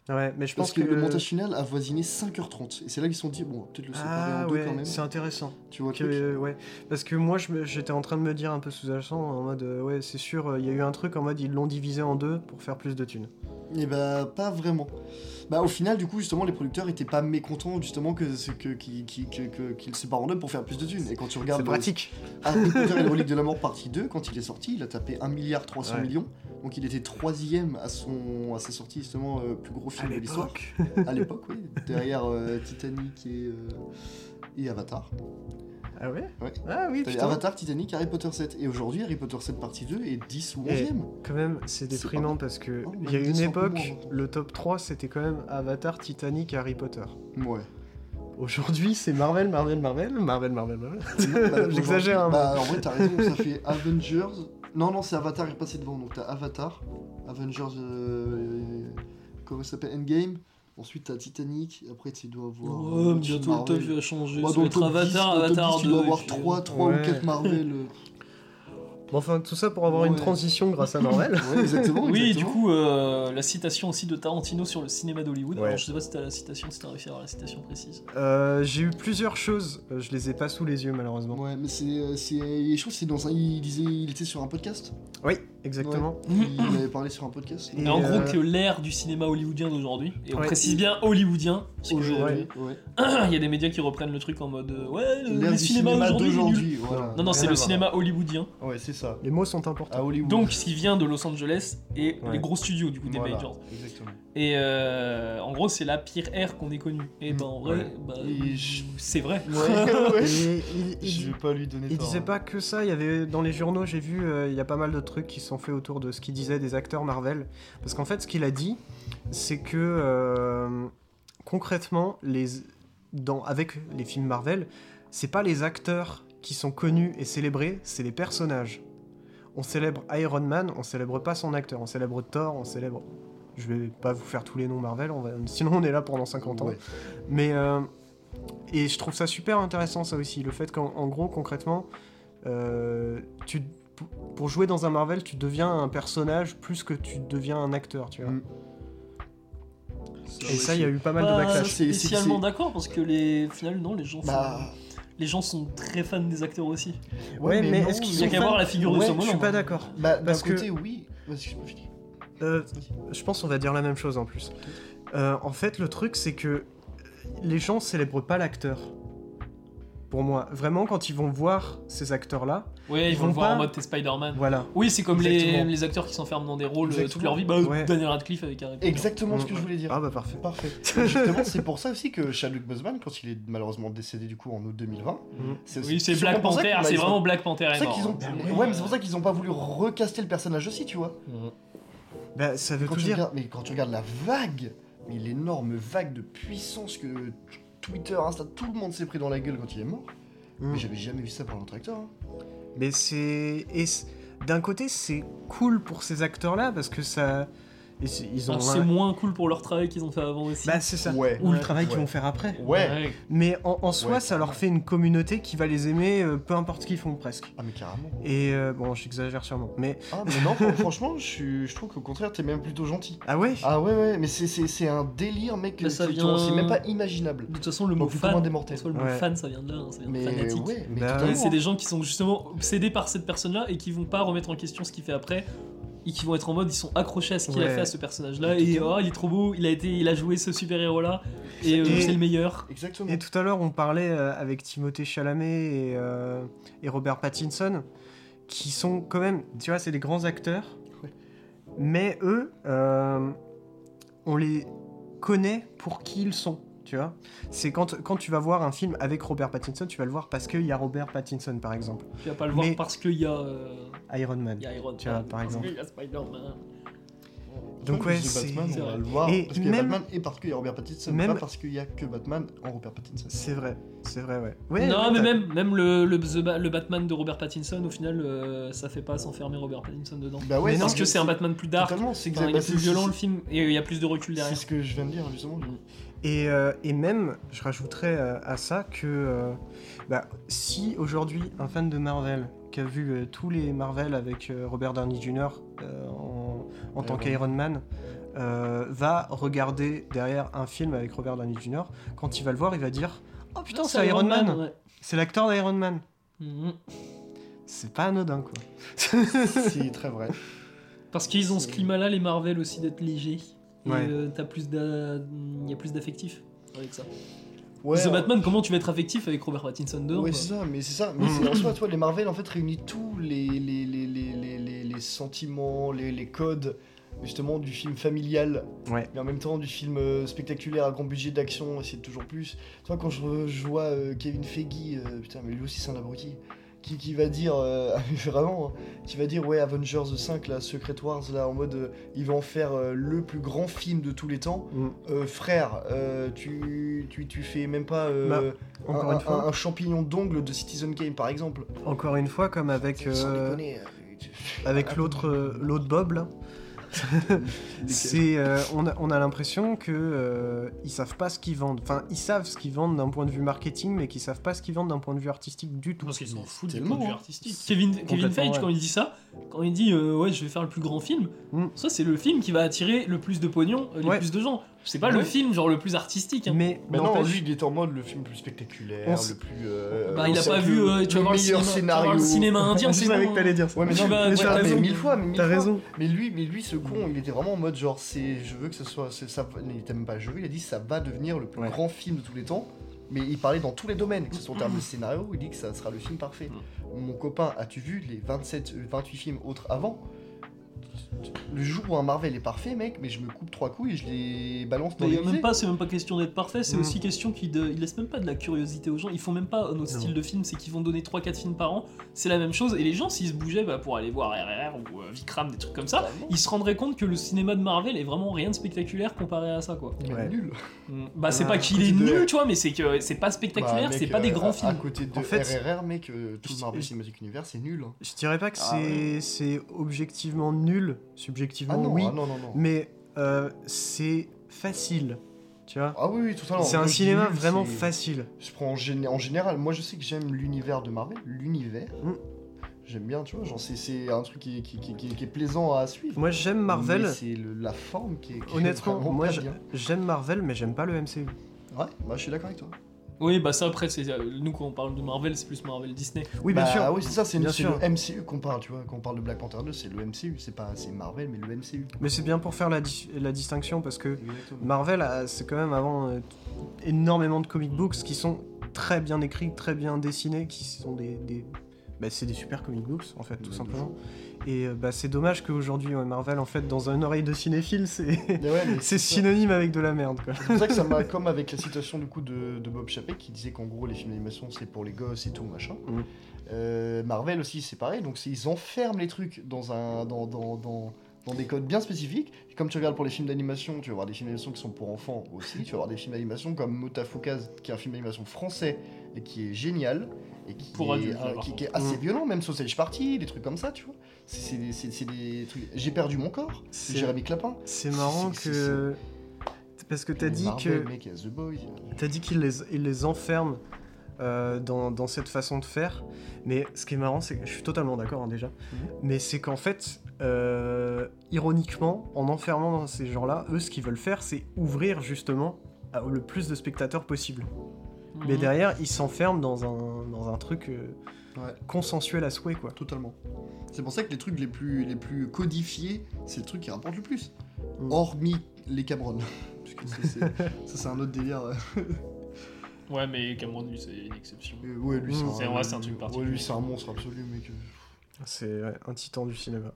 [SPEAKER 1] Ouais, mais je
[SPEAKER 2] Parce
[SPEAKER 1] pense
[SPEAKER 2] que, le montage final a voisiné 5h30. Et c'est là qu'ils se sont dit, bon, on va peut-être le séparer
[SPEAKER 1] ah
[SPEAKER 2] en deux
[SPEAKER 1] ouais,
[SPEAKER 2] quand même.
[SPEAKER 1] c'est intéressant.
[SPEAKER 2] Tu vois, le
[SPEAKER 1] Que,
[SPEAKER 2] truc
[SPEAKER 1] euh, ouais, parce que moi je me- j'étais en train de me dire un peu sous-jacent en mode euh, ouais c'est sûr il y a eu un truc en mode ils l'ont divisé en deux pour faire plus de thunes.
[SPEAKER 2] Et bah pas vraiment. Bah au final du coup justement les producteurs étaient pas mécontents justement que ce que qui- qui- que- que- qu'ils se séparent en deux pour faire plus de thunes. Et quand tu regardes
[SPEAKER 1] C'est
[SPEAKER 2] euh,
[SPEAKER 1] pratique.
[SPEAKER 2] Harry Potter et la relique de la mort partie 2 quand il est sorti, il a tapé 1 milliard 300
[SPEAKER 1] Ouais.
[SPEAKER 2] millions. Donc il était troisième à son à sa sortie justement euh, plus gros film de l'histoire à l'époque oui, derrière euh, Titanic et euh, et Avatar.
[SPEAKER 1] Ah ouais.
[SPEAKER 2] Ouais.
[SPEAKER 1] Ah oui.
[SPEAKER 2] T'avais
[SPEAKER 1] putain.
[SPEAKER 2] Avatar, Titanic, Harry Potter 7 et aujourd'hui Harry Potter 7 partie 2 est 10 ou 11ème.
[SPEAKER 1] Quand même, c'est
[SPEAKER 2] C'est
[SPEAKER 1] déprimant parce que
[SPEAKER 2] Oh,
[SPEAKER 1] il y a
[SPEAKER 2] mais
[SPEAKER 1] une
[SPEAKER 2] c'est un peu
[SPEAKER 1] époque,
[SPEAKER 2] moins, maintenant.
[SPEAKER 1] le top 3 c'était quand même Avatar, Titanic, Harry Potter.
[SPEAKER 2] Ouais.
[SPEAKER 1] Aujourd'hui, c'est Marvel, Marvel, Marvel, Marvel, Marvel, Marvel.
[SPEAKER 2] Non, bah,
[SPEAKER 1] J'exagère hein. un peu.
[SPEAKER 2] aujourd'hui- Bah, en vrai, t'as raison, ça fait Avengers. Non, non, c'est Avatar qui est passé devant. Donc, t'as Avatar, Avengers. euh, Comment ça s'appelle Endgame. Ensuite, t'as Titanic. Après, tu dois avoir. euh,
[SPEAKER 3] Ouais, mais bientôt le
[SPEAKER 2] Marvel.
[SPEAKER 3] top va changer.
[SPEAKER 2] Ouais,
[SPEAKER 3] ça
[SPEAKER 2] dans
[SPEAKER 3] va
[SPEAKER 2] le
[SPEAKER 3] être
[SPEAKER 2] top 10,
[SPEAKER 3] Avatar,
[SPEAKER 2] dans le top 10,
[SPEAKER 3] Avatar 2.
[SPEAKER 2] Tu dois
[SPEAKER 3] et
[SPEAKER 2] avoir
[SPEAKER 3] puis, euh,
[SPEAKER 2] 3, 3
[SPEAKER 1] Ouais.
[SPEAKER 2] ou 4 Marvel. euh.
[SPEAKER 1] Bon, enfin, tout ça pour avoir une
[SPEAKER 2] Ouais.
[SPEAKER 1] transition grâce à Marvel.
[SPEAKER 2] Ouais, exactement.
[SPEAKER 3] Oui, et du
[SPEAKER 2] exactement.
[SPEAKER 3] coup, euh, la citation aussi de Tarantino sur le cinéma d'Hollywood.
[SPEAKER 1] Ouais.
[SPEAKER 3] Alors, je sais pas si t'as la citation, si t'as réussi à avoir la citation précise.
[SPEAKER 1] Euh, J'ai eu plusieurs choses, euh, je les ai pas sous les yeux malheureusement.
[SPEAKER 2] Ouais, mais c'est. euh, c'est- et Je trouve que c'est dans un. Il, disait, il était sur un podcast.
[SPEAKER 1] Oui, exactement.
[SPEAKER 2] Il avait parlé sur un podcast.
[SPEAKER 1] Et
[SPEAKER 3] Et en
[SPEAKER 1] euh,
[SPEAKER 3] gros, que l'ère du cinéma hollywoodien d'aujourd'hui, et on
[SPEAKER 1] Ouais.
[SPEAKER 3] précise bien hollywoodien, parce que,
[SPEAKER 2] Aujourd'hui, ouais.
[SPEAKER 3] euh, il y a des médias qui reprennent le truc en mode euh, Ouais, le,
[SPEAKER 2] L'ère du
[SPEAKER 3] le cinéma,
[SPEAKER 2] cinéma
[SPEAKER 3] aujourd'hui. il est nul.
[SPEAKER 2] d'aujourd'hui. Voilà.
[SPEAKER 3] Non, non, c'est
[SPEAKER 1] Rien
[SPEAKER 3] le
[SPEAKER 1] à voir.
[SPEAKER 3] cinéma hollywoodien,
[SPEAKER 2] Ouais, c'est ça.
[SPEAKER 1] Les mots sont importants.
[SPEAKER 2] À Hollywood.
[SPEAKER 3] donc ce qui vient de Los Angeles et
[SPEAKER 1] Ouais.
[SPEAKER 3] les gros studios du coup des
[SPEAKER 2] Voilà,
[SPEAKER 3] majors.
[SPEAKER 2] Exactement.
[SPEAKER 3] Et euh, en gros, c'est la pire ère qu'on ait connue. Et ben en vrai,
[SPEAKER 1] Ouais.
[SPEAKER 3] bah,
[SPEAKER 2] Et je-
[SPEAKER 3] c'est vrai.
[SPEAKER 2] Ouais, ouais.
[SPEAKER 1] Et il, il-
[SPEAKER 2] Je vais pas lui donner
[SPEAKER 1] il
[SPEAKER 2] tort,
[SPEAKER 1] disait
[SPEAKER 2] hein.
[SPEAKER 1] pas que ça, il y avait dans les journaux, j'ai vu, euh, il y a pas mal de trucs qui sont faits autour de ce qu'il disait des acteurs Marvel. Parce qu'en fait, ce qu'il a dit, c'est que euh, concrètement, les, dans, avec les films Marvel, c'est pas les acteurs qui sont connus et célébrés, c'est les personnages. On célèbre Iron Man, on célèbre pas son acteur, on célèbre Thor, on célèbre. Je vais pas vous faire tous les noms Marvel, on va- sinon on est là pendant 50 ans.
[SPEAKER 2] Ouais.
[SPEAKER 1] Mais euh, et je trouve ça super intéressant ça aussi, le fait qu'en en gros concrètement, euh, tu pour- pour jouer dans un Marvel, tu deviens un personnage plus que tu deviens un acteur, tu vois.
[SPEAKER 2] Mm.
[SPEAKER 1] Et ça, il y a eu pas mal de
[SPEAKER 3] Pas
[SPEAKER 1] backlash.
[SPEAKER 2] c'est- c'est-
[SPEAKER 3] spécialement
[SPEAKER 2] c'est-
[SPEAKER 3] d'accord parce que les finalement non les gens sont,
[SPEAKER 2] Bah,
[SPEAKER 3] les gens sont très fans des acteurs aussi.
[SPEAKER 2] ouais,
[SPEAKER 1] Ouais, mais
[SPEAKER 2] non,
[SPEAKER 1] est-ce qu'ils
[SPEAKER 3] Il y a
[SPEAKER 1] sont
[SPEAKER 3] qu'à
[SPEAKER 1] fans
[SPEAKER 3] voir la figure de
[SPEAKER 1] Ouais,
[SPEAKER 3] Tom
[SPEAKER 1] je suis
[SPEAKER 3] Holland,
[SPEAKER 1] pas
[SPEAKER 3] hein.
[SPEAKER 1] d'accord.
[SPEAKER 2] bah, d'un
[SPEAKER 1] parce que-
[SPEAKER 2] côté, oui. Parce que je peux finir.
[SPEAKER 1] Euh, je pense qu'on va dire la même chose en plus. Euh, en fait, le truc, c'est que les gens célèbrent pas l'acteur. Pour moi, vraiment, quand ils vont voir ces acteurs-là,
[SPEAKER 3] Ouais, ils,
[SPEAKER 1] Ils
[SPEAKER 3] vont le
[SPEAKER 1] vont
[SPEAKER 3] voir
[SPEAKER 1] pas-
[SPEAKER 3] en mode t'es Spider-Man.
[SPEAKER 1] voilà.
[SPEAKER 3] Oui, c'est comme les,
[SPEAKER 1] Exactement.
[SPEAKER 3] les acteurs qui s'enferment dans des rôles euh, toute
[SPEAKER 2] Exactement.
[SPEAKER 3] leur vie. Bah,
[SPEAKER 1] Ouais.
[SPEAKER 3] Daniel Radcliffe avec Harry Potter.
[SPEAKER 2] Exactement ce que
[SPEAKER 1] Mm.
[SPEAKER 2] je voulais dire.
[SPEAKER 1] Ah bah parfait.
[SPEAKER 2] Parfait. Et Justement, c'est pour ça aussi que Chadwick Boseman, quand il est malheureusement décédé du coup en août 2020,
[SPEAKER 1] Mm.
[SPEAKER 2] c'est aussi
[SPEAKER 3] Oui, c'est
[SPEAKER 2] sûrement
[SPEAKER 3] Black
[SPEAKER 2] pour ça
[SPEAKER 3] Panther,
[SPEAKER 2] qu'on a-
[SPEAKER 3] c'est vraiment Black Panther. Ah
[SPEAKER 2] C'est
[SPEAKER 3] est
[SPEAKER 2] pour ça qu'ils
[SPEAKER 3] mort.
[SPEAKER 2] ont. Ouais, mais c'est pour ça qu'ils ont pas voulu recaster le personnage aussi, tu vois.
[SPEAKER 3] Mm.
[SPEAKER 1] Bah, ça veut
[SPEAKER 2] Quand
[SPEAKER 1] tout
[SPEAKER 2] tu
[SPEAKER 1] dire.
[SPEAKER 2] regardes- mais quand tu regardes la vague, mais l'énorme vague de puissance que Twitter, Insta, tout le monde s'est pris dans la gueule quand il est mort.
[SPEAKER 1] Mm.
[SPEAKER 2] Mais j'avais jamais vu ça par un autre acteur. hein.
[SPEAKER 1] Mais c'est. et c- D'un côté, c'est cool pour ces acteurs-là parce que ça. et c'est- Ils ont.
[SPEAKER 3] Alors, c'est
[SPEAKER 1] un-
[SPEAKER 3] moins cool pour leur travail qu'ils ont fait avant aussi.
[SPEAKER 1] Bah, c'est ça.
[SPEAKER 2] Ouais.
[SPEAKER 1] Ou le
[SPEAKER 3] Ouais.
[SPEAKER 1] travail qu'ils
[SPEAKER 2] Ouais.
[SPEAKER 1] vont faire après.
[SPEAKER 2] Ouais.
[SPEAKER 1] Mais en, en soi,
[SPEAKER 2] Ouais.
[SPEAKER 1] ça leur fait une communauté qui va les aimer, euh, peu importe ce qu'ils font presque.
[SPEAKER 2] Ah, mais carrément.
[SPEAKER 1] Et euh, bon, j'exagère sûrement. Mais
[SPEAKER 2] Ah, mais non, fran- franchement, je, suis- je trouve qu'au contraire, t'es même plutôt gentil.
[SPEAKER 1] ah ouais.
[SPEAKER 2] Ah ouais, ouais, mais c'est- c'est c'est un délire, mec.
[SPEAKER 3] Mais Bah, ça
[SPEAKER 2] qui-
[SPEAKER 3] vient-
[SPEAKER 2] C'est même pas imaginable.
[SPEAKER 3] De toute façon, le
[SPEAKER 2] Au
[SPEAKER 3] mot
[SPEAKER 2] plus commun
[SPEAKER 3] fan,
[SPEAKER 2] Bah, des mortels.
[SPEAKER 3] en soi, le mot
[SPEAKER 1] Ouais.
[SPEAKER 3] fan, ça vient de là, hein, ça vient de
[SPEAKER 2] Mais
[SPEAKER 3] fanatique.
[SPEAKER 2] ouais, mais
[SPEAKER 1] Bah,
[SPEAKER 3] Et
[SPEAKER 2] totalement.
[SPEAKER 3] C'est des gens qui sont justement obsédés par cette personne-là et qui vont pas remettre en question ce qu'il fait après et qui vont être en mode ils sont accrochés à ce qu'il a
[SPEAKER 1] Ouais.
[SPEAKER 3] fait à ce personnage là
[SPEAKER 2] Tout
[SPEAKER 3] et
[SPEAKER 2] à
[SPEAKER 3] oh, il est trop beau il a été il a joué ce super héros là et euh,
[SPEAKER 1] Et-
[SPEAKER 3] c'est le meilleur
[SPEAKER 2] Exactement.
[SPEAKER 1] Et tout à l'heure, on parlait euh, avec Timothée Chalamet et, euh, et Robert Pattinson, qui sont quand même, tu vois, c'est des grands acteurs,
[SPEAKER 2] Ouais.
[SPEAKER 1] mais eux, euh, on les connaît pour qui ils sont, tu vois. C'est quand, quand tu vas voir un film avec Robert Pattinson, tu vas le voir parce qu'il y a Robert Pattinson, par exemple.
[SPEAKER 3] tu vas pas le voir
[SPEAKER 1] Mais-
[SPEAKER 3] parce qu'il y a euh,
[SPEAKER 1] Iron Man.
[SPEAKER 3] il y a Iron Man
[SPEAKER 1] Tu vois, par
[SPEAKER 3] parce
[SPEAKER 1] exemple.
[SPEAKER 3] qu'il y a Spider-Man
[SPEAKER 1] Donc ouais,
[SPEAKER 2] c'est
[SPEAKER 1] c'est...
[SPEAKER 2] Batman,
[SPEAKER 3] c'est
[SPEAKER 2] on va
[SPEAKER 3] vrai.
[SPEAKER 2] le voir
[SPEAKER 1] Et
[SPEAKER 2] parce qu'il y a
[SPEAKER 1] même-
[SPEAKER 2] Batman et parce qu'il y a Robert Pattinson,
[SPEAKER 1] Même-
[SPEAKER 2] pas parce qu'il y a que Batman en Robert Pattinson.
[SPEAKER 1] C'est vrai, c'est vrai, ouais. Ouais,
[SPEAKER 3] non
[SPEAKER 1] ouais,
[SPEAKER 3] mais
[SPEAKER 1] t'as-
[SPEAKER 3] même même le le, The Ba- le Batman de Robert Pattinson au final euh, ça fait pas s'enfermer Robert Pattinson dedans
[SPEAKER 2] Bah ouais,
[SPEAKER 1] Mais non,
[SPEAKER 3] parce que c'est un Batman plus dark
[SPEAKER 2] Totalement, c'est exact-
[SPEAKER 3] enfin, il
[SPEAKER 2] bah,
[SPEAKER 3] est
[SPEAKER 2] c'est-
[SPEAKER 3] plus violent
[SPEAKER 2] c'est-
[SPEAKER 3] le film et il y a plus de recul
[SPEAKER 2] C'est
[SPEAKER 3] derrière
[SPEAKER 2] ce que je viens de dire justement.
[SPEAKER 1] Et, euh, et même, je rajouterais euh, à ça que euh, bah, si aujourd'hui un fan de Marvel qui a vu euh, tous les Marvel avec euh, Robert Downey Jr. euh, en, en tant
[SPEAKER 2] Iron
[SPEAKER 1] qu'Iron Man euh, va regarder derrière un film avec Robert Downey Jr., quand il va le voir, il va dire Oh putain, c'est Iron Man,
[SPEAKER 3] ouais.
[SPEAKER 1] C'est l'acteur d'Iron Man
[SPEAKER 3] Mhm.
[SPEAKER 1] C'est pas anodin quoi.
[SPEAKER 2] c'est très vrai.
[SPEAKER 3] Parce qu'ils ont ce
[SPEAKER 2] C'est-
[SPEAKER 3] climat-là, les Marvel aussi, d'être léger. Et
[SPEAKER 1] Ouais.
[SPEAKER 3] euh, t'as plus d'a- il y a plus d'affectif avec ça.
[SPEAKER 2] Ouais,
[SPEAKER 3] The Batman, comment tu vas être affectif avec Robert Pattinson dedans
[SPEAKER 2] Ouais,
[SPEAKER 3] quoi
[SPEAKER 2] c'est ça, mais c'est ça. Mais
[SPEAKER 1] Mm.
[SPEAKER 2] c'est en soi, tu vois, les Marvel, en fait, réunit tous les, les, les, les, les, les- les sentiments, les, les codes, justement, du film familial.
[SPEAKER 1] Ouais.
[SPEAKER 2] Mais en même temps, du film euh, spectaculaire à grand budget d'action, c'est toujours plus. Tu vois, quand je, re- je vois euh, Kevin Feige, euh, putain, mais lui aussi, c'est un abruti. Qui, qui va dire, euh, vraiment, hein, qui va dire, ouais, Avengers 5, là, Secret Wars, là, en mode, euh, ils vont en faire euh, le plus grand film de tous les temps.
[SPEAKER 1] Mm.
[SPEAKER 2] Euh, frère, euh, tu, tu, tu fais même pas. euh,
[SPEAKER 1] Bah, Encore
[SPEAKER 2] un,
[SPEAKER 1] une fois,
[SPEAKER 2] un- un champignon d'ongle de Citizen Game, par exemple.
[SPEAKER 1] encore une fois, comme avec,
[SPEAKER 2] ah. Sans
[SPEAKER 1] euh,
[SPEAKER 2] déconner, Ah, euh, tu-
[SPEAKER 1] avec l'autre euh, l'autre Bob là. C'est, euh, on a, on a l'impression que euh, ils savent pas ce qu'ils vendent. Enfin, ils savent ce qu'ils vendent d'un point de vue marketing, mais qu'ils savent pas ce qu'ils vendent d'un point de vue artistique du tout.
[SPEAKER 3] Parce qu'ils s'en foutent du
[SPEAKER 2] Tellement,
[SPEAKER 3] point de vue
[SPEAKER 2] hein.
[SPEAKER 3] artistique. Kevin, Kevin
[SPEAKER 1] complètement
[SPEAKER 3] Feige,
[SPEAKER 1] vrai.
[SPEAKER 3] quand il dit ça, quand il dit euh, ouais, je vais faire le plus grand film,
[SPEAKER 1] Mm.
[SPEAKER 3] ça c'est le film qui va attirer le plus de pognon, euh, le
[SPEAKER 1] Ouais.
[SPEAKER 3] plus de gens. C'est pas le
[SPEAKER 2] Ouais.
[SPEAKER 3] film genre le plus artistique. hein.
[SPEAKER 1] Mais
[SPEAKER 2] Mais Bah non,
[SPEAKER 1] n'empêche-
[SPEAKER 2] lui, il est en mode le film le plus spectaculaire,
[SPEAKER 1] On s-
[SPEAKER 2] le plus. euh,
[SPEAKER 3] Bah, il a
[SPEAKER 2] avec
[SPEAKER 3] pas vu,
[SPEAKER 2] le-
[SPEAKER 3] euh, tu vas
[SPEAKER 2] le
[SPEAKER 3] voir le
[SPEAKER 2] meilleur
[SPEAKER 3] cinéma, tu vas voir
[SPEAKER 2] scénario.
[SPEAKER 3] le cinéma indien,
[SPEAKER 1] Je
[SPEAKER 3] c'est
[SPEAKER 1] savais
[SPEAKER 3] bon.
[SPEAKER 1] que t'allais dire ça.
[SPEAKER 2] hein. Ouais, mais
[SPEAKER 3] Tu
[SPEAKER 2] non,
[SPEAKER 3] vas-
[SPEAKER 2] mais
[SPEAKER 3] tu
[SPEAKER 2] ça,
[SPEAKER 3] as
[SPEAKER 2] mais
[SPEAKER 3] raison.
[SPEAKER 2] mille fois, mais mille
[SPEAKER 1] T'as
[SPEAKER 2] fois.
[SPEAKER 1] raison.
[SPEAKER 2] Mais lui, mais lui, ce con, il était vraiment en mode genre, c'est, je veux que ce soit, c'est- ça, il était même pas, je veux, il a dit ça va devenir le plus
[SPEAKER 1] Ouais.
[SPEAKER 2] grand film de tous les temps. Mais il parlait dans tous les domaines, que ce soit en
[SPEAKER 3] Mm.
[SPEAKER 2] termes de scénario, il dit que ça sera le film parfait. Mon copain, as-tu vu les 27, euh, 28 films autres avant Le jour où un Marvel est parfait, mec, mais je me coupe trois couilles et je les balance dans
[SPEAKER 3] Mais Bah, y
[SPEAKER 2] les
[SPEAKER 3] a
[SPEAKER 2] musées.
[SPEAKER 3] même pas, c'est même pas question d'être parfait, c'est
[SPEAKER 1] Mm.
[SPEAKER 3] aussi question qu'ils de- ils laissent même pas de la curiosité aux gens. Ils font même pas notre style de film, c'est qu'ils vont donner 3-4 films par an, c'est la même chose. Et les gens, s'ils se bougeaient bah, pour aller voir RRR ou euh, Vikram, des trucs comme
[SPEAKER 2] Ah
[SPEAKER 3] ça, ils se rendraient compte que le cinéma de Marvel est vraiment rien de spectaculaire comparé à ça, quoi.
[SPEAKER 2] Il est
[SPEAKER 1] Ouais.
[SPEAKER 2] nul.
[SPEAKER 3] Bah, c'est
[SPEAKER 1] Ouais,
[SPEAKER 3] pas
[SPEAKER 1] à
[SPEAKER 3] qu'il
[SPEAKER 2] côté
[SPEAKER 3] est
[SPEAKER 2] de-
[SPEAKER 3] nul, tu vois, mais c'est que c'est pas
[SPEAKER 2] Bah,
[SPEAKER 3] spectaculaire,
[SPEAKER 2] mec,
[SPEAKER 3] c'est pas des
[SPEAKER 2] euh,
[SPEAKER 3] grands
[SPEAKER 2] à-
[SPEAKER 3] films.
[SPEAKER 2] À côté de
[SPEAKER 1] En fait,
[SPEAKER 2] RRR, mec, euh, tout
[SPEAKER 1] je-
[SPEAKER 2] le Marvel Cinematic Universe, c'est nul. hein.
[SPEAKER 1] je dirais pas que
[SPEAKER 2] Ah,
[SPEAKER 1] c'est
[SPEAKER 2] ouais.
[SPEAKER 1] c'est objectivement nul, subjectivement
[SPEAKER 2] Ah non,
[SPEAKER 1] oui,
[SPEAKER 2] ah non, non, non.
[SPEAKER 1] mais euh, c'est facile, tu vois.
[SPEAKER 2] Ah oui, oui, tout à l'heure.
[SPEAKER 1] c'est
[SPEAKER 2] Quand
[SPEAKER 1] un
[SPEAKER 2] je dis
[SPEAKER 1] cinéma
[SPEAKER 2] nul,
[SPEAKER 1] vraiment
[SPEAKER 2] c'est-
[SPEAKER 1] facile.
[SPEAKER 2] Je prends en, gén- en général, moi je sais que j'aime l'univers de Marvel, l'univers.
[SPEAKER 1] Mm.
[SPEAKER 2] J'aime bien, tu vois, genre c'est- c'est un truc qui, qui- qui- qui- qui est plaisant à suivre.
[SPEAKER 1] Moi, j'aime
[SPEAKER 2] Mais
[SPEAKER 1] Marvel.
[SPEAKER 2] C'est le- la forme qui est. qui est
[SPEAKER 1] Honnêtement,
[SPEAKER 2] vraiment
[SPEAKER 1] moi,
[SPEAKER 2] pas
[SPEAKER 1] je-
[SPEAKER 2] bien.
[SPEAKER 1] j'aime Marvel, mais j'aime pas le MCU.
[SPEAKER 2] Ouais, bah, je suis d'accord avec toi.
[SPEAKER 3] Oui, bah ça après, c'est euh, nous quand on parle de Marvel, c'est plus Marvel Disney.
[SPEAKER 1] Oui, bien
[SPEAKER 2] Bah,
[SPEAKER 1] sûr.
[SPEAKER 2] oui, c'est ça, c'est
[SPEAKER 1] Bien
[SPEAKER 2] c'est
[SPEAKER 1] sûr.
[SPEAKER 2] le MCU qu'on parle, tu vois. Quand on parle de Black Panther 2, c'est le MCU, c'est pas c'est Marvel, mais le MCU.
[SPEAKER 1] Mais c'est bien pour faire la, dis- la distinction parce que
[SPEAKER 2] Exactement.
[SPEAKER 1] Marvel, a- c'est quand même avant euh, énormément de comic books qui sont très bien écrits, très bien dessinés, qui sont des. des- bah, c'est des super comic books, en fait, tout
[SPEAKER 2] Ouais,
[SPEAKER 1] simplement. Et euh, bah, c'est dommage qu'aujourd'hui, ouais, Marvel, en fait, dans une oreille de cinéphile, c'est.
[SPEAKER 2] Mais ouais, mais
[SPEAKER 1] C'est
[SPEAKER 2] ça.
[SPEAKER 1] synonyme avec de la merde, quoi.
[SPEAKER 2] C'est pour ça que ça m'a comme avec la citation du coup de, de Bob Chapek qui disait qu'en gros les films d'animation c'est pour les gosses et tout machin.
[SPEAKER 1] Mm.
[SPEAKER 2] Euh, Marvel aussi c'est pareil, donc c'est- ils enferment les trucs dans un dans, dans, dans, dans des codes bien spécifiques. Et comme tu regardes pour les films d'animation, tu vas voir des films d'animation qui sont pour enfants aussi, tu vas voir des films d'animation comme Motafoukaz qui est un film d'animation français et qui est génial. Et qui,
[SPEAKER 3] Pour
[SPEAKER 2] est,
[SPEAKER 3] adultes, là,
[SPEAKER 2] euh,
[SPEAKER 3] par
[SPEAKER 2] qui,
[SPEAKER 3] contre.
[SPEAKER 2] qui est assez
[SPEAKER 1] Mm.
[SPEAKER 2] violent, même Sausage Party, des trucs comme ça, tu vois. C'est- C'est des, c'est- c'est des trucs. J'ai perdu mon corps,
[SPEAKER 1] C'est-
[SPEAKER 2] c'est Jérémy Clapin.
[SPEAKER 1] C'est marrant
[SPEAKER 2] C'est- c'est-
[SPEAKER 1] que. Parce que t'as dit
[SPEAKER 2] Marvel,
[SPEAKER 1] que.
[SPEAKER 2] Mec, il y a The Boys.
[SPEAKER 1] T'as dit qu'il les, il les enferme euh, dans, dans cette façon de faire, mais ce qui est marrant, c'est que je suis totalement d'accord hein, déjà,
[SPEAKER 3] Mhm.
[SPEAKER 1] mais c'est qu'en fait, euh, ironiquement, en enfermant dans
[SPEAKER 3] Mhm.
[SPEAKER 1] ces gens-là, eux, ce qu'ils veulent faire, c'est ouvrir justement à- le plus de spectateurs possible. Mais
[SPEAKER 3] Mm.
[SPEAKER 1] derrière, il s'enferme dans un, dans un truc euh,
[SPEAKER 2] Ouais.
[SPEAKER 1] consensuel à souhait, quoi.
[SPEAKER 2] Totalement. C'est pour ça que les trucs les plus, les plus codifiés, c'est le truc qui rapporte le plus.
[SPEAKER 1] Mm.
[SPEAKER 2] Hormis les Cameroun. Parce que ça, c'est- ça, c'est un autre délire. euh.
[SPEAKER 3] Ouais, mais Cameron, lui, c'est une exception.
[SPEAKER 2] Euh, Ouais, lui,
[SPEAKER 1] Mm.
[SPEAKER 3] C'est vrai, c'est un truc
[SPEAKER 2] ouais,
[SPEAKER 3] particulier.
[SPEAKER 2] lui, c'est un monstre absolu, mec. Euh,
[SPEAKER 1] C'est ouais, un titan du cinéma.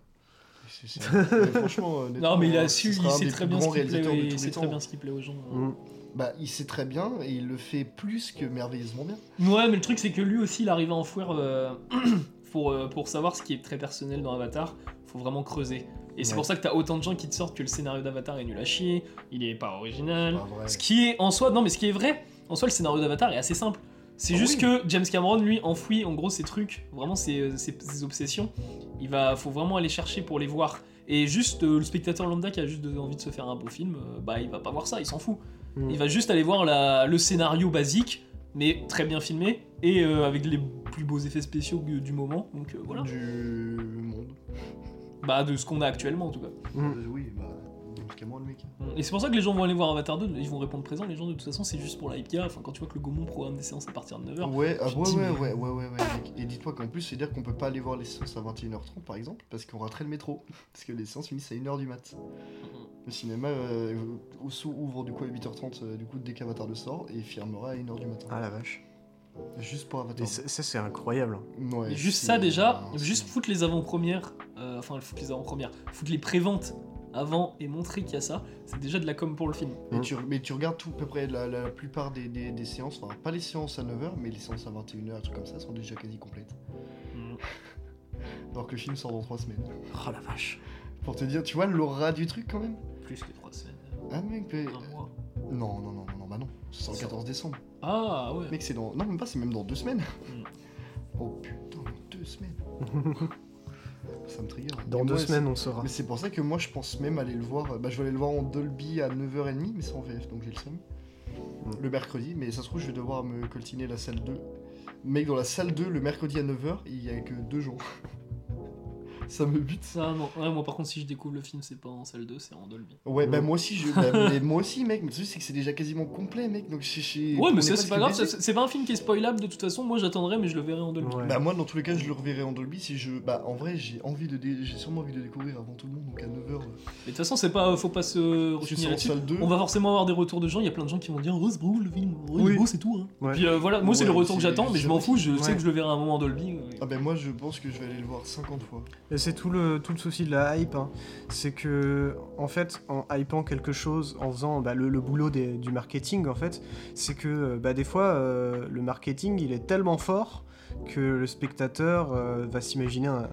[SPEAKER 2] c'est- c'est- ouais, franchement, euh, honnêtement,
[SPEAKER 3] Non, mais il
[SPEAKER 2] euh,
[SPEAKER 3] a
[SPEAKER 2] ce
[SPEAKER 3] su,
[SPEAKER 2] sera
[SPEAKER 3] il
[SPEAKER 2] un
[SPEAKER 3] sait
[SPEAKER 2] des
[SPEAKER 3] très
[SPEAKER 2] plus
[SPEAKER 3] bien ce
[SPEAKER 2] grands
[SPEAKER 3] qui
[SPEAKER 2] réalisateurs
[SPEAKER 3] plaît,
[SPEAKER 2] de
[SPEAKER 3] il
[SPEAKER 2] tous
[SPEAKER 3] sait
[SPEAKER 2] les
[SPEAKER 3] très
[SPEAKER 2] temps.
[SPEAKER 3] bien ce qui plaît aux gens.
[SPEAKER 1] Mm.
[SPEAKER 2] Bah, il sait très bien et il le fait plus que merveilleusement bien.
[SPEAKER 3] Ouais, mais le truc, c'est que lui aussi, il arrive à enfouir. euh, pour, euh, pour savoir ce qui est très personnel dans Avatar, faut vraiment creuser. Et c'est
[SPEAKER 1] Ouais.
[SPEAKER 3] pour ça que t'as autant de gens qui te sortent que le scénario d'Avatar est nul à chier, il est pas original.
[SPEAKER 2] Pas vrai.
[SPEAKER 3] Ce qui est en soi, non, mais ce qui est vrai, en soi, le scénario d'Avatar est assez simple. C'est
[SPEAKER 2] Ah
[SPEAKER 3] juste
[SPEAKER 2] oui.
[SPEAKER 3] que James Cameron, lui, enfouit en gros ses trucs, vraiment ses, euh, ses- ses obsessions. Il va, faut vraiment aller chercher pour les voir. Et juste euh, le spectateur lambda qui a juste de- envie de se faire un beau film, euh, bah il va pas voir ça, il s'en fout.
[SPEAKER 1] Mm.
[SPEAKER 3] Il va juste aller voir la- le scénario basique, mais très bien filmé et euh, avec les plus beaux effets spéciaux du, du moment. Donc euh, voilà.
[SPEAKER 2] Du monde.
[SPEAKER 3] Bah de ce qu'on a actuellement en tout cas. Mm.
[SPEAKER 1] Mm.
[SPEAKER 2] Euh, oui, bah, James Cameron, mec.
[SPEAKER 3] Et c'est pour ça que les gens vont aller voir Avatar 2, ils vont répondre présent. Les gens de toute façon, c'est juste pour la hype qu'il y a. Enfin, quand tu vois que le Gaumont programme des séances à partir de 9h,
[SPEAKER 2] Ouais, ah
[SPEAKER 3] tu te
[SPEAKER 2] ouais,
[SPEAKER 3] dis,
[SPEAKER 2] ouais,
[SPEAKER 3] mais-
[SPEAKER 2] ouais, ouais, ouais, ouais, mec. Et dites-moi qu'en plus, c'est-à-dire qu'on peut pas aller voir les séances à 21h30 par exemple, parce qu'on raterait le métro. Parce que les séances finissent à 1h du mat. Le cinéma euh, au sous ouvre du coup à 8h30, euh, du coup, dès qu'Avatar le sort, et fermera à 1h du matin.
[SPEAKER 1] Ah la vache.
[SPEAKER 2] Juste pour
[SPEAKER 1] Et
[SPEAKER 2] Avatar.
[SPEAKER 1] ça, ça, c'est incroyable. hein.
[SPEAKER 2] Ouais,
[SPEAKER 3] Mais juste
[SPEAKER 2] c'est-
[SPEAKER 3] ça déjà,
[SPEAKER 2] c'est-
[SPEAKER 3] juste foutre les avant-premières, euh, enfin foutre les avant-premières, foutre les préventes avant et montrer qu'il y a ça, c'est déjà de la com pour le film.
[SPEAKER 2] Mais tu, mais tu regardes tout, à peu près la, la plupart des, des- des séances, enfin pas les séances à 9h, mais les séances à 21h, un truc comme ça, sont déjà quasi complètes.
[SPEAKER 3] Mmh,
[SPEAKER 2] Alors que le film sort dans 3 semaines.
[SPEAKER 3] Oh la vache,
[SPEAKER 2] Pour te dire, tu vois l'aura du truc quand même
[SPEAKER 3] plus que 3 semaines,
[SPEAKER 2] Ah mec, mais-
[SPEAKER 3] un mois.
[SPEAKER 2] Non, non, non, non, non, bah non. C'est le 14 décembre.
[SPEAKER 3] Ah ouais.
[SPEAKER 2] Mec, c'est dans. Non, même pas, c'est même dans deux semaines.
[SPEAKER 3] Mm.
[SPEAKER 2] Oh putain, dans deux semaines. Ça me trigger.
[SPEAKER 1] Dans
[SPEAKER 2] Mais
[SPEAKER 1] deux
[SPEAKER 2] moi,
[SPEAKER 1] semaines, on saura.
[SPEAKER 2] c'est- Mais c'est pour ça que moi, je pense même aller le voir. Bah, je vais aller le voir en Dolby à 9h30, mais sans VF, donc j'ai le seum.
[SPEAKER 1] Mm.
[SPEAKER 2] Le mercredi, mais ça se trouve, je vais devoir me coltiner la salle 2. Mec, dans la salle 2, le mercredi à 9h, il y a que deux gens. ça me bute.
[SPEAKER 3] Ça, non. Ouais, moi par contre, si je découvre le film, c'est pas en salle 2, c'est en Dolby.
[SPEAKER 2] Ouais, bah
[SPEAKER 1] Mm.
[SPEAKER 2] moi aussi, je... bah, mais moi aussi, mec, mais le truc, c'est que c'est déjà quasiment complet, mec, donc je- je-
[SPEAKER 3] Ouais,
[SPEAKER 2] on
[SPEAKER 3] mais
[SPEAKER 2] est
[SPEAKER 3] ça, c'est
[SPEAKER 2] presque
[SPEAKER 3] pas grave,
[SPEAKER 2] baisé.
[SPEAKER 3] ça, c'est c'est pas un film qui est spoilable de toute façon. Moi j'attendrai, mais je le verrai en Dolby.
[SPEAKER 1] Ouais.
[SPEAKER 2] Bah moi dans tous les cas je le reverrai en Dolby si je bah en vrai j'ai envie de dé- j'ai sûrement envie de découvrir avant tout le monde donc à 9h
[SPEAKER 3] Mais de toute façon, c'est pas, euh, faut pas se
[SPEAKER 2] je
[SPEAKER 3] rechigner
[SPEAKER 2] suis en
[SPEAKER 3] là-dessus.
[SPEAKER 2] salle 2
[SPEAKER 3] On va forcément avoir des retours de gens, il y a plein de gens qui vont dire Oh, c'est beau le film, oh, il
[SPEAKER 1] Oui.
[SPEAKER 3] est beau, c'est tout. Hein.
[SPEAKER 1] Ouais.
[SPEAKER 3] Puis euh, voilà, moi c'est
[SPEAKER 2] Ouais,
[SPEAKER 3] le retour que
[SPEAKER 2] c'est-
[SPEAKER 3] j'attends, mais je
[SPEAKER 2] c'est
[SPEAKER 3] m'en
[SPEAKER 2] vrai.
[SPEAKER 3] fous, je sais
[SPEAKER 1] Ouais.
[SPEAKER 3] que je le verrai à un moment en Dolby.
[SPEAKER 2] Ah bah moi je pense que je vais aller le voir 50 fois.
[SPEAKER 1] Et C'est tout le, tout le souci de la hype, hein. c'est que en fait, en hypant quelque chose, en faisant bah, le, le boulot des- du marketing, en fait, c'est que euh, bah, des fois, euh, le marketing, il est tellement fort que le spectateur euh, va s'imaginer, un-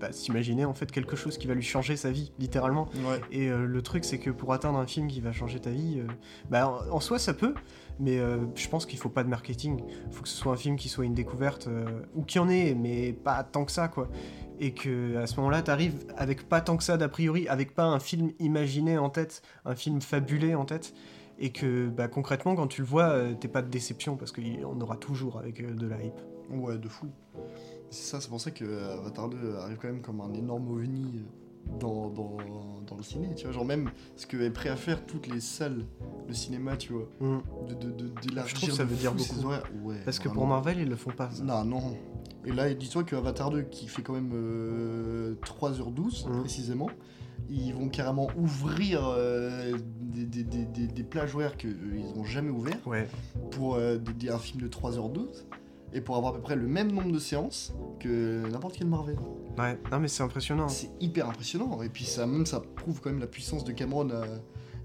[SPEAKER 1] bah, s'imaginer en fait quelque chose qui va lui changer sa vie, littéralement.
[SPEAKER 2] Ouais.
[SPEAKER 1] Et euh, le truc, c'est que pour atteindre un film qui va changer ta vie, euh, bah, en, en soi, ça peut, mais euh, je pense qu'il faut pas de marketing. Il faut que ce soit un film qui soit une découverte, euh, ou qu'il y en ait, mais pas tant que ça, quoi. Et que à ce moment-là, t'arrives avec pas tant que ça d'a priori, avec pas un film imaginé en tête, un film fabulé en tête, et que bah, concrètement, quand tu le vois, euh, t'es pas de déception, parce qu'on aura toujours avec euh, de la hype.
[SPEAKER 2] Ouais de fou. C'est ça, c'est pour ça que euh, Avatar 2 arrive quand même comme un énorme ovni euh, dans, dans, dans le ciné, tu vois, genre même ce que est prêt à faire toutes les salles de cinéma, tu vois,
[SPEAKER 1] Mm.
[SPEAKER 2] de de de d'élargir
[SPEAKER 1] Je trouve que ça
[SPEAKER 2] de
[SPEAKER 1] veut dire
[SPEAKER 2] fou
[SPEAKER 1] beaucoup.
[SPEAKER 2] ces horaires. Ouais,
[SPEAKER 1] Parce que pour
[SPEAKER 2] vraiment.
[SPEAKER 1] Marvel, ils le font pas. ça.
[SPEAKER 2] Non, non. Et là, dis-toi que Avatar 2, qui fait quand même euh, 3h12
[SPEAKER 1] Mhm.
[SPEAKER 2] précisément, ils vont carrément ouvrir euh, des, des- des- des- des plages horaires qu'ils n'ont jamais ouvert
[SPEAKER 1] Ouais.
[SPEAKER 2] pour euh, des- des- un film de 3h12 et pour avoir à peu près le même nombre de séances que n'importe quel Marvel.
[SPEAKER 1] ouais. Non, mais c'est impressionnant.
[SPEAKER 2] C'est hyper impressionnant. Et puis ça, même, ça prouve quand même la puissance de Cameron. à-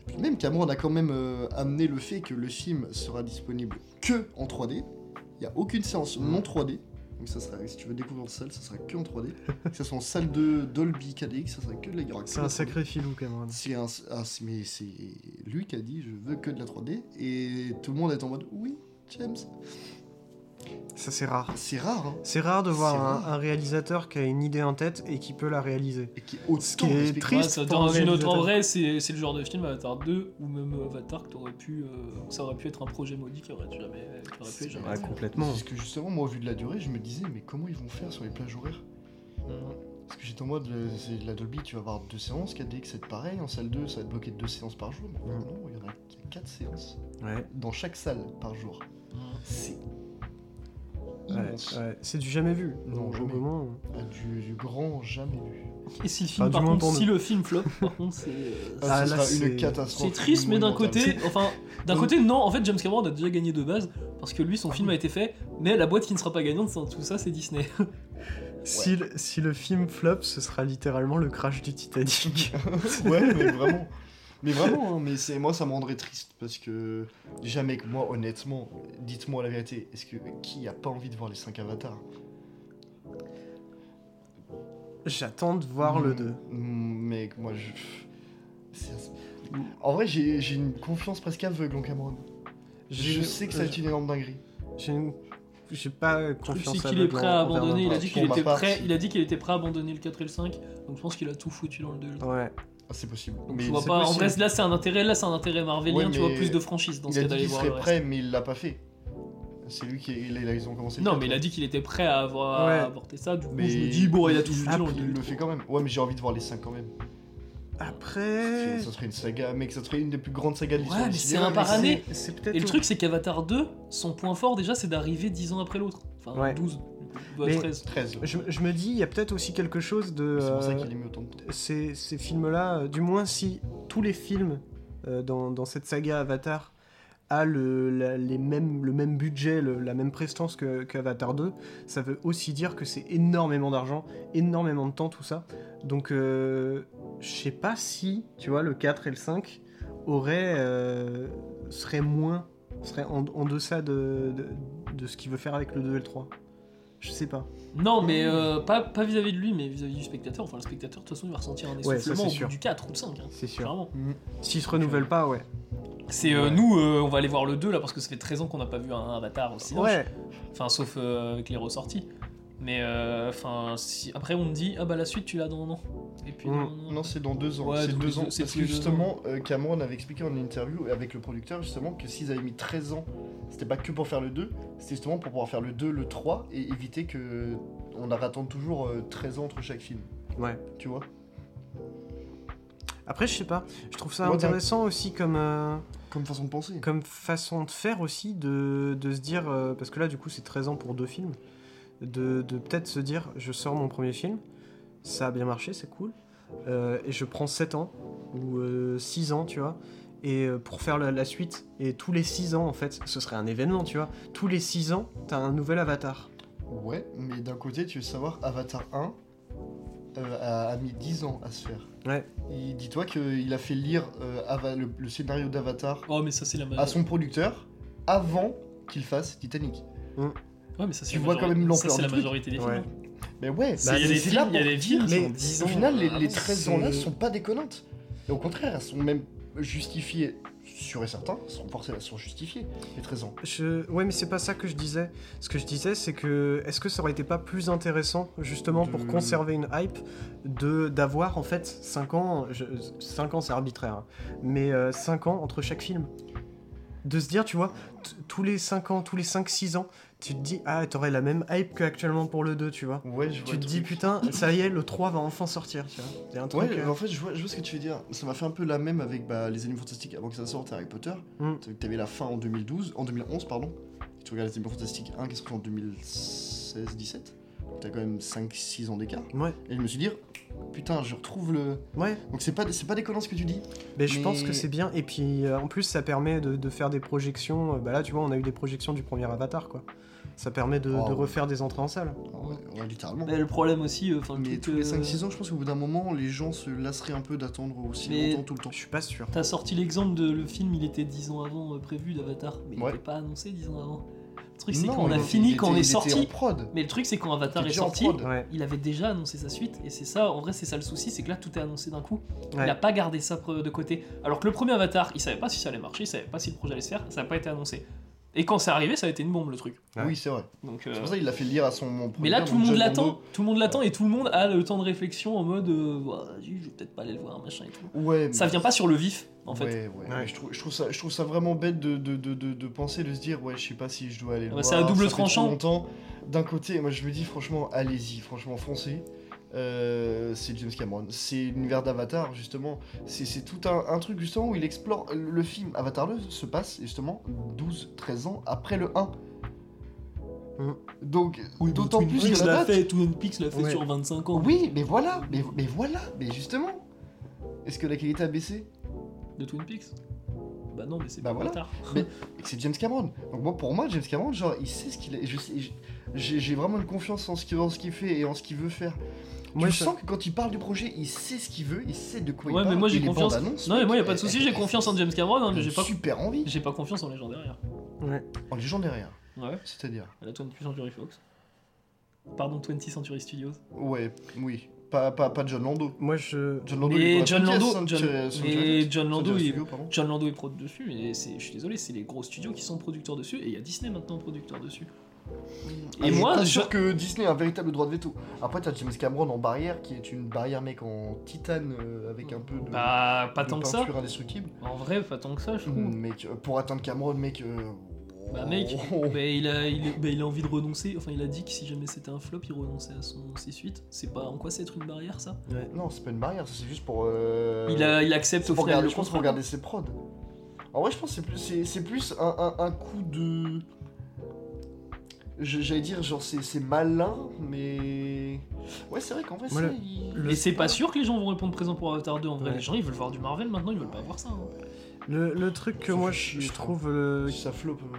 [SPEAKER 2] Et puis même Cameron a quand même euh, amené le fait que le film sera disponible que en 3D. Il n'y a aucune séance
[SPEAKER 1] Mm.
[SPEAKER 2] non 3D. Donc ça sera, si tu veux découvrir en salle, ça sera que en 3D. que ce soit en salle de Dolby KDX, ça sera que de la il y aura que
[SPEAKER 1] C'est
[SPEAKER 2] de
[SPEAKER 1] un
[SPEAKER 2] la 3D.
[SPEAKER 1] sacré filou, Cameron.
[SPEAKER 2] C'est un- ah, c'est- mais c'est lui qui a dit je veux que de la 3D et tout le monde est en mode oui James
[SPEAKER 1] Ça, c'est rare.
[SPEAKER 2] c'est rare hein,
[SPEAKER 1] C'est rare de
[SPEAKER 2] C'est
[SPEAKER 1] voir
[SPEAKER 2] rare.
[SPEAKER 1] un, un réalisateur qui a une idée en tête et qui peut la réaliser.
[SPEAKER 2] et qui est
[SPEAKER 1] Ce
[SPEAKER 2] autant
[SPEAKER 1] qui est
[SPEAKER 2] respecté.
[SPEAKER 1] triste
[SPEAKER 3] ça,
[SPEAKER 1] pour un
[SPEAKER 3] dans une autre, en
[SPEAKER 1] réalisateur.
[SPEAKER 3] vrai, c'est c'est le genre de film Avatar 2 ou même Avatar que t'aurais pu, euh, ça aurait pu être un projet maudit qui aurait jamais, qui aurait pu être jamais.
[SPEAKER 2] Ah,
[SPEAKER 3] fait.
[SPEAKER 1] complètement.
[SPEAKER 2] Parce que justement, moi, au vu de la durée, je me disais, mais comment ils vont faire sur les plages horaires
[SPEAKER 3] Mm.
[SPEAKER 2] Parce que j'étais en mode, le- c'est de la Dolby, tu vas avoir deux séances, 4DX, ça va être pareil, en salle 2, ça va être bloqué de deux séances par jour. Mais
[SPEAKER 1] Mm.
[SPEAKER 2] Non, il y en a il y a quatre séances
[SPEAKER 1] Ouais.
[SPEAKER 2] dans chaque salle par jour.
[SPEAKER 3] C'est
[SPEAKER 1] Ouais,
[SPEAKER 3] immense.
[SPEAKER 1] ouais, C'est du jamais vu.
[SPEAKER 2] Non,
[SPEAKER 1] Donc,
[SPEAKER 2] jamais.
[SPEAKER 1] comment-
[SPEAKER 2] Ah, Du, du grand jamais vu.
[SPEAKER 3] Et si le film,
[SPEAKER 1] Enfin,
[SPEAKER 3] par
[SPEAKER 1] du moins
[SPEAKER 3] contre,
[SPEAKER 1] pour
[SPEAKER 3] si
[SPEAKER 1] nous.
[SPEAKER 3] le film flop, par contre, c'est. euh,
[SPEAKER 1] Ah,
[SPEAKER 2] ce
[SPEAKER 1] là,
[SPEAKER 2] sera
[SPEAKER 1] c'est-
[SPEAKER 2] une catastrophe.
[SPEAKER 3] C'est triste, mais d'un côté, enfin, d'un
[SPEAKER 1] Donc- Ah
[SPEAKER 3] côté, non. En fait, James Cameron a déjà gagné de base parce que lui, son film a été fait. Mais la boîte qui ne sera pas gagnante, c'est- tout ça, c'est Disney.
[SPEAKER 1] Si, le, si le film flop, ce sera littéralement le crash du Titanic.
[SPEAKER 2] ouais, mais vraiment. Mais vraiment, hein, mais c'est moi ça me rendrait triste parce que jamais que moi honnêtement, dites-moi la vérité, est-ce que qui a pas envie de voir les 5 avatars
[SPEAKER 1] J'attends de voir le
[SPEAKER 2] Mm,
[SPEAKER 1] 2.
[SPEAKER 2] mm, Mec, moi je c'est-
[SPEAKER 3] Mm.
[SPEAKER 2] en vrai, j'ai j'ai une confiance presque aveugle en Cameron. Je sais que ça va être une énorme dinguerie.
[SPEAKER 1] euh, J'ai une- j'ai pas
[SPEAKER 3] Le truc,
[SPEAKER 1] confiance
[SPEAKER 3] c'est qu'il est prêt à
[SPEAKER 1] envers
[SPEAKER 3] abandonner. Il a
[SPEAKER 1] n'importe
[SPEAKER 3] dit
[SPEAKER 2] Pour
[SPEAKER 3] qu'il
[SPEAKER 2] ma
[SPEAKER 3] était
[SPEAKER 2] part,
[SPEAKER 3] prêt.
[SPEAKER 2] si.
[SPEAKER 3] Il a dit qu'il était prêt à abandonner le 4 et le 5. Donc je pense qu'il a tout foutu dans le 2.
[SPEAKER 1] quoi. Ouais.
[SPEAKER 2] Ah, c'est possible.
[SPEAKER 3] Donc je vois
[SPEAKER 2] c'est
[SPEAKER 3] pas. En
[SPEAKER 2] possible.
[SPEAKER 3] vrai, là, c'est un intérêt. Là, c'est un intérêt marvelien.
[SPEAKER 2] Ouais,
[SPEAKER 3] tu vois
[SPEAKER 2] mais
[SPEAKER 3] plus de franchise dans
[SPEAKER 2] il
[SPEAKER 3] ce
[SPEAKER 2] a
[SPEAKER 3] cas
[SPEAKER 2] dit
[SPEAKER 3] d'aller
[SPEAKER 2] qu'il
[SPEAKER 3] voir le
[SPEAKER 2] serait
[SPEAKER 3] reste.
[SPEAKER 2] prêt, mais il l'a pas fait. C'est lui qui il- il- ils ont commencé. le
[SPEAKER 3] Non,
[SPEAKER 2] quatre,
[SPEAKER 3] mais il a
[SPEAKER 2] hein.
[SPEAKER 3] dit qu'il était prêt à avoir
[SPEAKER 1] Ouais.
[SPEAKER 3] à aborder ça. Du coup,
[SPEAKER 2] Mais
[SPEAKER 3] je me dis bon, il a tout foutu
[SPEAKER 1] Ah,
[SPEAKER 3] dans le
[SPEAKER 2] Il le
[SPEAKER 3] 2.
[SPEAKER 2] fait quand même. Ouais, mais j'ai envie de voir les 5 quand même.
[SPEAKER 1] Après.
[SPEAKER 2] Ça serait une saga, mec, ça serait une des plus grandes sagas de l'histoire.
[SPEAKER 3] Ouais,
[SPEAKER 2] du
[SPEAKER 3] mais c'est
[SPEAKER 2] cinéma,
[SPEAKER 3] un par
[SPEAKER 2] c'est-
[SPEAKER 3] année.
[SPEAKER 1] C'est peut-être.
[SPEAKER 3] Et le truc, c'est qu'Avatar 2, son point fort déjà, c'est d'arriver 10 ans après l'autre. Enfin,
[SPEAKER 1] Ouais.
[SPEAKER 3] 12, bah,
[SPEAKER 1] Mais-
[SPEAKER 3] 13.
[SPEAKER 2] 13.
[SPEAKER 1] Je, je me dis, il y a peut-être aussi quelque chose de.
[SPEAKER 2] C'est pour ça
[SPEAKER 1] euh,
[SPEAKER 2] qu'il a mis autant de temps.
[SPEAKER 1] ces, ces films-là, euh, du moins si tous les films euh, dans, dans cette saga Avatar a le, la- les mêmes, le même budget, le- la même prestance que, que Avatar 2, ça veut aussi dire que c'est énormément d'argent, énormément de temps, tout ça. Donc euh, je sais pas si, tu vois, le 4 et le 5 auraient, euh, seraient moins, seraient en, en deçà de, de, de ce qu'il veut faire avec le 2 et le 3. Je sais pas.
[SPEAKER 3] Non, mais euh, pas, pas vis-à-vis de lui, mais vis-à-vis du spectateur. Enfin, le spectateur, de toute façon, il va ressentir un
[SPEAKER 1] ça, c'est
[SPEAKER 3] essoufflement au bout
[SPEAKER 1] sûr.
[SPEAKER 3] du 4 ou le 5. hein,
[SPEAKER 1] C'est sûr.
[SPEAKER 3] clairement.
[SPEAKER 1] S'ils se renouvellent pas, ouais.
[SPEAKER 3] C'est euh, nous, euh, on va aller voir le 2 là, parce que ça fait 13 ans qu'on n'a pas vu un Avatar aussi.
[SPEAKER 1] Ouais,
[SPEAKER 3] Enfin, sauf euh, avec les ressorties. Mais euh, enfin, si... après, on me dit, ah bah la suite, tu l'as dans un an. Et puis,
[SPEAKER 1] Mm.
[SPEAKER 3] non, non, non.
[SPEAKER 2] Non, c'est dans deux ans.
[SPEAKER 3] Ouais,
[SPEAKER 2] c'est
[SPEAKER 3] tous
[SPEAKER 2] deux
[SPEAKER 3] les deux-
[SPEAKER 2] ans.
[SPEAKER 3] c'est
[SPEAKER 2] Parce
[SPEAKER 3] tous
[SPEAKER 2] que
[SPEAKER 3] les deux
[SPEAKER 2] justement, euh, Cameron avait expliqué en interview avec le producteur justement que s'ils avaient mis 13 ans, c'était pas que pour faire le 2, c'était justement pour pouvoir faire le 2, le 3 et éviter que on attende toujours euh, 13 ans entre chaque film.
[SPEAKER 1] ouais.
[SPEAKER 2] Tu vois
[SPEAKER 1] Après, je sais pas, je trouve ça
[SPEAKER 2] Ouais,
[SPEAKER 1] intéressant aussi comme, euh,
[SPEAKER 2] Comme façon de penser.
[SPEAKER 1] comme façon de faire aussi, de, de se dire, euh, parce que là, du coup, c'est 13 ans pour deux films, de, de peut-être se dire, je sors mon premier film, ça a bien marché, c'est cool, euh, et je prends 7 ans, ou 6 ans, tu vois, et euh, pour faire la, la suite, et tous les 6 ans, en fait, ce serait un événement, tu vois, tous les 6 ans, t'as un nouvel avatar.
[SPEAKER 2] Ouais, mais d'un côté, tu veux savoir, Avatar 1 euh, a, a mis 10 ans à se faire.
[SPEAKER 1] Ouais.
[SPEAKER 2] Il- Dis-toi qu'il a fait lire euh, Ava- le, le scénario d'Avatar
[SPEAKER 3] Oh, mais ça, c'est la ma-
[SPEAKER 2] à son producteur avant qu'il fasse Titanic.
[SPEAKER 3] Ouais, mais ça, c'est
[SPEAKER 2] Tu
[SPEAKER 3] la
[SPEAKER 2] vois
[SPEAKER 3] majorité-
[SPEAKER 2] quand même
[SPEAKER 3] ça,
[SPEAKER 2] l'ampleur
[SPEAKER 3] c'est la
[SPEAKER 2] du truc.
[SPEAKER 3] majorité des films.
[SPEAKER 1] Ouais.
[SPEAKER 3] hein.
[SPEAKER 2] Mais ouais,
[SPEAKER 3] C'est- Il y a
[SPEAKER 2] c'est-
[SPEAKER 3] des
[SPEAKER 2] c'est
[SPEAKER 3] films,
[SPEAKER 2] là
[SPEAKER 3] il y a
[SPEAKER 2] pour
[SPEAKER 3] des
[SPEAKER 2] te
[SPEAKER 3] films
[SPEAKER 2] dire,
[SPEAKER 3] qui
[SPEAKER 1] mais
[SPEAKER 3] ont 10 ans.
[SPEAKER 2] Au final, les,
[SPEAKER 3] euh,
[SPEAKER 2] les
[SPEAKER 3] avant.
[SPEAKER 2] 13 ans là
[SPEAKER 1] c'est-
[SPEAKER 2] sont pas déconnantes. Et au contraire, elles sont même justifiées, sûr et certain, elles sont forcément elles sont justifiées, les 13 ans.
[SPEAKER 1] Je... Ouais, mais c'est pas ça que je disais. Ce que je disais, c'est que est-ce que ça aurait été pas plus intéressant, justement, pour
[SPEAKER 2] De-
[SPEAKER 1] conserver une hype, de d'avoir en fait 5 ans, je... 5 ans c'est arbitraire, hein, mais 5 ans entre chaque film De se dire, tu vois, t- tous les 5 ans, tous les 5-6 ans, tu te dis, ah, t'aurais la même hype qu'actuellement pour le 2, tu vois.
[SPEAKER 2] Ouais, je vois
[SPEAKER 1] Tu
[SPEAKER 2] le
[SPEAKER 1] te dis,
[SPEAKER 2] truc.
[SPEAKER 1] putain, ça y est, le 3 va enfin sortir, tu vois. C'est un truc.
[SPEAKER 2] Ouais,
[SPEAKER 1] euh,
[SPEAKER 2] en fait, je vois, je vois ce que tu veux dire. Ça m'a fait un peu la même avec bah, les animaux fantastiques avant que ça sorte Harry Potter.
[SPEAKER 1] Mm.
[SPEAKER 2] T'avais- T'avais la fin en 2012, en 2011, pardon. Et tu regardes les animaux fantastiques 1 qui est sorti en 2016-17. T'as quand même 5-6 ans d'écart.
[SPEAKER 1] Ouais,
[SPEAKER 2] Et je me suis dit, putain, je retrouve le.
[SPEAKER 1] ouais.
[SPEAKER 2] Donc c'est pas, c'est pas déconnant ce que tu dis.
[SPEAKER 1] Mais Ben, je pense
[SPEAKER 2] Mais-
[SPEAKER 1] que c'est bien. Et puis euh, en plus, ça permet de, de faire des projections. Euh, Bah là, tu vois, on a eu des projections du premier Avatar, quoi. Ça permet de,
[SPEAKER 2] Oh,
[SPEAKER 1] de
[SPEAKER 2] ouais.
[SPEAKER 1] refaire des entrées en salle.
[SPEAKER 2] Ah Ouais, ouais, littéralement.
[SPEAKER 3] Mais bah, le problème aussi, enfin, le
[SPEAKER 2] Mais
[SPEAKER 3] truc,
[SPEAKER 2] tous les
[SPEAKER 3] euh,
[SPEAKER 2] 5-6 ans, je pense qu'au bout d'un moment, les gens se lasseraient un peu d'attendre aussi
[SPEAKER 3] Mais-
[SPEAKER 2] longtemps tout le temps.
[SPEAKER 1] Je suis pas sûr.
[SPEAKER 3] T'as sorti l'exemple de le film, il était 10 ans avant euh, prévu d'Avatar, mais il
[SPEAKER 2] Ouais.
[SPEAKER 3] n'était pas annoncé 10 ans avant. Le truc, c'est
[SPEAKER 2] Non,
[SPEAKER 3] qu'on a
[SPEAKER 2] il-
[SPEAKER 3] fini
[SPEAKER 2] il
[SPEAKER 3] quand on
[SPEAKER 2] était-
[SPEAKER 3] est
[SPEAKER 2] il était en
[SPEAKER 3] sorti.
[SPEAKER 2] prod.
[SPEAKER 3] Mais le truc, c'est quand
[SPEAKER 2] Il
[SPEAKER 3] Avatar
[SPEAKER 2] était
[SPEAKER 3] est
[SPEAKER 2] déjà en
[SPEAKER 3] sorti,
[SPEAKER 2] prod.
[SPEAKER 1] Ouais.
[SPEAKER 3] il avait déjà annoncé sa suite, et c'est ça, en vrai, c'est ça le souci, c'est que là, tout est annoncé d'un coup. Il
[SPEAKER 1] Ouais.
[SPEAKER 3] n'a pas gardé ça pre- de côté. Alors que le premier Avatar, il savait pas si ça allait marcher, il savait pas si le projet allait se faire, ça n'a pas été annoncé. Et quand c'est arrivé, ça a été une bombe, le truc.
[SPEAKER 1] Ouais.
[SPEAKER 2] Oui, c'est vrai.
[SPEAKER 3] Donc,
[SPEAKER 2] C'est
[SPEAKER 3] euh,
[SPEAKER 2] pour ça qu'il l'a fait lire à son mon
[SPEAKER 3] Mais là,
[SPEAKER 2] producteur,
[SPEAKER 3] tout le
[SPEAKER 2] donc
[SPEAKER 3] monde
[SPEAKER 2] John
[SPEAKER 3] l'attend,
[SPEAKER 2] Lando.
[SPEAKER 3] tout le monde l'attend, et tout le monde a le temps de réflexion en mode, euh, Ouah, je vais peut-être pas aller le voir, machin et tout.
[SPEAKER 2] Ouais,
[SPEAKER 3] Ça
[SPEAKER 2] mais-
[SPEAKER 3] vient pas sur le vif, en fait.
[SPEAKER 2] Ouais, ouais,
[SPEAKER 1] Ouais.
[SPEAKER 2] mais Je, trouve, je, trouve ça, je trouve ça vraiment bête de, de, de, de, de penser, de se dire, ouais, je sais pas si je dois aller le
[SPEAKER 3] Ouais,
[SPEAKER 2] voir.
[SPEAKER 3] c'est à double
[SPEAKER 2] ça fait trop
[SPEAKER 3] tranchant.
[SPEAKER 2] longtemps. D'un côté, moi je me dis, franchement, allez-y, franchement, foncez. euh, c'est James Cameron. C'est l'univers d'Avatar, justement. C'est c'est tout un, un truc, justement, où il explore. Le film Avatar 2 se passe, justement, 12-13 ans après le 1.
[SPEAKER 1] Mm.
[SPEAKER 2] Donc,
[SPEAKER 3] Hum. Oui,
[SPEAKER 2] d'autant
[SPEAKER 3] Twin
[SPEAKER 2] plus
[SPEAKER 3] Peaks
[SPEAKER 2] que la
[SPEAKER 3] l'a
[SPEAKER 2] date.
[SPEAKER 3] fait, Twin Peaks l'a fait
[SPEAKER 1] Ouais.
[SPEAKER 3] sur 25 ans
[SPEAKER 2] Oui, mais voilà, mais, mais voilà, mais justement. Est-ce que la qualité a baissé
[SPEAKER 3] de Twin Peaks. Bah non, mais c'est
[SPEAKER 2] Bah
[SPEAKER 3] pas
[SPEAKER 2] voilà.
[SPEAKER 3] tard.
[SPEAKER 2] Mais- et que c'est James Cameron. Donc moi, pour moi, James Cameron, genre, il sait ce qu'il est. Je sais- j'ai j'ai vraiment une confiance en ce qu'il en ce qu'il fait et en ce qu'il veut faire.
[SPEAKER 1] Moi,
[SPEAKER 2] tu
[SPEAKER 1] je-
[SPEAKER 2] sens que quand il parle du projet, il sait ce qu'il veut, il sait de quoi
[SPEAKER 3] Ouais,
[SPEAKER 2] il
[SPEAKER 3] mais
[SPEAKER 2] parle.
[SPEAKER 3] moi j'ai
[SPEAKER 2] et les
[SPEAKER 3] confiance.
[SPEAKER 2] bandes annonces,
[SPEAKER 3] Non, mais
[SPEAKER 2] mec,
[SPEAKER 3] moi y a pas de
[SPEAKER 2] elles-
[SPEAKER 3] souci,
[SPEAKER 2] elles-
[SPEAKER 3] j'ai confiance en James Cameron, hein, mais j'ai
[SPEAKER 2] J'ai
[SPEAKER 3] pas,
[SPEAKER 2] super envie.
[SPEAKER 3] j'ai pas confiance en les gens derrière.
[SPEAKER 1] Ouais.
[SPEAKER 2] En les gens derrière.
[SPEAKER 3] Ouais,
[SPEAKER 2] C'est-à-dire.
[SPEAKER 3] à la 20 Century Fox. Pardon, 20 Century Studios.
[SPEAKER 2] Ouais, oui. Pas, pas, pas John Lando.
[SPEAKER 1] Moi, je...
[SPEAKER 2] John Lando. il
[SPEAKER 3] Mais
[SPEAKER 2] pourrait
[SPEAKER 3] John
[SPEAKER 2] plus dire
[SPEAKER 3] Lando-
[SPEAKER 2] Saint-
[SPEAKER 3] John-
[SPEAKER 2] Saint- Saint-
[SPEAKER 3] mais
[SPEAKER 2] Saint-
[SPEAKER 3] John
[SPEAKER 2] Saint-
[SPEAKER 3] Lando,
[SPEAKER 2] Saint-
[SPEAKER 3] il-
[SPEAKER 2] Studio, pardon.
[SPEAKER 3] John Lando est prod dessus, mais c'est- je suis désolé, c'est les gros studios qui sont producteurs dessus, et il y a Disney maintenant producteur dessus.
[SPEAKER 2] Ah,
[SPEAKER 3] Et
[SPEAKER 2] je suis
[SPEAKER 3] moi,
[SPEAKER 2] pas
[SPEAKER 3] je-
[SPEAKER 2] sûr que Disney a un véritable droit de veto. Après, t'as James Cameron en barrière, qui est une barrière, mec, en titane, euh, avec un peu de.
[SPEAKER 3] Bah, pas
[SPEAKER 2] de
[SPEAKER 3] tant que ça.
[SPEAKER 2] peinture indestructible.
[SPEAKER 3] En vrai, pas tant que ça, je trouve.
[SPEAKER 2] Mm, Mec, euh, pour atteindre Cameron, mec. euh,
[SPEAKER 3] Bah mec,
[SPEAKER 2] oh,
[SPEAKER 3] bah, il, a, il, bah, il a envie de renoncer, enfin il a dit que si jamais c'était un flop, il renonçait à son ses suites. C'est pas en quoi c'est être une barrière ça
[SPEAKER 2] Non, c'est pas une barrière, ça, c'est juste pour. euh,
[SPEAKER 3] Il, a, il accepte
[SPEAKER 2] c'est
[SPEAKER 3] au
[SPEAKER 2] pour
[SPEAKER 3] final
[SPEAKER 2] garder,
[SPEAKER 3] le hein.
[SPEAKER 2] je pense
[SPEAKER 3] contrat.
[SPEAKER 2] pour garder ses prods. En vrai, je pense que c'est plus, c'est, c'est plus un, un- un coup de. Je- j'allais dire, genre, c'est, c'est malin, mais. Ouais, c'est vrai qu'en vrai,
[SPEAKER 1] Moi, le-
[SPEAKER 2] ça, il-
[SPEAKER 1] le-
[SPEAKER 3] Et c'est pas sûr que les gens vont répondre présent pour Avatar 2 en vrai.
[SPEAKER 1] Ouais.
[SPEAKER 3] Les gens ils veulent voir du Marvel maintenant, ils veulent pas voir ça. hein.
[SPEAKER 1] Le, le truc que
[SPEAKER 2] Ça
[SPEAKER 1] moi
[SPEAKER 2] fait
[SPEAKER 1] je,
[SPEAKER 2] chier,
[SPEAKER 1] je
[SPEAKER 2] ça.
[SPEAKER 1] trouve euh,
[SPEAKER 2] Ça floppe. euh.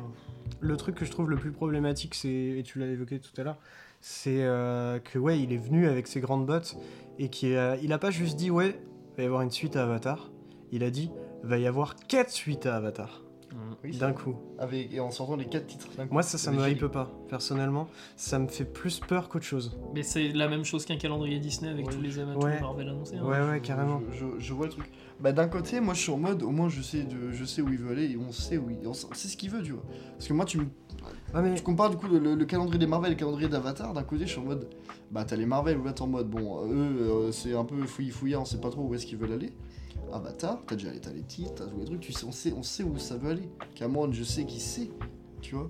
[SPEAKER 1] le truc que je trouve le plus problématique, c'est et tu l'as évoqué tout à l'heure, c'est euh, que ouais, il est venu avec ses grandes bottes et qu'il a, il a pas juste dit ouais, va y avoir une suite à Avatar. Il a dit va y avoir quatre suites à Avatar
[SPEAKER 2] Oui, c'est
[SPEAKER 1] d'un
[SPEAKER 2] vrai.
[SPEAKER 1] coup.
[SPEAKER 2] Avec, et en sortant les quatre titres d'un coup.
[SPEAKER 1] Moi ça, ça
[SPEAKER 2] Avec
[SPEAKER 1] me
[SPEAKER 2] Jedi.
[SPEAKER 1] hype pas. Personnellement, ça me fait plus peur qu'autre chose.
[SPEAKER 3] Mais c'est la même chose qu'un calendrier Disney avec
[SPEAKER 2] Ouais,
[SPEAKER 3] tous les amateurs
[SPEAKER 1] ouais.
[SPEAKER 3] Marvel annoncés. hein.
[SPEAKER 1] Ah Ouais, ouais,
[SPEAKER 2] Je-
[SPEAKER 1] carrément.
[SPEAKER 2] Je, je- je vois le truc. Bah d'un côté, moi je suis en mode, au moins je sais, de, je sais où il veut aller et on sait où il, on sait ce qu'il veut, tu vois. Parce que moi tu me
[SPEAKER 1] Ah mais
[SPEAKER 2] Tu compares du coup le, le- le calendrier des Marvel et le calendrier d'Avatar. D'un côté, je suis en mode, bah t'as les Marvel où là t'es en mode, bon, eux euh, c'est un peu fouillis fouillard, on sait pas trop où est-ce qu'ils veulent aller. Avatar, t'as déjà les, t'as les titres, t'as tous les trucs, tu sais, on, sait, on sait où ça veut aller. Cameron, je sais qu'il sait, tu vois.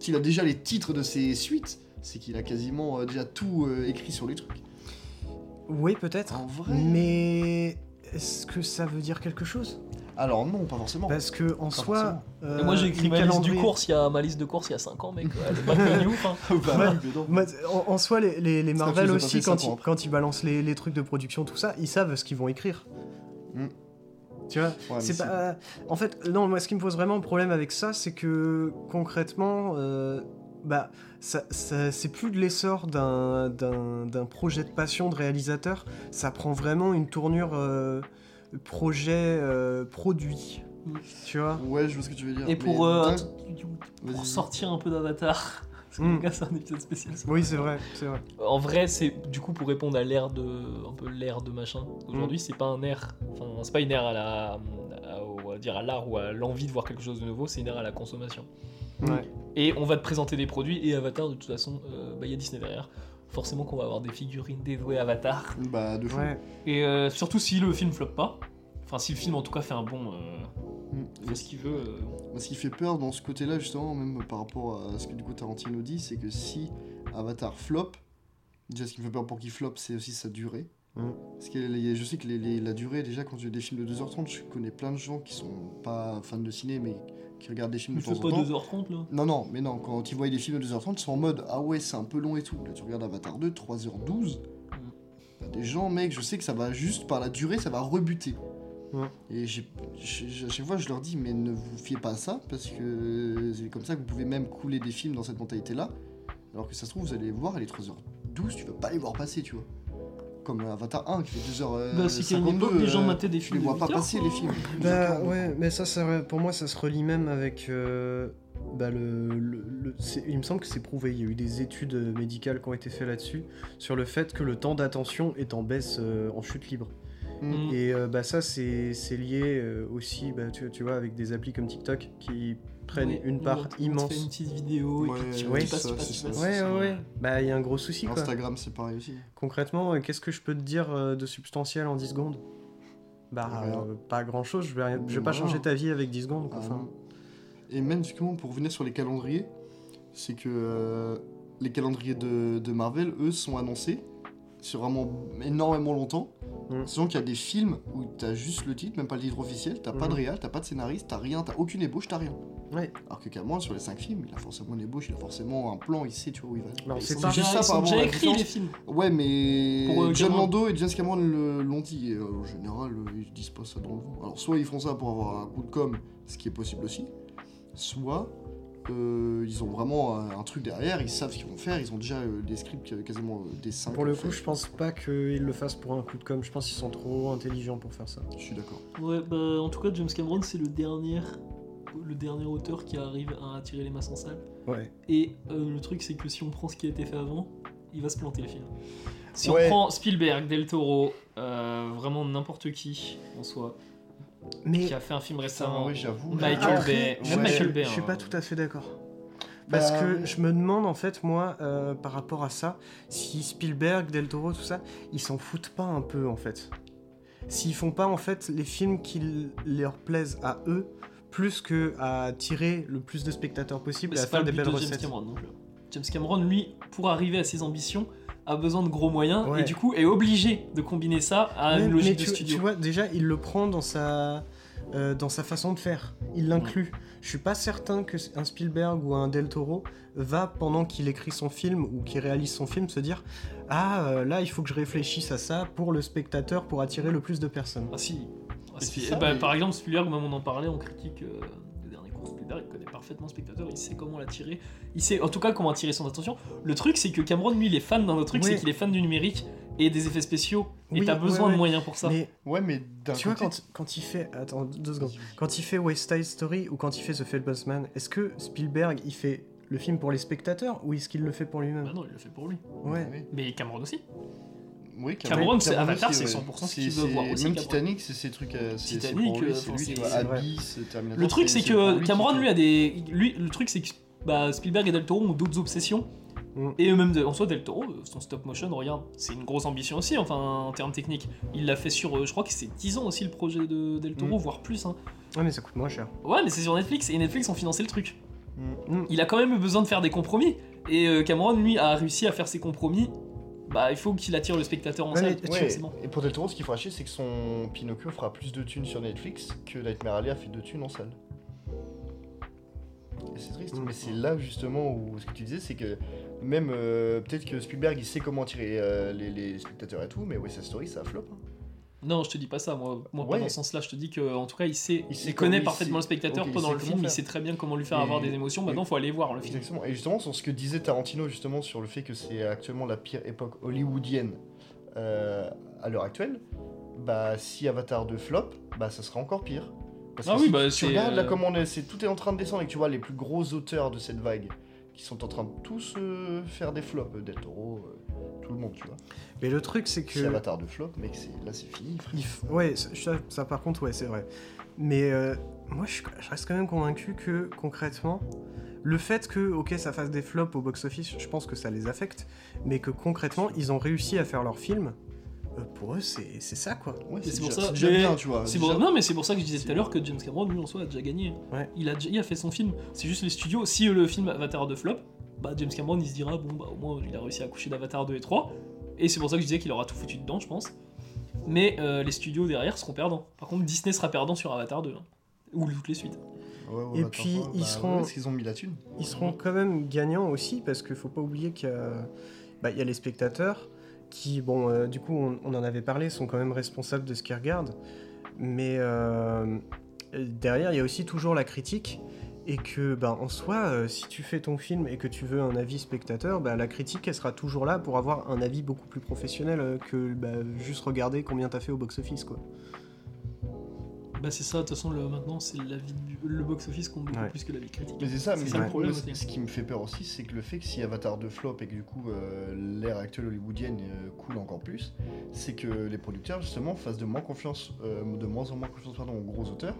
[SPEAKER 2] S'il a déjà les titres de ses suites, c'est qu'il a quasiment euh, déjà tout euh, écrit sur les trucs.
[SPEAKER 1] oui peut-être.
[SPEAKER 2] En vrai
[SPEAKER 1] Mais est-ce que ça veut dire quelque chose
[SPEAKER 2] Alors non, pas forcément.
[SPEAKER 1] Parce que en soi,
[SPEAKER 2] forcément.
[SPEAKER 1] euh,
[SPEAKER 3] Mais moi j'ai écrit
[SPEAKER 1] le
[SPEAKER 3] ma liste, du
[SPEAKER 1] calendrier-
[SPEAKER 3] course, il y a, ma liste de course il y a 5 ans mec, elle est pas devenue ouf. hein.
[SPEAKER 2] Bah,
[SPEAKER 1] Ouais.
[SPEAKER 2] mais non.
[SPEAKER 1] Moi, t- en, en soi, les, les- les
[SPEAKER 2] Snapchat,
[SPEAKER 1] Marvel
[SPEAKER 2] ils ont
[SPEAKER 1] aussi,
[SPEAKER 2] passé
[SPEAKER 1] quand
[SPEAKER 2] cinq
[SPEAKER 1] ils,
[SPEAKER 2] ans après.
[SPEAKER 1] quand ils balancent les, les trucs de production, tout ça, ils savent ce qu'ils vont écrire.
[SPEAKER 2] Mm.
[SPEAKER 1] Tu vois
[SPEAKER 2] Ouais, mais
[SPEAKER 1] c'est pas... euh, En fait, non, moi, ce qui me pose vraiment problème avec ça, c'est que concrètement, euh, bah, ça, ça- c'est plus de l'essor d'un- d'un d'un projet de passion de réalisateur, ça prend vraiment une tournure euh, projet euh, produit.
[SPEAKER 3] Mm.
[SPEAKER 1] Tu vois
[SPEAKER 2] Ouais, je vois ce que tu veux dire.
[SPEAKER 3] Et
[SPEAKER 2] mais
[SPEAKER 3] pour, euh,
[SPEAKER 2] d'un-
[SPEAKER 3] pour
[SPEAKER 2] Vas-y. Hmm.
[SPEAKER 3] sortir un peu d'Avatar. Parce que
[SPEAKER 1] Mm.
[SPEAKER 3] les gars, c'est un épisode spécial. ça.
[SPEAKER 1] Oui, c'est vrai, c'est vrai.
[SPEAKER 3] En vrai, c'est du coup pour répondre à l'ère de un peu l'ère de machin. Aujourd'hui,
[SPEAKER 2] Hmm.
[SPEAKER 3] c'est pas un air, enfin c'est pas une ère à la, à- au- on va dire à l'art ou à l'envie de voir quelque chose de nouveau. C'est une ère à la consommation.
[SPEAKER 2] Mm.
[SPEAKER 1] Ouais.
[SPEAKER 3] Et on va te présenter des produits et Avatar de toute façon, euh, bah, il y a Disney derrière. Forcément qu'on va avoir des figurines des jouets Avatar.
[SPEAKER 2] Bah, de fou.
[SPEAKER 1] Ouais.
[SPEAKER 3] Et euh, surtout si le film floppe pas. Enfin si le film en tout cas fait un bon, euh,
[SPEAKER 2] Mm.
[SPEAKER 3] fait ce qu'il veut. euh,
[SPEAKER 2] Moi, ce qui fait peur dans ce côté-là, justement, même par rapport à ce que du coup Tarantino dit, c'est que si Avatar flop, déjà ce qui me fait peur pour qu'il flop, c'est aussi sa durée.
[SPEAKER 1] Mm.
[SPEAKER 2] Parce que les- je sais que les- les- la durée, déjà, quand tu as des films de 2h30, je connais plein de gens qui sont pas fans de ciné, mais qui regardent des films
[SPEAKER 3] il
[SPEAKER 2] de temps
[SPEAKER 3] fait
[SPEAKER 2] en
[SPEAKER 3] pas
[SPEAKER 2] temps.
[SPEAKER 3] 2h30 là.
[SPEAKER 2] Non, non, mais non, quand ils voient des films de 2h30, ils sont en mode Ah ouais, c'est un peu long et tout. Là, tu regardes Avatar 2, 3h12.
[SPEAKER 3] Mm.
[SPEAKER 2] T'as des gens, mec, je sais que ça va juste par la durée, ça va rebuter.
[SPEAKER 1] Mm.
[SPEAKER 2] Et j'ai- j'ai- à chaque fois, je leur dis Mais ne vous fiez pas à ça, parce que c'est comme ça que vous pouvez même couler des films dans cette mentalité-là. Alors que ça se trouve, vous allez les voir, elle est 3h12, tu vas pas les voir passer, tu vois. Comme Avatar 1 qui fait 2h52.
[SPEAKER 3] bah c'est qu'à une époque, les gens mataient des
[SPEAKER 2] euh, tu
[SPEAKER 3] films.
[SPEAKER 2] Euh, les
[SPEAKER 3] de
[SPEAKER 2] vois pas
[SPEAKER 3] 8 heures,
[SPEAKER 2] passer,
[SPEAKER 3] quoi.
[SPEAKER 2] les films.
[SPEAKER 1] Bah ouais, mais ça, ça- pour moi, ça se relie même avec. euh, bah, le, le- le- c'est- il me semble que c'est prouvé. Il y a eu des études euh, médicales qui ont été faites là-dessus sur le fait que le temps d'attention est en baisse, euh, en chute libre.
[SPEAKER 3] Mm.
[SPEAKER 1] Et euh, bah ça, c'est c'est lié euh, aussi, bah, tu, tu vois, avec des applis comme TikTok qui prennent
[SPEAKER 3] Oui,
[SPEAKER 1] une
[SPEAKER 3] on
[SPEAKER 1] part
[SPEAKER 3] te- On te fait une
[SPEAKER 1] immense.
[SPEAKER 3] petite vidéo et puis
[SPEAKER 2] Ouais,
[SPEAKER 3] tu,
[SPEAKER 1] ouais,
[SPEAKER 3] tu passes,
[SPEAKER 2] ça,
[SPEAKER 3] tu passes,
[SPEAKER 2] c'est
[SPEAKER 3] tu
[SPEAKER 2] ça.
[SPEAKER 3] passes.
[SPEAKER 1] Ouais, ouais, ouais. Bah il y a un gros souci quoi.
[SPEAKER 2] Instagram, c'est pareil aussi.
[SPEAKER 1] Concrètement, euh, qu'est-ce que je peux te dire euh, de substantiel en 10 secondes Bah
[SPEAKER 2] Ah, Rien.
[SPEAKER 1] euh, pas grand chose. Je vais, rien- je vais pas
[SPEAKER 2] Voilà.
[SPEAKER 1] changer ta vie avec 10 secondes. quoi.
[SPEAKER 2] Ah
[SPEAKER 1] Enfin,
[SPEAKER 2] non. Et même justement pour revenir sur les calendriers, c'est que euh, les calendriers de, de Marvel, eux, sont annoncés sur vraiment énormément longtemps.
[SPEAKER 1] Mm.
[SPEAKER 2] Sinon qu'il y a des films où t'as juste le titre, même pas le titre officiel, t'as pas de
[SPEAKER 1] Mhm.
[SPEAKER 2] réal, t'as pas de scénariste, t'as rien, t'as aucune ébauche, t'as rien.
[SPEAKER 1] Ouais.
[SPEAKER 2] Alors que Cameron, sur les 5 films, il a forcément une ébauche, il a forcément un plan, il sait tu vois où il va.
[SPEAKER 1] Mais on
[SPEAKER 2] Et
[SPEAKER 1] sait
[SPEAKER 2] c'est
[SPEAKER 1] pas.
[SPEAKER 3] J'ai
[SPEAKER 2] juste ça par rapport à la
[SPEAKER 3] écrit les
[SPEAKER 2] différence.
[SPEAKER 3] films.
[SPEAKER 2] Ouais, mais
[SPEAKER 3] Pour, euh,
[SPEAKER 2] John
[SPEAKER 3] Cameron.
[SPEAKER 2] Lando et James Cameron le- l'ont dit. Et, euh, en général, euh, ils disent pas ça dans le vent. Alors, soit ils font ça pour avoir un coup de com, ce qui est possible aussi, soit euh, ils ont vraiment euh, un truc derrière, ils savent ce qu'ils vont faire, ils ont déjà euh, des scripts euh, quasiment euh, des 5
[SPEAKER 1] Pour le coup, je pense pas qu'ils le fassent pour un coup de com. Je pense qu'ils sont trop intelligents pour faire ça.
[SPEAKER 2] je suis d'accord.
[SPEAKER 3] Ouais, bah, en tout cas, James Cameron, c'est le dernier, le dernier auteur qui arrive à attirer les masses en salle.
[SPEAKER 1] Ouais.
[SPEAKER 3] Et euh, le truc, c'est que si on prend ce qui a été fait avant, il va se planter le film. Si
[SPEAKER 2] Ouais.
[SPEAKER 3] on prend Spielberg, Del Toro, euh, vraiment n'importe qui en soi,
[SPEAKER 1] Mais
[SPEAKER 3] qui a fait un film
[SPEAKER 2] Ça,
[SPEAKER 3] récemment.
[SPEAKER 2] ouais, Ah j'avoue.
[SPEAKER 3] Michael
[SPEAKER 2] Après,
[SPEAKER 3] Bay.
[SPEAKER 2] ouais,
[SPEAKER 3] Même Michael Bay.
[SPEAKER 1] je suis
[SPEAKER 3] hein.
[SPEAKER 1] pas tout à fait d'accord. Parce
[SPEAKER 2] Bah,
[SPEAKER 1] que je me demande en fait, moi, euh, par rapport à ça, si Spielberg, Del Toro, tout ça, ils s'en foutent pas un peu en fait. S'ils font pas en fait les films qui leur plaisent à eux, plus que à attirer le plus de spectateurs possible
[SPEAKER 3] Mais
[SPEAKER 1] et à
[SPEAKER 3] c'est pas
[SPEAKER 1] faire
[SPEAKER 3] le
[SPEAKER 1] des
[SPEAKER 3] but de
[SPEAKER 1] belles
[SPEAKER 3] James
[SPEAKER 1] recettes.
[SPEAKER 3] Cameron non plus. James Cameron, lui, pour arriver à ses ambitions, a besoin de gros moyens
[SPEAKER 1] Ouais.
[SPEAKER 3] et du coup est obligé de combiner ça à
[SPEAKER 1] Mais-
[SPEAKER 3] Ah, une logique
[SPEAKER 1] mais tu,
[SPEAKER 3] de studio.
[SPEAKER 1] tu vois, déjà, il le prend dans sa, euh, dans sa façon de faire.
[SPEAKER 3] Mm.
[SPEAKER 1] Il l'inclut. Je suis pas certain que un Spielberg ou un Del Toro va, pendant qu'il écrit son film ou qu'il réalise son film, se dire Ah, euh, là, il faut que je réfléchisse à ça pour le spectateur, pour attirer le plus de personnes.
[SPEAKER 3] Ah si. Ah,
[SPEAKER 2] Mais
[SPEAKER 3] si.
[SPEAKER 2] c'est
[SPEAKER 3] Eh
[SPEAKER 2] ça,
[SPEAKER 3] ben,
[SPEAKER 2] mais-
[SPEAKER 3] Par exemple, Spielberg, même on en parlait, on critique euh, le dernier cours Spielberg, il connaît parfaitement le spectateur, il sait comment l'attirer, il sait en tout cas comment attirer son attention. Le truc, c'est que Cameron, lui, il est fan d'un autre truc,
[SPEAKER 1] Ouais.
[SPEAKER 3] c'est qu'il est fan du numérique et des effets spéciaux, et
[SPEAKER 1] Oui,
[SPEAKER 3] t'as besoin
[SPEAKER 1] ouais, ouais.
[SPEAKER 3] de moyens pour ça.
[SPEAKER 1] Mais
[SPEAKER 2] Ouais, mais d'un
[SPEAKER 1] tu vois,
[SPEAKER 2] côté,
[SPEAKER 1] quand, quand il fait. Attends, deux secondes. Quand il fait West Side Story ou quand il fait The Fableman, est-ce que Spielberg, il fait le film pour les spectateurs ou est-ce qu'il le fait pour
[SPEAKER 3] Bah
[SPEAKER 1] lui-même
[SPEAKER 3] non, il le fait pour lui.
[SPEAKER 1] Ouais.
[SPEAKER 2] Ouais.
[SPEAKER 3] Mais Cameron aussi.
[SPEAKER 2] Oui,
[SPEAKER 3] Cameron, c'est- Avatar,
[SPEAKER 2] aussi,
[SPEAKER 3] c'est
[SPEAKER 2] ouais.
[SPEAKER 3] 100% ce
[SPEAKER 2] C'est-
[SPEAKER 3] qu'il veut
[SPEAKER 2] c'est-
[SPEAKER 3] voir aussi,
[SPEAKER 2] Même
[SPEAKER 3] Cameron.
[SPEAKER 2] Titanic, c'est ces trucs. euh, c'est- c'est
[SPEAKER 3] Titanic,
[SPEAKER 2] pour lui,
[SPEAKER 3] euh,
[SPEAKER 2] c'est
[SPEAKER 3] enfin,
[SPEAKER 2] lui, tu
[SPEAKER 3] c'est-
[SPEAKER 2] vois,
[SPEAKER 3] c'est
[SPEAKER 1] vrai.
[SPEAKER 2] Abyss, Terminator.
[SPEAKER 3] Le truc, c'est
[SPEAKER 2] pour
[SPEAKER 3] que
[SPEAKER 2] lui
[SPEAKER 3] Cameron,
[SPEAKER 2] qu'il
[SPEAKER 3] lui,
[SPEAKER 2] fait.
[SPEAKER 3] a des. Lui, le truc, c'est que bah, Spielberg et Del Toro ont d'autres obsessions.
[SPEAKER 1] Mm.
[SPEAKER 3] Et eux-mêmes, de- en soi, Del Toro, euh, son stop motion, regarde, c'est une grosse ambition aussi, enfin, en termes techniques. Il l'a fait sur, euh, je crois que c'est 10 ans aussi le projet de Del
[SPEAKER 1] Mm.
[SPEAKER 3] Toro, voire plus. hein.
[SPEAKER 1] Ouais, Ah, mais ça coûte moins cher.
[SPEAKER 3] Ouais, mais c'est sur Netflix, et Netflix ont financé le truc.
[SPEAKER 1] Mm.
[SPEAKER 3] Il a quand même eu besoin de faire des compromis. Et euh, Cameron, lui, a réussi à faire ses compromis. Bah, il faut qu'il attire le spectateur en
[SPEAKER 1] Ouais,
[SPEAKER 3] salle,
[SPEAKER 1] mais
[SPEAKER 2] Ouais,
[SPEAKER 3] forcément.
[SPEAKER 2] Et pour Del Toro, ce qu'il faut acheter, c'est que son Pinocchio fera plus de thunes sur Netflix que Nightmare Alley a fait de thunes en salle. Et c'est triste,
[SPEAKER 1] Mm.
[SPEAKER 2] mais c'est là justement où ce que tu disais, c'est que même euh, peut-être que Spielberg il sait comment tirer euh, les, les spectateurs et tout, mais West Side Story ça flop. hein.
[SPEAKER 3] Non, je te dis pas ça, moi, moi
[SPEAKER 2] Ouais.
[SPEAKER 3] pas dans ce sens-là. Je te dis que, en tout cas, il sait,
[SPEAKER 2] Il
[SPEAKER 3] il,
[SPEAKER 2] sait comment-
[SPEAKER 3] connaît
[SPEAKER 2] il
[SPEAKER 3] parfaitement
[SPEAKER 2] sait-
[SPEAKER 3] le spectateur
[SPEAKER 2] ok, il
[SPEAKER 3] pendant
[SPEAKER 2] sait
[SPEAKER 3] le
[SPEAKER 2] comment
[SPEAKER 3] film, il
[SPEAKER 2] faire.
[SPEAKER 3] sait très bien comment lui faire
[SPEAKER 2] Et-
[SPEAKER 3] avoir des émotions. Maintenant, faut aller voir le film.
[SPEAKER 2] Exactement. Ah, Et justement, sur ce que disait Tarantino justement sur le fait que c'est actuellement la pire époque hollywoodienne euh, à l'heure actuelle, bah si Avatar 2 flop, bah ça sera encore pire. Parce
[SPEAKER 3] Ah
[SPEAKER 2] que
[SPEAKER 3] oui,
[SPEAKER 2] si
[SPEAKER 3] bah,
[SPEAKER 2] tu
[SPEAKER 3] c'est,
[SPEAKER 2] regardes là
[SPEAKER 3] euh,
[SPEAKER 2] comment on est, c'est- tout est en train de descendre et que tu vois les plus gros auteurs de cette vague qui sont en train de tous euh, faire des flops, euh, Del Toro, euh, tout le monde, tu vois.
[SPEAKER 1] Mais le truc, c'est
[SPEAKER 2] Si
[SPEAKER 1] que.
[SPEAKER 2] Avatar 2 flop, mec, c'est- là c'est fini. frère.
[SPEAKER 1] Il f- Ouais, ça, ça- ça, par contre, ouais, c'est vrai. Mais euh, moi, je, je reste quand même convaincu que, concrètement, le fait que, ok, ça fasse des flops au box-office, je pense que ça les affecte, mais que concrètement, ils ont réussi à faire leur film, euh, pour eux, c'est c'est ça, quoi.
[SPEAKER 2] Ouais,
[SPEAKER 3] c'est
[SPEAKER 2] c'est
[SPEAKER 3] pour
[SPEAKER 2] déjà,
[SPEAKER 3] ça-
[SPEAKER 2] c'est déjà
[SPEAKER 3] mais-
[SPEAKER 2] bien, tu vois.
[SPEAKER 3] C'est
[SPEAKER 2] déjà.
[SPEAKER 3] pour- Non, mais c'est pour ça que je disais tout
[SPEAKER 2] C'est-
[SPEAKER 3] à l'heure que James Cameron, lui, en soi, a déjà gagné.
[SPEAKER 1] Ouais.
[SPEAKER 3] Il, a, déjà- il a fait son film. C'est juste les studios. Si euh, le film Avatar 2 flop, bah, James Cameron, il se dira, bon, bah, au moins, il a réussi à coucher d'Avatar 2 et 3. Et c'est pour ça que je disais qu'il aura tout foutu dedans, je pense. Mais euh, les studios derrière seront perdants. Par contre, Disney sera perdant sur Avatar 2. hein. Ou toutes les suites.
[SPEAKER 2] Ouais, ouais,
[SPEAKER 1] Et
[SPEAKER 2] attends,
[SPEAKER 1] puis,
[SPEAKER 2] bah,
[SPEAKER 1] ils
[SPEAKER 2] ouais,
[SPEAKER 1] seront-
[SPEAKER 2] parce qu'ils ont mis la thune.
[SPEAKER 1] Ils seront quand même gagnants aussi, parce qu'il faut pas oublier qu'il y, a- bah, il y a les spectateurs qui, bon, euh, du coup, on, on en avait parlé, sont quand même responsables de ce qu'ils regardent. Mais euh, derrière, il y a aussi toujours la critique. Et que, bah, en soi, euh, si tu fais ton film et que tu veux un avis spectateur, bah, la critique, elle sera toujours là pour avoir un avis beaucoup plus professionnel euh, que bah, juste regarder combien t'as fait au box-office, quoi.
[SPEAKER 3] Bah, c'est ça, de toute façon, le, maintenant, c'est la vie du- le box-office compte beaucoup
[SPEAKER 1] Ouais.
[SPEAKER 3] plus que la vie critique.
[SPEAKER 2] Mais c'est ça,
[SPEAKER 3] C'est
[SPEAKER 2] mais
[SPEAKER 3] ça le
[SPEAKER 2] le
[SPEAKER 3] problème
[SPEAKER 2] problème,
[SPEAKER 3] aussi.
[SPEAKER 2] ce qui me fait peur aussi, c'est que le fait que si Avatar 2 flop et que du coup euh, l'ère actuelle hollywoodienne euh, coule encore plus, c'est que les producteurs justement fassent de moins confiance, euh, de moins en moins confiance pardon, aux gros auteurs,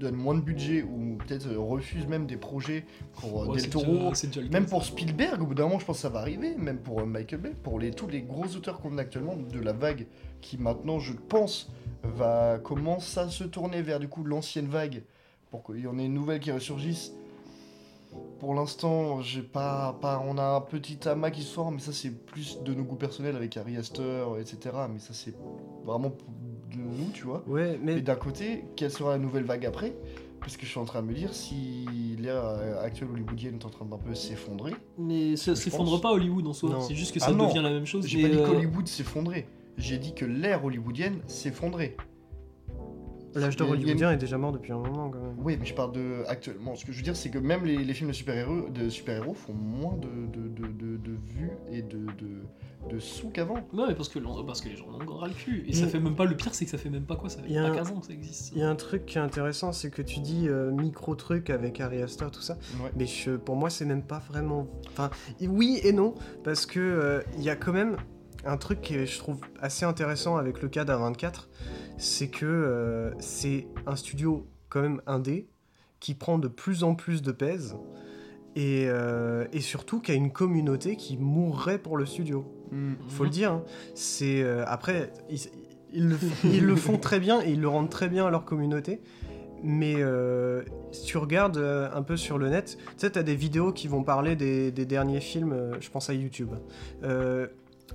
[SPEAKER 2] donnent moins de budget ou peut-être euh, refusent même des projets pour euh,
[SPEAKER 3] Ouais,
[SPEAKER 2] Del
[SPEAKER 3] c'est
[SPEAKER 2] Toro,
[SPEAKER 3] déjà- c'est déjà le
[SPEAKER 2] même
[SPEAKER 3] cas.
[SPEAKER 2] pour Spielberg, au bout d'un moment, je pense que ça va arriver, même pour euh, Michael Bay, pour les, tous les gros auteurs qu'on a actuellement, de la vague qui maintenant, je pense, va commencer à se tourner vers du coup l'ancienne vague, pour qu'il y en ait une nouvelle qui ressurgisse. Pour l'instant, j'ai pas, pas. On a un petit amas qui sort, mais ça c'est plus de nos goûts personnels avec Harry Astor, etc. Mais ça c'est vraiment de nous, tu vois.
[SPEAKER 1] Ouais,
[SPEAKER 2] Et
[SPEAKER 1] mais
[SPEAKER 2] d'un côté, quelle sera la nouvelle vague après Parce que je suis en train de me dire si l'ère euh, actuelle hollywoodienne est en train d'un peu s'effondrer.
[SPEAKER 3] Mais ça
[SPEAKER 2] Je
[SPEAKER 3] s'effondre
[SPEAKER 2] pense.
[SPEAKER 3] pas Hollywood en soi,
[SPEAKER 1] Non.
[SPEAKER 3] c'est juste que
[SPEAKER 2] Ah
[SPEAKER 3] ça
[SPEAKER 2] non,
[SPEAKER 3] devient la même chose.
[SPEAKER 2] J'ai
[SPEAKER 3] mais,
[SPEAKER 2] pas dit
[SPEAKER 3] euh,
[SPEAKER 2] qu'Hollywood s'effondrait. J'ai dit que l'ère hollywoodienne s'effondrait.
[SPEAKER 1] l'âge d'or
[SPEAKER 2] Il y a- il y a-
[SPEAKER 1] hollywoodien est déjà mort depuis un moment quand même.
[SPEAKER 2] Oui, mais je parle de actuellement. Ce que je veux dire, c'est que même les, les films de super-héros de super font moins de, de, de, de- de vues et de, de, de sous qu'avant.
[SPEAKER 3] Ouais, mais parce que, l'on- parce que les gens en ont grand ras le cul. Et ça
[SPEAKER 1] Mm.
[SPEAKER 3] fait même pas le pire, c'est que ça fait même pas quoi, ça fait
[SPEAKER 1] Y a
[SPEAKER 3] pas
[SPEAKER 1] un-
[SPEAKER 3] 15 ans que ça existe.
[SPEAKER 1] Il y a un truc qui est intéressant, c'est que tu dis euh, micro-truc avec Harry Astor, tout ça.
[SPEAKER 2] Ouais.
[SPEAKER 1] Mais je- pour moi, c'est même pas vraiment. Enfin, oui et non, parce que euh, il y a quand même un truc que je trouve assez intéressant avec le cas d'A24, c'est que euh, c'est un studio quand même indé qui prend de plus en plus de pèse et, euh, et surtout qui a une communauté qui mourrait pour le studio
[SPEAKER 3] Hmm.
[SPEAKER 1] faut le dire. hein. C'est euh, après ils, ils le, f- ils le font très bien et ils le rendent très bien à leur communauté. Mais euh, si tu regardes euh, un peu sur le net, tu sais, t'as des vidéos qui vont parler des, des derniers films. euh, je pense à YouTube. euh,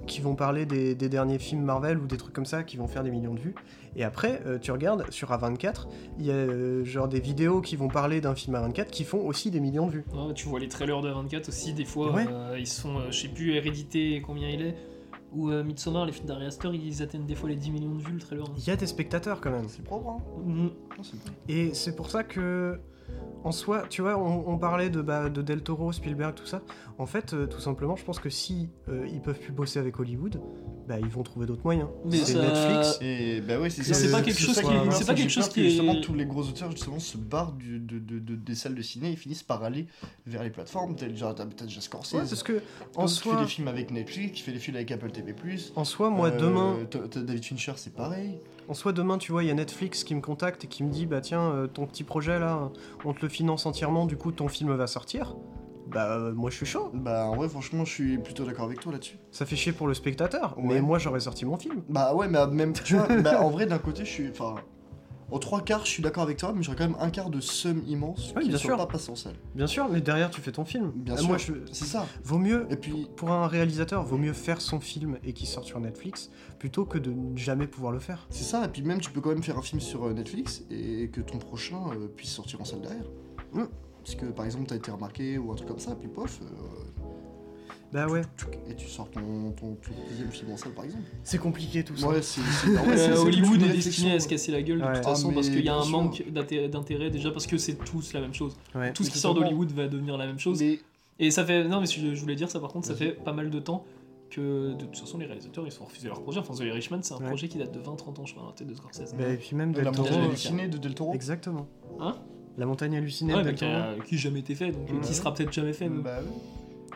[SPEAKER 1] qui vont parler des, des derniers films Marvel ou des trucs comme ça qui vont faire des millions de vues. Et après, euh, tu regardes sur A24, il y a euh, genre des vidéos qui vont parler d'un film A24 qui font aussi des millions de vues.
[SPEAKER 3] Ouais, tu vois les trailers de 24 aussi, des fois,
[SPEAKER 1] Ouais.
[SPEAKER 3] euh, ils sont, euh, je sais plus, hérédité, combien il est. Ou euh, Midsommar, les films d'Ari Aster, ils atteignent des fois les 10 millions de vues le trailer.
[SPEAKER 1] Il y a des spectateurs quand même.
[SPEAKER 2] C'est propre, hein
[SPEAKER 3] Mm.
[SPEAKER 2] Non, c'est propre.
[SPEAKER 1] Et c'est pour ça que, en soi, tu vois, on, on parlait de, bah, de Del Toro, Spielberg, tout ça. En fait, euh, tout simplement, je pense que si euh, ils peuvent plus bosser avec Hollywood, bah, ils vont trouver d'autres moyens.
[SPEAKER 3] Mais
[SPEAKER 1] C'est
[SPEAKER 3] ça-
[SPEAKER 1] Netflix.
[SPEAKER 2] Et bah ouais, c'est
[SPEAKER 1] Que
[SPEAKER 2] ça.
[SPEAKER 1] c'est pas quelque
[SPEAKER 2] ça
[SPEAKER 1] chose qui-
[SPEAKER 2] me fait
[SPEAKER 1] c'est
[SPEAKER 2] peur,
[SPEAKER 1] pas
[SPEAKER 2] c'est que
[SPEAKER 3] quelque
[SPEAKER 2] j'ai peur
[SPEAKER 3] chose
[SPEAKER 2] que
[SPEAKER 3] qui est-
[SPEAKER 2] Justement, tous les gros auteurs justement se barrent du- de, de- de- des salles de ciné et finissent par aller vers les plateformes. T'as déjà, t'as- t'as déjà Scorsese.
[SPEAKER 1] Ouais, parce que, en
[SPEAKER 2] Comme tu fais
[SPEAKER 1] soi,
[SPEAKER 2] des films avec Netflix, tu fais des films avec Apple TV+.
[SPEAKER 1] en soi, moi,
[SPEAKER 2] euh,
[SPEAKER 1] demain,
[SPEAKER 2] t'as- t'as David Fincher, c'est pareil.
[SPEAKER 1] en soi, demain, tu vois, il y a Netflix qui me contacte et qui me dit, bah tiens, euh, ton petit projet là, on te le finance entièrement, du coup, ton film va sortir. Bah, euh, moi, je suis chaud.
[SPEAKER 2] Bah en vrai, franchement, je suis plutôt d'accord avec toi là-dessus.
[SPEAKER 1] Ça fait chier pour le spectateur, mais
[SPEAKER 2] Ouais.
[SPEAKER 1] moi, j'aurais sorti mon film.
[SPEAKER 2] Bah ouais, mais même, tu vois, bah, en vrai, d'un côté, je suis, enfin, aux trois quarts, je suis d'accord avec toi, mais j'aurais quand même un quart de somme immense
[SPEAKER 1] Oui,
[SPEAKER 2] qui
[SPEAKER 1] bien
[SPEAKER 2] ne
[SPEAKER 1] sûr.
[SPEAKER 2] sera pas passé en salle.
[SPEAKER 1] Bien sûr, mais derrière, tu fais ton film.
[SPEAKER 2] Bien
[SPEAKER 1] Ah,
[SPEAKER 2] sûr.
[SPEAKER 1] Moi, je...
[SPEAKER 2] C'est ça.
[SPEAKER 1] Vaut mieux
[SPEAKER 2] Et puis,
[SPEAKER 1] Pour un réalisateur, vaut mieux faire son film et qu'il sorte sur Netflix plutôt que de ne jamais pouvoir le faire.
[SPEAKER 2] c'est ça, et puis même, tu peux quand même faire un film sur euh, Netflix et que ton prochain euh, puisse sortir en salle derrière.
[SPEAKER 1] Mm.
[SPEAKER 2] Parce que par exemple, t'as été remarqué ou un truc comme ça, puis pof, euh,
[SPEAKER 1] Bah ouais,
[SPEAKER 2] touc, et tu sors ton, ton, ton deuxième film en salle par exemple.
[SPEAKER 1] c'est compliqué tout ça.
[SPEAKER 2] Ouais, c'est. c'est- en
[SPEAKER 3] Euh,
[SPEAKER 2] vrai, c'est- c'est plus
[SPEAKER 3] Hollywood
[SPEAKER 2] une
[SPEAKER 3] est
[SPEAKER 2] réflexion,
[SPEAKER 3] destiné à
[SPEAKER 2] ouais.
[SPEAKER 3] se casser la gueule de
[SPEAKER 1] Ouais.
[SPEAKER 3] toute
[SPEAKER 2] Ah,
[SPEAKER 3] façon
[SPEAKER 2] mais
[SPEAKER 3] parce qu'il y a
[SPEAKER 2] bien
[SPEAKER 3] un
[SPEAKER 2] sûr.
[SPEAKER 3] manque d'intérêt d'intérêt, déjà parce que c'est tous la même chose.
[SPEAKER 1] Ouais.
[SPEAKER 3] Tout ce qui sort
[SPEAKER 2] Exactement.
[SPEAKER 3] d'Hollywood va devenir la même chose.
[SPEAKER 2] Mais
[SPEAKER 3] Et ça fait. Non, mais je, je voulais dire ça par contre, ça
[SPEAKER 2] Vas-y.
[SPEAKER 3] fait pas mal de temps que de toute façon les réalisateurs ils se sont refusés leur projet. Enfin, The Irishman, c'est un
[SPEAKER 1] Ouais.
[SPEAKER 3] projet qui date de 20-30 ans, je crois, dans la tête de Scorsese.
[SPEAKER 1] Bah, et puis même Del
[SPEAKER 2] la
[SPEAKER 1] Toro.
[SPEAKER 2] montagne
[SPEAKER 3] Toro,
[SPEAKER 2] hallucinée de Del Toro.
[SPEAKER 1] Exactement.
[SPEAKER 3] Hein
[SPEAKER 1] La montagne hallucinée
[SPEAKER 3] Ouais,
[SPEAKER 1] de
[SPEAKER 3] mais
[SPEAKER 1] Del
[SPEAKER 3] qui,
[SPEAKER 1] Toro.
[SPEAKER 3] a- qui jamais été fait, donc euh,
[SPEAKER 1] Mhm.
[SPEAKER 3] qui sera peut-être jamais fait, même.
[SPEAKER 2] Bah oui.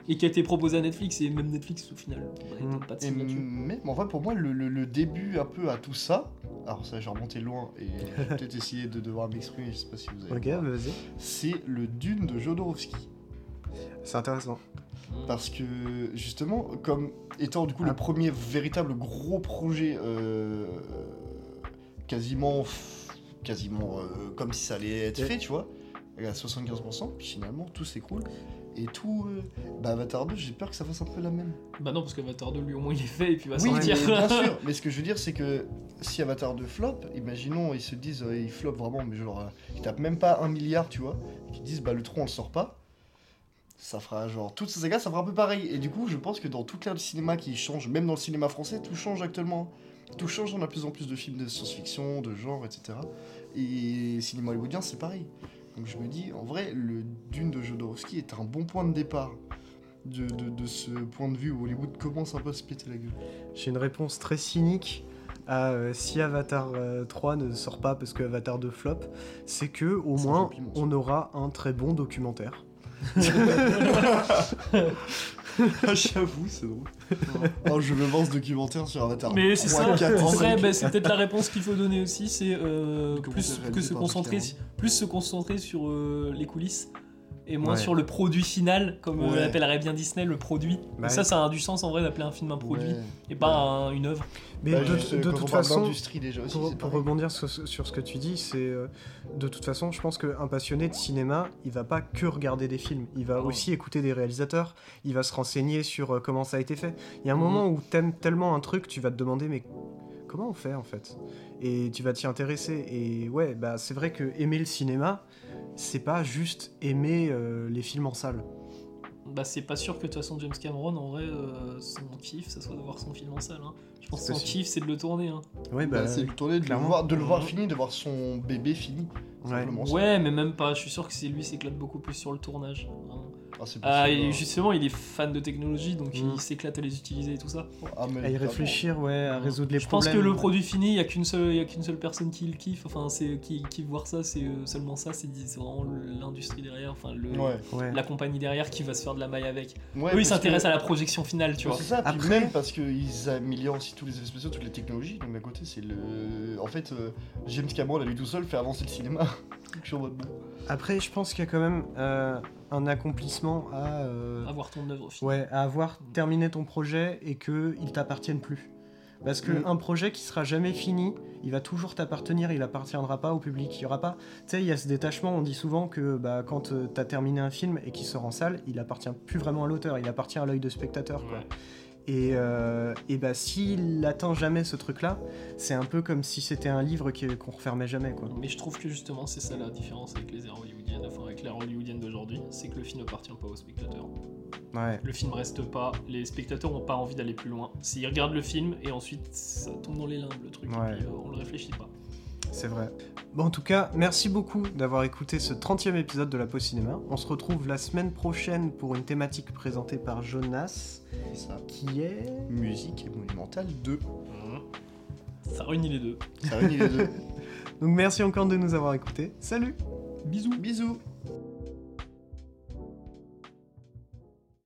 [SPEAKER 3] et qui a été proposé à Netflix, et même Netflix au final, bah, ils
[SPEAKER 1] Mhm.
[SPEAKER 3] donnent pas
[SPEAKER 2] Mm.
[SPEAKER 3] de
[SPEAKER 2] Et
[SPEAKER 3] signe là-dessus.
[SPEAKER 2] même, en vrai, pour moi, le, le- le début un peu à tout ça, alors ça, j'ai remonté loin et je vais peut-être essayer de devoir m'exprimer, je sais pas si vous avez.
[SPEAKER 1] Ok, bah, vas-y.
[SPEAKER 2] C'est le Dune de Jodorowsky.
[SPEAKER 1] C'est intéressant.
[SPEAKER 2] Parce que, justement, comme étant du coup le
[SPEAKER 1] Ah.
[SPEAKER 2] premier véritable gros projet euh, quasiment, f- quasiment euh, comme si ça allait être
[SPEAKER 1] Ouais.
[SPEAKER 2] fait, tu vois, à 75%, puis finalement, tout s'écroule. Et tout. euh, bah, Avatar 2, j'ai peur que ça fasse un peu la même.
[SPEAKER 3] Bah non, parce qu'Avatar 2, lui au moins, il est fait, et puis il va
[SPEAKER 2] Oui, mais
[SPEAKER 3] sortir.
[SPEAKER 2] bien sûr. Mais ce que je veux dire, c'est que si Avatar 2 flop, imaginons, ils se disent, euh, ils flop vraiment, mais genre, euh, ils tapent même pas un milliard, tu vois, qu'ils disent, bah le trou, on le sort pas. Ça fera genre toutes ces sagas, ça fera un peu pareil. Et du coup, je pense que dans toute l'ère du cinéma qui change, même dans le cinéma français, tout change actuellement. Tout change, on a de plus en plus de films de science-fiction, de genre, etc. Et cinéma hollywoodien, c'est pareil. Donc je me dis, en vrai, le Dune de Jodorowsky est un bon point de départ de, de- de ce point de vue où Hollywood commence un peu à se péter la gueule.
[SPEAKER 1] J'ai une réponse très cynique à euh, si Avatar euh, 3 ne sort pas parce que Avatar 2 flop, c'est que au
[SPEAKER 2] C'est un
[SPEAKER 1] moins
[SPEAKER 2] compliment, ça.
[SPEAKER 1] on aura un très bon documentaire.
[SPEAKER 2] Ah, J'avoue, c'est drôle. oh, je me vends ce documentaire sur Avatar.
[SPEAKER 3] Mais c'est ça,
[SPEAKER 2] 3, 4,
[SPEAKER 3] en vrai,
[SPEAKER 2] 5.
[SPEAKER 3] bah, c'est peut-être la réponse qu'il faut donner aussi, c'est euh,
[SPEAKER 2] Comment
[SPEAKER 3] plus,
[SPEAKER 2] c'est
[SPEAKER 3] que
[SPEAKER 2] réalisé
[SPEAKER 3] se
[SPEAKER 2] par
[SPEAKER 3] concentrer,
[SPEAKER 2] Pixar,
[SPEAKER 3] plus se concentrer sur euh, les coulisses et moins
[SPEAKER 1] Ouais.
[SPEAKER 3] sur le produit final, comme on
[SPEAKER 2] Ouais.
[SPEAKER 3] l'appellerait bien Disney, le produit.
[SPEAKER 1] Bah,
[SPEAKER 3] Et ça, ça a du sens en vrai d'appeler un film un produit et pas un- une œuvre.
[SPEAKER 1] Mais
[SPEAKER 2] Bah,
[SPEAKER 1] de,
[SPEAKER 2] juste,
[SPEAKER 1] de
[SPEAKER 2] quand on
[SPEAKER 1] toute
[SPEAKER 2] parle
[SPEAKER 1] façon,
[SPEAKER 2] d'industrie déjà aussi,
[SPEAKER 1] pour,
[SPEAKER 2] c'est
[SPEAKER 1] pour
[SPEAKER 2] pareil.
[SPEAKER 1] rebondir sur, ce- sur ce que tu dis, c'est euh, de toute façon, je pense qu'un passionné de cinéma, il va pas que regarder des films, il
[SPEAKER 2] Ah
[SPEAKER 1] va
[SPEAKER 3] Non.
[SPEAKER 1] aussi écouter des réalisateurs, il va se renseigner sur euh, comment ça a été fait. Il y a
[SPEAKER 2] Mhm.
[SPEAKER 1] un moment où t'aimes tellement un truc, tu vas te demander mais comment on fait en fait Et tu vas t'y intéresser. Et ouais, bah c'est vrai que aimer le cinéma, c'est pas juste aimer euh, les films en salle.
[SPEAKER 3] Bah, c'est pas sûr que de toute façon, James Cameron, en vrai, euh, son kiff, ça soit de voir son film en salle. hein. Je pense
[SPEAKER 1] C'est
[SPEAKER 3] que son
[SPEAKER 1] possible.
[SPEAKER 3] kiff, c'est de le tourner. hein.
[SPEAKER 1] Ouais,
[SPEAKER 2] Bah, c'est le tourné de le,
[SPEAKER 1] clairement.
[SPEAKER 2] voir, de le voir
[SPEAKER 3] Mhm.
[SPEAKER 2] fini, de voir son bébé fini.
[SPEAKER 1] ouais.
[SPEAKER 2] simplement. ça.
[SPEAKER 3] Ouais, mais même pas. Je suis sûr que c'est lui s'éclate beaucoup plus sur le tournage. vraiment.
[SPEAKER 2] Ah, c'est
[SPEAKER 3] Ah,
[SPEAKER 2] possible,
[SPEAKER 3] et
[SPEAKER 2] hein.
[SPEAKER 3] justement, il est fan de technologie, donc
[SPEAKER 1] Mm.
[SPEAKER 3] il s'éclate à les utiliser et tout ça.
[SPEAKER 2] Ah, mais
[SPEAKER 1] à y
[SPEAKER 2] vraiment.
[SPEAKER 1] réfléchir, ouais, à résoudre les
[SPEAKER 3] Je pense
[SPEAKER 1] problèmes.
[SPEAKER 3] que le produit fini, il n'y a qu'une seule, il y a qu'une seule personne qui le kiffe. Enfin, c'est qui, qui voir ça, c'est euh, seulement ça. C'est c'est vraiment l'industrie derrière, enfin le,
[SPEAKER 2] Ouais.
[SPEAKER 1] Ouais.
[SPEAKER 3] la compagnie derrière qui va se faire de la maille avec.
[SPEAKER 2] Ouais,
[SPEAKER 3] Eux, ils
[SPEAKER 2] parce
[SPEAKER 3] s'intéressent
[SPEAKER 2] que-
[SPEAKER 3] à la projection finale, tu vois.
[SPEAKER 2] C'est ça, puis
[SPEAKER 1] Après-
[SPEAKER 2] même parce qu'ils améliorent aussi tous les effets spéciaux, toutes les technologies, donc d'un côté c'est le... En fait, euh, James Cameron à lui tout seul fait avancer le cinéma. Je suis en mode bon.
[SPEAKER 1] Après, je pense qu'il y a quand même euh, un accomplissement à, euh,
[SPEAKER 3] Avoir ton œuvre finie.
[SPEAKER 1] ouais, à avoir terminé ton projet et qu'il t'appartienne plus. Parce que
[SPEAKER 2] Mm.
[SPEAKER 1] un projet qui sera jamais fini, il va toujours t'appartenir, il appartiendra pas au public, il y aura pas. Tu sais, il y a ce détachement. On dit souvent que bah, quand euh, t'as terminé un film et qu'il sort en salle, il appartient plus vraiment à l'auteur, il appartient à l'œil de spectateur.
[SPEAKER 3] Mm.
[SPEAKER 1] quoi. Et, euh, et bah s'il atteint jamais ce truc-là, c'est un peu comme si c'était un livre qui- qu'on refermait jamais quoi.
[SPEAKER 3] Mais je trouve que justement, c'est ça la différence avec les aires hollywoodiennes, enfin avec l'ère hollywoodienne d'aujourd'hui, c'est que le film n'appartient pas aux spectateurs.
[SPEAKER 1] Ouais.
[SPEAKER 3] Le film reste pas, les spectateurs n'ont pas envie d'aller plus loin. S'ils regardent le film et ensuite ça tombe dans les limbes le truc,
[SPEAKER 1] Ouais.
[SPEAKER 3] et puis, euh, on le réfléchit pas.
[SPEAKER 1] C'est vrai. Bon, en tout cas, merci beaucoup d'avoir écouté ce 30e épisode de La Pause Cinéma. On se retrouve la semaine prochaine pour une thématique présentée par Jonas,
[SPEAKER 2] C'est ça.
[SPEAKER 1] qui est...
[SPEAKER 2] Musique et monumentale 2.
[SPEAKER 3] Ça réunit les deux.
[SPEAKER 2] Ça réunit les deux.
[SPEAKER 1] Donc merci encore de nous avoir écoutés. Salut
[SPEAKER 2] Bisous. Bisous.